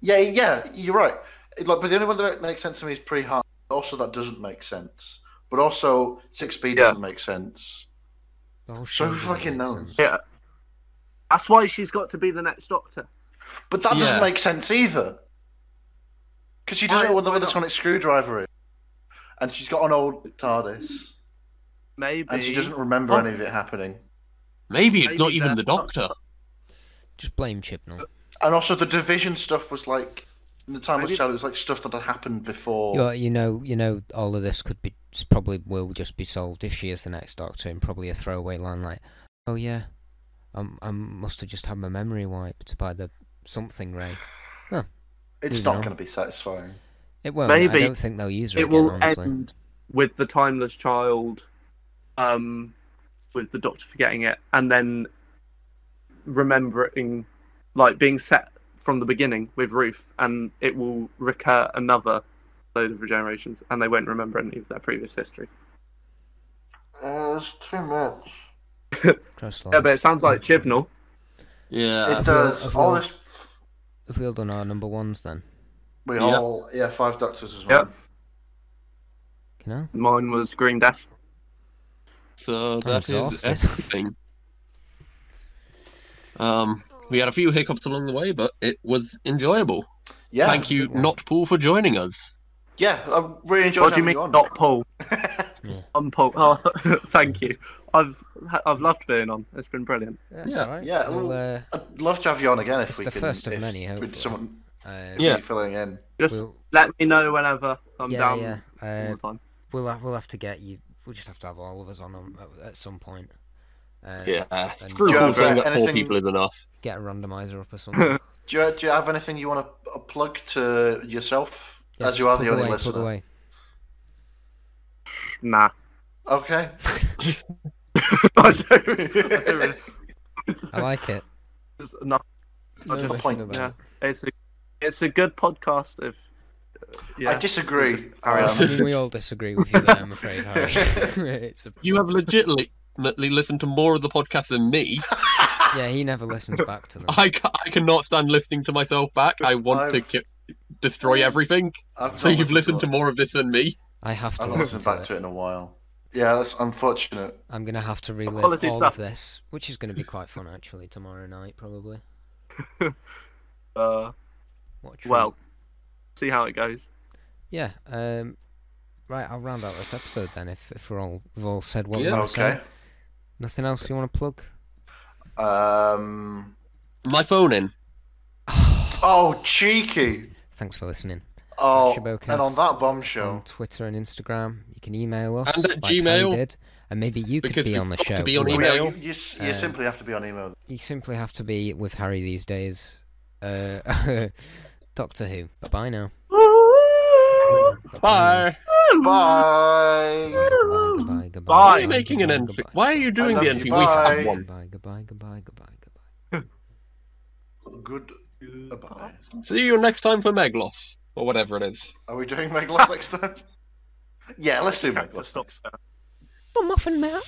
[SPEAKER 1] Yeah, yeah, you're right. It- Like, but the only one that makes sense to me is pretty hard. Also, that doesn't make sense. But also, six B doesn't make sense.
[SPEAKER 2] The
[SPEAKER 1] So
[SPEAKER 2] whole show
[SPEAKER 1] who
[SPEAKER 2] doesn't
[SPEAKER 1] fucking
[SPEAKER 2] make
[SPEAKER 1] knows?
[SPEAKER 2] sense.
[SPEAKER 4] Yeah. That's why she's got to be the next Doctor.
[SPEAKER 1] But that
[SPEAKER 3] Yeah.
[SPEAKER 1] doesn't make sense either. Because she doesn't
[SPEAKER 4] Why-
[SPEAKER 1] know the
[SPEAKER 4] why
[SPEAKER 1] way the
[SPEAKER 4] not?
[SPEAKER 1] sonic screwdriver is, and she's got an old TARDIS,
[SPEAKER 4] Maybe.
[SPEAKER 1] and she doesn't remember
[SPEAKER 4] Oh.
[SPEAKER 1] any of it happening.
[SPEAKER 3] Maybe it's
[SPEAKER 4] Maybe
[SPEAKER 3] not even the
[SPEAKER 4] they're not.
[SPEAKER 3] Doctor.
[SPEAKER 2] Just blame Chibnall.
[SPEAKER 1] And also, the division stuff was like in the time I
[SPEAKER 4] Maybe-
[SPEAKER 1] was child, it was like stuff that had happened before.
[SPEAKER 2] You know, you know, you know, all of this could be probably will just be solved if she is the next Doctor, and probably a throwaway line like, "Oh yeah, um, I must have just had my memory wiped by the something ray."
[SPEAKER 1] it's
[SPEAKER 2] you
[SPEAKER 1] not
[SPEAKER 2] know.
[SPEAKER 1] going to be satisfying.
[SPEAKER 2] It won't.
[SPEAKER 4] Maybe.
[SPEAKER 2] I don't think they'll use her.
[SPEAKER 4] It
[SPEAKER 2] again,
[SPEAKER 4] will
[SPEAKER 2] honestly.
[SPEAKER 4] end with the timeless child, um, with the Doctor forgetting it, and then remembering, like being set from the beginning with Ruth, and it will recur another load of regenerations, and they won't remember any of their previous history.
[SPEAKER 1] Uh, it's too much.
[SPEAKER 2] Cross
[SPEAKER 4] Yeah, but it sounds like Chibnall.
[SPEAKER 3] Yeah.
[SPEAKER 1] it
[SPEAKER 2] feel-
[SPEAKER 1] does.
[SPEAKER 2] I
[SPEAKER 1] all
[SPEAKER 2] feel-
[SPEAKER 1] this.
[SPEAKER 2] If we all done our number ones, then
[SPEAKER 1] We
[SPEAKER 3] Yeah.
[SPEAKER 1] all. Yeah, five doctors as
[SPEAKER 4] Yeah.
[SPEAKER 1] well.
[SPEAKER 2] you know.
[SPEAKER 4] Mine was Green Death.
[SPEAKER 3] So that is
[SPEAKER 2] exhausted.
[SPEAKER 3] everything. um, we had a few hiccups along the way, but it was enjoyable.
[SPEAKER 1] Yeah.
[SPEAKER 3] Thank you, not Paul, for joining us.
[SPEAKER 1] Yeah, I really enjoyed
[SPEAKER 4] What do
[SPEAKER 1] having
[SPEAKER 4] you mean,
[SPEAKER 1] you on.
[SPEAKER 4] not Paul?
[SPEAKER 2] Yeah.
[SPEAKER 4] I'm Paul. Oh, thank you. I've I've loved being on. It's been brilliant.
[SPEAKER 2] That's
[SPEAKER 3] Yeah.
[SPEAKER 2] alright.
[SPEAKER 1] Yeah,
[SPEAKER 2] We'll,
[SPEAKER 1] well-
[SPEAKER 2] uh,
[SPEAKER 1] I'd love to have you on again if
[SPEAKER 2] It's
[SPEAKER 1] we
[SPEAKER 2] the
[SPEAKER 1] can.
[SPEAKER 2] first of
[SPEAKER 1] if
[SPEAKER 2] many,
[SPEAKER 1] we-
[SPEAKER 2] hopefully.
[SPEAKER 1] Someone
[SPEAKER 2] uh,
[SPEAKER 3] Yeah.
[SPEAKER 1] yeah. filling in.
[SPEAKER 4] Just
[SPEAKER 2] We'll,
[SPEAKER 4] let me know whenever I'm
[SPEAKER 2] yeah,
[SPEAKER 4] down
[SPEAKER 2] yeah.
[SPEAKER 4] all
[SPEAKER 2] Uh,
[SPEAKER 4] the time.
[SPEAKER 2] we'll have, we'll have to get you. We'll just have to have all of us on them at, at some point. Uh,
[SPEAKER 3] Yeah.
[SPEAKER 2] and
[SPEAKER 3] Screw
[SPEAKER 1] Joe,
[SPEAKER 3] Paul saying
[SPEAKER 1] uh,
[SPEAKER 3] that four
[SPEAKER 1] anything-
[SPEAKER 3] people is enough.
[SPEAKER 2] Get a randomizer up or something.
[SPEAKER 1] Do you, do you have anything you want to plug to yourself
[SPEAKER 2] Yeah,
[SPEAKER 1] as you
[SPEAKER 2] just
[SPEAKER 1] are the
[SPEAKER 2] plug
[SPEAKER 1] only
[SPEAKER 2] away, plug
[SPEAKER 1] listener?
[SPEAKER 2] away.
[SPEAKER 4] Nah.
[SPEAKER 1] Okay.
[SPEAKER 4] I don't, I don't really.
[SPEAKER 2] I like it.
[SPEAKER 4] There's nothing. I
[SPEAKER 2] No
[SPEAKER 4] just-
[SPEAKER 2] listen
[SPEAKER 1] point,
[SPEAKER 2] about
[SPEAKER 4] yeah.
[SPEAKER 2] it.
[SPEAKER 4] It's a it's a good podcast. If uh, yeah,
[SPEAKER 1] I disagree.
[SPEAKER 2] I
[SPEAKER 4] carry
[SPEAKER 1] Um,
[SPEAKER 2] mean, we all disagree with you there, I'm afraid, Harry. it's a...
[SPEAKER 3] You have legitimately listened to more of the podcast than me.
[SPEAKER 2] Yeah, he never listens back to them.
[SPEAKER 3] I, ca- I cannot stand listening to myself back. I want to
[SPEAKER 1] I've-
[SPEAKER 3] ki- destroy everything.
[SPEAKER 1] I've not
[SPEAKER 3] So you've listened to
[SPEAKER 1] it.
[SPEAKER 3] more of this than me.
[SPEAKER 2] I have
[SPEAKER 1] I've
[SPEAKER 2] to
[SPEAKER 1] not
[SPEAKER 2] listen
[SPEAKER 1] listened
[SPEAKER 2] to
[SPEAKER 1] back
[SPEAKER 2] it.
[SPEAKER 1] to it in a while. Yeah, that's unfortunate.
[SPEAKER 2] I'm going to have to relive
[SPEAKER 4] Quality
[SPEAKER 2] all
[SPEAKER 4] stuff.
[SPEAKER 2] of this, which is going to be quite fun, actually, tomorrow night, probably.
[SPEAKER 4] uh,
[SPEAKER 2] What a
[SPEAKER 4] well,
[SPEAKER 2] treat.
[SPEAKER 4] see how it goes.
[SPEAKER 2] Yeah, um... Right, I'll round out this episode then, if, if we're all, we've all said what we
[SPEAKER 3] Yeah.
[SPEAKER 2] want to
[SPEAKER 1] Okay.
[SPEAKER 2] say. Nothing else you want to plug?
[SPEAKER 1] Um.
[SPEAKER 3] My phone in.
[SPEAKER 1] Oh, cheeky.
[SPEAKER 2] Thanks for listening.
[SPEAKER 1] Oh,
[SPEAKER 2] Shibocast
[SPEAKER 1] and on that
[SPEAKER 2] On
[SPEAKER 1] bombshell.
[SPEAKER 2] Twitter and Instagram, you can email us.
[SPEAKER 3] And at
[SPEAKER 2] like Harry
[SPEAKER 3] Gmail.
[SPEAKER 2] did, and maybe you could
[SPEAKER 3] Because
[SPEAKER 2] be
[SPEAKER 3] we've
[SPEAKER 2] on the
[SPEAKER 3] got to
[SPEAKER 2] show.
[SPEAKER 3] be on
[SPEAKER 2] You
[SPEAKER 1] Well,
[SPEAKER 3] email.
[SPEAKER 1] yeah, you, you, s- you
[SPEAKER 2] Uh,
[SPEAKER 1] simply have to be on email.
[SPEAKER 2] You simply have to be with Harry these days. Uh, Doctor Who. Bye bye now. Bye-bye.
[SPEAKER 3] Bye.
[SPEAKER 1] Bye.
[SPEAKER 2] Goodbye, goodbye, goodbye.
[SPEAKER 4] Bye.
[SPEAKER 3] Why are you making an end? fi- Why are you doing
[SPEAKER 1] love
[SPEAKER 3] the
[SPEAKER 1] you,
[SPEAKER 3] end? fi- We
[SPEAKER 1] bye.
[SPEAKER 3] have
[SPEAKER 2] Goodbye,
[SPEAKER 3] one.
[SPEAKER 2] goodbye, goodbye, goodbye, goodbye.
[SPEAKER 1] Good. Goodbye.
[SPEAKER 3] See you next time for Megloss or whatever it is.
[SPEAKER 1] Are we doing Megalos next time? Yeah, let's do Megalos next.
[SPEAKER 2] The Muffin Man.